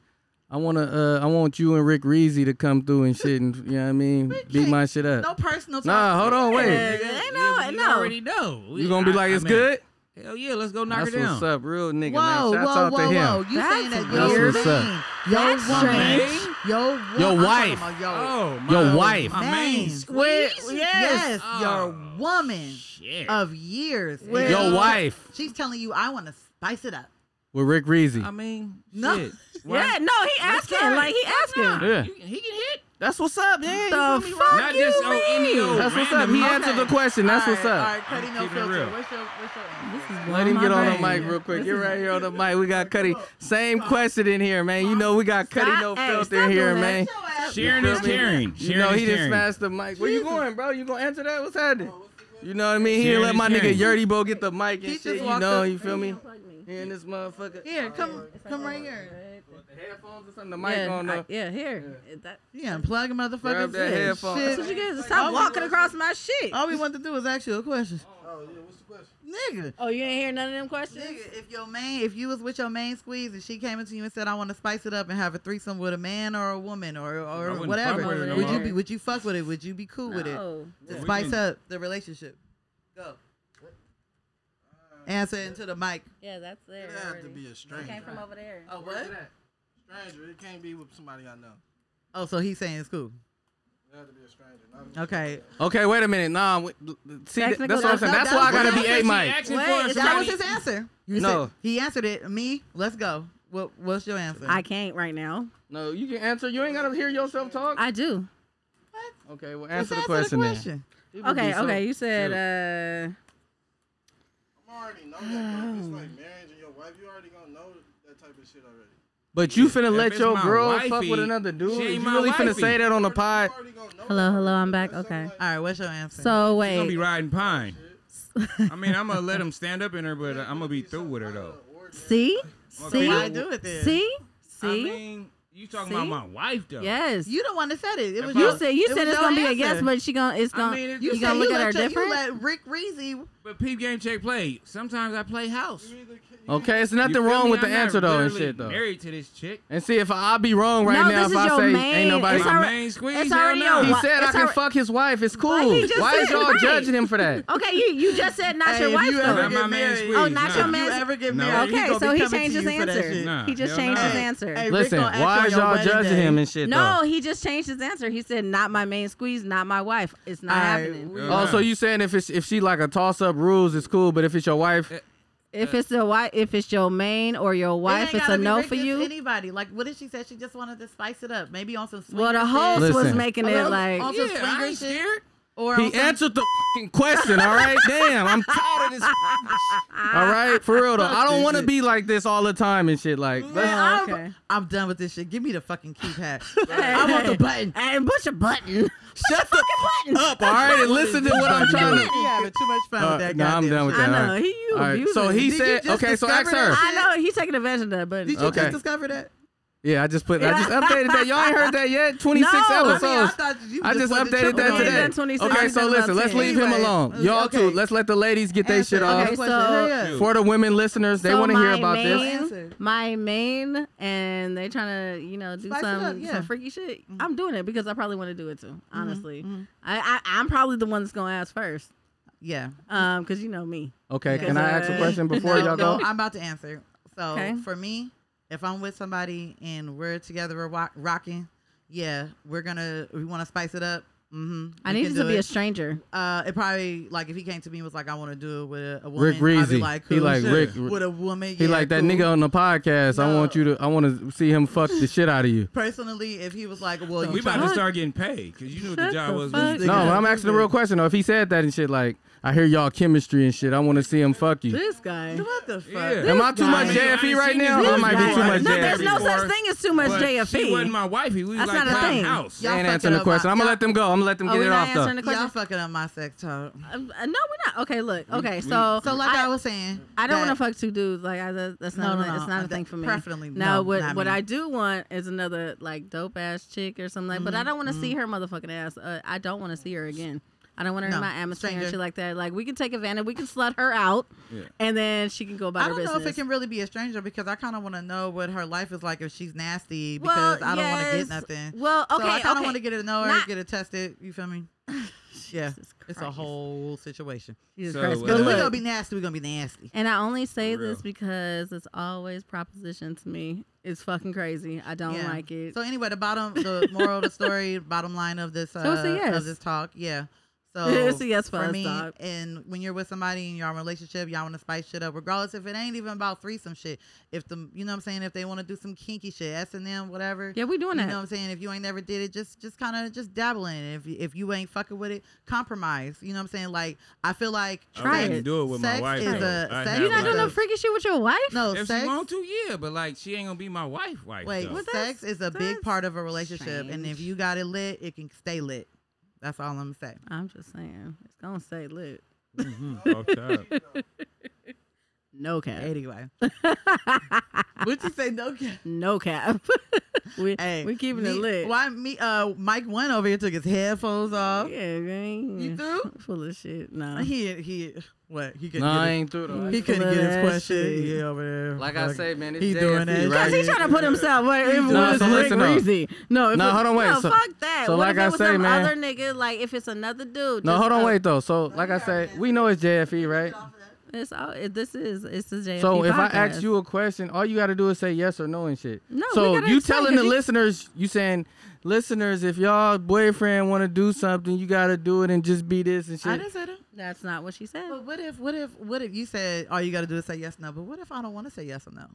Speaker 2: I wanna, uh, I want you and Rick Reezy to come through and shit, and you know what I mean? Beat my shit up.
Speaker 6: No personal.
Speaker 2: Nah,
Speaker 6: talk.
Speaker 2: hold on, wait.
Speaker 7: Yeah, ain't no,
Speaker 9: you
Speaker 7: no.
Speaker 9: already know.
Speaker 2: You gonna be
Speaker 9: I-
Speaker 2: like,
Speaker 9: I
Speaker 2: it's
Speaker 9: mean,
Speaker 2: good?
Speaker 9: Hell yeah, let's go knock
Speaker 2: That's
Speaker 9: her down.
Speaker 2: what's up, real nigga,
Speaker 6: Whoa,
Speaker 2: man. Shouts
Speaker 6: whoa,
Speaker 2: out
Speaker 6: whoa,
Speaker 2: to him.
Speaker 6: whoa! You saying
Speaker 7: That's
Speaker 6: that your
Speaker 2: weird. That's what's
Speaker 6: thing, your
Speaker 7: That's
Speaker 9: strange.
Speaker 6: woman, your woman,
Speaker 2: Your
Speaker 6: I'm talking
Speaker 2: wife.
Speaker 6: about your
Speaker 9: Oh, my,
Speaker 2: Your wife.
Speaker 9: My
Speaker 6: man.
Speaker 9: main.
Speaker 7: Wait, yes.
Speaker 6: Yes, your
Speaker 9: Oh,
Speaker 6: woman
Speaker 9: Shit.
Speaker 6: of years.
Speaker 7: Well-
Speaker 6: And
Speaker 2: Your
Speaker 7: Yo,
Speaker 2: wife
Speaker 6: She's telling you, I want to spice it up.
Speaker 2: with Rick
Speaker 9: I
Speaker 2: Reezy.
Speaker 9: mean,
Speaker 6: No.
Speaker 9: shit.
Speaker 7: Yeah,
Speaker 9: Right?
Speaker 7: no, he asking.
Speaker 9: right.
Speaker 7: Like he asking.
Speaker 2: Yeah,
Speaker 9: You- He can hit.
Speaker 2: that's what's up, man.
Speaker 7: The fuck
Speaker 9: Not
Speaker 7: you
Speaker 9: just on any
Speaker 7: mean?
Speaker 9: old-
Speaker 2: That's what's up.
Speaker 9: Random.
Speaker 2: He answered the question. That's
Speaker 6: All
Speaker 2: what's
Speaker 6: right,
Speaker 2: up.
Speaker 6: All right, Cutty, no
Speaker 9: Keep it
Speaker 6: filter.
Speaker 9: real.
Speaker 6: What's your, what's your answer?
Speaker 2: Let him
Speaker 7: My
Speaker 2: get on the
Speaker 7: brain.
Speaker 2: mic real quick. Get right here on the mic. We got Cuddy. Same question in here, man. You know we got Cuddy
Speaker 7: Stop-
Speaker 2: no
Speaker 7: hey,
Speaker 2: filter
Speaker 7: stop
Speaker 2: in here,
Speaker 7: doing
Speaker 2: man.
Speaker 7: that.
Speaker 9: Sharing is caring.
Speaker 2: You
Speaker 9: Sharing
Speaker 2: know
Speaker 9: is
Speaker 2: he just
Speaker 9: caring.
Speaker 2: smashed the mic. Where you going, bro? You gonna answer that? What's happening? You know what I mean? He
Speaker 9: Sharing
Speaker 2: let
Speaker 9: is
Speaker 2: my nigga
Speaker 9: caring.
Speaker 2: Yerdibo get the mic
Speaker 6: He
Speaker 2: and
Speaker 6: just
Speaker 2: shit. You
Speaker 6: walked
Speaker 2: know,
Speaker 6: up.
Speaker 2: you feel me?
Speaker 7: Unplug me.
Speaker 2: He and this motherfucker. Uh,
Speaker 6: Here, come, come right here.
Speaker 2: The headphones or something. The mic
Speaker 7: yeah,
Speaker 2: on
Speaker 7: I-
Speaker 2: the.
Speaker 7: yeah, here. That,
Speaker 6: Yeah, unplug a
Speaker 2: Grab
Speaker 6: motherfucking
Speaker 2: that
Speaker 6: shit.
Speaker 2: headphone.
Speaker 6: Shit.
Speaker 7: that's what you get. Stop
Speaker 6: All we
Speaker 7: walking
Speaker 6: want-
Speaker 7: across my shit.
Speaker 6: All we want to do is ask you a question. Oh, yeah, what's the question? Nigga.
Speaker 7: Oh, you ain't hear none of them questions.
Speaker 6: Nigga, if your main, if you was with your main squeeze and she came into you and said, "I want to spice it up and have a threesome with a man or a woman or or
Speaker 9: wouldn't
Speaker 6: whatever,"
Speaker 9: fuck
Speaker 7: with it no
Speaker 6: would you
Speaker 7: more.
Speaker 6: be would you fuck with it? Would you be cool with it
Speaker 7: No.
Speaker 6: to
Speaker 9: we
Speaker 6: spice
Speaker 9: can-
Speaker 6: up the relationship? Go. Answer into the mic.
Speaker 7: Yeah, that's there.
Speaker 4: It have to
Speaker 7: already.
Speaker 4: be a
Speaker 7: It
Speaker 4: stranger.
Speaker 7: came from over there.
Speaker 6: Oh what?
Speaker 4: Stranger. It can't be with somebody I know.
Speaker 6: Oh, so he's saying it's cool.
Speaker 4: It have to be a stranger. Not a
Speaker 6: Okay.
Speaker 2: Okay, wait a minute. Nah, we- see, that's
Speaker 7: Technical
Speaker 2: what I'm saying. That's
Speaker 6: difficulty.
Speaker 2: why I gotta
Speaker 6: That's
Speaker 2: be
Speaker 6: what
Speaker 2: a
Speaker 6: she
Speaker 2: mic.
Speaker 9: Asking
Speaker 7: Wait,
Speaker 9: for a
Speaker 7: is
Speaker 6: That was
Speaker 9: shorty.
Speaker 6: his answer. You
Speaker 2: No.
Speaker 6: said- he answered it. Me, let's go. What What's your answer?
Speaker 7: I can't right now.
Speaker 2: No, you can answer. You ain't gotta hear yourself talk.
Speaker 7: I do.
Speaker 2: Okay, well
Speaker 6: Just
Speaker 2: answer the question then. People be
Speaker 7: Okay,
Speaker 2: so-
Speaker 7: okay. You said
Speaker 2: Shoot.
Speaker 7: uh
Speaker 4: I'm already know that. Bro. It's like marriage and your wife. You already gonna know that type of shit already.
Speaker 2: But you finna
Speaker 9: If
Speaker 2: let
Speaker 9: it's
Speaker 2: your
Speaker 9: my
Speaker 2: girl
Speaker 9: wifey,
Speaker 2: fuck with another dude?
Speaker 9: she
Speaker 2: You
Speaker 9: ain't my
Speaker 2: really finna
Speaker 9: wifey.
Speaker 2: say that on the pod?
Speaker 4: You already gonna know.
Speaker 7: hello,
Speaker 4: that.
Speaker 7: hello. I'm back.
Speaker 4: That's
Speaker 7: Okay.
Speaker 4: something
Speaker 6: All right. What's your answer?
Speaker 7: So
Speaker 9: She's gonna be
Speaker 7: wait.
Speaker 9: riding pine. I mean, I'm gonna let him stand up in her, but I'm gonna be through with her though.
Speaker 7: See,
Speaker 9: Okay,
Speaker 6: why
Speaker 7: see,
Speaker 6: do it then?
Speaker 7: see,
Speaker 9: I
Speaker 7: see.
Speaker 9: mean, you talking
Speaker 7: See?
Speaker 9: about my wife though?
Speaker 7: Yes.
Speaker 6: You the one that said it. It was
Speaker 9: I-
Speaker 7: You
Speaker 6: your-
Speaker 7: said you
Speaker 6: it
Speaker 7: said
Speaker 6: was
Speaker 7: it's
Speaker 6: your
Speaker 7: gonna be a yes,
Speaker 6: answer.
Speaker 7: but she gonna it's
Speaker 9: I
Speaker 7: gonna
Speaker 9: mean, if
Speaker 7: you,
Speaker 9: you
Speaker 7: gonna
Speaker 6: said
Speaker 7: look at
Speaker 6: let
Speaker 7: her
Speaker 6: your-
Speaker 7: different.
Speaker 6: You let Rick Reezy.
Speaker 9: But peep game check play. Sometimes I play house.
Speaker 2: Okay, it's
Speaker 9: You
Speaker 2: nothing
Speaker 9: feel
Speaker 2: wrong
Speaker 9: me?
Speaker 2: with the
Speaker 9: I'm not
Speaker 2: answer though and
Speaker 9: literally
Speaker 2: shit though.
Speaker 9: Married to this chick.
Speaker 2: And see if I, I'll be wrong right
Speaker 7: No,
Speaker 2: now
Speaker 7: this
Speaker 2: if
Speaker 7: is
Speaker 2: I
Speaker 7: your
Speaker 2: say
Speaker 7: main-
Speaker 2: ain't nobody.
Speaker 7: It's
Speaker 9: my
Speaker 7: alre-
Speaker 9: main squeeze.
Speaker 7: it's
Speaker 9: hell
Speaker 7: already
Speaker 9: no.
Speaker 7: your
Speaker 2: he
Speaker 7: wi-
Speaker 2: said I
Speaker 7: it's
Speaker 2: can
Speaker 7: alre-
Speaker 2: fuck his wife. It's cool.
Speaker 7: he just
Speaker 2: Why is
Speaker 7: said-
Speaker 2: y'all all
Speaker 7: right.
Speaker 2: judging him for that?
Speaker 7: Okay, you you just said not your wife
Speaker 6: you ever
Speaker 9: Not
Speaker 7: though.
Speaker 9: my
Speaker 6: get
Speaker 9: man
Speaker 6: married,
Speaker 9: squeeze,
Speaker 7: Oh, not
Speaker 9: nah.
Speaker 7: your
Speaker 6: if
Speaker 7: man-
Speaker 6: you ever get
Speaker 9: No.
Speaker 6: married,
Speaker 7: Okay,
Speaker 6: he gonna
Speaker 7: so
Speaker 6: be
Speaker 7: he
Speaker 6: coming to
Speaker 7: changed
Speaker 6: you
Speaker 7: his
Speaker 6: for that
Speaker 7: answer.
Speaker 6: shit.
Speaker 9: Nah,
Speaker 7: He just
Speaker 9: hell
Speaker 7: changed his
Speaker 9: nah.
Speaker 7: answer.
Speaker 6: Hey, Rick
Speaker 2: Listen,
Speaker 6: gonna ask
Speaker 2: why
Speaker 6: on
Speaker 2: is
Speaker 6: your
Speaker 2: y'all
Speaker 6: wedding
Speaker 2: judging
Speaker 6: day.
Speaker 2: him and shit
Speaker 7: No,
Speaker 2: though?
Speaker 7: he just changed his answer. He said not my main squeeze, not my wife. It's not
Speaker 6: All right,
Speaker 7: happening.
Speaker 6: we-
Speaker 2: Oh, so you saying if it's if she like a toss up rules, it's cool, but if it's your wife,
Speaker 7: If it's the wife, if it's your main or your wife,
Speaker 6: ain't
Speaker 7: it's
Speaker 6: gotta
Speaker 7: a
Speaker 6: be
Speaker 7: no
Speaker 6: Rick,
Speaker 7: for
Speaker 6: it's
Speaker 7: you.
Speaker 6: Anybody like what did she say? She just wanted to spice it up, maybe on some.
Speaker 7: Well, the
Speaker 6: swinger
Speaker 7: host
Speaker 6: shit.
Speaker 7: was
Speaker 2: Listen.
Speaker 7: making
Speaker 6: Or
Speaker 7: it
Speaker 6: on-
Speaker 7: like
Speaker 6: on some
Speaker 9: Yeah, I
Speaker 6: swinger
Speaker 9: ain't
Speaker 6: shit,
Speaker 9: scared.
Speaker 6: Or on
Speaker 2: he
Speaker 6: some-
Speaker 2: answered the fucking question. All right, damn, I'm tired of this. All right, for real though, I don't want to be like this all the time and shit. Like,
Speaker 6: Man,
Speaker 2: let's-
Speaker 6: I'm,
Speaker 7: okay.
Speaker 6: I'm done with this shit. Give me the fucking keypad. I want the button.
Speaker 7: and push a button.
Speaker 2: shut the fucking up. All right, and listen to what I'm trying to.
Speaker 6: You having too much fun
Speaker 2: Uh,
Speaker 6: with that
Speaker 2: nah, I'm
Speaker 6: goddamn
Speaker 2: done with
Speaker 6: shit.
Speaker 2: that.
Speaker 7: I
Speaker 2: all
Speaker 7: know
Speaker 2: right.
Speaker 7: he you
Speaker 2: All right,
Speaker 7: abusing
Speaker 2: so he
Speaker 7: it.
Speaker 6: you
Speaker 2: said,
Speaker 6: just
Speaker 2: okay, so ask
Speaker 6: discover
Speaker 2: her.
Speaker 6: that
Speaker 7: I know he's taking advantage of that button.
Speaker 6: Did you
Speaker 2: Okay.
Speaker 6: just discover that?
Speaker 2: Yeah, I just put, I just updated that. Y'all ain't heard that yet? 26
Speaker 7: No, I mean,
Speaker 2: episodes.
Speaker 6: I mean, I thought you
Speaker 2: I just
Speaker 6: wanted to
Speaker 2: updated
Speaker 6: triple
Speaker 2: that
Speaker 6: dog.
Speaker 7: We've done
Speaker 2: today.
Speaker 7: 26
Speaker 2: Okay, so
Speaker 7: episodes,
Speaker 2: listen, let's
Speaker 7: okay.
Speaker 2: leave him
Speaker 6: Anyway,
Speaker 2: alone. Y'all
Speaker 6: okay.
Speaker 2: too. Let's let the ladies get their
Speaker 6: Answer.
Speaker 2: shit
Speaker 6: Okay,
Speaker 2: off.
Speaker 7: Okay,
Speaker 6: question.
Speaker 7: so-
Speaker 6: Hurry up.
Speaker 2: For the women listeners, they
Speaker 7: So
Speaker 2: want to hear
Speaker 7: my
Speaker 2: about this.
Speaker 7: main-
Speaker 6: Answer.
Speaker 7: my main and they trying to you know do
Speaker 6: Spice it
Speaker 7: some,
Speaker 6: up, yeah.
Speaker 7: some freaky shit i'm doing it because i probably want to do it too honestly I, I i'm probably the one that's gonna ask first
Speaker 6: Yeah.
Speaker 7: um because you know me
Speaker 2: Okay, can I ask a
Speaker 7: Uh,
Speaker 2: question before
Speaker 6: no,
Speaker 2: y'all
Speaker 6: no,
Speaker 2: go?
Speaker 6: I'm about to answer. So
Speaker 7: Okay.
Speaker 6: for me, if I'm with somebody and we're together, we're wa- rocking. Yeah, we're gonna we want to spice it up. Mm-hmm.
Speaker 7: i need you to be a stranger
Speaker 6: Uh, it probably like if he came to me and was like, I want to do it with a, a woman.
Speaker 2: Rick
Speaker 6: I'd be
Speaker 2: Reezy.
Speaker 6: like,
Speaker 2: he
Speaker 6: cool.
Speaker 2: like
Speaker 6: Shit.
Speaker 2: Rick.
Speaker 6: with a woman.
Speaker 2: He
Speaker 6: yeah,
Speaker 2: like that
Speaker 6: cool.
Speaker 2: nigga on the podcast. I want
Speaker 6: No.
Speaker 2: you to. I want to see him fuck the shit out of you.
Speaker 6: Personally, if he was like, well, you
Speaker 9: We about to
Speaker 6: tryna-
Speaker 9: start getting paid because you knew what the
Speaker 7: Shut
Speaker 9: job
Speaker 7: the
Speaker 9: was. When you
Speaker 7: fuck
Speaker 2: No,
Speaker 6: Nigga,
Speaker 2: I'm
Speaker 6: that's
Speaker 2: asking a
Speaker 6: stupid.
Speaker 2: real question. Though, if he said that and shit, like I hear y'all chemistry and shit, I want to see him fuck you.
Speaker 7: this guy
Speaker 6: What the fuck?
Speaker 9: Yeah.
Speaker 2: Am I too
Speaker 7: guy.
Speaker 2: much
Speaker 7: I
Speaker 9: mean, I
Speaker 2: JFE
Speaker 9: ain't
Speaker 2: right
Speaker 9: seen
Speaker 2: now?
Speaker 9: this
Speaker 2: I might be
Speaker 9: guy.
Speaker 2: too much E.
Speaker 7: no, there's
Speaker 2: JFE.
Speaker 7: no
Speaker 9: before,
Speaker 7: such thing as too much
Speaker 9: but She wasn't
Speaker 7: jfp
Speaker 9: my wifey. We was
Speaker 7: That's
Speaker 9: like
Speaker 7: not a
Speaker 9: pop
Speaker 7: thing.
Speaker 9: house.
Speaker 6: Y'all
Speaker 2: They ain't
Speaker 6: fucking
Speaker 2: answering the
Speaker 6: up
Speaker 2: question.
Speaker 6: my-
Speaker 2: I'm gonna let them go. I'm gonna let them
Speaker 7: oh
Speaker 2: get
Speaker 7: we're
Speaker 2: it
Speaker 7: not
Speaker 2: off
Speaker 7: answering
Speaker 2: though.
Speaker 7: the
Speaker 6: Y'all
Speaker 7: question
Speaker 6: fucking up my sex talk.
Speaker 7: Um, uh, no we're not okay look okay so
Speaker 6: So like I, was saying,
Speaker 7: I don't want to
Speaker 6: that-
Speaker 7: fuck two dudes. Like I, that- that's not
Speaker 6: No,
Speaker 7: a-
Speaker 6: no, no.
Speaker 7: it's not a
Speaker 6: That-
Speaker 7: thing for me.
Speaker 6: preferably,
Speaker 7: now
Speaker 6: no,
Speaker 7: what
Speaker 6: not
Speaker 7: what
Speaker 6: me.
Speaker 7: I do want is another like dope ass chick or something. like But I
Speaker 6: Mm-hmm,
Speaker 7: don't want to see her motherfucking ass. Uh, I don't want to see her again. I don't want her
Speaker 6: No,
Speaker 7: in my atmosphere and
Speaker 6: stranger.
Speaker 7: shit like that. Like we can take advantage. We can slut her out, and then she can go about
Speaker 6: I
Speaker 7: her
Speaker 6: don't
Speaker 7: business.
Speaker 6: know if it can really be a stranger because I kind of want to know what her life is like if she's nasty
Speaker 7: Well,
Speaker 6: because I don't want to
Speaker 7: yes.
Speaker 6: get nothing.
Speaker 7: Well,
Speaker 6: so I
Speaker 7: okay,
Speaker 6: kind of
Speaker 7: okay.
Speaker 6: want to get to know her,
Speaker 7: Not-
Speaker 6: get it tested. You feel me? Yeah,
Speaker 7: Jesus
Speaker 6: it's a
Speaker 7: Christ.
Speaker 6: whole situation.
Speaker 7: Jesus
Speaker 9: So,
Speaker 7: Christ.
Speaker 9: uh,
Speaker 7: But
Speaker 6: But we're
Speaker 7: look,
Speaker 6: gonna be nasty. We're gonna be nasty.
Speaker 7: And I only say
Speaker 9: For real.
Speaker 7: this because it's always proposition to me. It's fucking crazy. I don't
Speaker 6: Yeah.
Speaker 7: like it.
Speaker 6: So anyway, the bottom, the moral of the story, bottom line of this, uh,
Speaker 7: So it's a yes.
Speaker 6: of this talk, yeah. So
Speaker 7: It's a yes for us,
Speaker 6: me,
Speaker 7: dog.
Speaker 6: and when you're with somebody and you're in a relationship, y'all want to spice shit up, regardless if it ain't even about threesome shit. If the, you know what I'm saying, if they want to do some kinky shit, S and M, whatever.
Speaker 7: yeah, we doing
Speaker 6: You
Speaker 7: that.
Speaker 6: know what I'm saying? If you ain't never did it, just just kind of just dabble in it. If you, if you ain't fucking with it, compromise. You know what I'm saying? Like I feel like
Speaker 7: Try
Speaker 9: I
Speaker 6: sex-
Speaker 9: wouldn't
Speaker 7: it.
Speaker 9: do it with
Speaker 6: Sex
Speaker 9: my wife.
Speaker 6: is
Speaker 9: though.
Speaker 6: a-
Speaker 9: I
Speaker 6: sex
Speaker 9: have
Speaker 7: You're not
Speaker 6: Yeah,
Speaker 7: doing
Speaker 9: like-
Speaker 7: no
Speaker 6: like-
Speaker 7: freaky shit with your wife?
Speaker 6: No,
Speaker 9: If
Speaker 6: sex.
Speaker 9: she want to, yeah, but like she ain't gonna be my wife, wife.
Speaker 6: Wait,
Speaker 9: though.
Speaker 7: Well,
Speaker 6: sex
Speaker 7: that's-
Speaker 6: is a big
Speaker 7: that's
Speaker 6: part of a relationship, and if
Speaker 7: strange.
Speaker 6: you got it lit, it can stay lit. That's all I'm saying.
Speaker 7: I'm just saying. It's gonna say lit.
Speaker 9: Off top.
Speaker 7: No cap.
Speaker 6: Anyway, would you say no? Ken?
Speaker 7: No cap. we
Speaker 6: Hey,
Speaker 7: we keeping
Speaker 6: me,
Speaker 7: it lit.
Speaker 6: Why me? Uh, Mike went over here took his headphones
Speaker 7: Yeah,
Speaker 6: off.
Speaker 7: man.
Speaker 6: You through?
Speaker 7: Full of shit. No.
Speaker 6: He he. What he could
Speaker 2: No, I
Speaker 6: get?
Speaker 2: ain't through
Speaker 6: His,
Speaker 2: though.
Speaker 6: he couldn't
Speaker 7: Full of
Speaker 6: get
Speaker 7: that
Speaker 6: his question.
Speaker 7: shit.
Speaker 6: Yeah, over there.
Speaker 2: Like I
Speaker 6: Fuck.
Speaker 2: say, man, it's
Speaker 6: He doing
Speaker 2: JFE,
Speaker 6: that.
Speaker 7: Cause
Speaker 2: right?
Speaker 7: he trying to put himself like if
Speaker 2: No,
Speaker 7: it was
Speaker 2: so
Speaker 7: Rick
Speaker 2: listen though.
Speaker 7: Greasy. No, if
Speaker 2: No,
Speaker 7: it-
Speaker 2: hold on, wait,
Speaker 7: No,
Speaker 2: so-
Speaker 7: fuck that.
Speaker 2: so
Speaker 7: what
Speaker 2: like
Speaker 7: if it
Speaker 2: I
Speaker 7: was
Speaker 2: say,
Speaker 7: some
Speaker 2: man-
Speaker 7: other nigga? Like if it's another dude.
Speaker 2: No,
Speaker 7: just,
Speaker 2: hold on,
Speaker 7: uh,
Speaker 2: wait though. So, like I said, we know it's JFE, right?
Speaker 7: It's all. It, this is. It's the JFP
Speaker 2: So if I ask
Speaker 7: podcast.
Speaker 2: you a question, all you got to do is say yes or no and shit.
Speaker 7: No, we
Speaker 2: So
Speaker 7: gotta
Speaker 2: you
Speaker 7: explain,
Speaker 2: telling
Speaker 7: 'cause
Speaker 2: the
Speaker 7: you-
Speaker 2: listeners, you saying, listeners, if y'all boyfriend want to do something, you got to do it and just be this and
Speaker 6: I
Speaker 2: shit.
Speaker 6: didn't say that.
Speaker 7: that's not what she said.
Speaker 6: But what if, what if, what if you said all you got to do is say yes, no? But what if I don't want to say yes or no?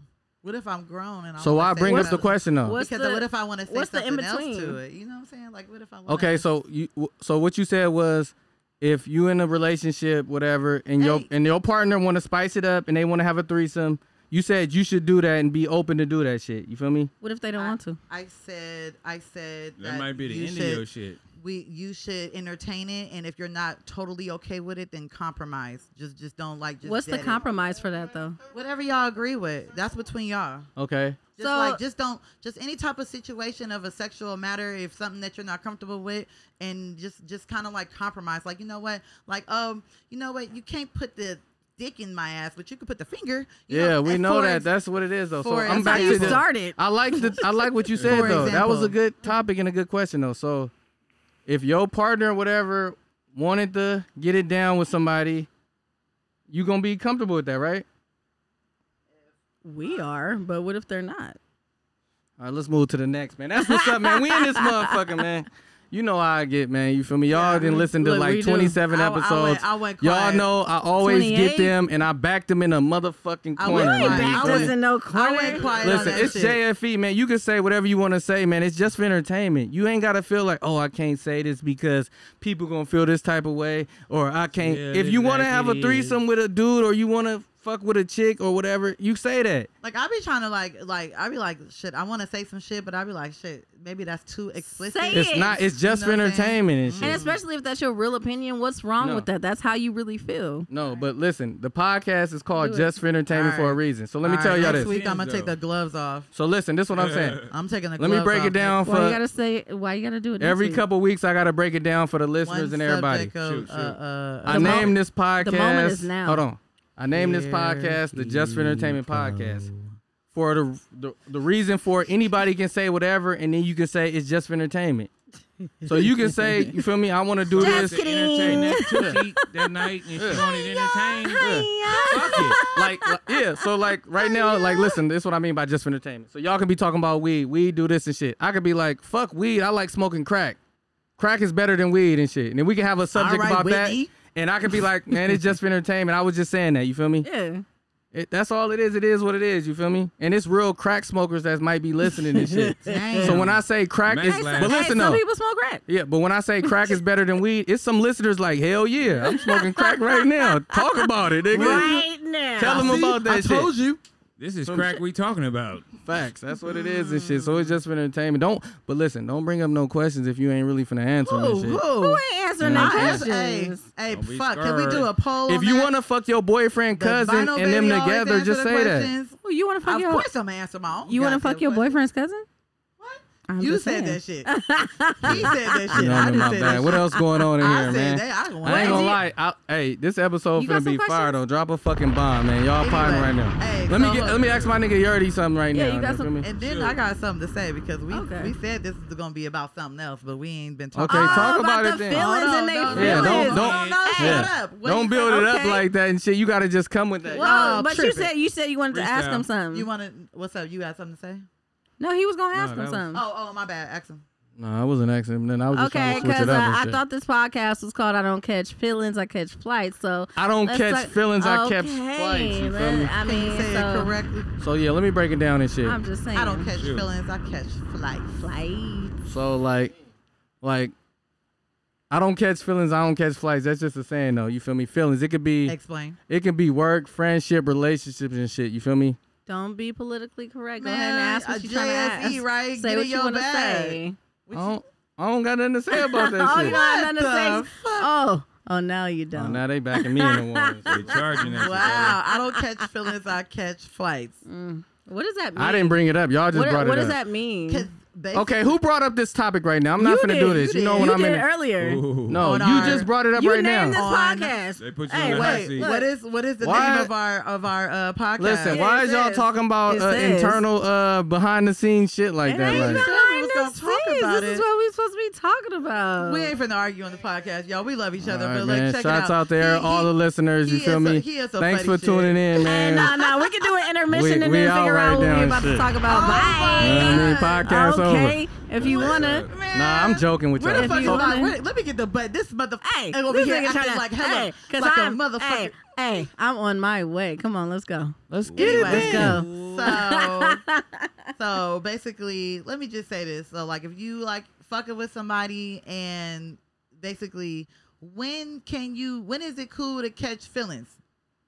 Speaker 6: What if I'm grown and I
Speaker 2: So
Speaker 6: wanna
Speaker 2: why
Speaker 6: say
Speaker 2: bring up
Speaker 6: no?
Speaker 2: the question though?
Speaker 7: What's
Speaker 6: Because
Speaker 7: the-
Speaker 6: what if I want to say
Speaker 7: what's the
Speaker 6: something else to
Speaker 7: in-between?
Speaker 6: it? You know what I'm saying? Like what if I want?
Speaker 2: Okay, so you w- so what you said was if you in a relationship, whatever, and your
Speaker 6: Hey.
Speaker 2: and your partner want to spice it up and they want to have a threesome, you said you should do that and be open to do that shit. You feel me?
Speaker 7: what if they don't want to?
Speaker 6: I said, I said
Speaker 9: That might be
Speaker 6: you
Speaker 9: the end
Speaker 6: should-
Speaker 9: of your shit.
Speaker 6: We, you should entertain it, and if you're not totally okay with it, then compromise. Just, just don't like. Just
Speaker 7: What's the
Speaker 6: dead it.
Speaker 7: compromise for that though?
Speaker 6: Whatever y'all agree with, that's between y'all.
Speaker 2: Okay.
Speaker 6: Just
Speaker 7: So-
Speaker 6: like, just don't, just any type of situation of a sexual matter, if something that you're not comfortable with, and just, just kind of like compromise. Like, you know what? Like, um, you know what? You can't put the dick in my ass, but you can put the finger. you
Speaker 2: Yeah, we
Speaker 6: and
Speaker 2: know
Speaker 6: for
Speaker 2: that.
Speaker 6: ex-
Speaker 2: That's what it is though. So
Speaker 6: for
Speaker 2: I'm
Speaker 6: example-
Speaker 2: back
Speaker 6: That's how
Speaker 2: to
Speaker 6: you
Speaker 2: the,
Speaker 7: started.
Speaker 2: I like the I like what you said
Speaker 6: For
Speaker 2: though. That was
Speaker 6: example.
Speaker 2: a good topic and a good question though. So if your partner or whatever wanted to get it down with somebody, you gonna be comfortable with that, right?
Speaker 7: We are, but what if they're not?
Speaker 2: All right, let's move to the next, man. That's what's up, man. We in this motherfucker, man. You know how I get, man. You feel me? Y'all didn't listen to
Speaker 7: Look, we
Speaker 2: like
Speaker 7: do.
Speaker 2: 27
Speaker 6: I- I went-
Speaker 2: episodes.
Speaker 6: I went
Speaker 2: Y'all
Speaker 6: quiet.
Speaker 2: know I always get
Speaker 7: 28?
Speaker 2: them and I back them in a motherfucking
Speaker 6: I went
Speaker 2: corner. man. You
Speaker 6: quiet. I
Speaker 7: Back
Speaker 2: feel me?
Speaker 6: went-
Speaker 7: doesn't know
Speaker 6: I
Speaker 7: corner.
Speaker 6: went quiet on
Speaker 2: Listen,
Speaker 6: that
Speaker 2: it's
Speaker 6: shit.
Speaker 2: JFE, man. You can say whatever you want to say, man. It's just for entertainment. You ain't gotta feel like, oh, I can't say this because people gonna feel this type of way, or I can't.
Speaker 9: Yeah,
Speaker 2: if you
Speaker 9: it's
Speaker 2: wanna
Speaker 9: like
Speaker 2: have
Speaker 9: it
Speaker 2: a
Speaker 9: is.
Speaker 2: threesome with a dude, or you wanna fuck with a chick, or whatever, you say that.
Speaker 6: Like I be trying to like like I be like shit. I want to say some shit, but I be like shit. Maybe that's too explicit.
Speaker 7: Say
Speaker 2: It's
Speaker 7: Yes.
Speaker 2: not. It's just
Speaker 6: You know
Speaker 2: for
Speaker 6: what I'm saying?
Speaker 2: entertainment and shit.
Speaker 7: and especially if that's your real opinion, what's wrong
Speaker 2: No.
Speaker 7: with that? That's how you really feel.
Speaker 2: No, but listen, the podcast is called
Speaker 7: Do it.
Speaker 2: Just for Entertainment
Speaker 6: All
Speaker 2: for a
Speaker 6: right.
Speaker 2: reason. So let me
Speaker 6: All
Speaker 2: tell
Speaker 6: right,
Speaker 2: y'all
Speaker 6: next
Speaker 2: this.
Speaker 6: week I'm gonna
Speaker 9: Yes,
Speaker 6: take the gloves off.
Speaker 2: So listen, this is what I'm saying.
Speaker 6: I'm taking the.
Speaker 2: Let me
Speaker 6: gloves
Speaker 2: break
Speaker 6: off
Speaker 2: it down
Speaker 6: next-
Speaker 7: Why you
Speaker 2: for
Speaker 7: gotta say? Why you gotta do it? next
Speaker 2: every
Speaker 7: week?
Speaker 2: couple weeks. I gotta break it down for the listeners
Speaker 6: One
Speaker 2: and everybody.
Speaker 6: subject Of,
Speaker 9: Shoot, shoot.
Speaker 6: Uh, uh,
Speaker 2: I
Speaker 7: The mo-
Speaker 2: named this podcast.
Speaker 7: the moment is now.
Speaker 2: Hold on. I named this
Speaker 6: Here
Speaker 2: podcast the Just for Entertainment podcast for the, the the reason for it, anybody can say whatever, and then you can say it's just for entertainment. So you can say, you feel me? I want to do
Speaker 7: Just
Speaker 2: this.
Speaker 7: kidding.
Speaker 9: Entertain that two cheek that night and she wanted entertained. Fuck it.
Speaker 2: like, like- yeah. So like right now, like listen, this is what I mean by just for entertainment. So y'all can be talking about weed, weed, do this and shit. I could be like, fuck weed, I like smoking crack. Crack is better than weed and shit. And then we can have a subject
Speaker 6: right,
Speaker 2: about
Speaker 6: Whitney.
Speaker 2: that. And I could be like, man, it's just for entertainment. I was just saying that. You feel me?
Speaker 7: Yeah.
Speaker 2: It, that's all it is. It is what it is. You feel me? And it's real crack smokers that might be listening and shit.
Speaker 6: Damn.
Speaker 2: so when I say crack,
Speaker 9: Man,
Speaker 2: is,
Speaker 9: Hey, so-
Speaker 2: but
Speaker 9: hey,
Speaker 2: listen
Speaker 7: some
Speaker 2: though.
Speaker 7: people smoke crack.
Speaker 2: Yeah, but when I say crack is better than weed, it's some listeners like, hell yeah, I'm smoking crack right now. Talk about it, nigga.
Speaker 7: Right now.
Speaker 2: Tell them about that
Speaker 6: I
Speaker 2: shit.
Speaker 6: told you.
Speaker 9: This is crack we talking about.
Speaker 2: Facts. That's what it is and shit. So it's just for entertainment. Don't. But listen, don't bring up no questions if you ain't really finna answer
Speaker 6: uh,
Speaker 2: them and shit.
Speaker 7: Who
Speaker 6: Who?
Speaker 7: ain't answering
Speaker 2: Yeah.
Speaker 7: no
Speaker 2: I
Speaker 6: Hey, hey,
Speaker 7: questions?
Speaker 6: hey,
Speaker 9: Don't be
Speaker 6: fuck! Can we
Speaker 9: scared.
Speaker 6: do a poll?
Speaker 2: If
Speaker 6: on
Speaker 2: you
Speaker 6: that?
Speaker 2: wanna fuck your boyfriend,
Speaker 6: The
Speaker 2: cousin,
Speaker 6: vinyl
Speaker 2: and them
Speaker 6: baby always
Speaker 2: together,
Speaker 6: answer
Speaker 2: just
Speaker 6: the
Speaker 2: say that.
Speaker 6: questions.
Speaker 7: Well, you want to fuck
Speaker 6: Of
Speaker 7: your
Speaker 6: course, I'm gonna answer my own.
Speaker 7: you want to
Speaker 6: goddamn
Speaker 7: fuck your
Speaker 6: question.
Speaker 7: boyfriend's cousin?
Speaker 6: What?
Speaker 7: I'm
Speaker 6: you
Speaker 7: just
Speaker 6: said
Speaker 7: saying.
Speaker 6: that shit. He said that shit.
Speaker 2: You know,
Speaker 6: I
Speaker 2: I'm in
Speaker 6: just
Speaker 2: my
Speaker 6: said
Speaker 2: bag.
Speaker 6: that
Speaker 2: What
Speaker 6: shit.
Speaker 2: else going on in
Speaker 6: I
Speaker 2: here,
Speaker 6: said
Speaker 2: man?
Speaker 6: that. I
Speaker 2: I
Speaker 6: don't
Speaker 2: ain't
Speaker 6: want
Speaker 2: gonna
Speaker 7: Wait,
Speaker 2: lie. I, hey, this episode
Speaker 7: You got
Speaker 2: finna be
Speaker 7: some
Speaker 2: fire. Don't drop a fucking bomb, man. Y'all firing right now.
Speaker 6: Hey,
Speaker 2: let me
Speaker 6: so
Speaker 2: get.
Speaker 6: look-
Speaker 2: Let me ask my nigga Yurdy something right
Speaker 7: Yeah,
Speaker 2: now.
Speaker 7: you got
Speaker 2: feel
Speaker 7: some-
Speaker 2: me?
Speaker 6: And then I got something to say because we
Speaker 7: Okay.
Speaker 6: we said this is gonna be about something else, but we ain't been
Speaker 2: Okay,
Speaker 6: talking.
Speaker 7: Oh,
Speaker 2: talk about
Speaker 7: the
Speaker 2: it then.
Speaker 7: feelings
Speaker 6: Hold
Speaker 7: and they
Speaker 6: on,
Speaker 7: feelings.
Speaker 6: hold
Speaker 2: Yeah,
Speaker 6: on,
Speaker 2: don't-
Speaker 6: hold
Speaker 2: don't-
Speaker 6: on, no, shut
Speaker 2: yeah.
Speaker 6: up. What
Speaker 2: Don't
Speaker 6: you
Speaker 2: build
Speaker 6: say?
Speaker 2: it up
Speaker 6: Okay.
Speaker 2: like that and shit. You gotta just come with that.
Speaker 7: Well,
Speaker 6: Oh,
Speaker 7: but you
Speaker 6: tripping.
Speaker 7: said you said you wanted to ask
Speaker 9: Freestyle.
Speaker 7: him something.
Speaker 6: You want to? What's up? You got something to say?
Speaker 7: no, he was gonna ask
Speaker 2: No,
Speaker 7: him
Speaker 2: that was-
Speaker 7: something.
Speaker 6: Oh, oh, my bad. Ask him.
Speaker 2: No, I wasn't asking him. Then I was just
Speaker 7: Okay,
Speaker 2: trying to switch
Speaker 7: because
Speaker 2: it
Speaker 7: uh,
Speaker 2: up. and
Speaker 7: I
Speaker 2: shit.
Speaker 7: thought this podcast was called "I Don't Catch Feelings, I Catch Flights." So
Speaker 2: I don't
Speaker 7: let's
Speaker 2: catch
Speaker 7: like-
Speaker 2: feelings. I catch
Speaker 7: Okay,
Speaker 2: flights. You feel
Speaker 7: let-
Speaker 2: me?
Speaker 7: I
Speaker 6: Can you
Speaker 7: mean,
Speaker 6: say
Speaker 7: so
Speaker 6: it correctly?
Speaker 2: So yeah, let me break it down and shit.
Speaker 7: I'm just saying.
Speaker 6: I don't catch
Speaker 9: Shoot.
Speaker 6: feelings. I catch flights.
Speaker 7: flights.
Speaker 2: So like, like, I don't catch feelings. I don't catch flights. That's just a saying though. You feel me? Feelings. It could be.
Speaker 6: Explain.
Speaker 2: It can be work, friendship, relationships, and shit. You feel me?
Speaker 7: Don't be politically correct. Go
Speaker 6: Man, uh,
Speaker 7: ahead and ask
Speaker 6: a
Speaker 7: what you trying to ask.
Speaker 6: JSE, E, right?
Speaker 7: Say
Speaker 6: Get
Speaker 7: what
Speaker 6: in
Speaker 7: you
Speaker 6: your
Speaker 7: want to
Speaker 6: bag.
Speaker 7: say.
Speaker 2: I don't, I don't got nothing to say about that
Speaker 7: Oh,
Speaker 2: shit.
Speaker 7: you don't have
Speaker 6: What
Speaker 7: nothing to say.
Speaker 6: the fuck?
Speaker 7: Oh, oh, now you
Speaker 2: Oh,
Speaker 7: don't.
Speaker 2: now they backing me in the wall. and
Speaker 9: They
Speaker 2: shit.
Speaker 9: charging that shit.
Speaker 6: Wow. I don't catch feelings. I catch flights.
Speaker 7: Mm. What does that mean?
Speaker 2: I didn't bring it up. Y'all just
Speaker 7: What,
Speaker 2: brought
Speaker 7: what
Speaker 2: it
Speaker 7: does
Speaker 2: up.
Speaker 7: that mean?
Speaker 6: 'Cause basi-
Speaker 2: Okay, who brought up this topic right now? I'm not
Speaker 7: You
Speaker 2: gonna
Speaker 7: did,
Speaker 2: do this. You,
Speaker 6: you
Speaker 2: know
Speaker 6: did.
Speaker 2: when
Speaker 7: you
Speaker 2: I'm
Speaker 7: did
Speaker 2: in. A,
Speaker 7: earlier.
Speaker 9: Ooh.
Speaker 2: no,
Speaker 6: On
Speaker 2: you
Speaker 6: our-
Speaker 2: just brought it up
Speaker 7: you
Speaker 2: right
Speaker 7: named
Speaker 2: now.
Speaker 6: On-
Speaker 7: this podcast.
Speaker 9: They put you
Speaker 7: hey,
Speaker 9: on the hot
Speaker 7: wait,
Speaker 9: seat.
Speaker 7: look.
Speaker 6: What is what is the
Speaker 2: Why-
Speaker 6: name of our of our uh, podcast?
Speaker 2: Listen,
Speaker 7: Yeah,
Speaker 2: why
Speaker 7: it
Speaker 2: is y'all
Speaker 7: says-
Speaker 2: talking about
Speaker 7: it
Speaker 2: uh,
Speaker 7: says.
Speaker 2: internal, uh, behind the scenes shit like
Speaker 7: It
Speaker 2: that? Like,
Speaker 7: ain't behind
Speaker 6: Said we was gonna
Speaker 7: the
Speaker 6: talk
Speaker 7: scenes.
Speaker 6: about
Speaker 7: this is
Speaker 6: it.
Speaker 7: what we supposed to be talking about.
Speaker 6: We ain't finna argue on the podcast, y'all. We love each other,
Speaker 2: All
Speaker 6: but
Speaker 2: right,
Speaker 6: like,
Speaker 2: man.
Speaker 6: check
Speaker 2: Shouts
Speaker 6: it out.
Speaker 2: out there,
Speaker 6: He-
Speaker 2: all
Speaker 6: he-
Speaker 2: the listeners. You
Speaker 6: he
Speaker 2: feel
Speaker 6: is a-
Speaker 2: me?
Speaker 6: he is a
Speaker 2: Thanks for
Speaker 6: funny
Speaker 2: tuning in,
Speaker 7: Hey,
Speaker 2: man.
Speaker 7: nah, nah, we can do an intermission
Speaker 2: We-
Speaker 7: and
Speaker 2: we
Speaker 7: then
Speaker 2: out
Speaker 7: figure
Speaker 2: right
Speaker 7: out what
Speaker 2: now
Speaker 7: we're
Speaker 2: and
Speaker 7: about to
Speaker 2: shit.
Speaker 7: talk about.
Speaker 2: I mean,
Speaker 7: Bye.
Speaker 2: podcast
Speaker 7: okay, if you wanna.
Speaker 6: Man,
Speaker 2: Nah, I'm joking with
Speaker 6: Where
Speaker 2: y'all.
Speaker 6: the fuck
Speaker 7: If
Speaker 6: is
Speaker 7: you
Speaker 6: my?
Speaker 7: wanna-
Speaker 6: Where, let me get the butt. This motherfucker
Speaker 7: Hey,
Speaker 6: over
Speaker 7: this
Speaker 6: here
Speaker 7: nigga
Speaker 6: acting
Speaker 7: tryna-
Speaker 6: like hella,
Speaker 7: hey, 'cause
Speaker 6: like
Speaker 7: I'm-
Speaker 6: a motherfucker.
Speaker 7: Hey, hey, I'm on my way. Come on, let's go.
Speaker 2: Let's get
Speaker 6: Anyway,
Speaker 2: it.
Speaker 7: Let's
Speaker 2: then.
Speaker 7: go.
Speaker 6: So, so basically, let me just say this. So, like, if you like fucking with somebody, and basically, when can you? When is it cool to catch feelings?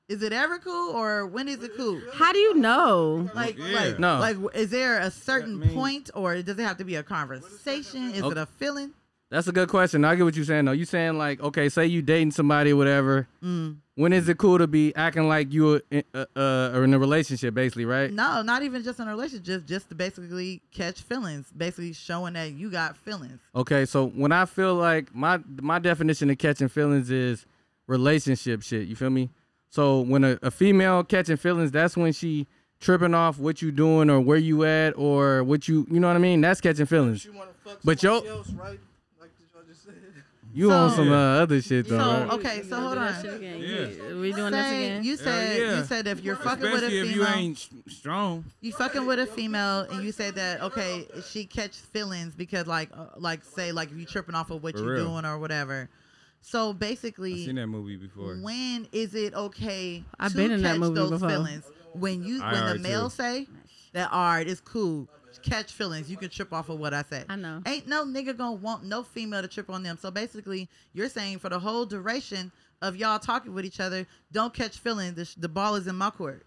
Speaker 6: Is it ever cool, or when is it cool?
Speaker 7: How do you know?
Speaker 6: Like,
Speaker 9: Yeah.
Speaker 6: like,
Speaker 2: No.
Speaker 6: like, is there a certain
Speaker 9: mean-
Speaker 6: point, or does it have to be a conversation? Is it a feeling?
Speaker 2: That's a good question. I get what you're saying though. You saying like, okay, say you dating somebody, or whatever.
Speaker 6: Mm.
Speaker 2: When is it cool to be acting like you in- uh, uh, are in a relationship, basically, right?
Speaker 6: No, not even just in a relationship, just to basically catch feelings, basically showing that you got feelings.
Speaker 2: Okay, so when I feel like my my definition of catching feelings is relationship shit. You feel me? So when a, a female catching feelings, that's when she tripping off what you doing or where you at or what you you know what I mean. That's catching feelings.
Speaker 4: You want to fuck
Speaker 2: But
Speaker 4: somebody
Speaker 2: yo-
Speaker 4: else, right? Like the judge just said.
Speaker 2: You on some uh, other shit though.
Speaker 6: So,
Speaker 2: right?
Speaker 6: okay, so hold on.
Speaker 9: Yeah.
Speaker 7: We doing this
Speaker 6: Say-
Speaker 7: again?
Speaker 6: You said
Speaker 9: yeah.
Speaker 6: you said if you're fucking with a
Speaker 9: Especially
Speaker 6: female,
Speaker 9: if
Speaker 6: you,
Speaker 9: you ain't s- strong.
Speaker 6: fucking with a female, and you said that okay, she catch feelings because like uh, like say like if you tripping off of what
Speaker 9: For
Speaker 6: you're
Speaker 9: real.
Speaker 6: doing or whatever. So
Speaker 9: I've seen
Speaker 6: basically,
Speaker 9: that movie before.
Speaker 6: when is it okay
Speaker 7: I've
Speaker 6: to
Speaker 7: been in that
Speaker 6: catch
Speaker 7: movie
Speaker 6: those
Speaker 7: before.
Speaker 6: feelings when you
Speaker 9: I
Speaker 6: when the
Speaker 9: are,
Speaker 6: male
Speaker 9: too.
Speaker 6: say that all right, it's cool. Catch feelings. You can trip off of what I say.
Speaker 7: I know.
Speaker 6: Ain't no nigga gonna want no female to trip on them. So basically, you're saying for the whole duration of y'all talking with each other, don't catch feelings. The, sh- the ball is in my court.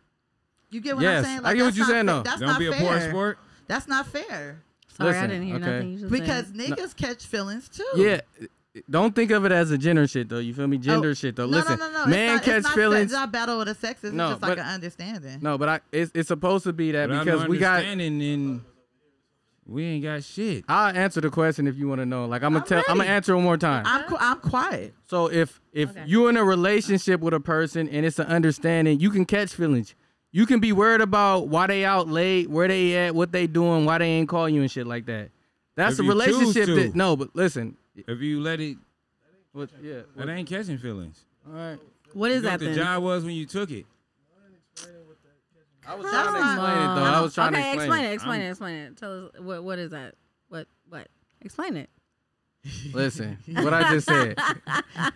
Speaker 6: You get what
Speaker 2: Yes,
Speaker 6: I'm saying?
Speaker 2: I get what
Speaker 6: that's
Speaker 2: you're
Speaker 6: not
Speaker 2: saying,
Speaker 6: fa-
Speaker 2: though.
Speaker 6: That's
Speaker 9: Don't
Speaker 6: not
Speaker 9: be a
Speaker 6: fair.
Speaker 9: poor sport.
Speaker 6: That's not fair
Speaker 7: Sorry, I
Speaker 2: Listen,
Speaker 7: didn't hear
Speaker 2: okay.
Speaker 7: nothing you just
Speaker 6: because
Speaker 7: said.
Speaker 6: niggas catch feelings too.
Speaker 2: Yeah. Don't think of it as a gender shit though. You feel me? Gender
Speaker 6: Oh,
Speaker 2: shit though.
Speaker 6: no,
Speaker 2: Listen,
Speaker 6: no, no, no. It's
Speaker 2: man
Speaker 6: not- it's
Speaker 2: catch
Speaker 6: not se-
Speaker 2: feelings.
Speaker 6: It's not battle of the sexes.
Speaker 2: No,
Speaker 6: it's just like
Speaker 2: but-
Speaker 6: an understanding.
Speaker 2: No, but I it's, it's supposed to be that
Speaker 9: Without
Speaker 2: because
Speaker 9: no
Speaker 2: we got.
Speaker 9: understanding, then we ain't got shit.
Speaker 2: I'll answer the question if you want to know. Like I'm gonna
Speaker 6: I'm
Speaker 2: tell. I'm gonna
Speaker 6: ready.
Speaker 2: answer one more time.
Speaker 6: I'm qu- I'm quiet.
Speaker 2: So if if
Speaker 7: Okay.
Speaker 2: you're in a relationship with a person and it's an understanding, you can catch feelings. You can be worried about why they out late, where they at, what they doing, why they ain't call you and shit like that. That's
Speaker 9: If
Speaker 2: a
Speaker 9: you choose
Speaker 2: relationship
Speaker 9: to.
Speaker 2: that no, but listen.
Speaker 9: If you let it,
Speaker 2: What, yeah.
Speaker 9: it ain't catching feelings.
Speaker 2: All right.
Speaker 7: what is
Speaker 9: You know
Speaker 7: that
Speaker 9: what the
Speaker 7: then?
Speaker 9: job was when you took it.
Speaker 4: I was
Speaker 6: That's
Speaker 4: trying to
Speaker 6: not-
Speaker 2: Explain it though. I was trying
Speaker 7: Oh, okay,
Speaker 2: to explain,
Speaker 7: explain it.
Speaker 2: it.
Speaker 7: Explain it. Explain it. Tell us what what is that? What what? Explain it.
Speaker 2: Listen, what I just said.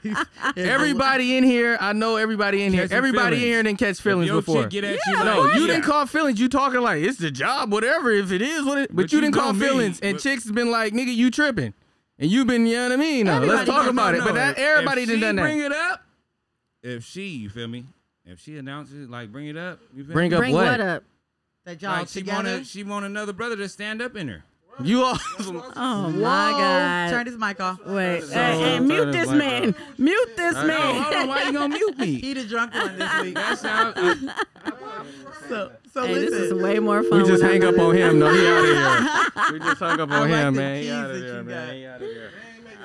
Speaker 2: everybody in here, I know everybody in here.
Speaker 9: Catching
Speaker 2: everybody in
Speaker 9: feelings.
Speaker 2: here didn't catch feelings
Speaker 9: if your
Speaker 2: before.
Speaker 9: chick get at you,
Speaker 7: Yeah,
Speaker 9: like,
Speaker 2: No, you
Speaker 9: yeah,
Speaker 2: didn't call feelings. You talking like it's the job, whatever. If it is, what it. But,
Speaker 9: But
Speaker 2: you,
Speaker 9: you
Speaker 2: didn't
Speaker 9: know
Speaker 2: call
Speaker 9: me.
Speaker 2: feelings, and
Speaker 9: But-
Speaker 2: chicks been like, nigga, you tripping, and you been, you know what I mean? Now, let's
Speaker 6: Everybody
Speaker 2: talk
Speaker 6: does
Speaker 2: about
Speaker 6: not
Speaker 2: it. But
Speaker 9: know.
Speaker 2: that
Speaker 9: If-
Speaker 2: everybody
Speaker 9: if
Speaker 2: done
Speaker 9: she
Speaker 2: done
Speaker 9: Bring
Speaker 2: that.
Speaker 9: it up. If she, you feel me? If she announces, like, bring it up. You feel
Speaker 2: Bring
Speaker 9: me?
Speaker 2: up
Speaker 7: Bring
Speaker 2: what?
Speaker 7: what up?
Speaker 6: That y'all
Speaker 9: Like she want
Speaker 6: together.
Speaker 9: a, she want another brother to stand up in her.
Speaker 2: You all.
Speaker 7: Oh
Speaker 6: Whoa,
Speaker 7: my God.
Speaker 6: Turn his mic off.
Speaker 7: Wait,
Speaker 2: So-
Speaker 7: hey, hey,
Speaker 2: Turn
Speaker 7: mute
Speaker 2: his
Speaker 7: this
Speaker 2: mic
Speaker 7: man. Mute this
Speaker 2: All right.
Speaker 7: man.
Speaker 9: Hold on, why you gonna mute me?
Speaker 6: He the drunk one this week.
Speaker 9: That's how. I,
Speaker 6: So, so
Speaker 7: Hey,
Speaker 6: listen.
Speaker 7: this is way more fun.
Speaker 2: We just
Speaker 7: when I'm
Speaker 2: hang up
Speaker 7: not
Speaker 2: on
Speaker 7: in it.
Speaker 2: him. No, he out of here. We just hung up
Speaker 6: I
Speaker 2: on
Speaker 6: like
Speaker 2: him,
Speaker 6: the
Speaker 2: man. He
Speaker 6: keys
Speaker 2: out of
Speaker 6: that
Speaker 2: there,
Speaker 6: you
Speaker 2: man.
Speaker 6: got.
Speaker 2: He out of here.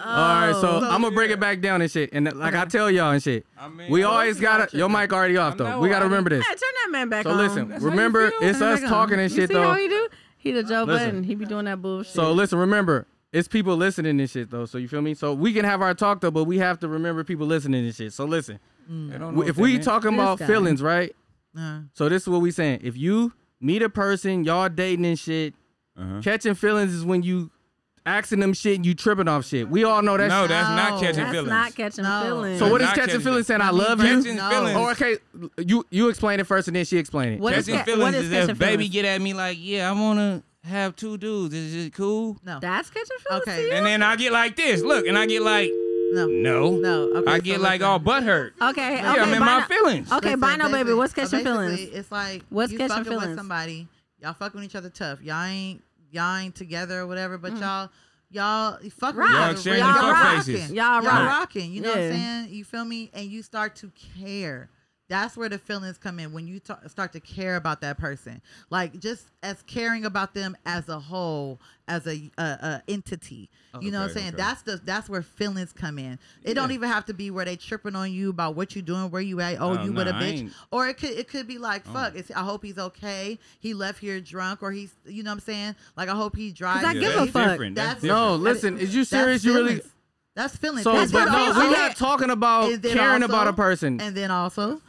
Speaker 7: Oh,
Speaker 2: All right, so I'm gonna break it back down and shit, and like I tell y'all and shit,
Speaker 9: I mean,
Speaker 2: we
Speaker 9: I
Speaker 2: always
Speaker 9: told you
Speaker 2: gotta.
Speaker 9: about your
Speaker 2: Your mic already off
Speaker 9: I
Speaker 2: though.
Speaker 9: know,
Speaker 2: We gotta
Speaker 9: I-
Speaker 2: remember this.
Speaker 7: Yeah, turn that man back
Speaker 2: So
Speaker 7: on.
Speaker 2: listen,
Speaker 7: Turn
Speaker 2: remember
Speaker 9: feel.
Speaker 2: it's
Speaker 7: it
Speaker 2: us
Speaker 7: back on.
Speaker 2: talking and
Speaker 7: You
Speaker 2: shut
Speaker 7: see
Speaker 2: though.
Speaker 7: How he do? He the Joe
Speaker 2: Listen.
Speaker 7: Budden. He be doing that bullshit.
Speaker 2: So listen, remember, it's people listening and shit though. So you feel me? So we can have our talk though, but we have to remember people listening and shit. So listen,
Speaker 9: I don't know
Speaker 2: Mm. if
Speaker 9: what that
Speaker 2: we
Speaker 9: meant.
Speaker 2: talking
Speaker 7: This
Speaker 2: about
Speaker 7: guy.
Speaker 2: feelings, right?
Speaker 6: Uh,
Speaker 2: So this is what we saying. If you meet a person, y'all dating and shit,
Speaker 9: Uh-huh.
Speaker 2: catching feelings is when you asking them shit and you tripping off shit. We all know that.
Speaker 9: no,
Speaker 2: shit.
Speaker 9: that's not
Speaker 6: No,
Speaker 9: catching
Speaker 7: that's
Speaker 9: feelings.
Speaker 7: not catching
Speaker 6: No.
Speaker 7: feelings.
Speaker 2: So what is
Speaker 9: Not
Speaker 2: catching
Speaker 9: catching
Speaker 2: feelings saying? I love you.
Speaker 9: catching
Speaker 6: No.
Speaker 9: feelings.
Speaker 2: Oh, okay. You you explain it first and then she explain it.
Speaker 7: What is
Speaker 9: catching
Speaker 7: ca-
Speaker 9: feelings
Speaker 7: what is
Speaker 9: is
Speaker 7: catching
Speaker 9: if baby
Speaker 7: feelings?
Speaker 9: get at me like, yeah, I wanna have two dudes. Is it cool?
Speaker 6: no,
Speaker 7: That's catching feelings.
Speaker 6: Okay.
Speaker 7: to you?
Speaker 9: And then I get like this. Look, and I get like,
Speaker 6: no,
Speaker 9: no,
Speaker 6: no. Okay,
Speaker 9: I
Speaker 6: so
Speaker 9: get like
Speaker 6: listen.
Speaker 9: all butt hurt.
Speaker 7: Okay.
Speaker 9: Yeah,
Speaker 7: okay,
Speaker 9: I'm in
Speaker 7: bye
Speaker 9: my
Speaker 7: now-
Speaker 9: feelings.
Speaker 7: Okay,
Speaker 6: Listen,
Speaker 7: bye now, baby.
Speaker 6: basically-
Speaker 7: What's catching
Speaker 6: basically,
Speaker 7: feelings?
Speaker 6: It's like
Speaker 7: What's
Speaker 6: you
Speaker 7: catching
Speaker 6: fucking
Speaker 7: feelings?
Speaker 6: with somebody, y'all fucking with each other tough. Y'all ain't y'all ain't together or whatever, but y'all y'all you fuck with
Speaker 7: Rock.
Speaker 6: each
Speaker 7: Mm.
Speaker 6: other.
Speaker 7: Y'all
Speaker 9: exchanging
Speaker 6: Y'all
Speaker 7: fuck
Speaker 6: rocking.
Speaker 9: faces.
Speaker 6: y'all
Speaker 7: Y'all rock.
Speaker 6: rocking. You know what
Speaker 7: Yeah.
Speaker 6: I'm saying? You feel me? And you start to care. That's where the feelings come in when you ta start to care about that person, like just as caring about them as a whole, as a uh, uh, entity. You know what I'm
Speaker 9: Okay,
Speaker 6: saying?
Speaker 9: okay.
Speaker 6: That's the that's where feelings come in. It don't even have to be where they tripping on you about what you doing, where you at. Oh,
Speaker 9: Oh,
Speaker 6: you with
Speaker 9: no,
Speaker 6: a
Speaker 9: I
Speaker 6: bitch,
Speaker 9: ain't- Oh.
Speaker 6: or it could it could be like fuck. It's, I hope he's okay. He left here drunk, or he's you know what I'm saying. Like I hope he drives.
Speaker 7: I
Speaker 9: Yeah,
Speaker 7: give a
Speaker 9: that's
Speaker 7: fuck.
Speaker 9: different.
Speaker 6: That's-
Speaker 9: That's different.
Speaker 2: No, listen. Is you
Speaker 6: That's
Speaker 2: serious? You really?
Speaker 6: feelings. That's feelings.
Speaker 2: So,
Speaker 6: That's
Speaker 2: but
Speaker 6: what
Speaker 2: no,
Speaker 6: I'm
Speaker 2: we're
Speaker 6: saying.
Speaker 2: not talking about
Speaker 6: And then
Speaker 2: caring
Speaker 6: also-
Speaker 2: about a person.
Speaker 6: And then also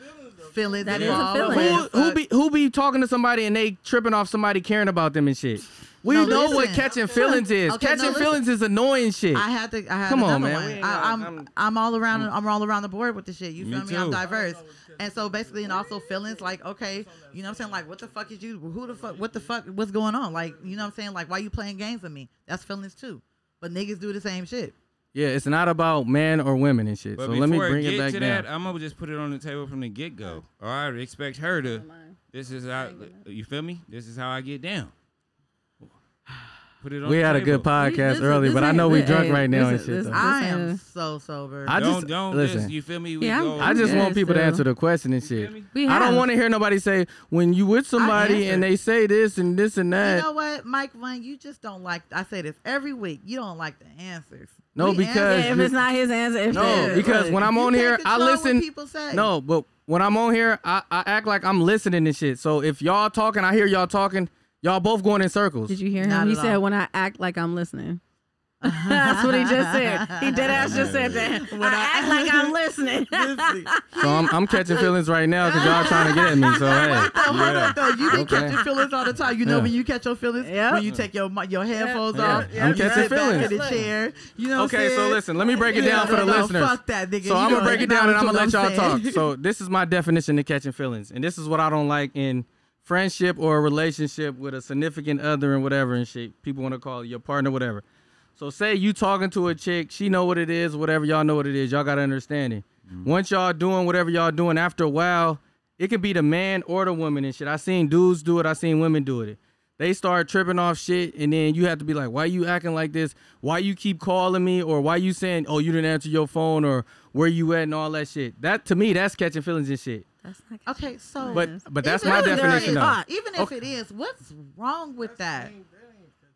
Speaker 6: feelings.
Speaker 7: That
Speaker 6: That
Speaker 7: is
Speaker 6: is
Speaker 7: a feeling.
Speaker 2: Who, who be who be talking to somebody and they tripping off somebody caring about them and shit? We
Speaker 6: No,
Speaker 2: know what
Speaker 6: listen.
Speaker 2: catching feelings is.
Speaker 6: Okay, no,
Speaker 2: catching
Speaker 6: listen.
Speaker 2: feelings is annoying shit.
Speaker 6: I had to. I had
Speaker 2: Come on,
Speaker 6: another
Speaker 2: man. We
Speaker 6: One.
Speaker 2: ain't
Speaker 6: I,
Speaker 2: gotta-
Speaker 6: I'm, I'm all around. I'm all around the board with the shit. You
Speaker 9: Me
Speaker 6: feel me? I'm
Speaker 9: too.
Speaker 6: diverse. And so basically, and also feelings like okay, you know what I'm saying? Like what the fuck is you? Who the fuck? What the fuck? What's going on? Like you know what I'm saying? Like why you playing games with me? That's feelings too. But niggas do the same shit.
Speaker 2: yeah, it's not about men or women and shit.
Speaker 9: But
Speaker 2: so
Speaker 9: before
Speaker 2: let me bring
Speaker 9: get
Speaker 2: it back
Speaker 9: to
Speaker 2: down.
Speaker 9: that, I'm gonna just put it on the table from the get go. All right, expect her to. This is how you feel me. This is how I get down. Put it on.
Speaker 2: we
Speaker 9: the
Speaker 2: had a
Speaker 9: table.
Speaker 2: good podcast
Speaker 7: this is-
Speaker 2: earlier,
Speaker 7: this
Speaker 2: but I
Speaker 7: ain't-
Speaker 2: know we
Speaker 7: this-
Speaker 2: drunk
Speaker 7: hey,
Speaker 2: right now and
Speaker 7: this is-
Speaker 2: shit.
Speaker 7: this-
Speaker 2: though.
Speaker 6: I am
Speaker 7: uh,
Speaker 6: so sober.
Speaker 2: I
Speaker 9: Don't
Speaker 2: just
Speaker 9: don't
Speaker 2: listen.
Speaker 9: listen. You feel me? We
Speaker 7: Yeah, I'm-
Speaker 9: go-
Speaker 2: I just
Speaker 7: Yeah,
Speaker 2: want people to
Speaker 7: so-
Speaker 2: answer the question and shit.
Speaker 7: We
Speaker 2: I don't
Speaker 7: have.
Speaker 2: want to hear nobody say when you with somebody and
Speaker 6: answered.
Speaker 2: they say this and this and that.
Speaker 6: You know what, Mike? One, you just don't like. I say this every week. You don't like the answers.
Speaker 2: No,
Speaker 6: We
Speaker 2: because
Speaker 6: answer-
Speaker 7: Yeah, if
Speaker 2: you-
Speaker 7: it's not his answer, if
Speaker 2: No,
Speaker 7: it-
Speaker 2: because
Speaker 7: look.
Speaker 2: when I'm
Speaker 6: You
Speaker 2: on
Speaker 6: take
Speaker 2: here, I
Speaker 6: control what
Speaker 2: listen.
Speaker 6: people say.
Speaker 2: No, but when I'm on here, I, I act like I'm listening and shit. So if y'all talking, I hear y'all talking. Y'all both going in circles.
Speaker 7: Did you hear him?
Speaker 6: Not
Speaker 7: He
Speaker 6: at
Speaker 7: said,
Speaker 6: all.
Speaker 7: "When I act like I'm listening." That's what he just said. He dead ass just said that. I, act like I'm listening.
Speaker 2: so I'm, I'm catching feelings right now because y'all trying to get at me. So hey,
Speaker 6: Oh, hold up, though. You be
Speaker 2: Okay.
Speaker 6: catching feelings all the time. You know
Speaker 2: Yeah.
Speaker 6: when you catch your feelings
Speaker 7: Yep.
Speaker 6: when you take your mi- your headphones
Speaker 2: Yeah.
Speaker 6: off.
Speaker 2: I'm
Speaker 6: you
Speaker 2: catching
Speaker 6: sit back
Speaker 2: feelings.
Speaker 6: in the chair. You know. what I'm
Speaker 2: okay. So
Speaker 6: saying?
Speaker 2: listen, let me break it
Speaker 6: You
Speaker 2: down
Speaker 6: know,
Speaker 2: for the
Speaker 6: no,
Speaker 2: listeners.
Speaker 6: Fuck that nigga.
Speaker 2: So
Speaker 6: You
Speaker 2: I'm gonna
Speaker 6: gonna
Speaker 2: break it down and I'm gonna let
Speaker 6: acknowledge
Speaker 2: y'all
Speaker 6: what
Speaker 2: talk.
Speaker 6: I'm saying.
Speaker 2: So this is my definition of catching feelings, and this is what I don't like in friendship or a relationship with a significant other and whatever and shit. People want to call it your partner, whatever. So say you talking to a chick, she know what it is, whatever y'all know what it is. Y'all got to understand it. Once y'all doing whatever y'all doing, after a while, it could be the man or the woman and shit. I seen dudes do it. I seen women do it. They start tripping off shit, and then you have to be like, "Why you acting like this? Why you keep calling me? Or why you saying, oh, you didn't answer your phone, or where you at, and all that shit." That to me, that's catching feelings and shit.
Speaker 7: That's not
Speaker 6: Okay, so
Speaker 2: But but that's
Speaker 6: even
Speaker 2: my
Speaker 6: if there
Speaker 2: definition
Speaker 6: is-
Speaker 2: though.
Speaker 7: thought.
Speaker 6: Even if it is, what's wrong with that?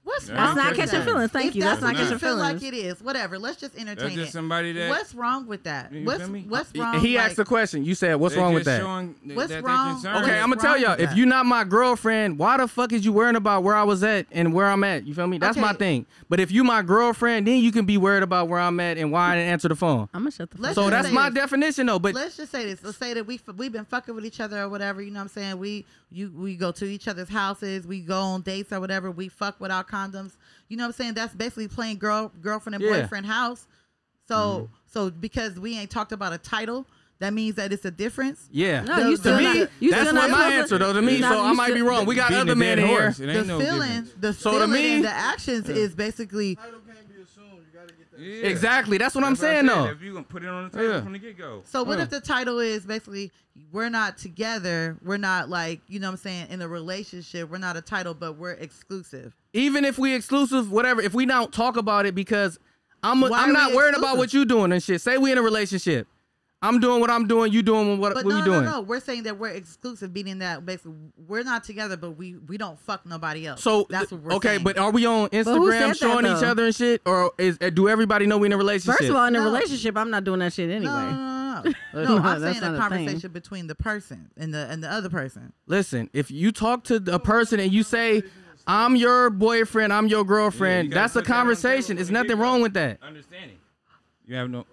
Speaker 6: What's
Speaker 9: That's
Speaker 6: wrong
Speaker 7: That's not
Speaker 6: with
Speaker 7: catching
Speaker 6: that?
Speaker 7: feelings. Thank
Speaker 6: if
Speaker 7: you.
Speaker 6: That's, not
Speaker 9: That's
Speaker 6: catching
Speaker 9: not.
Speaker 6: feelings. Like it is, whatever. Let's just entertain
Speaker 9: That's just
Speaker 6: it.
Speaker 9: somebody that.
Speaker 6: What's wrong with that?
Speaker 9: You
Speaker 6: What's
Speaker 9: feel me?
Speaker 6: what's
Speaker 2: He-
Speaker 6: wrong?
Speaker 2: He
Speaker 6: like,
Speaker 2: asked a question. You said, "What's
Speaker 9: they
Speaker 2: wrong
Speaker 9: just
Speaker 2: with that?"
Speaker 9: Showing th-
Speaker 6: What's
Speaker 9: that they
Speaker 6: wrong?
Speaker 9: concerned.
Speaker 2: Okay,
Speaker 6: What's
Speaker 2: I'm gonna tell
Speaker 6: wrong
Speaker 2: y'all.
Speaker 6: with
Speaker 2: If
Speaker 6: that?
Speaker 2: you not my girlfriend, why the fuck is you worrying about where I was at and where I'm at? You feel me? That's my
Speaker 6: Okay.
Speaker 2: thing. But if you my girlfriend, then you can be worried about where I'm at and why I didn't answer the phone.
Speaker 7: I'm gonna shut the.
Speaker 6: Let's
Speaker 7: Fuck.
Speaker 2: So
Speaker 6: just
Speaker 2: that's
Speaker 6: say
Speaker 2: my
Speaker 6: this.
Speaker 2: definition, though. But
Speaker 6: Let's just say this. Let's say that we f- we've been fucking with each other or whatever. You know what I'm saying? We you we go to each other's houses. We go on dates or whatever. We fuck without condoms. You know what I'm saying? That's basically playing girl girlfriend and
Speaker 2: Yeah. Mm-hmm.
Speaker 6: boyfriend house. So so because we ain't talked about a title, that means that it's a difference.
Speaker 2: yeah,
Speaker 7: No,
Speaker 6: To
Speaker 7: you still
Speaker 2: me,
Speaker 7: not, you
Speaker 2: that's not
Speaker 7: still not
Speaker 2: my
Speaker 7: supposed
Speaker 2: answer,
Speaker 7: to-
Speaker 2: though. To me,
Speaker 7: you're
Speaker 2: so
Speaker 7: not-
Speaker 2: I
Speaker 7: you
Speaker 2: might be
Speaker 7: still-
Speaker 2: wrong. We got
Speaker 9: Beating
Speaker 2: other
Speaker 9: a
Speaker 2: men
Speaker 9: dead
Speaker 2: in here.
Speaker 9: horse. It
Speaker 6: The
Speaker 9: ain't no
Speaker 6: feelings,
Speaker 9: difference.
Speaker 6: the
Speaker 2: So to
Speaker 6: feeling
Speaker 2: me-
Speaker 6: and the actions is basically
Speaker 4: Title can't be assumed. You gotta get that.
Speaker 9: Yeah.
Speaker 2: Exactly. That's what I'm
Speaker 9: That's what I
Speaker 2: saying,
Speaker 9: said.
Speaker 2: though.
Speaker 9: If you gonna put it on the table
Speaker 2: Yeah.
Speaker 9: from the get go.
Speaker 6: So what
Speaker 2: Yeah.
Speaker 6: if the title is basically we're not together, we're not like, you know what I'm saying, in a relationship, we're not a title, but we're exclusive.
Speaker 2: Even if we exclusive, whatever. If we don't talk about it because I'm
Speaker 6: Why
Speaker 2: I'm
Speaker 6: are
Speaker 2: not
Speaker 6: we
Speaker 2: worried
Speaker 6: exclusive?
Speaker 2: about what you doing and shit. Say we in a relationship. I'm doing what I'm doing. You doing what,
Speaker 6: But
Speaker 2: what
Speaker 6: no,
Speaker 2: you
Speaker 6: no,
Speaker 2: doing?
Speaker 6: no, no. We're saying that we're exclusive, meaning that basically we're not together, but we we don't fuck nobody else.
Speaker 2: So
Speaker 6: that's what we're
Speaker 2: okay,
Speaker 6: saying.
Speaker 2: but are we on
Speaker 7: who said
Speaker 2: Instagram
Speaker 7: that,
Speaker 2: showing each
Speaker 7: though?
Speaker 2: other and shit, or is uh, do everybody know we in a relationship?
Speaker 7: First of all, in a
Speaker 6: No.
Speaker 7: relationship, I'm not doing that shit anyway.
Speaker 6: no, no, no, no,
Speaker 7: That's
Speaker 6: no. no
Speaker 7: not-
Speaker 6: I'm
Speaker 7: that's
Speaker 6: saying a
Speaker 7: not a thing.
Speaker 6: conversation between the person and the and the other person.
Speaker 2: listen, if you talk to a person and you say, "I'm your boyfriend," "I'm your girlfriend,"
Speaker 9: gotta
Speaker 2: that's a
Speaker 9: put that on the table
Speaker 2: conversation.
Speaker 9: when
Speaker 2: There's
Speaker 9: you
Speaker 2: nothing
Speaker 9: get
Speaker 2: wrong with that.
Speaker 9: Understanding. You have no.
Speaker 6: Do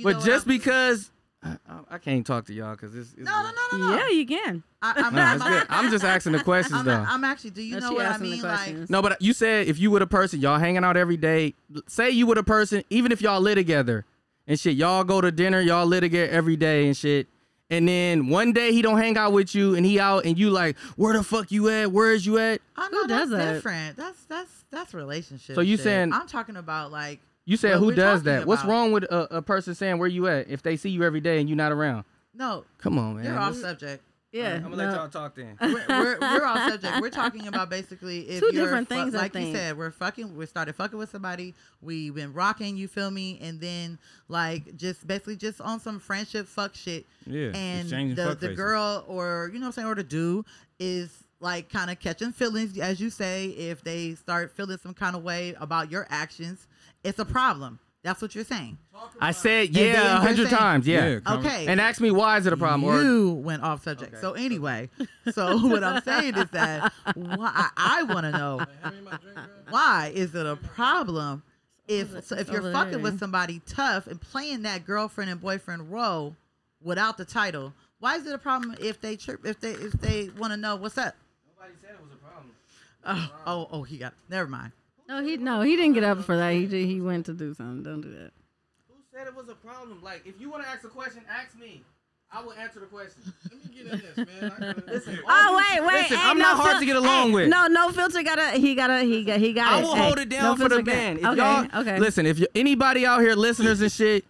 Speaker 6: you know
Speaker 2: But
Speaker 6: what
Speaker 2: just
Speaker 6: I'm-
Speaker 2: because I, I- I can't talk to y'all because it's, it's
Speaker 6: no, no, no, no, no.
Speaker 7: Yeah, you can.
Speaker 6: I, I'm,
Speaker 2: No,
Speaker 6: I'm,
Speaker 2: it's good. I'm just asking the questions
Speaker 6: I'm,
Speaker 2: though.
Speaker 6: I'm actually. Do you
Speaker 7: That's
Speaker 6: know
Speaker 7: you
Speaker 6: what I
Speaker 7: asking the
Speaker 6: mean? Like,
Speaker 7: questions.
Speaker 2: no, but you said if you with a person, y'all hanging out every day. Say you with a person, even if y'all live together and shit, y'all go to dinner, y'all live together every day and shit. And then one day he don't hang out with you, and he out, and you like, where the fuck you at? Where is you at?
Speaker 6: I
Speaker 7: Who
Speaker 6: know that's
Speaker 7: does that?
Speaker 6: different. That's that's that's relationship.
Speaker 2: So you
Speaker 6: shit.
Speaker 2: saying-
Speaker 6: I'm talking about like
Speaker 2: You said
Speaker 6: What
Speaker 2: who
Speaker 6: we're
Speaker 2: does
Speaker 6: talking
Speaker 2: that? What's
Speaker 6: about.
Speaker 2: wrong with a, a person saying where you at if they see you every day and you not around?
Speaker 6: no,
Speaker 2: Come on, man.
Speaker 6: you're off subject.
Speaker 7: Yeah. no.
Speaker 2: talk then.
Speaker 6: We're, we're, we're off subject. We're talking about basically if
Speaker 7: Two
Speaker 6: you're
Speaker 7: different
Speaker 6: fu-
Speaker 7: things, I
Speaker 6: Like you
Speaker 7: think.
Speaker 6: said, we're fucking. We started fucking with somebody. We've been rocking. You feel me? And then like just basically just on some friendship fuck shit.
Speaker 9: Yeah,
Speaker 6: And
Speaker 9: exchanging
Speaker 6: the
Speaker 9: fuck
Speaker 6: the
Speaker 9: faces.
Speaker 6: girl or you know what I'm saying or the dude is like kind of catching feelings as you say. If they start feeling some kind of way about your actions, it's a problem. That's what you're saying.
Speaker 2: I said
Speaker 6: then
Speaker 2: yeah a
Speaker 6: you're
Speaker 2: hundred
Speaker 6: saying-
Speaker 2: times, yeah.
Speaker 9: Yeah, Conver-
Speaker 6: Okay.
Speaker 2: And ask me why is it a problem? Or
Speaker 6: You went off subject. So anyway, so what I'm saying is that why I want to know why is it a problem if so if you're
Speaker 7: over
Speaker 6: fucking
Speaker 7: there.
Speaker 6: with somebody tough and playing that girlfriend and boyfriend role without the title? Why is it a problem if they trip if they if they want to know what's up? Nobody said it was a problem. Oh, oh, oh, he got. Never mind.
Speaker 7: No, he no, he didn't get up for that. He did, he went to do something. Don't do that.
Speaker 2: who said it was a problem? Like if you want to ask a question, ask me. I will answer the question.
Speaker 4: Let me get in this, man. I gotta, listen,
Speaker 7: Oh wait, wait.
Speaker 2: Listen,
Speaker 7: ain't
Speaker 2: I'm
Speaker 7: no
Speaker 2: not hard
Speaker 7: fil-
Speaker 2: to get along
Speaker 7: ain't-
Speaker 2: with.
Speaker 7: No, no filter. Gotta he gotta he got he got
Speaker 2: I
Speaker 7: it.
Speaker 2: will
Speaker 7: Hey,
Speaker 2: hold it down
Speaker 7: no
Speaker 2: for the
Speaker 7: filter got-
Speaker 2: man. If
Speaker 7: Okay,
Speaker 2: y'all,
Speaker 7: okay.
Speaker 2: Listen, if you, anybody out here, listeners and shit,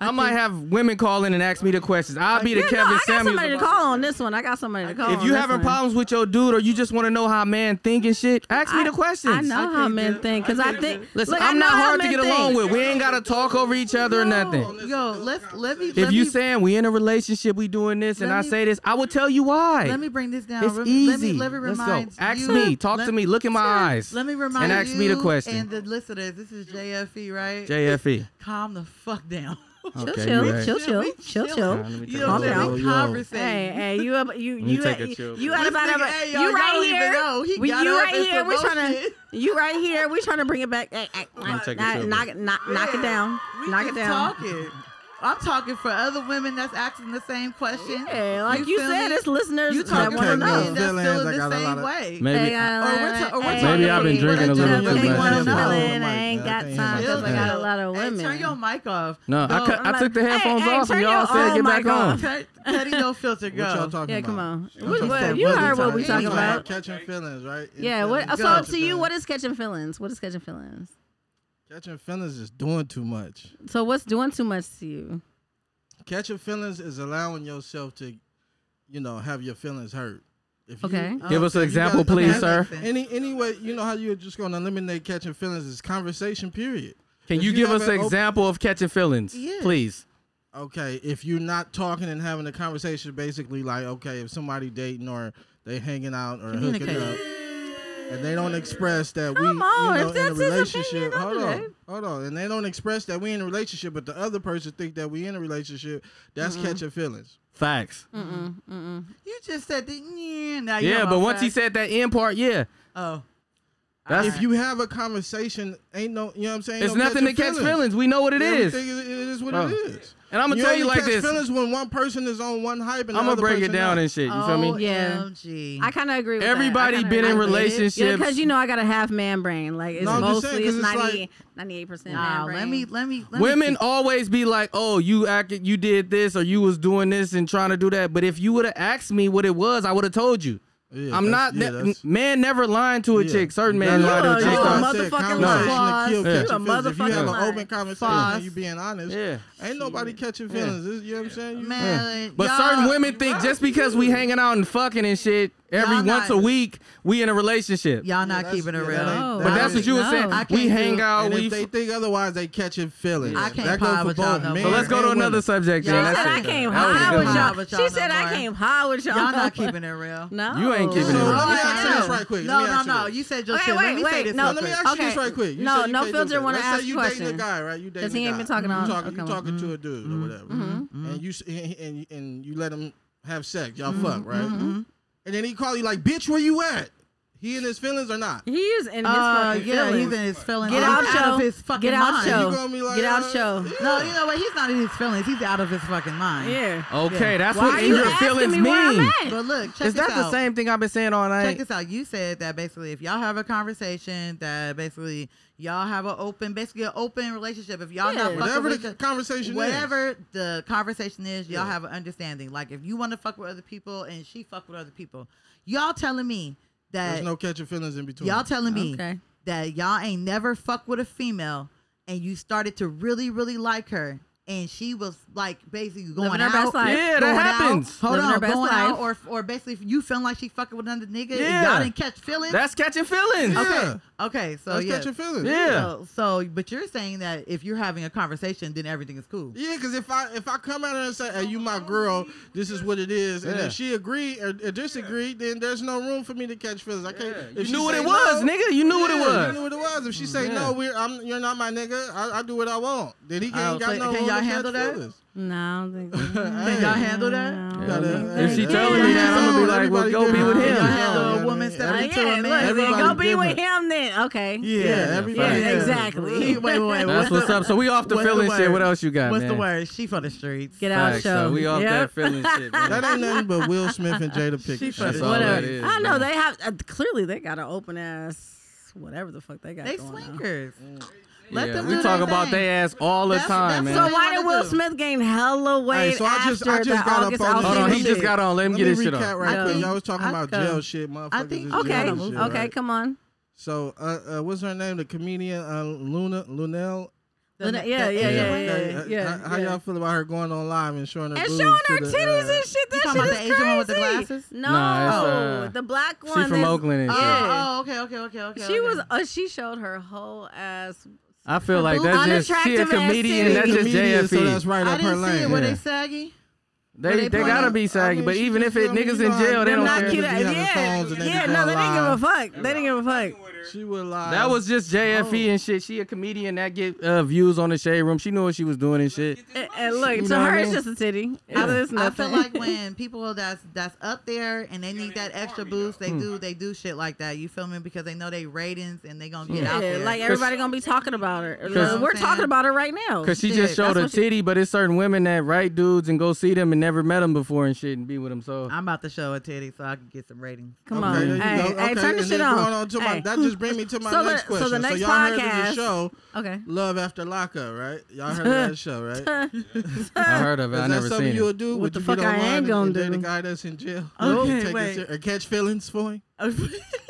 Speaker 2: I, might have women call in and ask me the questions. I'll be the
Speaker 7: Uh, Yeah,
Speaker 2: Kevin
Speaker 7: no, I got
Speaker 2: Samuels.
Speaker 7: somebody to
Speaker 2: about
Speaker 7: call on this one. I got somebody to call.
Speaker 2: If
Speaker 7: on
Speaker 2: you
Speaker 7: this
Speaker 2: having
Speaker 7: one.
Speaker 2: problems with your dude or you just want to know how man think and shit, ask me the questions.
Speaker 7: I know how men think because I think.
Speaker 2: Listen,
Speaker 7: look, I
Speaker 2: I'm
Speaker 7: know
Speaker 2: not
Speaker 7: how
Speaker 2: hard to
Speaker 7: men
Speaker 2: get
Speaker 7: think.
Speaker 2: along with. We ain't gotta talk over each other or nothing.
Speaker 6: Yo, let's let me.
Speaker 2: If
Speaker 6: let
Speaker 2: you
Speaker 6: me-
Speaker 2: saying we in a relationship, we doing this, and
Speaker 6: let
Speaker 2: I
Speaker 6: me-
Speaker 2: say this, I will tell you why.
Speaker 6: Let me bring this down.
Speaker 2: it's
Speaker 6: Rem-
Speaker 2: easy.
Speaker 6: Let me, let me
Speaker 2: Let's go.
Speaker 6: remind
Speaker 2: Ask
Speaker 6: you-
Speaker 2: me. Talk
Speaker 6: let-
Speaker 2: to me. Look in my eyes.
Speaker 6: Let me
Speaker 2: and
Speaker 6: remind
Speaker 2: ask
Speaker 6: you
Speaker 2: me the question.
Speaker 6: And the listeners, this is JFE, right?
Speaker 2: JFE.
Speaker 6: Calm the fuck down.
Speaker 7: Chill,
Speaker 2: Okay,
Speaker 7: chill,
Speaker 2: you right.
Speaker 7: chill, chill,
Speaker 6: We
Speaker 7: chill,
Speaker 6: chilling.
Speaker 7: chill.
Speaker 2: Nah, Oh, let me take a chill.
Speaker 6: You know,
Speaker 7: Calm down.
Speaker 2: Yo,
Speaker 6: we
Speaker 2: yo.
Speaker 6: conversate.
Speaker 7: Hey, hey, you up? You
Speaker 2: me
Speaker 7: you
Speaker 2: take a
Speaker 7: you-
Speaker 2: chill,
Speaker 7: you
Speaker 2: please.
Speaker 7: out
Speaker 6: This
Speaker 7: about
Speaker 6: nigga, hey, y'all,
Speaker 7: you
Speaker 6: y'all
Speaker 7: right
Speaker 6: don't even know.
Speaker 7: here?
Speaker 6: He
Speaker 7: We-
Speaker 6: got
Speaker 7: You
Speaker 6: up
Speaker 7: right
Speaker 6: in
Speaker 7: here?
Speaker 6: some
Speaker 7: We trying
Speaker 6: bullshit.
Speaker 7: to you right here? We trying to bring it back? Hey, hey,
Speaker 2: me
Speaker 7: knock,
Speaker 2: take a
Speaker 7: knock,
Speaker 2: chill,
Speaker 7: knock,
Speaker 2: baby.
Speaker 7: knock- knock it down,
Speaker 6: We
Speaker 7: knock
Speaker 6: just
Speaker 7: it down.
Speaker 6: Talking. I'm talking for other women that's asking the same question.
Speaker 7: Yeah, like you,
Speaker 6: feel
Speaker 7: said,
Speaker 6: me?
Speaker 7: it's listeners
Speaker 6: you
Speaker 7: that
Speaker 6: talking
Speaker 7: want to
Speaker 6: for
Speaker 4: Protect your
Speaker 7: know.
Speaker 6: men that's
Speaker 4: feelings. I
Speaker 6: feeling
Speaker 4: got
Speaker 6: the
Speaker 4: a
Speaker 6: same
Speaker 4: lot of-
Speaker 6: way.
Speaker 2: Maybe
Speaker 6: Or we're, ta- or we're
Speaker 7: Hey,
Speaker 6: talking
Speaker 2: Maybe I've
Speaker 6: for
Speaker 2: been
Speaker 6: people
Speaker 2: drinking a
Speaker 6: that
Speaker 2: little
Speaker 6: just
Speaker 2: too
Speaker 6: really
Speaker 2: much.
Speaker 6: wanna
Speaker 2: Hold on,
Speaker 6: know.
Speaker 7: Feeling I ain't got time
Speaker 6: Feel
Speaker 7: because I got
Speaker 6: that.
Speaker 7: a lot of
Speaker 6: Hey,
Speaker 7: women.
Speaker 6: turn your mic off.
Speaker 2: No, I,
Speaker 6: Go.
Speaker 2: cut, I
Speaker 7: like,
Speaker 2: took the
Speaker 7: hey,
Speaker 2: headphones
Speaker 7: hey,
Speaker 2: off
Speaker 7: turn
Speaker 2: and y'all
Speaker 7: your-
Speaker 2: said
Speaker 7: oh
Speaker 2: get
Speaker 7: my
Speaker 2: back
Speaker 7: God.
Speaker 2: on.
Speaker 6: Cut- Cutty, no filter,
Speaker 4: What y'all
Speaker 6: go.
Speaker 4: talking
Speaker 7: Yeah,
Speaker 4: about?
Speaker 7: come on.
Speaker 4: She
Speaker 7: What-
Speaker 4: talking
Speaker 7: what-
Speaker 4: about
Speaker 7: you
Speaker 4: really
Speaker 7: heard what we
Speaker 6: talking about.
Speaker 4: Catching feelings, right? And
Speaker 7: Yeah.
Speaker 4: feelings
Speaker 7: What?
Speaker 4: is
Speaker 7: So
Speaker 4: catching
Speaker 7: to you,
Speaker 4: feelings.
Speaker 7: what is catching feelings? What is catching feelings?
Speaker 4: catching feelings is doing too much.
Speaker 7: So what's doing too much to you?
Speaker 4: Catching feelings is allowing yourself to, you know, have your feelings hurt. If you-
Speaker 7: Okay.
Speaker 2: Give us an
Speaker 4: if you
Speaker 2: example,
Speaker 4: got-
Speaker 2: please,
Speaker 4: okay.
Speaker 2: sir.
Speaker 4: Any anyway, you know how you're just gonna eliminate catching feelings is conversation. Period.
Speaker 2: Can
Speaker 4: If
Speaker 2: you, give
Speaker 4: have
Speaker 2: us an
Speaker 4: op-
Speaker 2: example of catching feelings,
Speaker 6: Yeah.
Speaker 2: please?
Speaker 4: Okay, if you're not talking and having a conversation, basically like okay, if somebody dating or they hanging out or hooking
Speaker 7: Communicate.
Speaker 4: up, and they don't express that we,
Speaker 7: Come on,
Speaker 4: you know, in
Speaker 7: if
Speaker 4: a
Speaker 7: that's his
Speaker 4: relationship.
Speaker 7: opinion, don't
Speaker 4: hold
Speaker 7: do
Speaker 4: on,
Speaker 7: that.
Speaker 4: hold on, and they don't express that we in a relationship, but the other person think that we in a relationship. That's
Speaker 7: Mm-hmm.
Speaker 4: catching feelings.
Speaker 2: Facts.
Speaker 6: You just said the yeah. Now you
Speaker 2: Yeah,
Speaker 6: know
Speaker 2: but
Speaker 6: about
Speaker 2: once he
Speaker 6: facts.
Speaker 2: said that end part, yeah,
Speaker 6: oh,
Speaker 2: that's
Speaker 4: If you have a conversation, ain't no, you know what I'm saying.
Speaker 2: it's
Speaker 4: no
Speaker 2: nothing to
Speaker 4: catching
Speaker 2: catch feelings. We know what it
Speaker 4: Yeah, we
Speaker 2: is.
Speaker 4: think It it is what
Speaker 2: Bro.
Speaker 4: it is.
Speaker 2: And I'ma
Speaker 4: you
Speaker 2: tell you
Speaker 4: only
Speaker 2: like
Speaker 4: catch
Speaker 2: this.
Speaker 4: Feelings when one person is on one hype and
Speaker 2: I'm gonna
Speaker 4: the other
Speaker 2: break it
Speaker 4: person
Speaker 2: down
Speaker 4: not.
Speaker 2: and shit. You
Speaker 6: Oh,
Speaker 2: feel me?
Speaker 7: Yeah.
Speaker 6: OMG.
Speaker 7: I kind of agree. with that. I
Speaker 2: Everybody
Speaker 7: kinda
Speaker 2: been
Speaker 7: agree
Speaker 2: in
Speaker 7: with it.
Speaker 2: relationships.
Speaker 7: Yeah, because you know I got a half man brain. Like it's
Speaker 4: No, I'm just
Speaker 7: mostly
Speaker 4: saying, 'cause
Speaker 7: it's
Speaker 4: it's like-
Speaker 7: 98 percent man
Speaker 6: Nah,
Speaker 7: brain.
Speaker 6: let me let me let
Speaker 2: Women
Speaker 6: Me,
Speaker 2: always be like, "Oh, you acted, you did this, or you was doing this and trying to do that." But if you would have asked me what it was, I would have told you.
Speaker 4: Yeah,
Speaker 2: I'm
Speaker 4: that's-
Speaker 2: not
Speaker 4: yeah,
Speaker 2: ne-
Speaker 4: that's-
Speaker 2: man. Never lying to a
Speaker 4: Yeah.
Speaker 2: chick. Certain
Speaker 4: You
Speaker 2: man
Speaker 4: a-
Speaker 2: lie to a
Speaker 4: you
Speaker 2: chick.
Speaker 4: a
Speaker 2: though.
Speaker 4: motherfucker.
Speaker 7: motherfucking
Speaker 4: Conversation
Speaker 7: lie.
Speaker 4: to kill
Speaker 7: You a
Speaker 4: catching feelings. If you have
Speaker 7: motherfucking
Speaker 4: an open
Speaker 7: lie.
Speaker 4: conversation
Speaker 6: False.
Speaker 4: and you being honest,
Speaker 2: Yeah.
Speaker 4: ain't nobody catching
Speaker 2: Yeah.
Speaker 4: feelings. This- You know what I'm saying? You-
Speaker 6: man,
Speaker 2: But
Speaker 6: y'all-
Speaker 2: certain women think just because we hanging out and fucking and shit, Every
Speaker 6: Y'all
Speaker 2: once
Speaker 6: not-
Speaker 2: a week, we in a relationship.
Speaker 6: Y'all not keeping it real.
Speaker 7: ain't-
Speaker 2: but that's
Speaker 7: that
Speaker 2: what you were
Speaker 7: no.
Speaker 2: saying.
Speaker 7: I
Speaker 2: We
Speaker 6: can't
Speaker 2: hang
Speaker 6: do-
Speaker 2: out.
Speaker 4: And
Speaker 2: We.
Speaker 4: if they think otherwise, they catching feelings.
Speaker 6: I can't
Speaker 4: that goes
Speaker 6: vibe
Speaker 4: for
Speaker 6: with y'all
Speaker 4: both
Speaker 6: no
Speaker 4: men.
Speaker 6: more.
Speaker 2: so let's go
Speaker 4: and
Speaker 2: to another
Speaker 4: women.
Speaker 2: subject.
Speaker 6: Y'all
Speaker 2: then.
Speaker 7: She
Speaker 2: That's
Speaker 7: said I
Speaker 2: it.
Speaker 7: came
Speaker 2: That was a
Speaker 7: high
Speaker 2: good
Speaker 7: with
Speaker 2: one.
Speaker 6: High
Speaker 7: y'all.
Speaker 6: with y'all
Speaker 7: She said
Speaker 6: no
Speaker 7: I
Speaker 6: more.
Speaker 7: came high with y'all.
Speaker 6: Y'all not keeping it real.
Speaker 7: No.
Speaker 2: You ain't keeping
Speaker 4: So
Speaker 2: it real.
Speaker 4: let me ask you this
Speaker 7: No.
Speaker 4: right quick.
Speaker 6: No,
Speaker 4: Let me
Speaker 6: no,
Speaker 4: ask you
Speaker 6: no.
Speaker 4: this.
Speaker 6: You said your
Speaker 7: Okay,
Speaker 6: shit. Let
Speaker 7: wait,
Speaker 6: me say
Speaker 7: wait,
Speaker 6: this.
Speaker 7: no,
Speaker 6: real
Speaker 4: Let me
Speaker 6: quick.
Speaker 4: ask you this
Speaker 7: Okay.
Speaker 4: right quick. You
Speaker 7: No,
Speaker 4: said you
Speaker 7: no
Speaker 4: can't do
Speaker 7: filter
Speaker 4: that.
Speaker 7: wanna
Speaker 4: Let's
Speaker 7: ask
Speaker 4: say you dating a
Speaker 7: question.
Speaker 4: guy, right? You dating
Speaker 7: Cause he
Speaker 4: a
Speaker 7: ain't
Speaker 4: guy.
Speaker 7: been talking
Speaker 4: You
Speaker 7: all-
Speaker 4: talking, you
Speaker 7: okay.
Speaker 4: talking to a dude or whatever, and you s- and, and and you let him have sex. Y'all fuck, right? And then he call you like, "Bitch, where you at?" He in his feelings or not?
Speaker 7: He is in his
Speaker 6: Uh,
Speaker 7: fucking
Speaker 6: yeah,
Speaker 7: feelings.
Speaker 6: he's in his feelings.
Speaker 7: Get
Speaker 6: He's
Speaker 7: out, show.
Speaker 6: of his fucking
Speaker 7: Get out,
Speaker 6: mind.
Speaker 7: show.
Speaker 4: You gonna be like,
Speaker 7: Get out,
Speaker 4: uh,
Speaker 7: show.
Speaker 6: No, you know what? He's not in his feelings. He's out of his fucking mind.
Speaker 7: Yeah.
Speaker 2: Okay,
Speaker 6: Yeah.
Speaker 2: that's
Speaker 7: Why
Speaker 2: what
Speaker 7: are
Speaker 2: in
Speaker 7: you
Speaker 2: your
Speaker 7: asking
Speaker 2: feelings
Speaker 7: me where I'm
Speaker 2: mean.
Speaker 7: at?
Speaker 6: But look, check
Speaker 2: Is
Speaker 6: this
Speaker 2: that the
Speaker 6: out.
Speaker 2: same thing I've been saying all
Speaker 6: Check
Speaker 2: night?
Speaker 6: this out. You said that basically, if y'all have a conversation, that basically y'all have an open, basically an open relationship. If y'all not
Speaker 7: Yeah.
Speaker 6: fucking
Speaker 4: Whatever
Speaker 6: with
Speaker 4: the
Speaker 6: each-
Speaker 4: conversation is.
Speaker 6: whatever the conversation is, y'all have an understanding. Like if you want to fuck with other people and she fuck with other people, y'all telling me that
Speaker 4: There's no catching feelings in between.
Speaker 6: y'all telling me
Speaker 7: Okay.
Speaker 6: that y'all ain't never fuck with a female and you started to really really like her and she was like basically going
Speaker 7: Living her
Speaker 6: out.
Speaker 7: best life.
Speaker 2: Yeah, that
Speaker 6: going out-
Speaker 2: happens.
Speaker 6: hold
Speaker 7: Living her
Speaker 6: on,
Speaker 7: best
Speaker 6: going out
Speaker 7: life.
Speaker 6: or or basically you feeling like she fucking with another nigga. and
Speaker 2: Yeah.
Speaker 6: y'all didn't catch feelings.
Speaker 2: That's catching feelings.
Speaker 6: okay.
Speaker 4: Yeah.
Speaker 6: Okay, so
Speaker 7: Oh,
Speaker 4: That's
Speaker 6: yeah.
Speaker 4: catching feelings.
Speaker 2: Yeah.
Speaker 6: So, so, but you're saying that if you're having a conversation, then everything is cool.
Speaker 4: Yeah, because if I if I come at her and say, "Hey, you my girl, this is what it is," and
Speaker 2: Yeah.
Speaker 4: if she agree or, or disagree, then there's no room for me to catch feelings. I can't.
Speaker 2: You
Speaker 4: If she
Speaker 2: knew what
Speaker 4: say
Speaker 2: it was,
Speaker 4: no-
Speaker 2: nigga. You knew what it
Speaker 4: Yeah,
Speaker 2: was.
Speaker 4: You knew what it was. If she say
Speaker 2: Yeah.
Speaker 4: no, we're I'm, you're not my nigga. I, I do what I want. Then he can't
Speaker 6: Oh,
Speaker 4: got
Speaker 6: so
Speaker 4: no
Speaker 6: can
Speaker 4: room
Speaker 6: y'all
Speaker 4: to
Speaker 6: handle
Speaker 4: catch
Speaker 6: that?
Speaker 4: feelings.
Speaker 7: No, I don't think so.
Speaker 6: Can y'all handle that?
Speaker 2: Yeah,
Speaker 4: that-
Speaker 2: if she
Speaker 4: that-
Speaker 2: telling me that, I'm gonna be like, well,
Speaker 4: Everybody
Speaker 2: go be
Speaker 4: different.
Speaker 2: with
Speaker 6: Y'all
Speaker 2: him.
Speaker 6: handle
Speaker 4: Yeah,
Speaker 6: a woman
Speaker 4: yeah,
Speaker 6: stepping
Speaker 7: Like,
Speaker 6: to a
Speaker 7: Oh, yeah,
Speaker 6: man.
Speaker 7: look, then
Speaker 4: Everybody
Speaker 7: go be with
Speaker 4: different.
Speaker 7: him then. Okay.
Speaker 4: Yeah,
Speaker 7: Yeah,
Speaker 4: everybody.
Speaker 2: Yeah,
Speaker 7: exactly.
Speaker 6: wait, wait, wait.
Speaker 2: That's what's up. So we off the
Speaker 6: what's the
Speaker 2: feeling shit.
Speaker 6: word?
Speaker 2: What else you got,
Speaker 6: What's
Speaker 2: man?
Speaker 6: the word? She for the streets.
Speaker 7: Get out,
Speaker 2: Facts,
Speaker 7: show.
Speaker 2: so we off
Speaker 7: Yep.
Speaker 2: that feeling shit, man.
Speaker 4: That ain't nothing but Will Smith and Jada Pinkett.
Speaker 6: for
Speaker 4: That's
Speaker 6: the
Speaker 4: all
Speaker 2: shit.
Speaker 4: that
Speaker 7: whatever.
Speaker 2: that is,
Speaker 7: I know
Speaker 2: man.
Speaker 7: they have uh, clearly they got an open ass whatever the fuck they got.
Speaker 6: They
Speaker 7: going on.
Speaker 6: swingers.
Speaker 2: yeah.
Speaker 6: Let them
Speaker 2: we
Speaker 6: do
Speaker 2: talk
Speaker 6: their
Speaker 2: about
Speaker 6: thing.
Speaker 2: their ass all the
Speaker 6: That's-
Speaker 2: time,
Speaker 6: that's
Speaker 2: man.
Speaker 7: So
Speaker 6: They
Speaker 7: why
Speaker 6: wanna
Speaker 7: did Will
Speaker 6: do.
Speaker 7: Smith gain hella weight
Speaker 4: so I just-
Speaker 7: after
Speaker 4: I just
Speaker 7: the
Speaker 4: got up
Speaker 7: August
Speaker 4: on
Speaker 2: Hold
Speaker 4: this.
Speaker 2: on, he
Speaker 7: Alzheimer's
Speaker 2: just
Speaker 7: shit?
Speaker 2: got on. Let him
Speaker 4: Let
Speaker 2: get
Speaker 4: me
Speaker 2: his shit
Speaker 4: recap
Speaker 2: off.
Speaker 4: right
Speaker 7: I
Speaker 4: quick.
Speaker 7: think-
Speaker 4: Y'all was talking
Speaker 6: I
Speaker 4: about
Speaker 6: think-
Speaker 4: jail shit, motherfuckers.
Speaker 6: I think-
Speaker 4: is jail
Speaker 7: Okay,
Speaker 4: and shit,
Speaker 7: okay,
Speaker 4: right?
Speaker 7: come on.
Speaker 4: So, uh, uh, what's her name? The comedian uh, Luna Lunel.
Speaker 7: Yeah, yeah, yeah, yeah, yeah,
Speaker 4: Okay,
Speaker 7: yeah.
Speaker 4: uh, How, how y'all feel about her going on live and showing her
Speaker 7: and
Speaker 4: boobs
Speaker 7: showing her
Speaker 4: to the,
Speaker 7: titties
Speaker 4: uh,
Speaker 7: and shit. That
Speaker 6: talking about
Speaker 7: shit is
Speaker 6: the Asian one with the
Speaker 7: crazy.
Speaker 6: glasses?
Speaker 7: No,
Speaker 2: Nah, it's, uh,
Speaker 7: the black
Speaker 2: she
Speaker 7: one.
Speaker 2: from
Speaker 7: is-
Speaker 2: Oakland and shit.
Speaker 7: Yeah.
Speaker 6: Oh, okay, okay, okay, okay.
Speaker 7: she
Speaker 6: okay.
Speaker 7: was. Uh, she showed her whole ass.
Speaker 2: I feel like
Speaker 7: boob-
Speaker 2: that's just she a
Speaker 7: unattractive ass
Speaker 2: comedian.
Speaker 7: titties.
Speaker 2: That's just
Speaker 4: comedian, so that's
Speaker 2: JFE.
Speaker 4: right
Speaker 6: I
Speaker 4: up her
Speaker 6: didn't see
Speaker 4: lane.
Speaker 6: it. Were
Speaker 2: Yeah.
Speaker 6: they saggy?
Speaker 2: They
Speaker 7: they
Speaker 2: they
Speaker 7: playing-
Speaker 2: gotta be saggy,
Speaker 4: I mean,
Speaker 2: but
Speaker 4: she
Speaker 2: even
Speaker 4: just
Speaker 2: if it
Speaker 4: feel me,
Speaker 2: niggas
Speaker 4: you
Speaker 2: in
Speaker 4: know,
Speaker 2: jail, they
Speaker 4: they're
Speaker 2: don't
Speaker 4: not
Speaker 2: care.
Speaker 4: cute.
Speaker 7: Yeah,
Speaker 4: They be having phones and they
Speaker 7: yeah.
Speaker 4: be
Speaker 7: No, they
Speaker 4: going
Speaker 7: didn't give a
Speaker 4: live.
Speaker 7: fuck. They didn't give a fuck.
Speaker 4: She would lie.
Speaker 2: That was just JFE and shit. She a comedian that get uh, views on the shade room. She knew what she was doing and shit.
Speaker 7: And, and look,
Speaker 2: You
Speaker 7: to
Speaker 2: know what
Speaker 7: her,
Speaker 2: I
Speaker 7: it's
Speaker 2: mean?
Speaker 7: just a titty. It's
Speaker 6: I,
Speaker 7: just
Speaker 6: I
Speaker 7: nothing.
Speaker 6: feel like when people that's that's up there and they need that extra boost, they
Speaker 4: Mm.
Speaker 6: do they do shit like that. You feel me? Because they know they ratings and they gonna get out
Speaker 7: Yeah,
Speaker 6: there.
Speaker 7: like everybody gonna be talking about her.
Speaker 6: know what
Speaker 7: Like,
Speaker 6: I'm
Speaker 7: we're
Speaker 6: saying?
Speaker 7: talking about her right now.
Speaker 2: Cause she
Speaker 6: Shit,
Speaker 2: just showed
Speaker 7: that's
Speaker 2: a
Speaker 7: what she-
Speaker 2: titty, but it's certain women that write dudes and go see them and never met them before and shit and be with them. So
Speaker 6: I'm about to show a titty so I can get some ratings.
Speaker 7: Come
Speaker 4: Okay, there
Speaker 7: on,
Speaker 4: you
Speaker 7: hey,
Speaker 4: go.
Speaker 7: hey,
Speaker 4: Okay,
Speaker 7: turn the
Speaker 4: and
Speaker 7: shit
Speaker 4: then going on
Speaker 7: on.
Speaker 4: to my-
Speaker 7: Hey.
Speaker 4: That just brings me to my
Speaker 7: So the-
Speaker 4: next
Speaker 7: so the
Speaker 4: question.
Speaker 7: next
Speaker 4: y'all heard
Speaker 7: podcast-
Speaker 4: of the show
Speaker 7: Okay.
Speaker 4: Love After Lockup, right? Y'all heard of that show, right?
Speaker 2: I heard of it. I
Speaker 4: Is that
Speaker 2: never
Speaker 4: something
Speaker 2: seen
Speaker 4: you'll
Speaker 2: it.
Speaker 4: do?
Speaker 7: What
Speaker 4: Would
Speaker 7: the
Speaker 4: you
Speaker 7: fuck
Speaker 4: get
Speaker 7: I ain't
Speaker 4: online and
Speaker 7: gonna
Speaker 4: date a
Speaker 7: do?
Speaker 4: guy that's in jail?
Speaker 6: Okay,
Speaker 4: Take it
Speaker 6: wait.
Speaker 4: ser- Or catch feelings for him?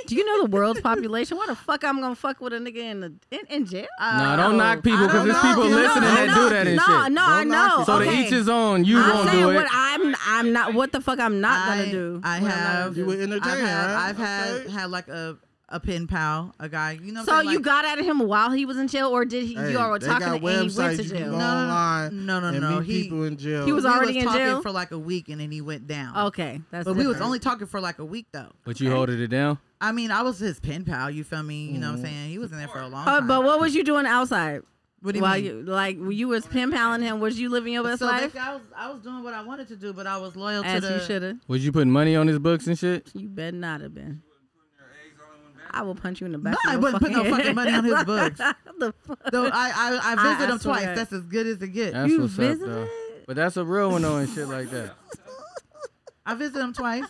Speaker 7: Do you know the world's population? Why the fuck I'm gonna fuck with a nigga in the in, in jail?
Speaker 2: Nah, don't knock people
Speaker 6: Uh, I
Speaker 2: because
Speaker 6: don't
Speaker 2: there's
Speaker 6: know.
Speaker 2: people
Speaker 6: You know,
Speaker 2: listening
Speaker 6: I
Speaker 2: that do
Speaker 7: know.
Speaker 2: that and
Speaker 7: no,
Speaker 2: shit.
Speaker 7: No, I
Speaker 4: Don't knock
Speaker 7: know.
Speaker 4: it.
Speaker 2: So
Speaker 7: okay.
Speaker 2: to each his own. You
Speaker 7: I'm
Speaker 2: won't
Speaker 7: saying
Speaker 2: do
Speaker 7: what
Speaker 2: it.
Speaker 7: I'm I'm not what the fuck I'm not
Speaker 6: I,
Speaker 7: gonna do.
Speaker 6: I
Speaker 7: What I'm not gonna
Speaker 6: have.
Speaker 7: do.
Speaker 4: You would entertain,
Speaker 6: I've had,
Speaker 4: right?
Speaker 6: I've had
Speaker 4: Okay.
Speaker 6: had like a a pen pal, a guy. You know. What
Speaker 7: So
Speaker 6: I'm saying?
Speaker 7: you
Speaker 6: Like-
Speaker 7: got at him while he was in jail, or did he?
Speaker 4: Hey,
Speaker 7: you all were
Speaker 4: they
Speaker 7: talking
Speaker 4: got
Speaker 7: to and he went
Speaker 4: websites
Speaker 7: to
Speaker 4: you can go
Speaker 7: jail.
Speaker 4: online
Speaker 6: No, no,
Speaker 4: and
Speaker 6: no,
Speaker 4: meet
Speaker 6: he-
Speaker 4: people in jail.
Speaker 7: he was
Speaker 6: we
Speaker 7: already in
Speaker 6: talking
Speaker 7: jail?
Speaker 6: for like a week and then he went down.
Speaker 7: Okay, that's
Speaker 6: But we was
Speaker 7: different.
Speaker 6: only talking for like a week though.
Speaker 2: But you holded it down.
Speaker 6: I mean, I was his pen pal. You feel me? You
Speaker 4: Mm-hmm.
Speaker 6: know what I'm saying? He was in there for a long
Speaker 7: Uh,
Speaker 6: time.
Speaker 7: but what was you doing outside?
Speaker 6: What do you
Speaker 7: While
Speaker 6: mean?
Speaker 7: you like you was pimp paling him? Was you living your best
Speaker 6: so
Speaker 7: life?
Speaker 6: basically, I was I was doing what I wanted to do, but I was loyal
Speaker 7: As
Speaker 6: to the.
Speaker 7: you should have.
Speaker 2: Was you putting money on his books and shit?
Speaker 7: You better not have been. I will punch you in the back.
Speaker 6: No,
Speaker 7: of
Speaker 6: I
Speaker 7: your
Speaker 6: wouldn't put no
Speaker 7: fucking
Speaker 6: fucking
Speaker 7: head.
Speaker 6: money on his books. uh,
Speaker 7: the fuck?
Speaker 6: Though I I, I
Speaker 7: I-
Speaker 6: visited
Speaker 7: I
Speaker 6: him twice.
Speaker 7: swear.
Speaker 6: That's as good as it gets.
Speaker 2: That's
Speaker 7: You
Speaker 2: what's up, though.
Speaker 7: visited?
Speaker 2: But that's a real one though and shit like that.
Speaker 6: I visited him twice.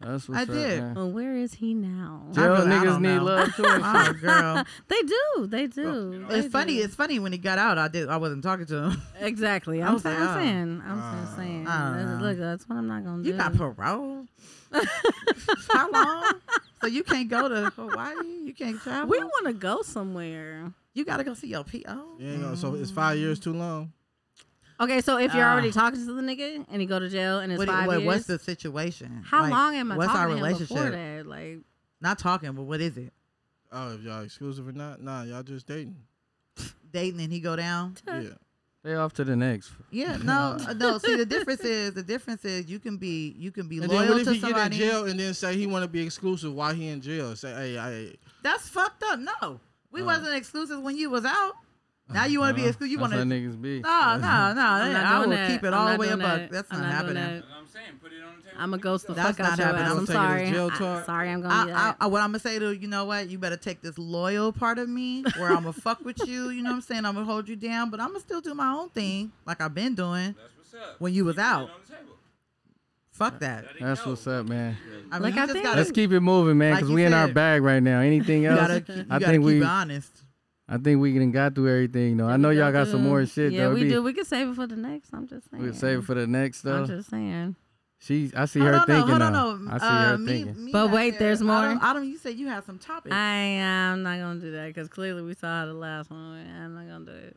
Speaker 2: That's what's
Speaker 6: I
Speaker 2: up.
Speaker 6: did.
Speaker 2: man.
Speaker 7: Well, where is he now?
Speaker 2: Jail
Speaker 6: really- I
Speaker 2: niggas
Speaker 6: don't
Speaker 2: need
Speaker 6: know.
Speaker 2: love too. and shit.
Speaker 6: Oh, girl.
Speaker 7: They do. They do.
Speaker 6: It's
Speaker 7: they
Speaker 6: funny.
Speaker 7: do.
Speaker 6: It's funny when he got out. I did. I wasn't talking to him.
Speaker 7: exactly.
Speaker 6: I
Speaker 7: I'm,
Speaker 6: was
Speaker 7: saying.
Speaker 6: like,
Speaker 7: I'm
Speaker 6: oh,
Speaker 7: saying. I'm just saying.
Speaker 6: I don't
Speaker 7: That's-
Speaker 6: know.
Speaker 7: Look, that's what I'm not gonna
Speaker 6: uh, You
Speaker 7: do.
Speaker 6: got parole. How long? So you can't go to Hawaii. You can't travel.
Speaker 7: we want to go somewhere.
Speaker 6: you gotta go see your PO.
Speaker 7: Mm.
Speaker 4: You ain't gonna- so it's five years too long.
Speaker 7: Okay, so if you're
Speaker 6: Uh.
Speaker 7: already talking to the nigga and he go to jail and it's
Speaker 6: What,
Speaker 7: five
Speaker 6: what,
Speaker 7: years,
Speaker 6: what's the situation?
Speaker 7: how
Speaker 6: Like,
Speaker 7: long am I
Speaker 6: what's
Speaker 7: talking
Speaker 6: our
Speaker 7: to him
Speaker 6: relationship?
Speaker 7: before that? Like,
Speaker 6: Not talking, but what is it?
Speaker 4: Oh, if y'all exclusive or not? Nah, y'all just dating.
Speaker 6: Dating and he go down?
Speaker 4: Yeah.
Speaker 2: They off to the next.
Speaker 6: Yeah, no, uh, no. See, the difference is the difference is you can be you can be
Speaker 4: And then
Speaker 6: loyal
Speaker 4: what if
Speaker 6: to
Speaker 4: he get in
Speaker 6: somebody.
Speaker 4: jail and then say he want to be exclusive while he in jail? Say, hey, I Uh.
Speaker 6: That's fucked up. No, we wasn't exclusive when you was out. Now you want to be exclusive. You
Speaker 2: That's
Speaker 6: want
Speaker 2: how
Speaker 6: to? No,
Speaker 2: niggas be.
Speaker 6: no, no.
Speaker 7: I'm not
Speaker 6: I
Speaker 7: doing
Speaker 6: will
Speaker 7: that.
Speaker 6: keep it
Speaker 7: I'm
Speaker 6: all the
Speaker 7: not
Speaker 6: way
Speaker 7: doing
Speaker 6: above.
Speaker 7: that.
Speaker 6: That's
Speaker 7: I'm
Speaker 6: not
Speaker 7: not doing
Speaker 6: happening.
Speaker 9: I'm saying, put it on the table.
Speaker 7: I'm gonna ghost the
Speaker 6: That's
Speaker 7: fuck out
Speaker 6: not
Speaker 7: your
Speaker 6: happening.
Speaker 7: ass.
Speaker 6: I'm
Speaker 7: I'm
Speaker 4: taking this
Speaker 7: sorry.
Speaker 4: jail
Speaker 7: I,
Speaker 4: talk.
Speaker 7: sorry, I'm gonna do
Speaker 6: I,
Speaker 7: that.
Speaker 6: I, I, what I'm gonna say to you know what? You better take this loyal part of me where I'm gonna fuck with you. You know what I'm saying? I'm gonna hold you down, but I'm gonna still do my own thing like I've been doing.
Speaker 9: That's what's up.
Speaker 6: When you was
Speaker 9: put it
Speaker 6: out.
Speaker 9: on the table.
Speaker 6: Fuck that.
Speaker 9: Let it
Speaker 2: That's
Speaker 9: go.
Speaker 2: what's up, man.
Speaker 6: I mean,
Speaker 7: Like,
Speaker 6: you
Speaker 7: I
Speaker 6: just
Speaker 7: think-
Speaker 6: gotta,
Speaker 2: Let's keep it moving, man,
Speaker 6: Like
Speaker 2: because
Speaker 6: you
Speaker 2: we in our
Speaker 6: said,
Speaker 2: bag right now. Anything
Speaker 6: you
Speaker 2: else?
Speaker 6: gotta, you
Speaker 2: I
Speaker 6: gotta
Speaker 2: think
Speaker 6: keep
Speaker 2: we,
Speaker 6: it honest.
Speaker 2: I think we done got through everything though. I know y'all got some more shit
Speaker 7: Yeah,
Speaker 2: though.
Speaker 7: we
Speaker 2: It'd be-
Speaker 7: do. We can save it for the next. I'm just saying.
Speaker 2: We save it for the next though.
Speaker 7: I'm just saying.
Speaker 2: She, I see
Speaker 6: Hold
Speaker 2: her
Speaker 6: on, no,
Speaker 2: thinking
Speaker 6: hold on,
Speaker 2: now.
Speaker 6: no.
Speaker 2: I see
Speaker 6: Uh,
Speaker 2: her
Speaker 6: me-
Speaker 2: thinking.
Speaker 6: me
Speaker 7: But
Speaker 6: back
Speaker 7: wait,
Speaker 6: there.
Speaker 7: there's more.
Speaker 6: Adam, Adam, you said you had some topics.
Speaker 7: I am not gonna do that because clearly we saw the last one. I'm not gonna do it.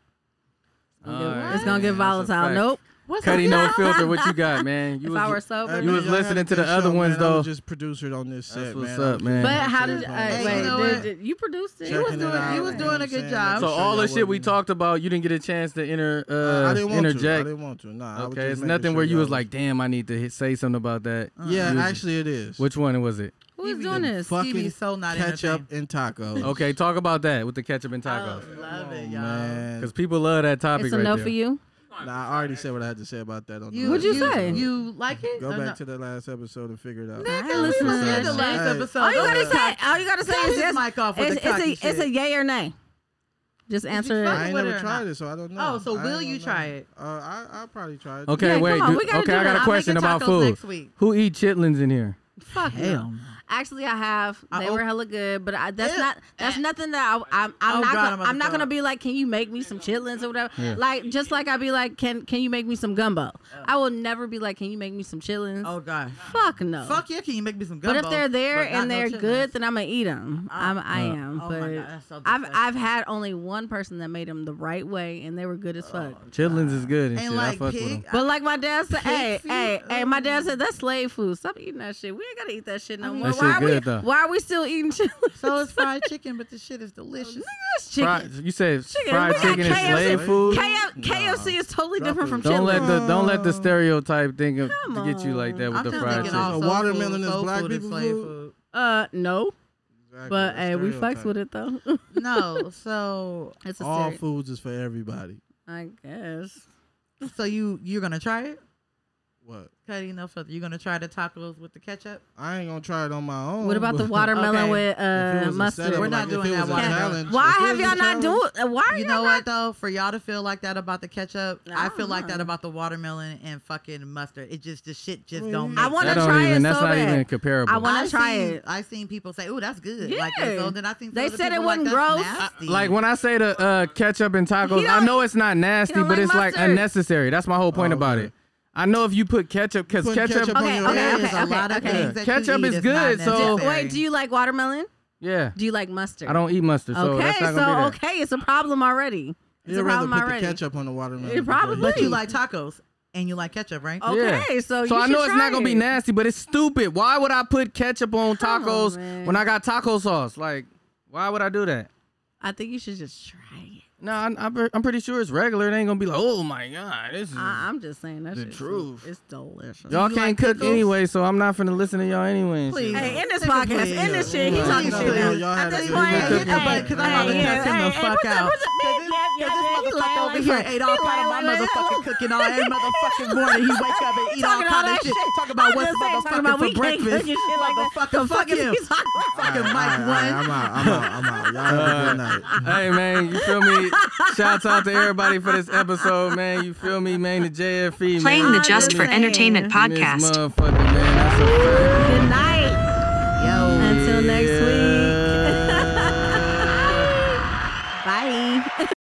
Speaker 7: It's gonna,
Speaker 2: All
Speaker 7: get,
Speaker 2: right,
Speaker 7: it's gonna
Speaker 2: man,
Speaker 7: get
Speaker 2: that's a
Speaker 7: volatile.
Speaker 2: fact.
Speaker 7: Nope.
Speaker 6: What's
Speaker 2: Cuddy,
Speaker 6: up,
Speaker 2: no
Speaker 6: y'all?
Speaker 2: filter. What you got, man? You
Speaker 7: if I were
Speaker 2: was,
Speaker 7: sober,
Speaker 2: you was
Speaker 4: y'all had a
Speaker 2: listening to
Speaker 4: good
Speaker 2: the other
Speaker 4: show,
Speaker 2: ones,
Speaker 4: man. I
Speaker 2: though.
Speaker 4: was just producer on this
Speaker 2: That's
Speaker 4: set,
Speaker 2: what's
Speaker 4: man. I was
Speaker 2: up,
Speaker 4: just-
Speaker 2: man.
Speaker 7: but how did? Uh,
Speaker 4: Hey,
Speaker 7: wait,
Speaker 6: you know
Speaker 7: did,
Speaker 6: what?
Speaker 7: did- you produced it?
Speaker 4: Checking
Speaker 6: was
Speaker 4: it
Speaker 6: doing-
Speaker 4: out,
Speaker 6: you was
Speaker 4: you
Speaker 6: doing
Speaker 4: know
Speaker 6: a
Speaker 4: what
Speaker 6: good
Speaker 4: I'm saying?
Speaker 6: job.
Speaker 4: Make
Speaker 2: so
Speaker 4: sure
Speaker 2: all the
Speaker 4: y'all
Speaker 2: shit we
Speaker 4: wasn't-
Speaker 2: talked about, you didn't get a chance to enter, uh,
Speaker 4: Uh, I didn't want to. I
Speaker 2: interject.
Speaker 4: didn't want to. Nah. I was
Speaker 2: okay,
Speaker 4: just
Speaker 2: it's
Speaker 4: making
Speaker 2: nothing
Speaker 4: sure
Speaker 2: where you
Speaker 4: y'all
Speaker 2: was like, damn, I need to hit, say something about that.
Speaker 4: Yeah,
Speaker 2: You-
Speaker 4: actually it is.
Speaker 2: Which one was it?
Speaker 7: Who is
Speaker 6: Stevie
Speaker 7: doing
Speaker 6: the
Speaker 7: this?
Speaker 6: fuck-
Speaker 4: fucking
Speaker 6: so not
Speaker 4: ketchup and tacos.
Speaker 2: Okay, talk about that with the ketchup and
Speaker 7: Oh,
Speaker 6: I
Speaker 2: tacos,
Speaker 6: love it, y'all.
Speaker 4: man.
Speaker 2: because people love that topic
Speaker 7: It's
Speaker 2: right
Speaker 7: enough
Speaker 2: there.
Speaker 7: for you.
Speaker 4: Nah, I already said what I had to say about that. On the
Speaker 6: You,
Speaker 7: What'd
Speaker 4: last
Speaker 7: you
Speaker 4: episode.
Speaker 7: say?
Speaker 6: You like it?
Speaker 4: Go
Speaker 6: or
Speaker 4: back
Speaker 6: not?
Speaker 4: to the last episode and figure it out.
Speaker 7: I
Speaker 6: Nigga, we
Speaker 7: listen to
Speaker 6: was
Speaker 7: that
Speaker 6: at the
Speaker 7: shit.
Speaker 6: last
Speaker 4: Hey.
Speaker 6: episode.
Speaker 7: All you
Speaker 6: Don't
Speaker 7: gotta
Speaker 6: cut
Speaker 7: say, all you gotta say
Speaker 6: Cut
Speaker 7: is
Speaker 6: his
Speaker 7: just,
Speaker 6: mic off with
Speaker 7: it's,
Speaker 6: the cocky
Speaker 7: it's a, it's a
Speaker 6: shit.
Speaker 7: yay or nay. Just answer
Speaker 6: fuck
Speaker 4: I
Speaker 7: it.
Speaker 4: ain't
Speaker 6: with it
Speaker 4: never
Speaker 6: or
Speaker 4: tried
Speaker 6: not?
Speaker 4: it, so I don't know.
Speaker 6: Oh, so
Speaker 4: I
Speaker 6: will
Speaker 4: ain't
Speaker 6: you
Speaker 4: gonna
Speaker 6: try
Speaker 4: lie.
Speaker 6: it?
Speaker 4: Uh, I I'll probably try it.
Speaker 2: Okay,
Speaker 7: Yeah,
Speaker 2: wait.
Speaker 7: come on,
Speaker 2: do-
Speaker 7: we gotta
Speaker 2: okay,
Speaker 7: do
Speaker 2: I
Speaker 7: that.
Speaker 2: got a
Speaker 7: I'm
Speaker 2: question
Speaker 6: making
Speaker 2: about
Speaker 6: tacos
Speaker 2: food.
Speaker 6: next week.
Speaker 2: Who eat chitlins in here?
Speaker 7: Fuck no.
Speaker 6: Hell. no.
Speaker 7: Actually, I have.
Speaker 6: I
Speaker 7: They
Speaker 6: op-
Speaker 7: were hella good, but I, that's
Speaker 6: Yeah.
Speaker 7: not that's nothing that I, I'm I'm
Speaker 6: Oh,
Speaker 7: not
Speaker 6: God,
Speaker 7: gonna,
Speaker 6: I'm
Speaker 7: I'm
Speaker 6: about
Speaker 7: not
Speaker 6: to
Speaker 7: gonna be like, can you make me some chitlins or whatever? Like just like I'd be like, can can you make me some gumbo? I will never be like, can you make me some chitlins?
Speaker 6: Oh god.
Speaker 7: fuck no.
Speaker 6: Fuck yeah! Can you make me some
Speaker 7: but
Speaker 6: gumbo?
Speaker 7: if they're there
Speaker 6: but not
Speaker 7: and
Speaker 6: no
Speaker 7: they're
Speaker 6: chitlins?
Speaker 7: good, then I'm gonna eat them. I'm, I
Speaker 2: Uh,
Speaker 7: am.
Speaker 6: oh my
Speaker 7: but
Speaker 6: God, that's so
Speaker 7: I've
Speaker 6: disgusting.
Speaker 7: I've had only one person that made them the right way, and they were good as fuck.
Speaker 2: Chitlins is good and,
Speaker 6: Oh, and
Speaker 2: shit. I
Speaker 6: like
Speaker 2: fuck with
Speaker 6: pig,
Speaker 2: them.
Speaker 7: But like my dad said, hey,
Speaker 6: feet?
Speaker 7: hey, hey, my dad said that's slave food. Stop eating that shit. We ain't gotta eat that shit no
Speaker 6: mean-
Speaker 7: more.
Speaker 2: That
Speaker 7: why
Speaker 2: shit
Speaker 7: are we?
Speaker 2: good, though.
Speaker 7: Why are we still eating chitlins?
Speaker 6: so it's fried chicken, but the shit is delicious.
Speaker 7: That's chicken.
Speaker 2: Fried- you said
Speaker 7: Chicken.
Speaker 2: fried
Speaker 7: We got
Speaker 2: chicken is
Speaker 7: KFC.
Speaker 2: slave food.
Speaker 7: KF, KFC is totally
Speaker 4: Drop
Speaker 7: different
Speaker 4: it.
Speaker 7: from
Speaker 2: Don't
Speaker 7: chitlins.
Speaker 2: let the don't let the stereotype think of
Speaker 7: Come
Speaker 2: to get you like that with
Speaker 6: I'm
Speaker 2: the
Speaker 6: just
Speaker 2: fried
Speaker 6: thinking
Speaker 2: chicken.
Speaker 6: all
Speaker 4: So watermelon is black people
Speaker 6: slave
Speaker 4: food?
Speaker 6: food.
Speaker 7: uh, no,
Speaker 4: Exactly,
Speaker 7: but
Speaker 4: that's
Speaker 7: hey, we fucks
Speaker 4: stereotype.
Speaker 7: with it though.
Speaker 6: No, so
Speaker 7: it's a
Speaker 4: All
Speaker 7: stereotype.
Speaker 4: foods is for everybody.
Speaker 7: I guess.
Speaker 6: so you you're gonna try it?
Speaker 4: What?
Speaker 6: Cutting no further. You're gonna try the tacos with the ketchup?
Speaker 4: I ain't gonna try it on my
Speaker 2: Oh,
Speaker 4: own.
Speaker 7: What about the
Speaker 4: but
Speaker 7: watermelon
Speaker 6: Okay.
Speaker 7: with
Speaker 4: if it
Speaker 7: uh,
Speaker 4: was a
Speaker 7: mustard?
Speaker 4: setup,
Speaker 6: We're not
Speaker 4: like, if
Speaker 6: doing
Speaker 4: it
Speaker 6: that
Speaker 4: was a
Speaker 6: watermelon.
Speaker 4: challenge-
Speaker 7: Why
Speaker 4: if it
Speaker 7: have
Speaker 4: was a
Speaker 7: y'all not
Speaker 4: challenge-
Speaker 7: doing? Why are
Speaker 6: You
Speaker 7: you
Speaker 6: know
Speaker 7: not?
Speaker 6: what though? For y'all to feel like that about the ketchup,
Speaker 7: I
Speaker 6: I,
Speaker 7: don't
Speaker 6: feel like that
Speaker 7: know.
Speaker 6: about the watermelon and fucking mustard. It just the shit just
Speaker 4: Well,
Speaker 6: don't.
Speaker 4: you-
Speaker 6: Make
Speaker 7: I want
Speaker 2: That
Speaker 7: to
Speaker 2: don't
Speaker 7: try
Speaker 2: even.
Speaker 7: it
Speaker 2: That's
Speaker 7: so
Speaker 2: not
Speaker 7: bad.
Speaker 2: even comparable.
Speaker 7: I wanna
Speaker 6: I've
Speaker 7: try
Speaker 6: seen-
Speaker 7: it.
Speaker 6: I've seen people say, "Oh, that's good." Like,
Speaker 7: Yeah.
Speaker 6: so then I think
Speaker 7: They
Speaker 6: other
Speaker 7: said it
Speaker 6: people
Speaker 7: wasn't
Speaker 6: like,
Speaker 7: gross.
Speaker 6: "That's nasty."
Speaker 2: like when I say the uh, ketchup and tacos, I
Speaker 7: don't-
Speaker 2: know it's not nasty,
Speaker 7: don't
Speaker 2: but
Speaker 7: like
Speaker 2: it's like
Speaker 7: mustard.
Speaker 2: unnecessary. That's my whole point
Speaker 4: Oh,
Speaker 2: about
Speaker 4: okay.
Speaker 2: it. I know if you put ketchup, because
Speaker 4: Put
Speaker 2: ketchup,
Speaker 4: ketchup on
Speaker 7: Okay,
Speaker 4: your
Speaker 7: okay,
Speaker 4: eggs.
Speaker 6: There's
Speaker 7: okay,
Speaker 6: a lot of
Speaker 7: okay.
Speaker 6: things that you
Speaker 2: Ketchup
Speaker 6: eat
Speaker 2: is
Speaker 6: that's
Speaker 2: good,
Speaker 6: not
Speaker 2: so-
Speaker 7: Just-
Speaker 6: necessary.
Speaker 7: wait, do you like watermelon?
Speaker 2: yeah,
Speaker 7: Do you like mustard?
Speaker 2: I don't eat mustard, so
Speaker 7: okay,
Speaker 2: that's not gonna
Speaker 7: so
Speaker 2: be that.
Speaker 7: okay, it's a problem already. It's
Speaker 4: You'd
Speaker 7: a
Speaker 4: rather
Speaker 7: problem
Speaker 4: put
Speaker 7: already.
Speaker 4: the ketchup on the watermelon.
Speaker 7: It
Speaker 4: before
Speaker 7: probably-
Speaker 6: But you
Speaker 7: Wait.
Speaker 6: like tacos and you like ketchup, right?
Speaker 7: Okay,
Speaker 2: Yeah.
Speaker 7: so you
Speaker 2: So I
Speaker 7: should
Speaker 2: know it's
Speaker 7: try
Speaker 2: not gonna be
Speaker 7: it.
Speaker 2: nasty, but it's stupid. Why would I put ketchup on
Speaker 7: Come on,
Speaker 2: tacos
Speaker 7: man.
Speaker 2: when I got taco sauce? Like, why would I do that?
Speaker 7: I think you should just try it.
Speaker 2: No, I'm, I'm pre- I'm pretty sure it's regular. It ain't gonna be like, oh my god, this is.
Speaker 7: I, I'm just saying that
Speaker 2: The
Speaker 7: shit's-
Speaker 2: truth.
Speaker 7: It's delicious.
Speaker 2: Mm. y'all
Speaker 6: you
Speaker 2: can't
Speaker 6: like
Speaker 2: cook
Speaker 6: pickles?
Speaker 2: anyway, so I'm not finna listen to y'all anyway. and shit.
Speaker 6: Please.
Speaker 7: Hey, in this
Speaker 6: Take a
Speaker 7: podcast,
Speaker 6: break.
Speaker 7: in this shit, he
Speaker 4: Yeah.
Speaker 7: talking
Speaker 4: No,
Speaker 7: shit.
Speaker 4: no,
Speaker 7: now.
Speaker 4: y'all had
Speaker 7: At this
Speaker 4: to-
Speaker 7: point,
Speaker 4: you had to-
Speaker 7: hey, hey,
Speaker 6: Because I'm
Speaker 7: hey,
Speaker 6: about to
Speaker 7: yeah,
Speaker 6: cuss him
Speaker 7: hey,
Speaker 6: the
Speaker 7: hey,
Speaker 6: fuck
Speaker 7: what's up,
Speaker 6: out.
Speaker 7: what's up?
Speaker 6: This-
Speaker 7: Man, yeah, yeah,
Speaker 6: this
Speaker 7: yeah, he
Speaker 6: motherfucker
Speaker 7: lying like
Speaker 6: over here
Speaker 7: that.
Speaker 6: ate all
Speaker 7: He
Speaker 6: part of my
Speaker 7: lying like that.
Speaker 6: motherfucking cooking all every motherfucking morning. He wake up and eat all
Speaker 7: Talking all
Speaker 6: kind of
Speaker 7: that
Speaker 6: shit.
Speaker 7: shit.
Speaker 6: Talk about
Speaker 7: I'm
Speaker 6: what's
Speaker 7: just saying, talking
Speaker 6: motherfucking
Speaker 7: about we
Speaker 6: for
Speaker 7: can't
Speaker 6: breakfast.
Speaker 7: cook and shit like that.
Speaker 6: Motherfucker,
Speaker 7: The fuck
Speaker 6: fuck
Speaker 7: is
Speaker 6: him.
Speaker 7: he talking about?
Speaker 6: Fucking
Speaker 4: All right, all right,
Speaker 6: Mike one.
Speaker 4: I'm out. I'm out. I'm out. Y'all have a good night.
Speaker 2: Uh, hey man, you feel me? Shouts out to everybody for this episode, man. You feel me, man? The JFE, man.
Speaker 1: Playing the
Speaker 2: You feel
Speaker 1: Just for
Speaker 2: me?
Speaker 7: Understand.
Speaker 1: Entertainment
Speaker 2: Miss
Speaker 1: podcast.
Speaker 2: Motherfucker, man. That's a fact.
Speaker 7: Good night.